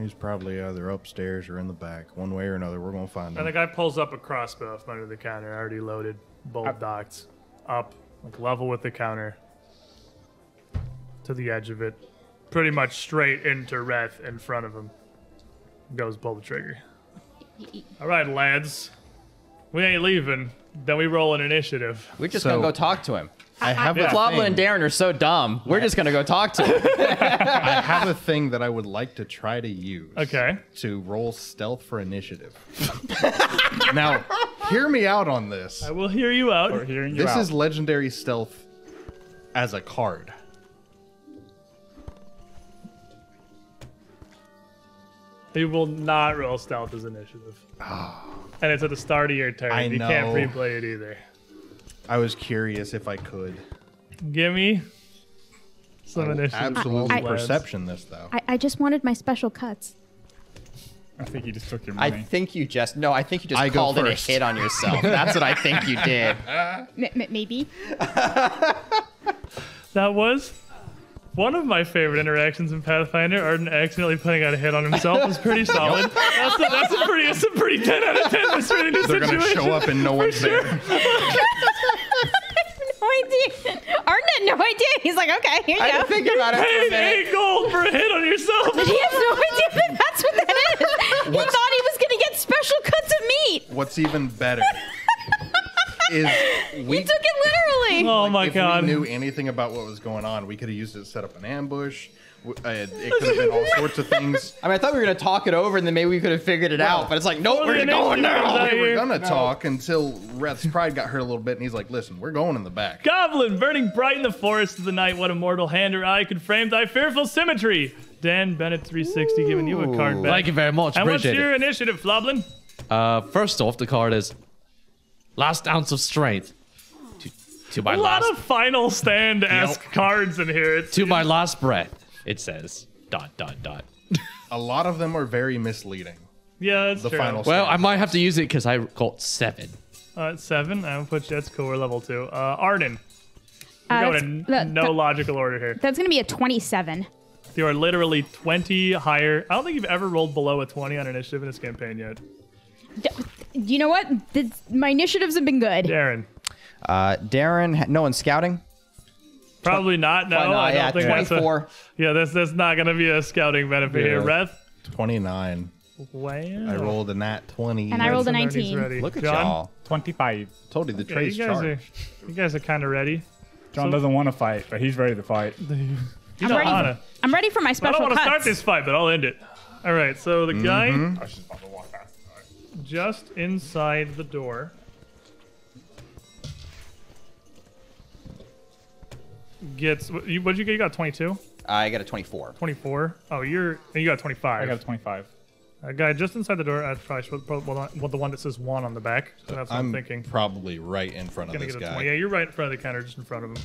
He's probably either upstairs or in the back, one way or another. We're going to find
And the
him.
guy pulls up a crossbow from under the counter, already loaded, bolt docked, up, like level with the counter, to the edge of it, pretty much straight into Reth in front of him. Goes pull the trigger. All right, lads, we ain't leaving. Then we roll an initiative.
We're just
So-
gonna go talk to him.
I have a
Floblin
thing.
and Darren are so dumb. We're just gonna go talk to him.
I have a thing that I would like to try to use.
Okay.
To roll stealth for initiative. now, hear me out on this.
I will hear you out.
Hearing you
This
out.
is legendary stealth as a card.
You will not roll stealth as initiative. And it's at the start of your turn.
Ah. I
you can't
know.
replay it either.
I was curious if I could.
Give me some initiative.
Absolutely
I-
perception this though.
I, I just wanted my special cuts.
I think he just took your
I
money.
think you just no, I think you just
I go
called in a
first.
hit on yourself. That's what I think you did.
M- m- maybe.
That was one of my favorite interactions in Pathfinder. Arden accidentally putting out a hit on himself was pretty solid. that's, a, that's a pretty that's a pretty ten out of ten. That's really new
They're
situation.
gonna show up and no one's there.
no idea. Arden
had no idea. He's like, okay, here you
I had
go.
to think about it for a
Paid
minute.
eight gold for a hit on yourself.
But he has no idea that that's what that is. he thought he was going to get special cuts of meat.
What's even better is we,
he took it literally.
Oh
like,
my
if
god.
we knew anything about what was going on, we could have used it to set up an ambush. W- uh, It could have been all sorts of things.
I mean, I thought we were gonna talk it over and then maybe we could have figured it out, but it's like, nope, we're
the
gonna go
next thing
in
comes
now.
out
We were
here,
gonna talk until Rath's pride got hurt a little bit, and he's like, "Listen, we're going in the back."
Goblin, burning bright in the forest of the night, what a mortal hand or eye could frame thy fearful symmetry. Dan Bennett 360 giving you a card back.
Thank you very much.
and what's
Appreciate
your
it.
initiative, Floblin?
Uh, first off, the card is last ounce of strength. To, to my
A lot
last,
of final stand esque cards in here. It's
to my last breath. It says dot dot dot.
A lot of them are very misleading.
yeah, that's
The
true.
final.
Well, I
stand.
might have to use it because I got seven.
Uh, seven. I would put that's cool. We're level two. Uh, Arden.
Uh,
We're
that's-
going
that-
in no
that-
logical order here.
That's going to be a 27.
You are literally 20 higher. I don't think you've ever rolled below a 20 on initiative in this campaign yet.
D- You know what? This, my initiatives have been good.
Darren.
Uh, Darren, ha- no one's scouting.
Probably not. No,
Why not?
Oh, I don't
yeah,
think
twenty-four.
that's a, Yeah, that's that's not gonna be a scouting benefit here.
Yeah.
Ref.
twenty-nine.
Wow.
I rolled a nat twenty.
And I rolled a
Somebody's
19.
ready.
Look at
John?
y'all.
25.
Told you the
Yeah,
trace
you guys
chart.
are you guys are kind of ready.
John doesn't want to fight, but he's ready to fight.
You
I'm
know,
ready.
Anna.
I'm ready for my
I don't
special
want to
cuts.
start this fight, but I'll end it. All right. So the guy just inside the door gets. What you? What'd you get? You got 22,
I got a twenty-four.
24. Oh, you're. You got 25.
I got a 25.
A guy just inside the door. I probably should put well, not- well, the one that says one on the back. So that's what I'm,
I'm
thinking.
probably right in front of
Gonna
this
get a
guy.
twenty. Yeah, you're right in front of the counter, just in front of him.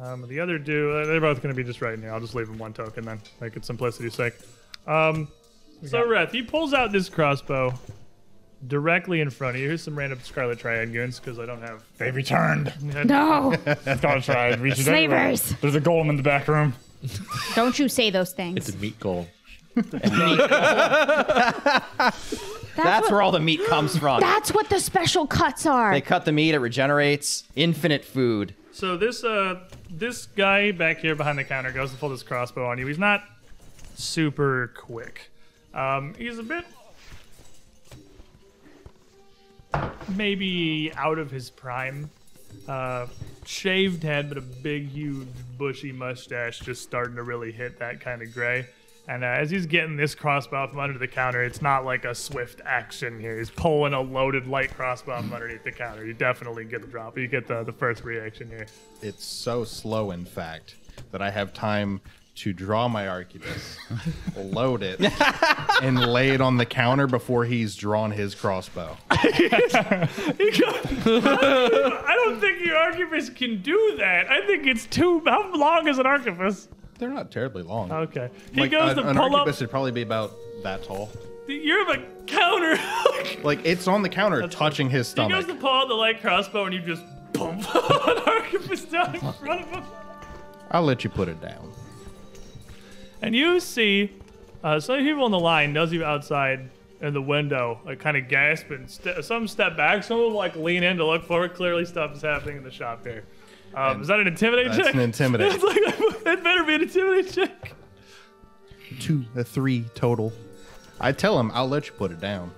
Um, the other dude, uh, they're both gonna be just right in here. I'll just leave him one token then, make it simplicity's sake. Um, so Reth, he pulls out this crossbow directly in front of you. Here's some random Scarlet Triad goons because I don't have.
They returned.
No,
Scott tried. We should
Slavers.
anyway. There's a golem in the back room.
don't you say those things.
It's a meat goal.
That's
what,
where all the meat comes from.
That's what the special cuts are.
They cut the meat, it regenerates. Infinite food.
So this uh this guy back here behind the counter goes to pull this crossbow on you. He's not super quick. Um, he's a bit maybe out of his prime. Uh, shaved head, but a big, huge, bushy mustache just starting to really hit that kind of gray. And uh, as he's getting this crossbow from under the counter, it's not like a swift action here. He's pulling a loaded light crossbow from underneath the counter. You definitely get the drop. You get the, the first reaction here.
It's so slow, in fact, that I have time to draw my arquebus, load it, and lay it on the counter before he's drawn his crossbow.
I don't think your archivist can do that. I think it's too. How long is an archivist?
They're not terribly long.
Okay. He
like,
goes
an,
to
an
pull up.
arquebus should probably be about that tall.
You're the counter. he
Like it's on the counter, touching his
goes
stomach.
to pull out the light crossbow, and you just boom an archivist down in front of him.
I'll let you put it down.
And you see uh, some people on the line, those of you outside in the window, like kind of gasp and st- some step back, some will like lean in to look forward. Clearly, stuff is happening in the shop here. Um, is that an intimidate
That's
check?
an intimidate.
It's like, it better be an intimidate check.
Two, uh, three total. I tell him I'll let you put it down.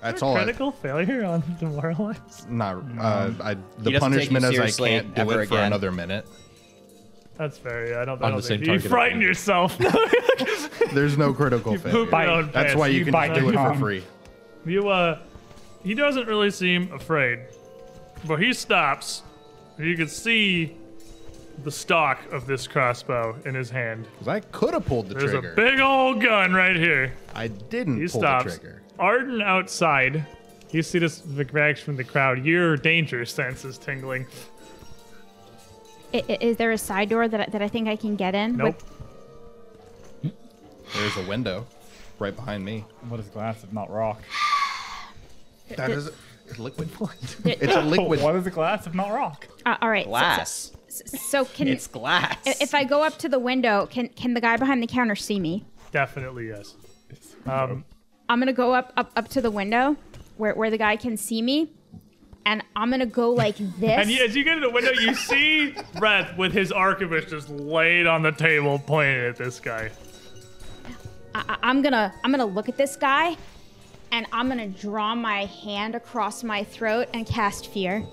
That's all. I,
Critical failure on demoralized.
not uh, I,
He doesn't take
the
you
punishment is I
seriously
can't do
ever
it for
again.
another minute.
That's fair. I don't. I
On
don't
the same
think you
target, I
frightened
think.
yourself.
There's no critical failure.
Poop your own
That's
pants.
why you,
You
can
bite
just do
the
it for
tongue.
free.
You uh, he doesn't really seem afraid, but he stops. You can see the stock of this crossbow in his hand.
'Cause I could have pulled the
There's
trigger.
a big old gun right here.
I didn't
He
pull
stops.
the trigger.
Arden outside. You see this reaction from the crowd. Your danger sense is tingling.
I- i- is there a side door that, I- that I think I can get in?
Nope.
With-
There's a window right behind me.
What is glass if not rock?
That is it's liquid. it's a liquid.
What is a glass if not rock?
uh, all right. so-
Glass.
So, so can
It's glass.
i- if I go up to the window, can can the guy behind the counter see me?
Definitely yes. Um,
I'm gonna go up up up to the window where where the guy can see me,
and I'm gonna go like this.
And you- as you get to the window, you see Reth with his archivist just laid on the table, pointing at this guy.
I- I'm gonna I'm gonna look at this guy, and I'm gonna draw my hand across my throat and cast fear.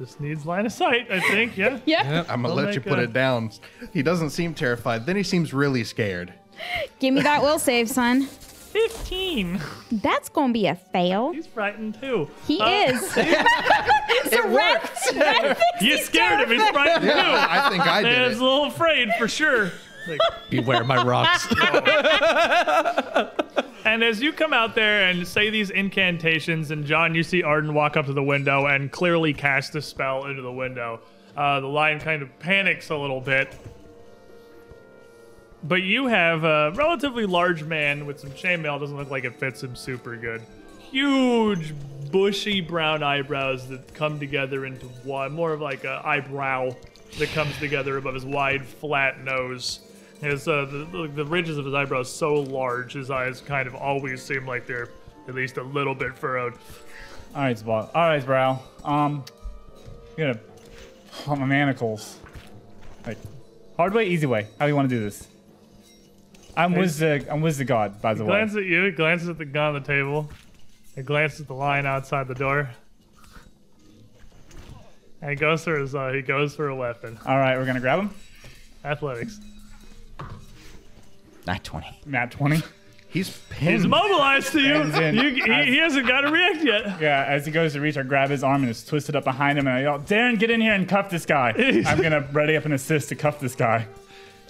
This needs line of sight, I think. Yeah.
I'm gonna let you
make
put
a-
it down. He doesn't seem terrified. Then he seems really scared.
Give me that will save, son.
Fifteen.
That's gonna be a fail.
He's frightened too.
He
Uh,
is. so Rex, Rex thinks
You
he's
scared him. He's
terrified.
frightened too.
I think I
I
did
was
it.
a little afraid for sure.
Beware my rocks.
And as you come out there and say these incantations, and John, you see Arden walk up to the window and clearly cast a spell into the window. Uh, the lion kind of panics a little bit. But you have a relatively large man with some chainmail. Doesn't look like it fits him super good. Huge, bushy brown eyebrows that come together into one, more of like a eyebrow that comes together above his wide, flat nose. His uh, the, the, the ridges of his eyebrows so large, his eyes kind of always seem like they're at least a little bit furrowed.
All right, Zbal. All right, Brow. Um, you gotta pump my manacles. Like, hard way, easy way. How do you want to do this? I'm with the I'm with the god, by the way.
Glances at you, glances at the gun on the table, and glances at the lion outside the door. And he goes for his uh, he goes for a weapon.
All right, we're gonna grab him.
Athletics.
Not 20.
Nat twenty.
He's
He's
pinned.
mobilized to you.
Ben's in.
you he, he hasn't got to react yet.
Yeah, as he goes to reach, I grab his arm and it's twisted up behind him, and I yell, "Darren, get in here and cuff this guy!" I'm gonna ready up an assist to cuff this guy.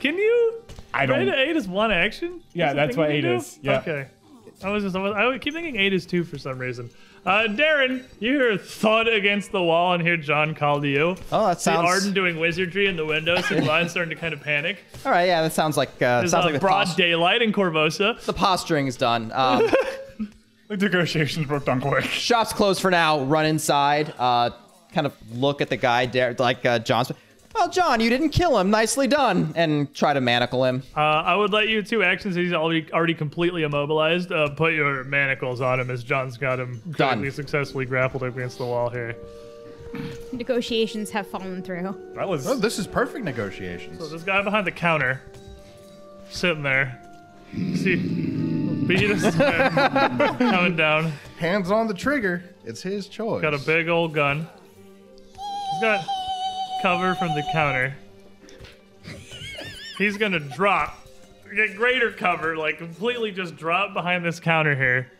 Can you?
I
Right
don't.
to eight is one action.
Yeah,
a thing
that's
you
what
can
eight
do?
is. Yeah.
Okay. I was just I, was, I keep thinking eight is two for some reason. Uh, Darren, you hear thud against the wall and hear John call to you.
Oh, that
See
sounds-
Arden doing wizardry in the window. See Lion starting to kind of panic.
All right, yeah, that sounds like uh,
There's
sounds
uh,
like the,
broad
pos-
daylight in Corvosa.
the posturing is done. Um,
The negotiations broke down quick.
shop's closed for now. Run inside. Uh, kind of look at the guy, dare, like uh, John's. Well, John, you didn't kill him. Nicely done. And try to manacle him.
Uh, I would let you two actions. He's already already completely immobilized. Uh, put your manacles on him as John's got him critically successfully grappled against the wall here.
Negotiations have fallen through.
That was
Oh, this is perfect negotiations.
So this guy behind the counter, sitting there. See, beat us coming down.
Hands on the trigger. It's his choice.
Got a big old gun. He's got cover from the counter. He's gonna drop, get greater cover, like completely just drop behind this counter here,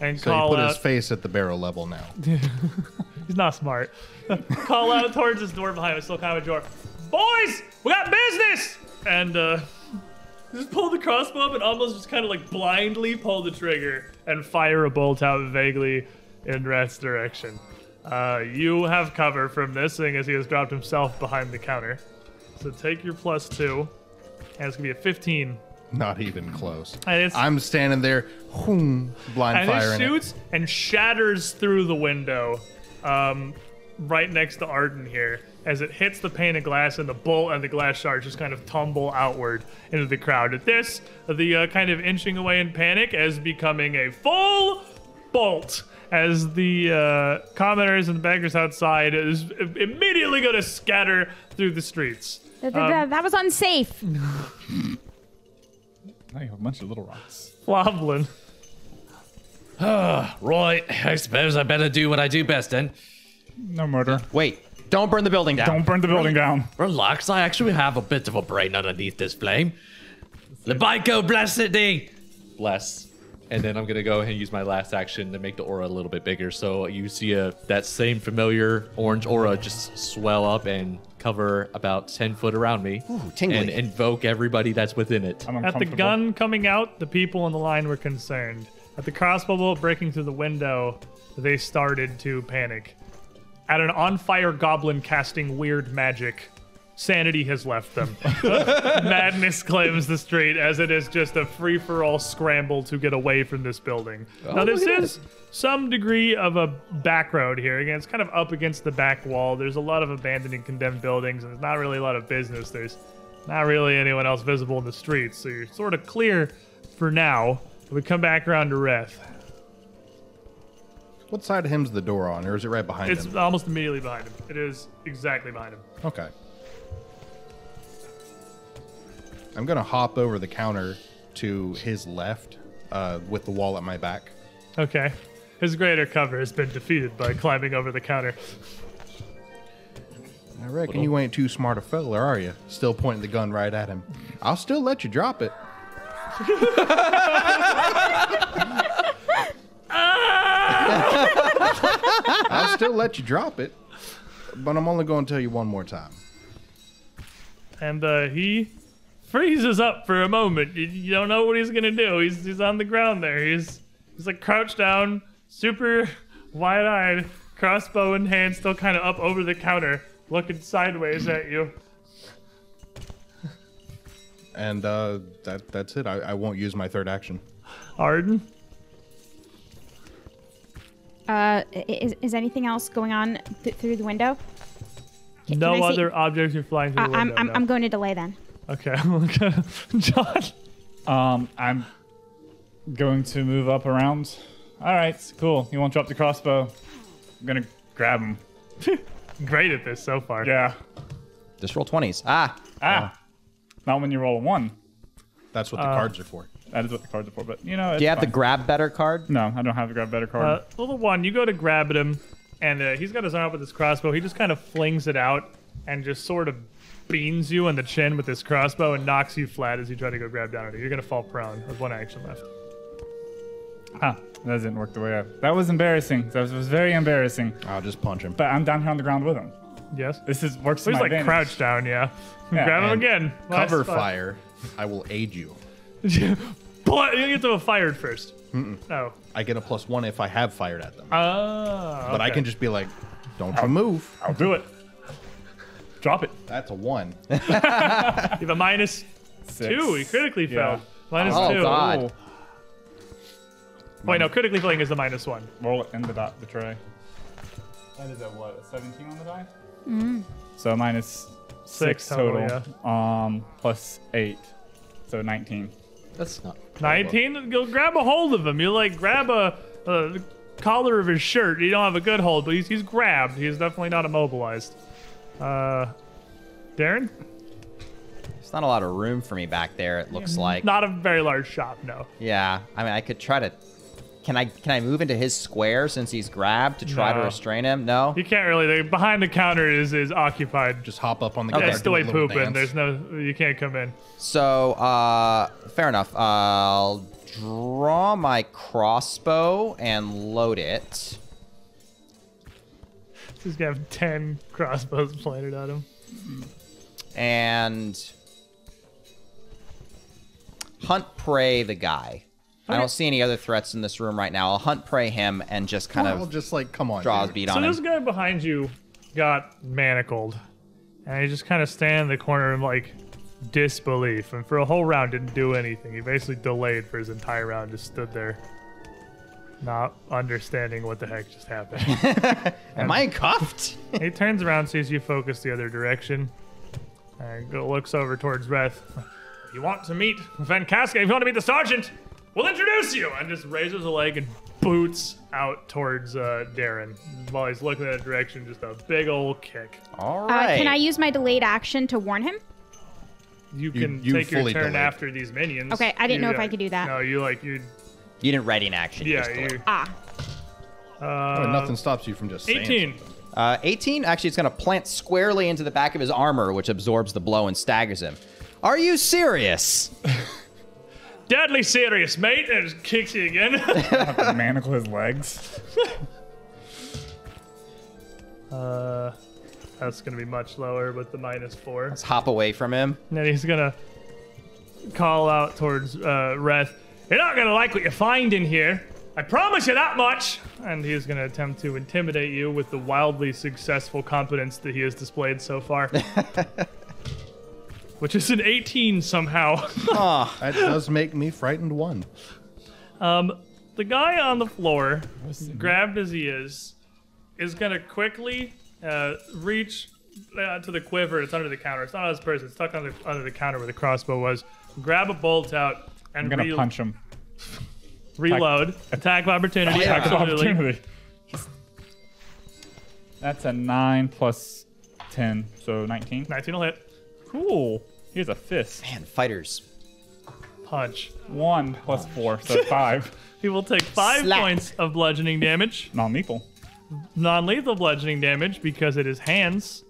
and
So
call
he put
out.
his face at the barrel level now.
He's not smart. Call out towards his door behind him, still kind of a door. Boys, we got business! And uh, just pull the crossbow up and almost just kind of like blindly pull the trigger and fire a bolt out vaguely in Rat's direction. Uh, you have cover from this thing as he has dropped himself behind the counter. So take your plus two, and it's gonna be a 15.
Not even close.
And it's
I'm standing there, whoom, blind
and it
firing. it.
shoots and shatters through the window um, right next to Arden here as it hits the pane of glass and the bolt and the glass shards just kind of tumble outward into the crowd. At this, the uh, kind of inching away in panic as becoming a full bolt as the uh, commenters and the bankers outside is immediately going to scatter through the streets.
Th- th- th- that was unsafe.
I have a bunch of little rocks.
Floblin.
right, I suppose I better do what I do best then.
No murder.
Wait, don't burn the building down.
Don't burn the building down.
Relax, I actually have a bit of a brain underneath this flame. Lebico, bless it thee! Bless. And then I'm gonna go ahead and use my last action to make the aura a little bit bigger. So you see a, that same familiar orange aura just swell up and cover about 10 foot around me.
tingly.
And invoke everybody that's within it.
I'm
At the
uncomfortable.
gun coming out, the people on the line were concerned. At the crossbow bolt breaking through the window, they started to panic. At an on fire goblin casting weird magic, sanity has left them. Madness claims the street as it is just a free for all scramble to get away from this building. now, this is some degree of a back road here. Again, it's kind of up against the back wall. There's a lot of abandoned and condemned buildings, and there's not really a lot of business. There's not really anyone else visible in the streets, so you're sort of clear for now. We come back around to Reth.
What side of him's the door on, or is it right behind
It's
him?
almost immediately behind him. It is exactly behind him.
Okay. I'm gonna hop over the counter to his left, uh, with the wall at my back.
Okay. His greater cover has been defeated by climbing over the counter.
I reckon you ain't too smart a fella, are you? Still pointing the gun right at him. I'll still let you drop it. I'll still let you drop it, but I'm only going to tell you one more time.
And uh, he freezes up for a moment. You, you don't know what he's gonna do. He's he's on the ground there. He's he's like crouched down, super wide-eyed, crossbow in hand, still kind of up over the counter, looking sideways at you.
And uh, that that's it. I, I won't use my third action.
Arden.
Uh, i- is, is anything else going on th- through the window? Can
No
I see-
other objects are flying through
I-
the window.
I'm, I'm,
no.
I'm going to delay then.
Okay, okay. John.
Um, I'm going to move up around. All right, cool. He won't drop the crossbow. I'm gonna grab him.
Great at this so far.
Yeah.
Just roll 20s. Ah,
Ah. Not when you roll a one.
That's what the cards are for.
That is what the cards are for. But you know, it's
do you have the
fine.
grab better card?
No, I don't have to grab better card.
Uh, little one, you go to grab at him, and uh, he's got his arm up with his crossbow. He just kind of flings it out and just sort of beans you on the chin with his crossbow and knocks you flat as you try to go grab down at it. You're gonna fall prone with one action left.
ah, that didn't work the way I. That was embarrassing. That was, was very embarrassing.
I'll just punch him.
But I'm down here on the ground with him.
Yes.
This is works to
He's
my
like
advantage.
crouched down. Yeah.
Yeah,
grab him
and
again. Last
Cover
spot.
fire. I will aid you.
Pull it- you get to have fired Oh. 1st No.
I get a plus one if I have fired at them.
Oh.
Ah.
but I can just be like, don't you move.
I'll do it. Drop it.
That's a one.
You have a minus
Six.
two. He critically
Yeah.
failed. Minus
Oh,
two.
God.
Ooh.
Wait, no. Critically failing is the minus one.
Roll it in the dot, the tray. That is a what? A 17 on the die? Mm. So minus six,
Six total,
total. Um, plus eight. So 19.
That's not.
19 go grab a hold of him you like grab a, a collar of his shirt you don't have a good hold but he's, he's grabbed he's definitely not immobilized uh darren
There's not a lot of room for me back there, it looks like.
not a very large shop no
Yeah, I mean, I could try to. Can I can I move into his square since he's grabbed to try to
No.
restrain him? No.
you can't really the, behind the counter is is occupied
Just hop up on the
Okay.
guard,
that's the
do a
way
little
pooping
dance.
there's no you can't come in
So, uh, fair enough. I'll draw my crossbow and load it.
he's gonna have 10 crossbows planted at him
and hunt prey the guy. I don't see any other threats in this room right now. I'll hunt prey him and just kind
Well,
of
just like, come on.
draw his
dude.
beat
so
on
this
him.
guy behind you got manacled and he just kind of stand in the corner and like disbelief and for a whole round didn't do anything he basically delayed for his entire round just stood there not understanding what the heck just happened
Am I cuffed?
he turns around sees you focus the other direction and go- looks over towards Reth. If you want to meet Van Casca, if you want to meet the sergeant, we'll introduce you. And just raises a leg and boots out towards uh, Darren while he's looking in that direction. Just a big old kick.
All
Uh,
right.
Can I use my delayed action to warn him?
You can
you
take your
fully
turn
delayed.
after these minions.
Okay, I didn't
You,
know if
uh,
I could do that.
No, you like you.
you didn't ready an action. you
Yeah,
just
you.
delivered.
Ah,
Uh,
I mean, nothing stops you from just saying
18.
Uh, 18. Actually, it's going to plant squarely into the back of his armor, which absorbs the blow and staggers him. Are you serious?
Deadly serious, mate. And just kicks you again.
I have to manacle his legs.
uh, that's gonna be much lower with the minus four.
Let's hop away from him.
And then he's gonna call out towards uh, Reth. You're not gonna like what you find in here. I promise you that much. And he's gonna attempt to intimidate you with the wildly successful competence that he has displayed so far. Which is an 18 somehow.
That does make me frightened one.
Um, the guy on the floor, grabbed as he is, is gonna quickly uh, reach uh, to the quiver. It's under the counter. It's not on his person. It's stuck under under the counter where the crossbow was. Grab a bolt out and
I'm gonna
re-
punch him.
reload. Attack of opportunity.
Attack of
Absolutely.
opportunity. That's a nine plus ten, so nineteen.
19 will hit.
Cool. Here's a fist.
Man, fighters.
Punch.
One plus four, so five.
He will take five
Slap.
points of bludgeoning damage,
Non-lethal.
non lethal bludgeoning damage, because it is hands.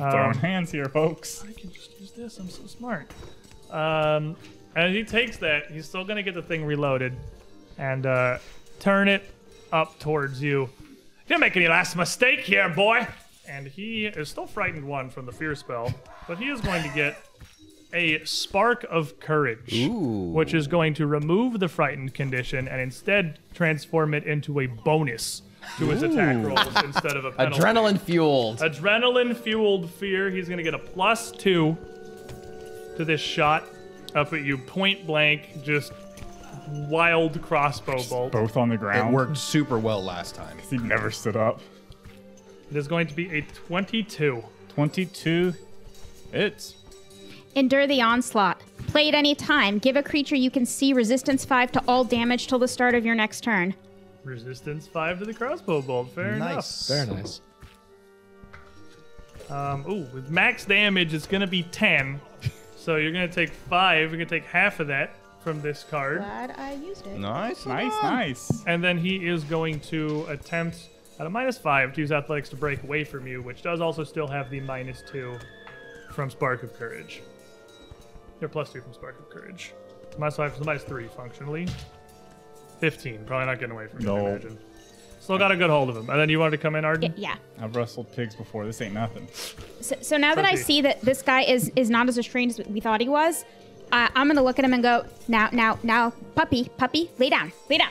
Um,
Throwing hands here, folks.
I can just use this. I'm so smart. Um, and he takes that. He's still gonna get the thing reloaded, and uh, turn it up towards you. You're making your last mistake here, boy. And he is still frightened one from the fear spell, but he is going to get a spark of courage, which is going to remove the frightened condition and instead transform it into a bonus to his attack rolls instead of a penalty.
Adrenaline fueled.
Adrenaline fueled fear. He's going to get a plus two to this shot up at you point blank, just wild crossbow bolt.
Both on the ground.
It worked super well last time.
He never stood up.
It is going to be a 22.
Twenty-two. It's
Endure the onslaught. Play at any time. Give a creature you can see resistance 5 to all damage till the start of your next turn.
Resistance 5 to the crossbow bolt. Fair
Nice.
Very nice.
enough. Um, ooh, with max damage, it's going to be 10. So you're going to take 5. You're going to take half of that from this card.
Glad I used it.
Nice.
nice, nice.
And then he is going to attempt at a minus five to use athletics to break away from you, which does also still have the minus two from Spark of Courage. Or plus two from Spark of Courage. Minus five, so minus three functionally. 15. Probably not getting away from you, I
No.
imagine. Still got a good hold of him. And then you wanted to come in, Arden?
Yeah.
I've wrestled pigs before. This ain't nothing.
So, so now that I
Fuzzy.
see that this guy is is not as restrained as we thought he was, uh, I'm gonna look at him and go, now, now, now, puppy, puppy, lay down, lay down.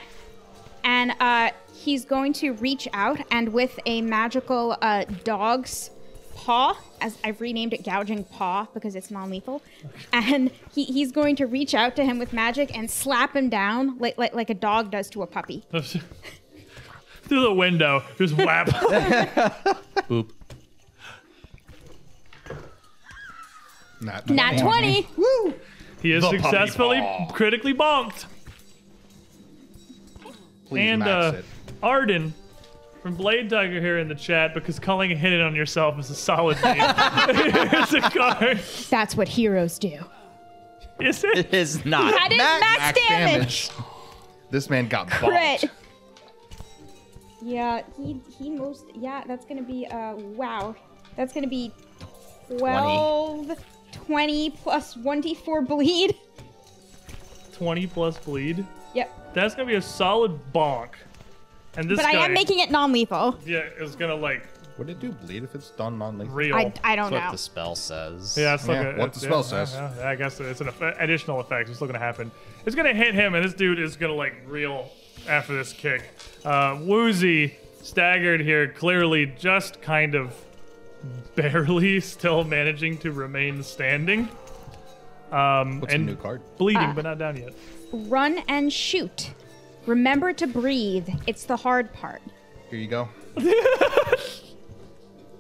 And uh, he's going to reach out and with a magical uh, dog's paw, as I've renamed it gouging paw because it's non-lethal, and he, he's going to reach out to him with magic and slap him down like like, like a dog does to a puppy.
Through the window. Just whap.
Boop.
Not
Not twenty. Woo!
he is
puppy
successfully
paw.
critically bonked.
Please
and
max
uh,
it.
Arden from Blade Tiger here in the chat because calling a hit on yourself is a solid name. it's a card.
That's what heroes do.
Is it?
It is not.
I did max, damage.
This man got
Crit.
bonked.
Yeah, he he most yeah, that's gonna be uh wow. That's gonna be 12 20, plus 1d4 bleed.
20 plus bleed.
Yep.
That's going to be a solid bonk. And this
But
guy,
I am making it non-lethal.
yeah, is going to like
Would it do bleed if it's done non-lethal?
reel.
I, I
That's
don't
what
know.
the spell says.
yeah, it's like
Yeah,
a,
what the
yeah,
spell
yeah,
says.
yeah, I guess it's an eff- additional effect. It's still going to happen. It's going to hit him, and this dude is going to like reel after this kick. Uh, woozy, staggered here, clearly just kind of barely still managing to remain standing. Um,
What's
and
a new card?
bleeding,
Ah.
but not down yet.
Run and shoot. Remember to breathe. It's the hard part.
Here you go.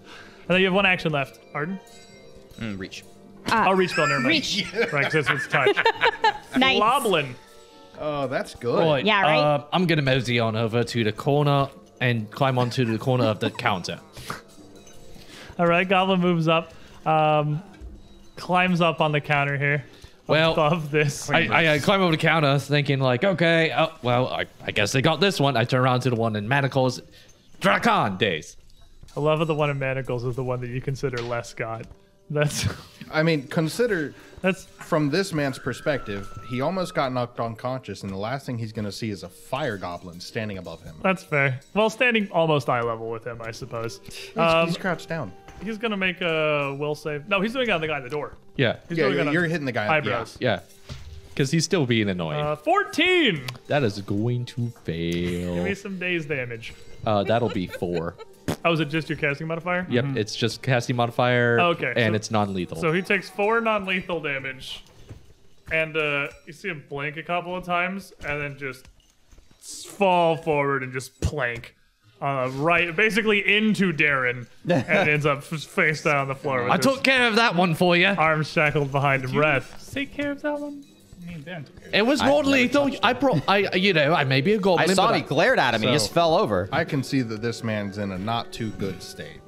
And then you have one action left. Arden?
Mm, reach.
I'll reach spell, never mind.
Ah. Reach.
Right, 'cause it's touch.
Nice.
Loblin.
Oh, that's good.
Right,
Yeah, right?
Uh, I'm gonna mosey on over to the corner and climb onto the corner of the counter.
All right, Goblin moves up, um, climbs up on the counter here
Well,
above this.
I, I, I climb over the counter thinking like, okay, oh, well, I, I guess they got this one. I turn around to the one in manacles, Drakan days.
I love that the one in manacles is the one that you consider less god. That's
I mean, consider
that's
from this man's perspective, he almost got knocked unconscious, and the last thing he's going to see is a fire goblin standing above him.
that's fair. Well, standing almost eye level with him, I suppose.
He's-
Um,
he's crouched down.
he's gonna make a will save. No, he's doing it on the guy at the door.
Yeah,
He's
Yeah,
doing it
you're,
on
you're hitting the guy.
eyebrows.
yeah, because he's still being annoying.
Uh, Fourteen.
that is going to
Give me
fail.
some days damage.
Uh, that'll be four.
Oh, was it just your casting modifier?
Yep, it's just casting modifier.
Mm-hmm. Okay,
and
so-
it's non-lethal.
So he takes four non-lethal damage, and uh, you see him blink a couple of times, and then just s- fall forward and just plank, uh, right, basically into Darren, and ends up f- face down on the floor. With
I
his
took care of that one for you.
arms shackled behind him. Breath.
Take care of that one.
Me and Ben took care of it.
It was not lethal. I pro. I you know I may be a
I
goblin.
saw
but
it. He glared at him and he
So-
just fell over.
I can see that this man's in a not too good state.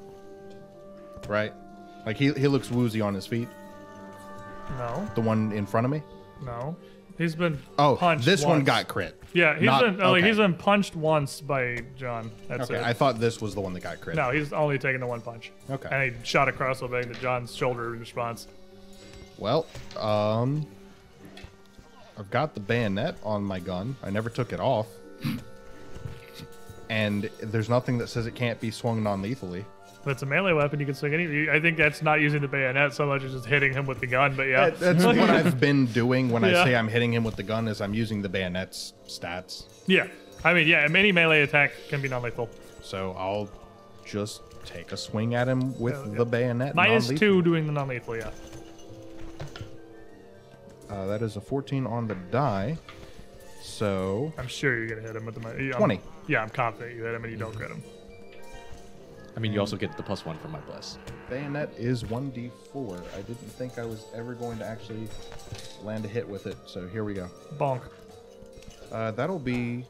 Right? Like he, he looks woozy on his feet.
No,
The one in front of me.
no. He's been
Oh,
punched
this one
once.
got crit.
Yeah, he's
Not-
been oh, like,
okay.
he's been punched once by John. That's
Okay,
it.
I thought this was the one that got crit.
no, he's only taken the one punch.
Okay.
And he shot a crossbow bang to John's shoulder in response.
Well, um, I've got the bayonet on my gun. I never took it off. And there's nothing that says it can't be swung non-lethally.
That's a melee weapon. You can swing any. I think that's not using the bayonet so much as just hitting him with the gun. But yeah,
That- That's what I've been doing when
Yeah.
I say I'm hitting him with the gun is I'm using the bayonet's stats.
yeah. I mean, yeah, any melee attack can be non-lethal.
So I'll just take a swing at him with the bayonet.
Oh, Minus
non-lethal.
two doing the non-lethal. Yeah.
Uh, that is a 14 on the die. So
I'm sure you're gonna hit him with the mi- I'm-
20.
Yeah, I'm confident you hit him and you don't crit him.
I mean, you also get the plus one from my bless.
bayonet is 1d4. I didn't think I was ever going to actually land a hit with it. So here we go.
Bonk.
Uh, that'll be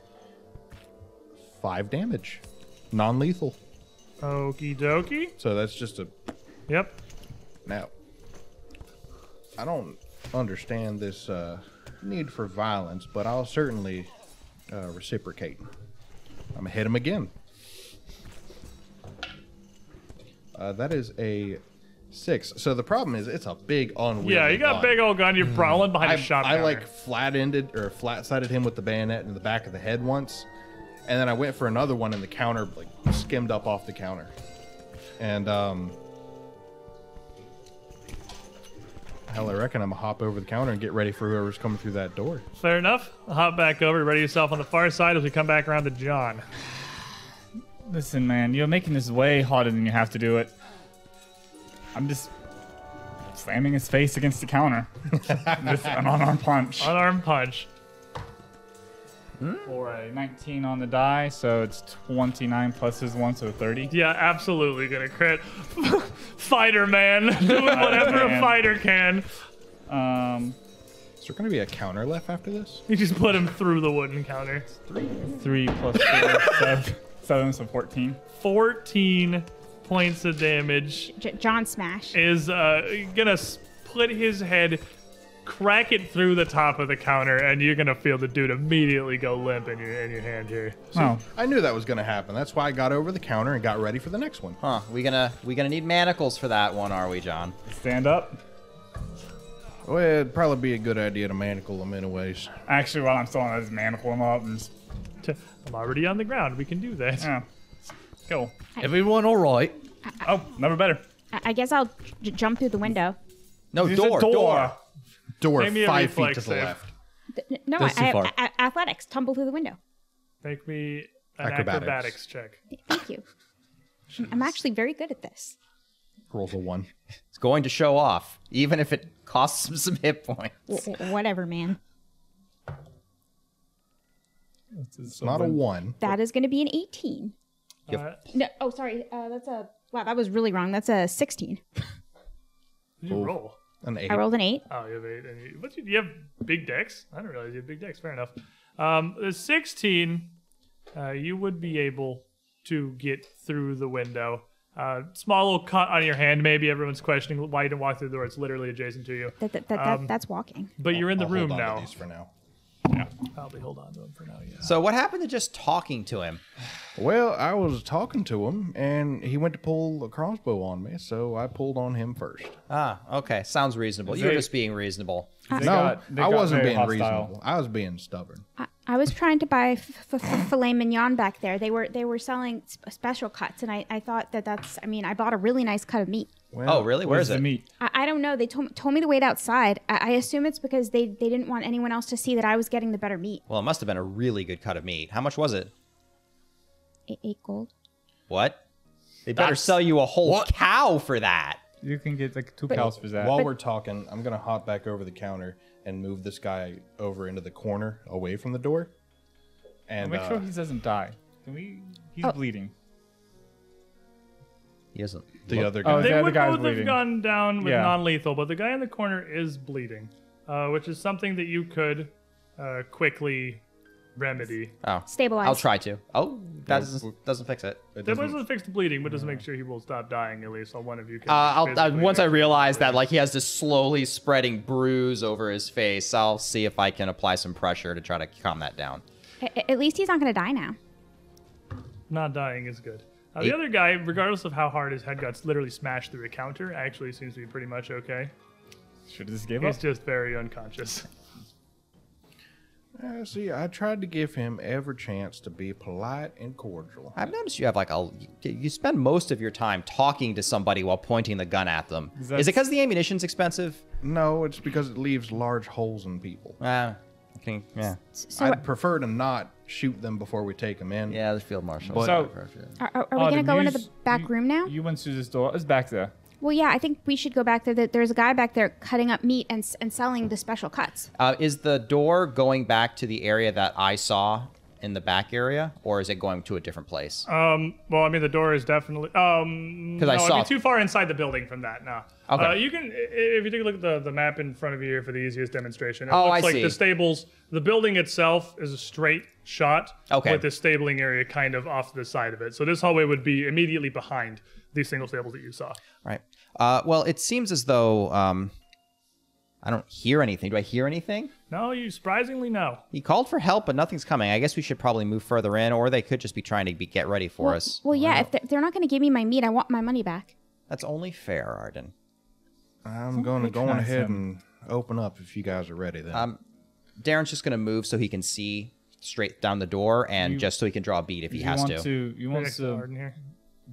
five damage, non-lethal.
Okie dokie.
So that's just a
Yep.
Now, I don't understand this uh, need for violence, but I'll certainly uh, reciprocate. I'm gonna hit him again. Uh, that is a six. So the problem is, it's a big unwieldy.
Yeah, you got a
gun.
big old gun. You're prowling behind
I,
a shop.
I
counter.
like flat-ended or flat-sided him with the bayonet in the back of the head once, and then I went for another one, and the counter like skimmed up off the counter, and um, hell, I reckon I'm gonna hop over the counter and get ready for whoever's coming through that door.
Fair enough. Hop back over. Ready yourself on the far side as we come back around to John.
Listen, man, you're making this way harder than you have to do it. I'm just slamming his face against the counter with an unarmed punch.
Unarmed punch.
For a 19 on the die, so it's 29 plus his one, so 30.
Yeah, absolutely gonna crit. fighter man, doing whatever a
man.
fighter can.
Um,
Is there gonna be a counter left after this?
You just put him through the wooden counter.
three plus four, seven, seven, so 14.
Fourteen points of damage
J- John Smash.
is uh, gonna split his head, crack it through the top of the counter, and you're gonna feel the dude immediately go limp in your in your hand here.
Oh,
I knew that was gonna happen. That's why I got over the counter and got ready for the next one.
Huh? We gonna we gonna need manacles for that one, are we, John?
stand up.
Well, Oh, it'd probably be a good idea to manacle him anyways.
Actually, while I'm still on, I just manacle him up and just,
T- I'm already on the ground. We can do that.
yeah, kill.
Everyone, all right?
Oh, never better.
I, I guess I'll j- jump through the window.
No
There's a
door, door.
Door
Give me a
five feet to
reflex
the
save.
left.
Th- n- No, I,
That's too
I-
far.
I- I- athletics. Tumble through the window.
Make me an
Acrobatics.
acrobatics check.
Thank you. I'm actually very good at this.
Rolls a one.
It's going to show off, even if it costs him some hit points.
W- w- whatever, man.
It's not a one.
That is going to be an 18. No, oh, sorry. Uh, that's a wow. That was really wrong. That's a 16.
Did you roll?
An eight.
I rolled an eight.
Uh,
Oh, you have eight. And you, but you, you have big decks. I didn't realize you had big decks. Fair enough. Um, the sixteen, uh, you would be able to get through the window. Uh, small little cut on your hand. Maybe everyone's questioning why you didn't walk through the door. It's literally adjacent to you.
That, that, that,
um,
that, that's walking.
But you're in the
I'll
room
hold on to
now.
these for now.
Probably hold on to him for now. Yeah.
So what happened to just talking to him?
Well, I was talking to him, and he went to pull a crossbow on me, so I pulled on him first.
Ah, okay, sounds reasonable. You're
They-
just being reasonable.
They
no,
got- they
I
got
wasn't
very
being
hostile.
reasonable. I was being stubborn.
I, I was trying to buy f- f- f- filet mignon back there. They were they were selling sp- special cuts, and I, I thought that that's. I mean, I bought a really nice cut of meat.
Well,
Oh, really? Where
Where's
is
the
it?
meat?
I, I don't know. They told, told me to wait outside. I, I assume it's because they, they didn't want anyone else to see that I was getting the better meat.
Well, it must have been a really good cut of meat. How much was it?
E- eight gold.
What? They better sell you a whole cow for that.
You can get like two cows for that.
While we're talking, I'm gonna hop back over the counter and move this guy over into the corner, away from the door. And
Make
uh,
sure he doesn't die. Can we? He's
Oh.
bleeding.
He doesn't.
the other
Oh,
guy.
the
They
other
would
guy's
both have
bleeding.
gone down with
Yeah.
non-lethal, but the guy in the corner is bleeding. uh, which is something that you could uh, quickly remedy.
Stabilize.
Oh, I'll try to. Oh, that doesn't, doesn't fix it.
That
It doesn't-
doesn't fix the bleeding, but doesn't make sure he will stop dying. At least on one of you. Can
Uh, I'll, uh,
physically
once I
make-
realize that like he has this slowly spreading bruise over his face, I'll see if I can apply some pressure to try to calm that down.
A- a- at least he's not going to die now.
not dying is good. Uh, the other guy, regardless of how hard his head got literally smashed through a counter, actually seems to be pretty much okay.
Should have just gave up.
He's just very unconscious.
Uh, see, I tried to give him every chance to be polite and cordial.
I've noticed you have like a you spend most of your time talking to somebody while pointing the gun at them. Is, it
that-
because the ammunition's expensive?
No, it's because it leaves large holes in people.
Uh, can, yeah,
S- So,
I'd prefer to not shoot them before we take them in.
yeah, the field marshal.
But-
So-
are, are, are we
Oh,
going to
the
go into
muse-
the back
you-
room now?
You went through this door. It's back there.
well, yeah, I think we should go back there. There- There's a guy back there cutting up meat and, s- and selling the special cuts.
Uh, is the door going back to the area that I saw in the back area, or is it going to a different place?
Um, well, I mean, the door is definitely. Um,
'Cause
no,
I saw-
it'd be too far inside the building from that. No.
Okay.
Uh, you can, i- if you take a look at the, the map in front of you here for the easiest demonstration. It
Oh,
looks
I
like
see.
the stables, the building itself is a straight shot.
Okay.
With the stabling area kind of off to the side of it. So this hallway would be immediately behind these single stables that you saw.
right. Uh, well, it seems as though um, I don't hear anything. Do I hear anything?
No, you surprisingly no.
He called for help, but nothing's coming. I guess we should probably move further in, or they could just be trying to be, get ready for
Well,
us.
well, yeah, if they're, they're not going to give me my meat, I want my money back.
That's only fair, Arden.
I'm going to go on
patronize
ahead
him.
and open up if you guys are ready then.
Darren's just gonna move so he can see straight down the door, and
You-
just so he can draw a bead if he
you
has
want
to.
You want
Next
to
garden here.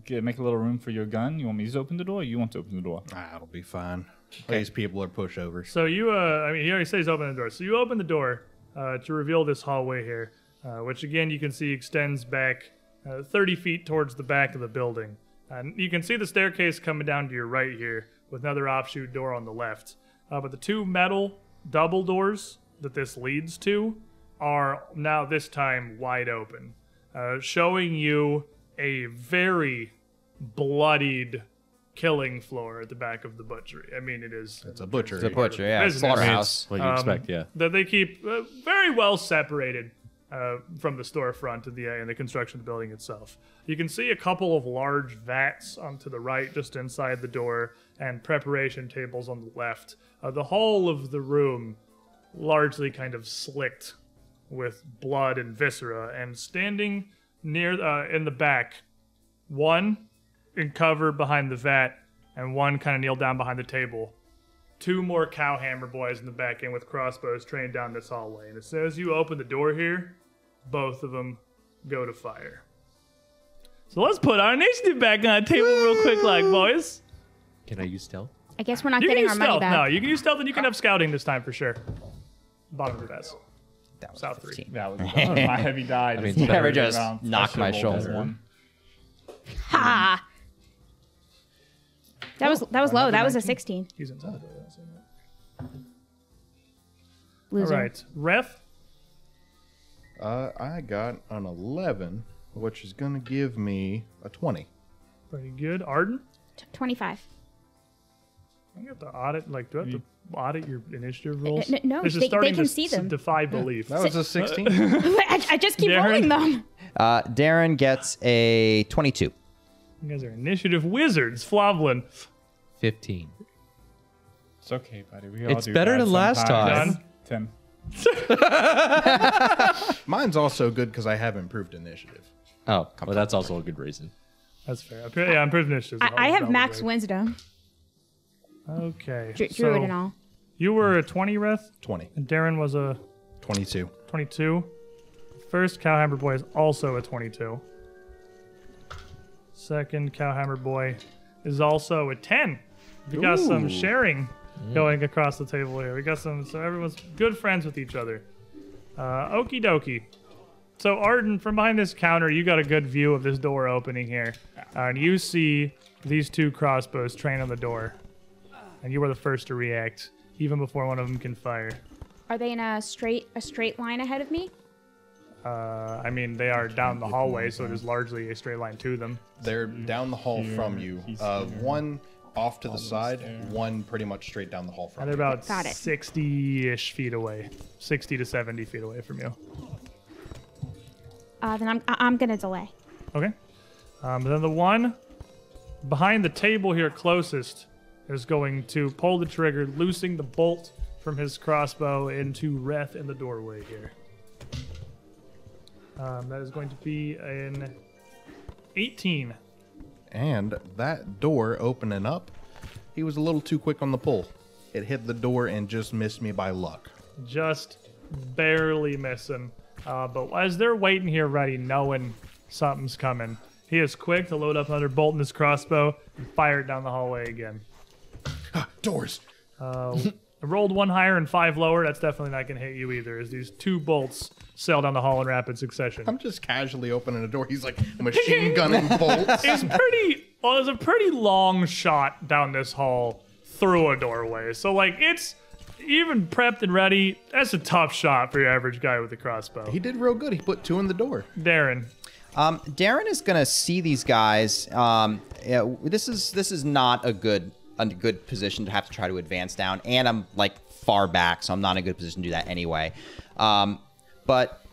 get, make a little room for your gun? You want me to just open the door? Or you want to open the door?
Ah, That'll be fine. These people are pushovers.
So you, uh, I mean, he already says open the door. So you open the door uh, to reveal this hallway here, uh, which again you can see extends back uh, 30 feet towards the back of the building. And you can see the staircase coming down to your right here with another offshoot door on the left. Uh, but the two metal double doors that this leads to are now this time wide open, uh, showing you a very bloodied killing floor at the back of the butchery. I mean, it is
It's a butcher.
the butcher, yeah,
Business.
slaughterhouse.
What you expect, yeah.
that they keep uh, very well separated uh, from the storefront and the and the construction of the building itself. You can see a couple of large vats on to the right, just inside the door, and preparation tables on the left. Uh, the whole of the room, largely kind of slicked with blood and viscera, and standing near uh, in the back, one in cover behind the vat, and one kind of kneeled down behind the table two more cowhammer boys in the back end with crossbows trained down this hallway. And as soon as you open the door here, both of them go to fire.
So let's put our initiative back on the table real quick, like boys.
Can I use stealth?
I guess we're not
You can
getting
use
our money
stealth.
back. Uh,
No, you can use stealth, and you can have scouting this time for sure. Bottom of the dice.
That was
South three.
15.
That was my heavy die.
mean,
just
it's better
went
just
around.
knocked my
Festival does
shoulder.
one.
Ha! That was that was low. That was a 16.
He's inside. the door, so- All
Loser.
right, ref.
Uh, I got an 11, which is going to give me a 20.
Pretty good. Arden.
T- 25.
I have to audit. Like, do I have to audit your initiative rolls?
Uh, n- no,
this is
they- they
starting
can
to
see
s-
them.
defy belief.
That was a 16.
I, I just keep
Darren?
rolling them.
Uh, Darren gets a 22.
You guys are initiative wizards, Flavlin.
15.
It's okay, buddy. We all
It's
do
better
bad
than last
sometimes.
time.
Ten.
Mine's also good because I have improved initiative.
Oh, well, that's also a good reason.
That's fair. Appar- Yeah, I'm pretty initiative.
I, I have max wisdom.
Okay.
Dru-
so
Druid and all.
You were a 20, Ref?
20.
And Darren was a
22.
22. First Cowhammer Boy is also a 22. Second Cowhammer Boy is also a 10. We got some sharing going across the table here. We got some, so everyone's good friends with each other. Uh, Okie dokie. So, Arden, from behind this counter, you got a good view of this door opening here. Uh, and you see these two crossbows trained on the door. And you were the first to react, even before one of them can fire.
Are they in a straight a straight line ahead of me?
Uh, I mean, they are down the hallway, so it is largely a straight line to them.
They're down the hall from you. Uh, one off to the side, one pretty much straight down the hall from.
And they're
you.
about
Got it.
60 ish feet away, 60 to 70 feet away from you.
Uh, then I'm I- I'm gonna delay.
Okay. Um, then the one behind the table here closest is going to pull the trigger, loosing the bolt from his crossbow into Reth in the doorway here. Um, that is going to be an 18.
And that door opening up, he was a little too quick on the pull. It hit the door and just missed me by luck.
just barely missing. Uh, but as they're waiting here, ready, knowing something's coming, he is quick to load up another bolt in his crossbow and fire it down the hallway again.
Ah, doors.
I rolled one higher and five lower. That's definitely not going to hit you either. As these two bolts sail down the hall in rapid succession.
I'm just casually opening a door. He's like machine gunning bolts.
It's pretty. Well, it's a pretty long shot down this hall through a doorway. So like it's even prepped and ready. That's a tough shot for your average guy with a crossbow.
He did real good. He put two in the door.
Darren,
Um, Darren is gonna see these guys. Um, yeah, this is this is not a good a good position to have to try to advance down, and I'm like far back, so I'm not in a good position to do that anyway. Um, but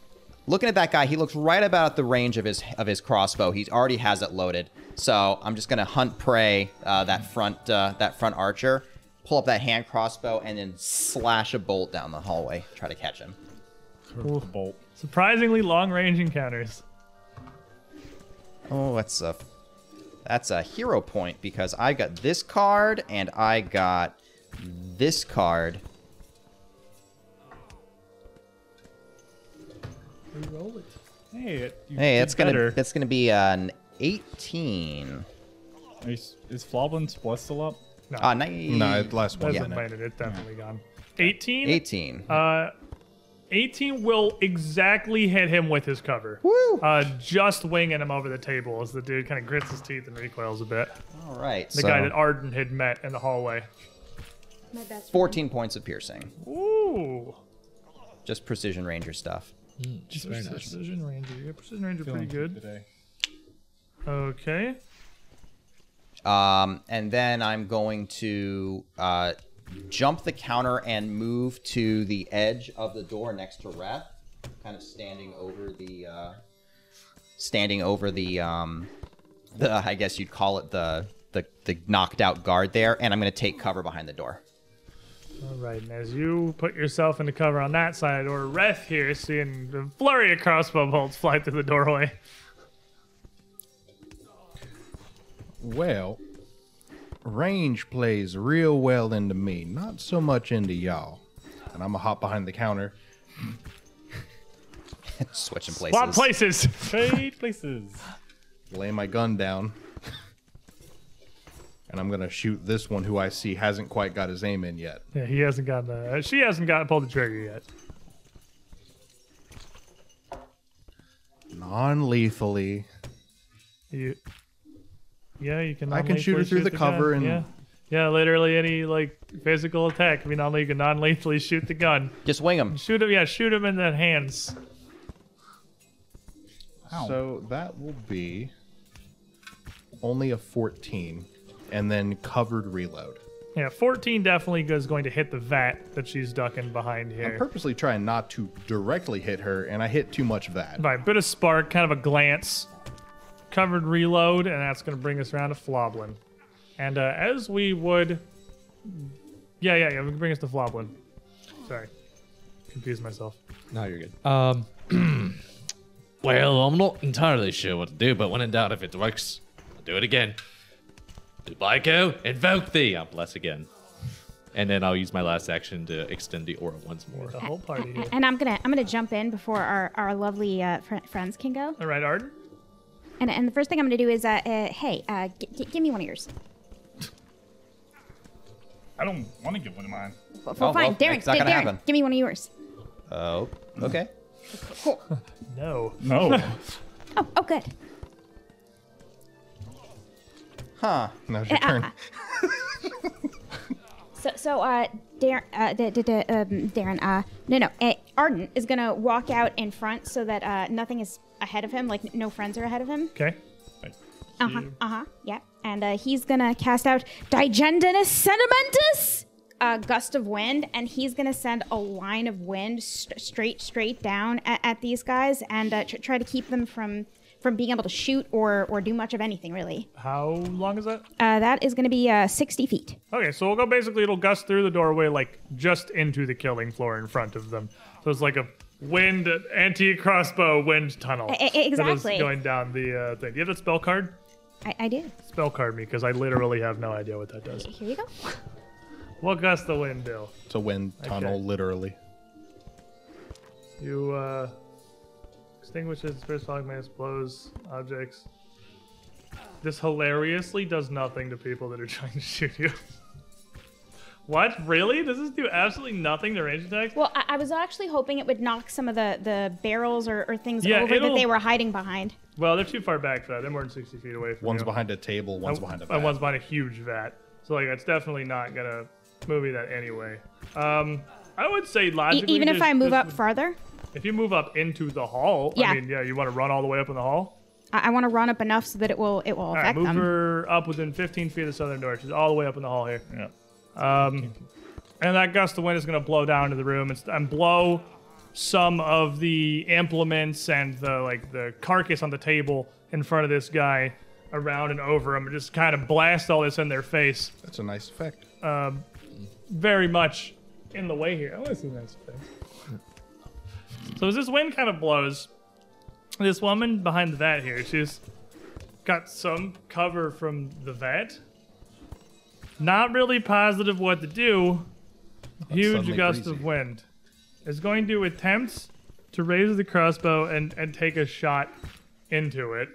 looking at that guy, he looks right about at the range of his of his crossbow. He already has it loaded, so I'm just gonna hunt prey uh, that front uh, that front archer, pull up that hand crossbow, and then slash a bolt down the hallway, try to catch him.
Bolt.
surprisingly long range encounters.
Oh, that's a that's a hero point because I got this card and I got this card.
Hey, it, you
Hey,
did
that's gonna
better.
that's gonna be an 18.
Is, is Floblin's plus still up?
Uh, nine,
No, it lasts one
That's
Yeah.
not
minute.
minded. It's definitely gone. 18?
18.
Uh, 18 will exactly hit him with his cover.
Woo!
Uh, just winging him over the table as the dude kind of grits his teeth and recoils a bit.
All right,
The
so
guy that Arden had met in the hallway.
14 points of piercing,
Ooh.
just precision ranger stuff.
Just very nice.
Precision Ranger. Yeah, Precision Ranger pretty
Feeling
good.
Today.
Okay.
Um, and then I'm going to uh, jump the counter and move to the edge of the door next to Reth, kind of standing over the, uh, standing over the, um, the I guess you'd call it the the the knocked out guard there, and I'm going to take cover behind the door.
All right, and as you put yourself into cover on that side, or Reth here, seeing a flurry of crossbow bolts fly through the doorway.
Well, range plays real well into me, not so much into y'all. And I'm gonna hop behind the counter.
Switching places.
Swap places.
Trade places.
lay my gun down, and I'm gonna shoot this one who I see hasn't quite got his aim in yet.
Yeah, he hasn't gotten. Uh, she hasn't gotten pulled the trigger yet.
Non-lethally,
You, yeah, you can.
I can shoot her
non-lethally
through the cover
gun,
and-
yeah. yeah, literally any like physical attack. I mean, only you can non-lethally shoot the gun.
Just wing them.
Shoot him, yeah, shoot him in the hands.
so that will be only a 14, and then covered reload.
Yeah, fourteen definitely is going to hit the vat that she's ducking behind
I'm
here.
purposely trying not to directly hit her, and I hit too much of that.
By a bit of spark, kind of a glance, covered reload, and that's going to bring us around to Floblin. And uh, as we would, yeah, yeah, yeah, we can bring us to Floblin. Sorry, confused myself.
No, you're good. Um, well, I'm not entirely sure what to do, but when in doubt, if it works, I'll do it again. Dubaiko, invoke thee. I'll bless again. And then I'll use my last action to extend the aura once more.
The whole party here.
And I'm gonna I'm gonna jump in before our our lovely uh, fr- friends can go.
All right, Arden.
And and the first thing I'm gonna do is uh, uh hey uh g- g- give me one of yours.
I don't want to give one of mine.
Well,
Oh,
fine,
well,
Darren,
it's not
Darren,
gonna happen.
give me one of yours.
Oh, okay.
No.
No.
Oh, oh, good.
Now's your turn.
So, so uh, Darren, uh, da, da, da, um, Darren, uh, no, no, uh, Arden is gonna walk out in front so that uh, nothing is ahead of him, like n- no friends are ahead of him.
Okay.
Uh huh. Uh huh. Yep. And uh, he's gonna cast out Digendinus Sentimentus, a gust of wind, and he's gonna send a line of wind st- straight, straight down at, at these guys, and uh, tr- try to keep them from from being able to shoot or or do much of anything really.
How long is that?
Uh, that is gonna be uh, sixty feet.
Okay, so we'll go basically it'll gust through the doorway like just into the killing floor in front of them. So it's like a wind anti crossbow wind tunnel.
E- e-
That
exactly.
is going down the uh, thing. Do you have that spell card?
I, I do.
Spell card me because I literally have no idea what that does.
Here you go.
What gust the wind do?
It's a wind tunnel, literally.
You uh, extinguishes first fogman explodes objects. This hilariously does nothing to people that are trying to shoot you. what? Really? Does this do absolutely nothing to range attacks?
Well, I, I was actually hoping it would knock some of the the barrels or, or things
Yeah,
over that
it'll-
they were hiding behind. E,
Well, they're too far back for that. They're more than sixty feet away from
One's
you.
behind a table, one's behind a
And
vat.
one's behind a huge vat. So like that's definitely not gonna movie that anyway. Um, I would say
E-
logically.
even if
there's-
I move
this
up
would-
farther,
if you move up into the hall,
Yeah.
I mean, yeah, you want to run all the way up in the hall.
I, I want to run up enough so that it will it will
All right,
affect
move
them.
her up within 15 feet of the southern door. She's all the way up in the hall here.
Yeah.
Um, and that gust of wind is going to blow down into the room and, and blow some of the implements and the like the carcass on the table in front of this guy around and over him and just kind of blast all this in their face
That's a nice effect.
Uh, very much in the way here. Oh, I want to see that space. so as this wind kind of blows, this woman behind the vat here, she's got some cover from the vat. Not really positive what to do. Huge
suddenly
gust
breezy.
of wind is going to attempt to raise the crossbow and, and take a shot into it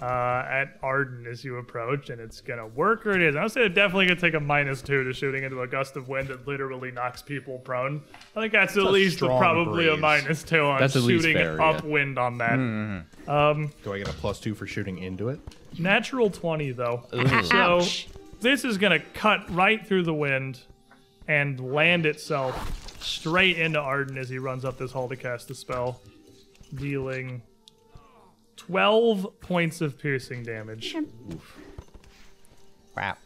uh, at Arden as you approach, and it's gonna work or it is. I would say they're definitely gonna take a minus two to shooting into a gust of wind that literally knocks people prone. I think that's at
a
least
strong
probably a
breeze. Hmm.
minus two on
That's at least
shooting
fair, yeah.
upwind on that.
Do I get a plus two for shooting into it?
Natural twenty though, so
Ouch.
this is gonna cut right through the wind and land itself straight into Arden as he runs up this hall to cast the spell, dealing twelve points of piercing damage.
Wow.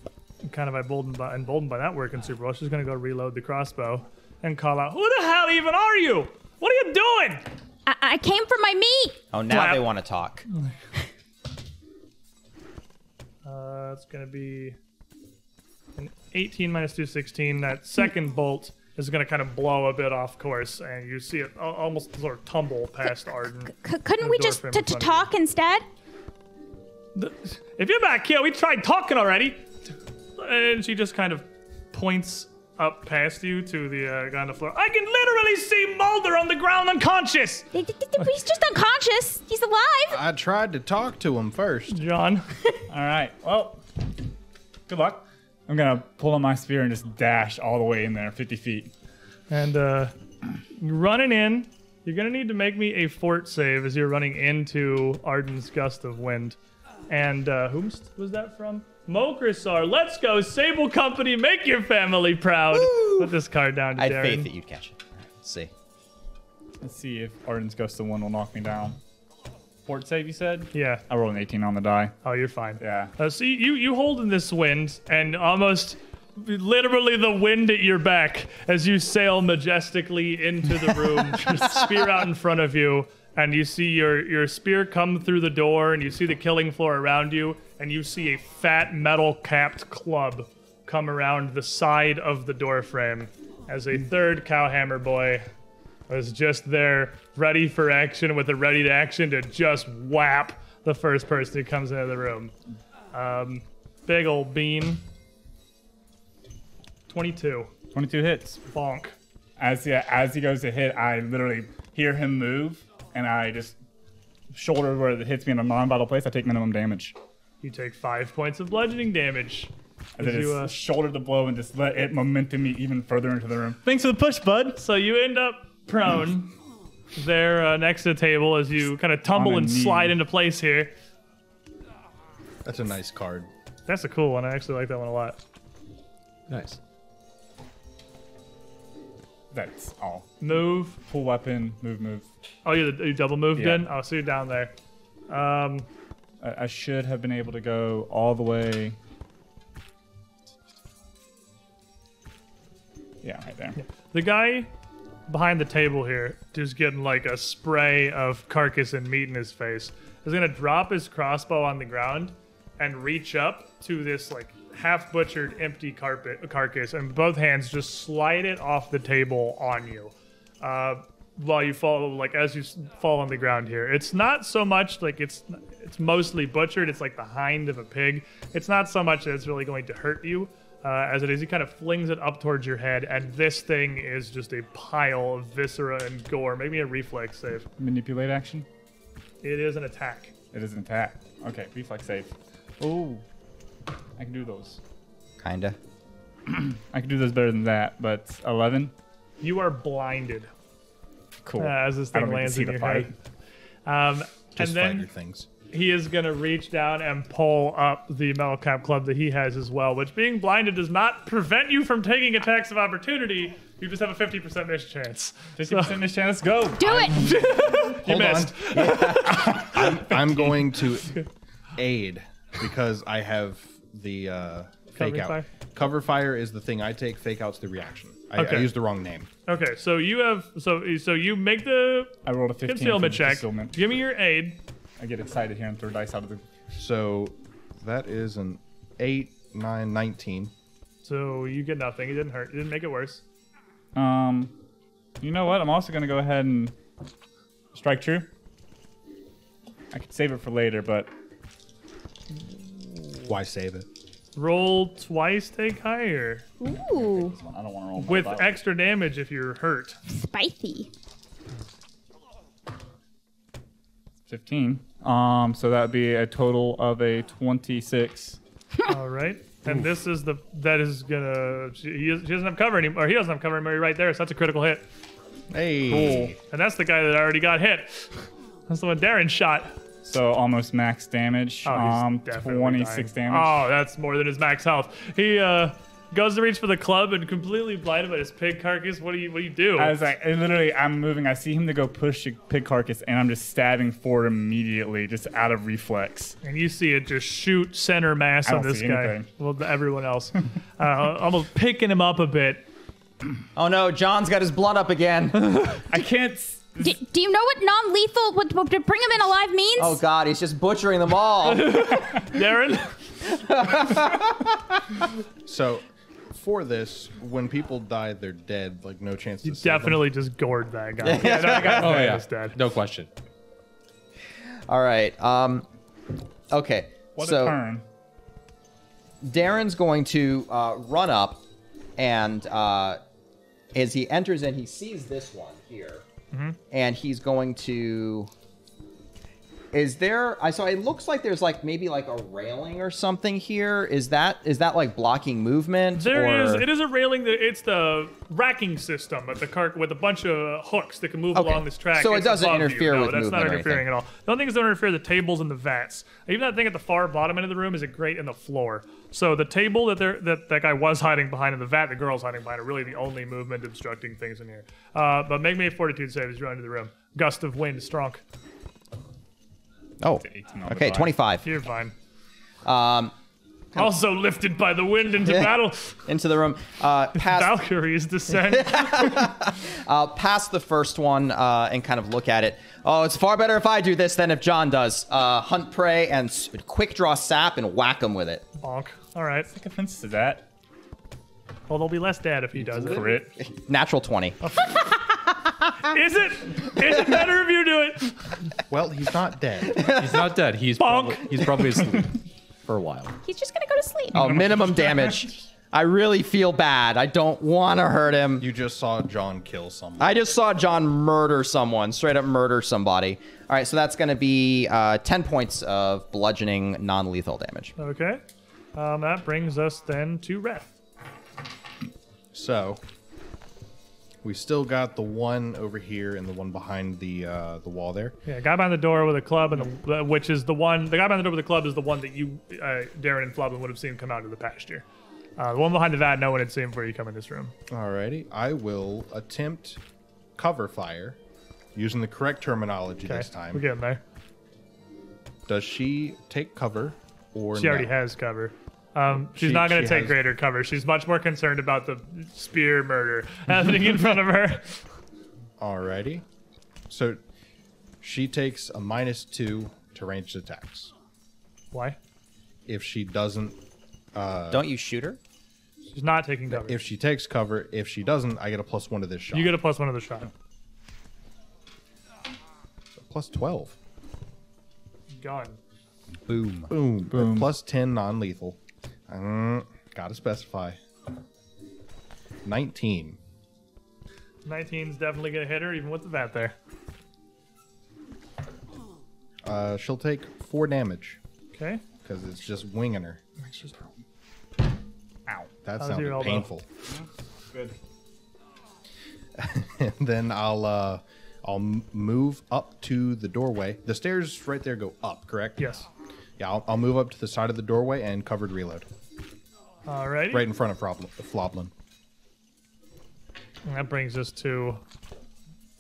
kind of emboldened by, emboldened by that working super well. She's going to go reload the crossbow and call out, Who the hell even are you? What are you doing?
I, I came for my meat.
Oh, now
Clap.
they want to talk.
Uh, it's going to be an 18 minus 2, 16. That second bolt is going to kind of blow a bit off course, and you see it al- almost sort of tumble past Arden.
C- couldn't
The
we
door
just
frame
t-
in
t-
front of
talk instead?
The- If you're back here, we tried talking already. And she just kind of points up past you to the uh, guy on the floor. I can literally see Mulder on the ground unconscious!
They- they- they- He's just unconscious. He's alive.
I tried to talk to him first.
John.
All right. Well, good luck. I'm gonna pull on my spear and just dash all the way in there, 50 feet.
And uh, running in, you're gonna need to make me a fort save as you're running into Arden's gust of wind. And uh, whom was that from? Mokrisar, let's go, Sable Company, make your family proud. Put this card down to
I had
Darren.
faith that you'd catch it. All right, let's see.
Let's see if Arden's Ghost of One will knock me down. Fort save, you said?
Yeah.
I rolled an 18 on the die.
Oh, you're fine.
Yeah.
Uh, so you you hold in this wind and almost literally the wind at your back as you sail majestically into the room, your spear out in front of you, and you see your your spear come through the door, and you see the killing floor around you, and you see a fat metal capped club come around the side of the door frame as a third cowhammer boy was just there ready for action with a ready to action to just whap the first person who comes into the room. Um, big old bean. 22.
22 hits.
Bonk.
As he, as he goes to hit, I literally hear him move, and I just shoulder where it hits me in a non-vital place. I take minimum damage.
You take five points of bludgeoning damage.
And then
Did
just
you, uh,
shoulder the blow and just let it momentum me even further into the room.
Thanks for the push, bud. So you end up prone there uh, next to the table as you kind of tumble
a
and
knee.
slide into place here.
That's a nice card.
That's a cool one. I actually like that one a lot.
Nice.
That's all.
Move.
Full weapon, move, move.
Oh, you, you double moved
Yeah.
in? Oh, so you're down there. Um,
I, I should have been able to go all the way. Yeah, right there.
The guy behind the table here, who's getting like a spray of carcass and meat in his face, is gonna drop his crossbow on the ground and reach up to this like half butchered empty carpet carcass and with both hands just slide it off the table on you. Uh, while you fall like as you s- fall on the ground here it's not so much like it's it's mostly butchered it's like the hind of a pig it's not so much that it's really going to hurt you uh, as it is he kind of flings it up towards your head and this thing is just a pile of viscera and gore make me a reflex save
Manipulate action.
it is an attack
It is intact. Okay, reflex save. Oh, I can do those.
Kinda.
I can do those better than that, but 11.
you are blinded
Cool.
uh, as this
I don't
thing
need to
lands
see
in
the
your
fight.
head um,
Just
and then
fighter things.
he is going to reach down and pull up the metal cap club that he has as well, which being blinded does not prevent you from taking attacks of opportunity. You just have a 50% miss chance.
50% miss chance. Go.
Do it!
You missed.
I'm going to aid because I have the uh, fake
Cover
out.
fire?
Cover fire is the thing I take. Fake out's the reaction. I,
Okay.
I used the wrong name.
Okay, so you have so so you make the
I rolled a 15. for
concealment
the
check.
concealment.
Give me your aid.
I get excited here and throw dice out of the.
So that is an 8, 9, 19.
So you get nothing. It didn't hurt. It didn't make it worse.
Um, you know what? I'm also gonna go ahead and strike true. I could save it for later, but
Why save it?
Roll twice, take higher
Ooh,
I don't want to roll my
with
dice.
extra damage if you're hurt.
spicy.
15. Um, so that would be a total of a 26.
All right. And this is the that is gonna she, he is- she doesn't have cover anymore. He doesn't have cover anymore right there. So that's a critical hit.
Hey.
And that's the guy that already got hit. That's the one Darren shot.
So almost max damage.
Oh, he's
um,
definitely
26
dying.
damage.
Oh, that's more than his max health. He uh, goes to reach for the club and completely blinded by his pig carcass. What do you what do you do?
I was like, I literally, I'm moving. I see him to go push a pig carcass, and I'm just stabbing forward immediately, just out of reflex.
and you see it just shoot center mass
I
on
don't
this
see
guy.
anything.
Well, the- everyone else, uh, almost picking him up a bit.
Oh no, John's got his blood up again.
I can't. s-
Do, do you know what non-lethal what, what to bring him in alive means?
oh god, he's just butchering them all.
Darren,
So for this, when people die, they're dead. Like, no chance to
you
save them.
definitely just gored that guy. yeah, that guy's
Oh,
dead.
yeah.
He's dead.
No question.
all right. Um. Okay.
What
so
a turn.
Darren's going to uh, run up, and uh, as he enters in, he sees this one here, and he's going to. Is there? I saw. It looks like there's like maybe like a railing or something here. Is that is that like blocking movement?
There
or...
is. It is a railing. That, it's the racking system at the car with a bunch of hooks that can move
Okay.
along this track.
So it
It's
doesn't
above you.
interfere
no,
with
that's not
movement or
interfering at all. The only thing that's going to interfere the tables and the vats. Even that thing at the far bottom end of the room is a grate in the floor. So the table that they're, that that guy was hiding behind and the vat the girl's hiding behind are really the only movement obstructing things in here. Uh, but make me a fortitude save as you run into the room. Gust of wind, strong.
Oh.
18 on the
Okay,
die.
25
You're fine.
um,
Also lifted by the wind into battle.
into the room. Uh, past,
Valkyrie's descent.
uh, past the first one uh, and kind of look at it. Oh, it's far better if I do this than if John does. Uh, hunt prey and s- quick draw sap and whack him with it.
Bonk. All right.
Take offense to that.
Well, there'll be less dad if he does it.
Crit.
Natural 20.
Is it? Is it better if you do it?
Well, he's not dead.
He's not dead. He's
Bonk.
probably, he's probably asleep for a while.
He's just gonna go to sleep.
Oh, minimum damage. I really feel bad. I don't want to hurt him.
you just saw John kill someone.
I just saw John murder someone, straight up murder somebody. All right, so that's going to be uh, 10 points of bludgeoning non lethal damage.
Okay. Um, that brings us then to Ref.
So we still got the one over here and the one behind the uh, the wall there.
Yeah, guy behind the door with a club, and the, uh, which is the one. The guy behind the door with the club is the one that you, uh, Darren and Floblin, would have seen come out of the pasture. Uh, the one behind the vat, no one had seen before you come in this room.
Alrighty, I will attempt cover fire using the correct terminology
Okay,
this time.
we're getting there.
Does she take cover or
She already
no?
has cover. Um, she's
She-
not going to
she
take
has-
greater cover. She's much more concerned about the spear murder happening in front of her.
Alrighty. So she takes a minus two to ranged attacks.
Why?
If she doesn't,
Uh, Don't you shoot her?
She's not taking cover.
if she takes cover, if she doesn't, I get a plus one to this shot.
you get a plus one of the shot.
plus twelve.
Gone.
Boom.
Boom, boom. Plus ten non-lethal. Mm, gotta specify. Nineteen.
19's definitely going to hit her, even with the bat there.
Uh, she'll take four damage
Okay.
because it's just winging her.
Ow.
That
How's your
sounded
elbow?
painful.
Good.
and then I'll uh, I'll m- move up to the doorway. The stairs right there go up, correct?
Yes.
Yeah, I'll, I'll move up to the side of the doorway and covered reload
Alrighty.
right in front of Frobl- Floblin.
And that brings us to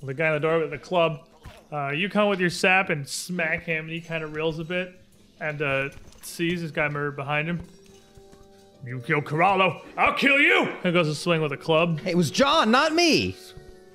the guy in the door with the club. Uh, you come with your sap and smack him, and he kind of reels a bit and uh, sees this guy murdered behind him. You kill Corallo, I'll kill you! And goes to swing with a club.
It was John, not me.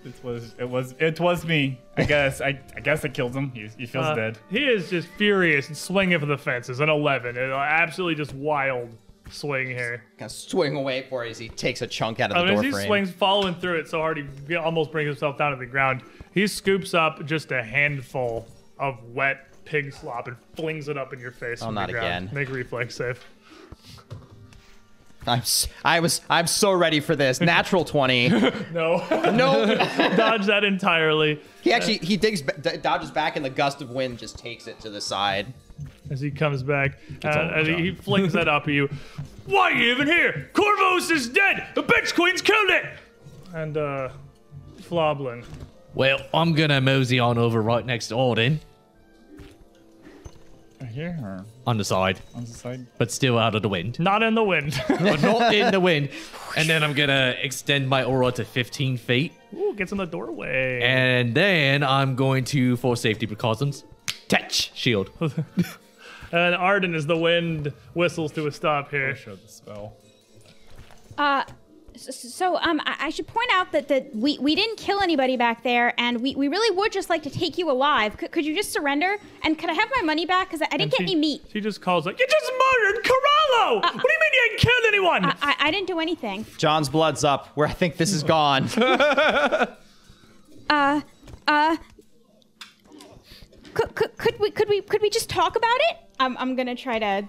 It was it was it was me. I guess I I guess I killed him. He, he feels
Uh,
dead.
He is just furious and swinging for the fences. An 11, an absolutely just wild swing here.
Gonna swing away for you as he takes a chunk out of
I
the
mean, as
door
he
frame.
swings, following through it so hard he g- almost brings himself down to the ground. He scoops up just a handful of wet pig slop and flings it up in your face. Oh,
not again.
Make a reflex save.
I'm s- I was I'm so ready for this. Natural twenty.
No,
no,
dodge that entirely.
he actually he digs ba- d- dodges back in the gust of wind, just takes it to the side.
As he comes back, uh,
over,
and he,
John.
he flings that up at you. Why are you even here? Corvos is dead. The bitch queen's killed it. And uh, Floblin.
Well, I'm gonna mosey on over right next to Auden
Here or
on the side,
on the side?
but still out of the wind.
Not in the wind.
but not in the wind. And then I'm gonna extend my aura to 15 feet,
Ooh, gets in the doorway.
and then I'm going to, for safety precautions, touch shield.
And Arden, as the wind whistles to a stop here,
Show the spell.
Uh, so, so um, I, I should point out that, that we, we didn't kill anybody back there, and we, we really would just like to take you alive. Could, could you just surrender? And could I have my money back? Because I, I didn't
And
get
she-
any meat.
She just calls like, "You just murdered Corallo! what do you mean you ain't killed anyone?"
Uh, I, I didn't do anything.
John's blood's up. Where I think this is gone.
Uh, uh, could, could, could we could we could we just talk about it? I'm I'm gonna try to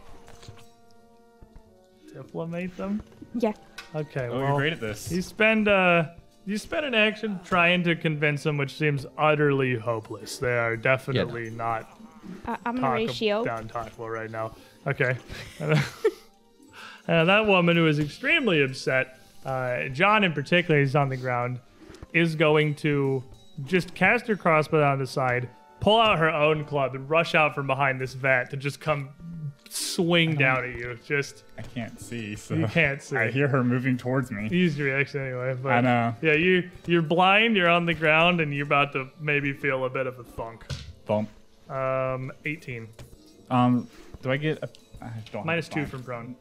Diplomate them.
yeah.
Okay,
Oh,
well,
you're great at this.
you spend uh, you spend an action trying to convince them, which seems utterly hopeless. They are definitely not
Uh, I'm gonna
talk-
raise shield.
down talkable right now. Okay, Uh, that woman who is extremely upset, uh, John in particular, is on the ground, is going to just cast her crossbow down the side, pull out her own club, and rush out from behind this vat to just come swing down at you. Just
I can't see, so
you can't see.
I hear her moving towards me.
Use your reaction anyway. But
I know.
Yeah, you you're blind. You're on the ground, and you're about to maybe feel a bit of a thunk.
Bump.
Um, 18
Um, do I get a? I don't have
minus two
blind.
from prone.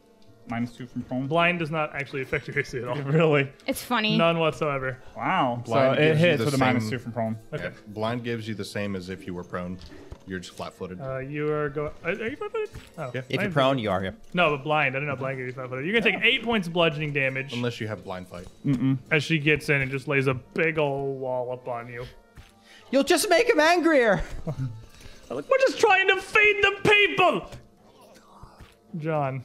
minus two from prone.
Blind does not actually affect your AC at all.
Really?
It's funny.
None whatsoever.
Wow.
Blind
so it
gives you
hits
the
with a minus
same-
two from prone.
Okay. Blind gives you the same as if you were prone. You're just flat-footed.
Uh, you are going. Are are you five footed? Oh,
Yeah.
if
I
you're
am-
prone, you are. Yep.
No, but blind. I don't know. Blind gives you five footed. You're gonna take eight points of bludgeoning damage
Unless you have blind fight.
as she gets in and just lays a big old wall up on you.
You'll just make him angrier.
I'm like, we're just trying to feed the people. John,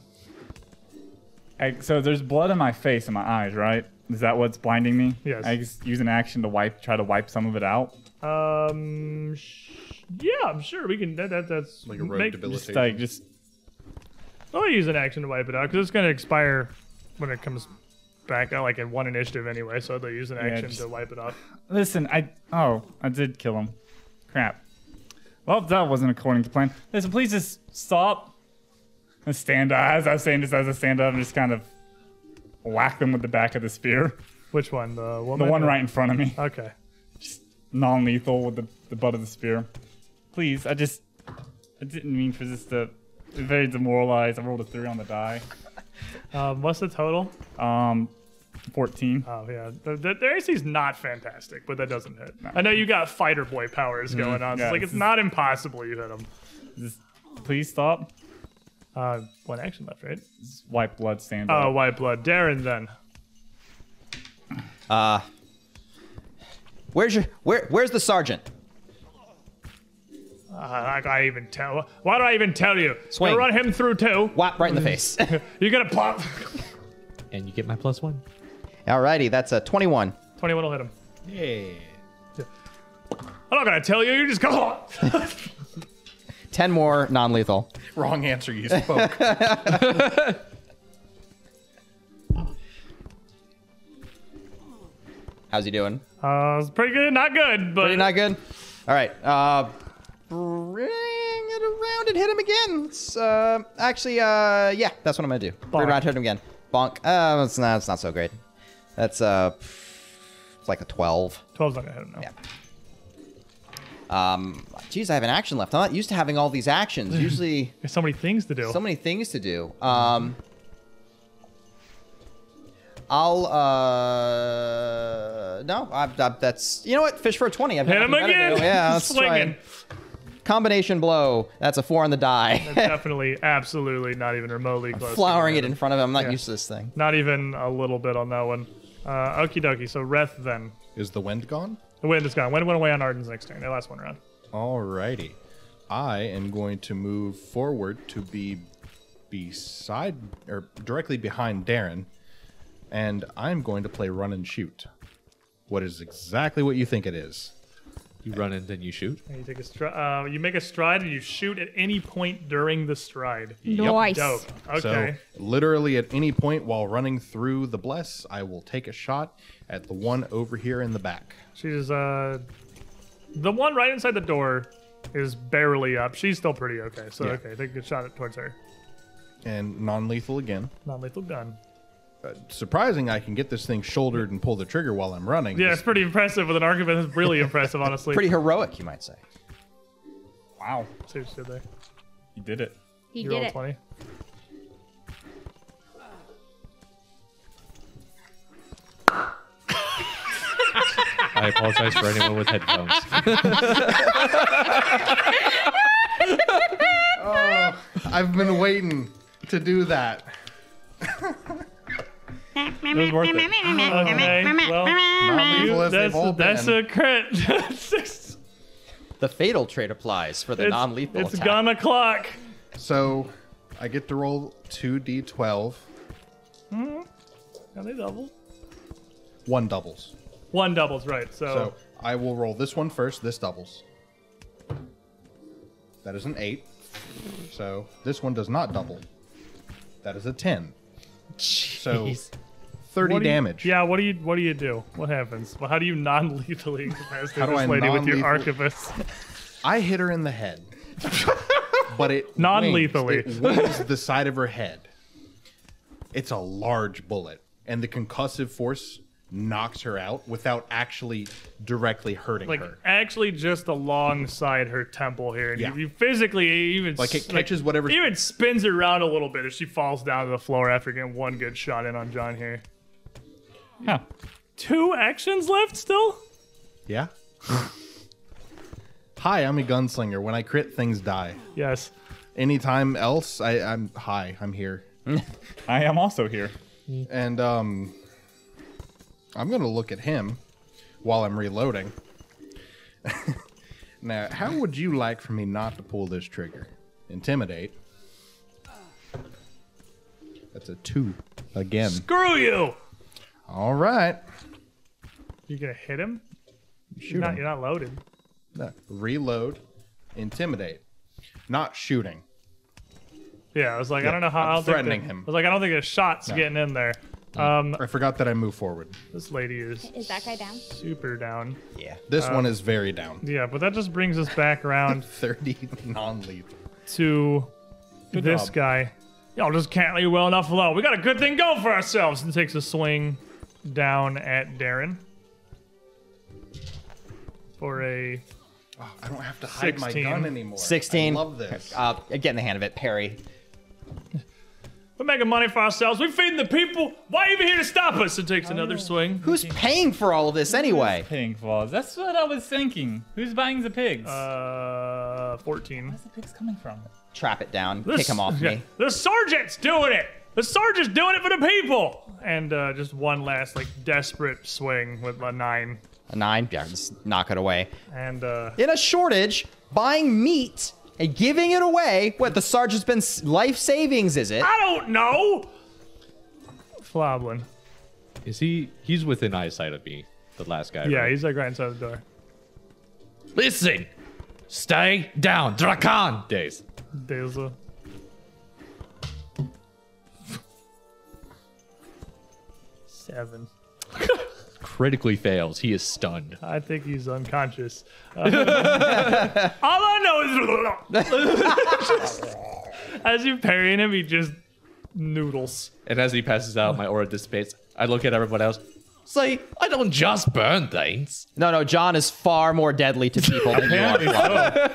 I, so there's blood in my face and my eyes, right? Is that what's blinding me?
Yes.
I just use an action to wipe, try to wipe some of it out.
um, sh- yeah, I'm sure we can. That, that that's
Like a rogue
make-
Just
debilitation.
like just
I'll use an action to wipe it out because it's gonna expire when it comes back. I like in one initiative anyway, so they'll use an action
just-
to wipe it off.
listen. I oh I did kill him. Crap. Well, that wasn't according to plan. Listen, please just stop. And stand up. As I'm saying this, as I stand up, and just kind of whack them with the back of the spear.
Which one? The
The
woman.
one right in front of me.
Okay.
non-lethal with the, the butt of the spear. Please, I just I didn't mean for this to very demoralized. I rolled a three on the die.
Um, what's the total?
Um, fourteen.
Oh yeah, the, the, their AC's not fantastic, but that doesn't hit. I know you got fighter boy powers
Mm-hmm.
going on. so
Yeah,
it's like
this
it's
is-
not impossible you hit them.
Just please stop.
Uh, one action left, right?
Just wipe blood stand.
Oh,
up.
white blood, Darren. Then
Where's your where? Where's the sergeant?
uh, I, I even tell. Why do I even tell you?
Swing.
You run him through too.
Whap right in the face.
You're gonna pop.
And you get my plus one.
Alrighty, that's a twenty-one.
Twenty-one will hit him. Yeah. I'm not gonna tell you. You just go. on.
Ten more non-lethal.
Wrong answer you spoke.
How's he doing?
Uh, it's pretty good. Not good, but
Pretty not good. All right. Uh, bring it around and hit him again. It's, uh, actually, uh, yeah, that's what I'm gonna do. Bring it around, hit him again. Bonk. Uh, it's not. It's not so great. That's uh, it's like a twelve.
12's not gonna hit him now.
Yeah. Um, geez, I have an action left. I'm not used to having all these actions. Usually,
There's so many things to do.
so many things to do. Um, I'll uh, no, I, I, that's you know what? Fish for a twenty. I've got
hit him
nothing better to
again.
do. Yeah, let's try
swinging.
it. combination blow. That's a four on the die.
Definitely, absolutely, not even remotely close. to
Flowering
him.
it in front of him. I'm not
Yeah.
used to this thing.
Not even a little bit on that one. Uh, okie dokie. So Reth then.
Is the wind gone?
The wind is gone. Wind went away on Arden's next turn. Their last one round.
Alrighty. I am going to move forward to be beside or directly behind Darren, and I'm going to play run and shoot. What is exactly what you think it is?
You run and then you shoot.
And you take a stri- uh, You make a stride and you shoot at any point during the stride.
Nice.
Dope. Okay.
So, literally at any point while running through the bless, I will take a shot at the one over here in the back.
She's uh, the one right inside the door is barely up. She's still pretty okay. So
Yeah.
okay, take a shot at towards her.
And non lethal again.
Non-lethal gun.
Surprising, I can get this thing shouldered and pull the trigger while I'm running.
Yeah, it's pretty impressive with an argument. It's really impressive, honestly.
Pretty heroic, you might say.
Wow,
See what she did there.
you did it.
He
You
did
rolled
it.
twenty.
I apologize for anyone with headphones.
I've been waiting to do that.
It was worth it.
Okay. Well,
Non-lethal
that's
as they've all
that's
been.
a crit. it's it's,
The fatal trait applies for the non-lethal
it's
attack.
gone o'clock.
So I get to roll 2d12.
Are they double?
One doubles.
One doubles, right? So,
So I will roll this one first. This doubles. That is an 8. So this one does not double. That is a 10. So 30
what do you-
damage.
yeah. What do you What do you do? What happens? Well, how do you non-lethally
How
incapacitate
do I
this lady with your
non-lethal-
archivist?
I hit her in the head. but it wings-
Non-lethally.
It wings the side of her head. It's a large bullet, and the concussive force knocks her out without actually directly hurting
Like
her.
actually, just alongside her temple here, and
Yeah.
you, you physically even
Like,
s-
it catches whatever-
even spins around a little bit as she falls down to the floor after getting one good shot in on John here.
Yeah.
Two actions left still.
Yeah. Hi, I'm a gunslinger. When I crit, things die.
Yes.
Anytime else, I, I'm hi. I'm here,
I am also here.
and um, I'm gonna look at him while I'm reloading. now, how would you like for me not to pull this trigger? Intimidate. That's a two again.
Screw you.
All right.
You're gonna hit him.
Shoot
Not,
him.
you're not loaded.
No. Reload. Intimidate. Not shooting.
Yeah, I was like, I
Yeah,
don't know how.
I'm
I don't
threatening
think that,
him.
I was like, I don't think the shot's getting in there. Um,
I forgot that I move forward.
this lady is
Is that guy down?
super down.
Yeah.
This
Um,
one is very down.
Yeah, but that just brings us back around
30 non-lethal.
to this
job.
guy. Y'all just can't leave well enough alone. We got a good thing going for ourselves. And takes a swing down at Darren for a
Oh, I don't have to hide my gun
16.
anymore.
16.
I love this.
Uh, get in the hand of it, Perry.
We're making money for ourselves. We're feeding the people. Why are you even here to stop us? It takes
Oh.
another swing.
Who's paying for all of this anyway?
Pig claws. That's what I was thinking. Who's buying the pigs?
Uh, 14.
Where's the pigs coming from?
Trap it down.
The
kick him off
s-
me.
The sergeant's doing it. The sergeant's doing it for the people.
And uh, just one last like desperate swing with a nine.
A nine. Yeah, just knock it away.
And uh,
In a shortage, buying meat and giving it away. What the sergeant's been s- life savings is it?
Ah!
I don't know.
Floblin.
Is he? He's within eyesight of me. The last guy.
Yeah,
right?
he's like right inside the door.
Listen, stay down, Drakan. Days.
Dazel.
Seven.
Critically fails. He is stunned.
I think he's unconscious. Uh,
All I know is
As you're parrying him, he just noodles.
And as he passes out, my aura dissipates. I look at everyone else. Say, I don't just burn things.
No, no. John is far more deadly to people than you are.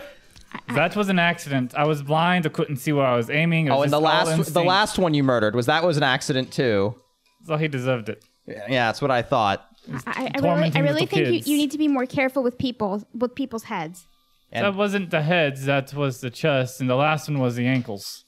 That was an accident. I was blind. I couldn't see where I was aiming. It was
Oh, and the
just all
last, the
instinct.
last one you murdered was that was an accident too.
So he deserved it.
Yeah, that's what I thought.
I, I really, I
tormenting
really
little
think you,
kids.
you need to be more careful with people with people's heads.
And-
that wasn't the heads. That was the chest, and the last one was the ankles.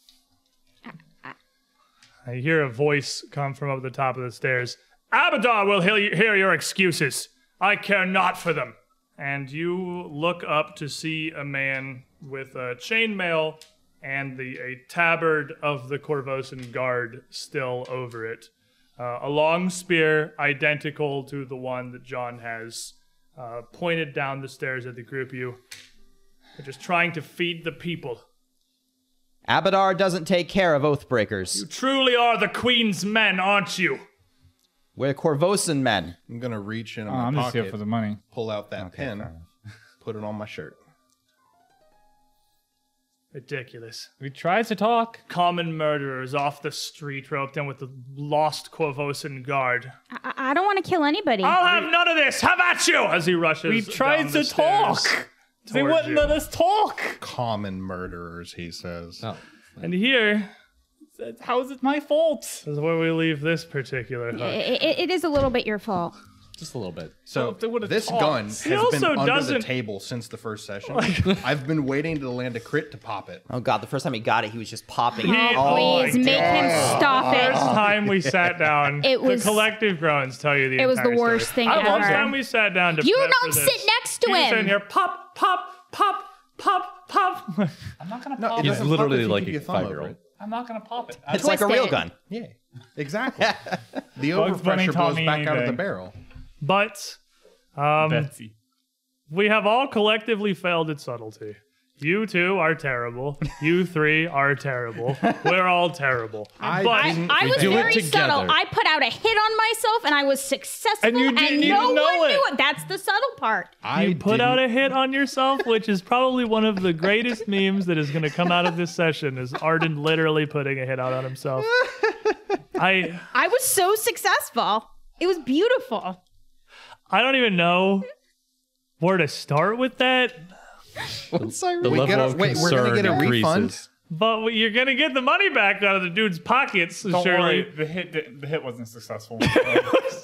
I hear a voice come from up the top of the stairs. Abadar will hear, hear your excuses. I care not for them. And you look up to see a man with a chainmail and the a tabard of the Corvosan guard still over it. Uh, a long spear, identical to the one that John has, uh, pointed down the stairs at the group of you. They're just trying to feed the people.
Abadar doesn't take care of oathbreakers.
Truly are the Queen's men, aren't you?
We're Corvosan men.
I'm gonna reach into
Oh,
my
I'm just here
pocket,
for the money.
pull out that
Okay,
pen,
fair enough.
put it on my shirt.
Ridiculous.
We tried to talk.
common murderers off the street roped in with the lost Corvosan guard.
I, I- I don't want to kill anybody.
I'll have none of this. How about you? As he rushes,
We tried
down the
to talk.
stairs
They
towards
wouldn't
you.
let us talk.
Common murderers, he says.
Oh.
And here
That's- How is it my fault?
is where we leave this particular
I- I-
hut.
it- it is a little bit your fault.
Just a little bit.
So
if they would've
this
talked.
gun has been
also
under the
doesn't-
table since the first session. I've been waiting to land a crit to pop it.
Oh god, the first time he got it, he was just popping.
He-
all-
Please make him stop
First
it.
time we sat down,
It was-
the collective groans tell you the
It was
entire
the worst
story.
thing
I First time
ever.
we sat down to
You
prep
don't
for
sit
this,
next to
you just
him.
sit in here, pop, pop, pop, pop, pop.
I'm not gonna pop
it
He's
doesn't pop if
literally
you
like
keep
a
your thumb over
five-year-old.
it.
I'm not gonna pop it.
It's like a
Twist
real
it.
gun.
Yeah, exactly. the
Bugs Bunny
overpressure
taught
blows
me
back out of the
anything.
barrel.
but um,
Betsy.
we have all collectively failed at subtlety. You two are terrible. You three are terrible. We're all terrible.
I
But-
didn't
I was
do it
very
together.
subtle. I put out a hit on myself and I was successful
And you didn't
no
even know
one
it.
knew it. That's the subtle part.
I
you put out
didn't-
a hit on yourself, which is probably one of the greatest memes that is going to come out of this session. Is Arden literally putting a hit out on himself? I
I was so successful. It was beautiful.
I don't even know where to start with that.
The
We
level
get a-
of
wait, we're
concern
gonna get a refund?
increases.
But you're going to get the money back out of the dude's pockets,
Don't
surely.
worry, the hit didn't- the hit wasn't successful.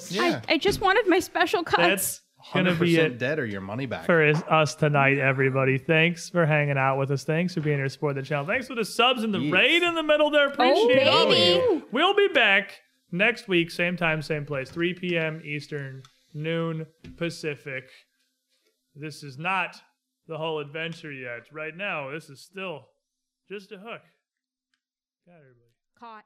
Yeah.
I just wanted my special cuts.
That's going to
100%
be it.
dead or your money back.
for is- us tonight, everybody. Thanks for hanging out with us. Thanks for being here, supporting the channel. Thanks for the subs and the raid in the middle there. Appreciate all of
baby.
you. We'll be back next week, same time, same place, 3 p.m. Eastern, noon Pacific. This is not the whole adventure yet. Right now, this is still just a hook. Got everybody.
Caught.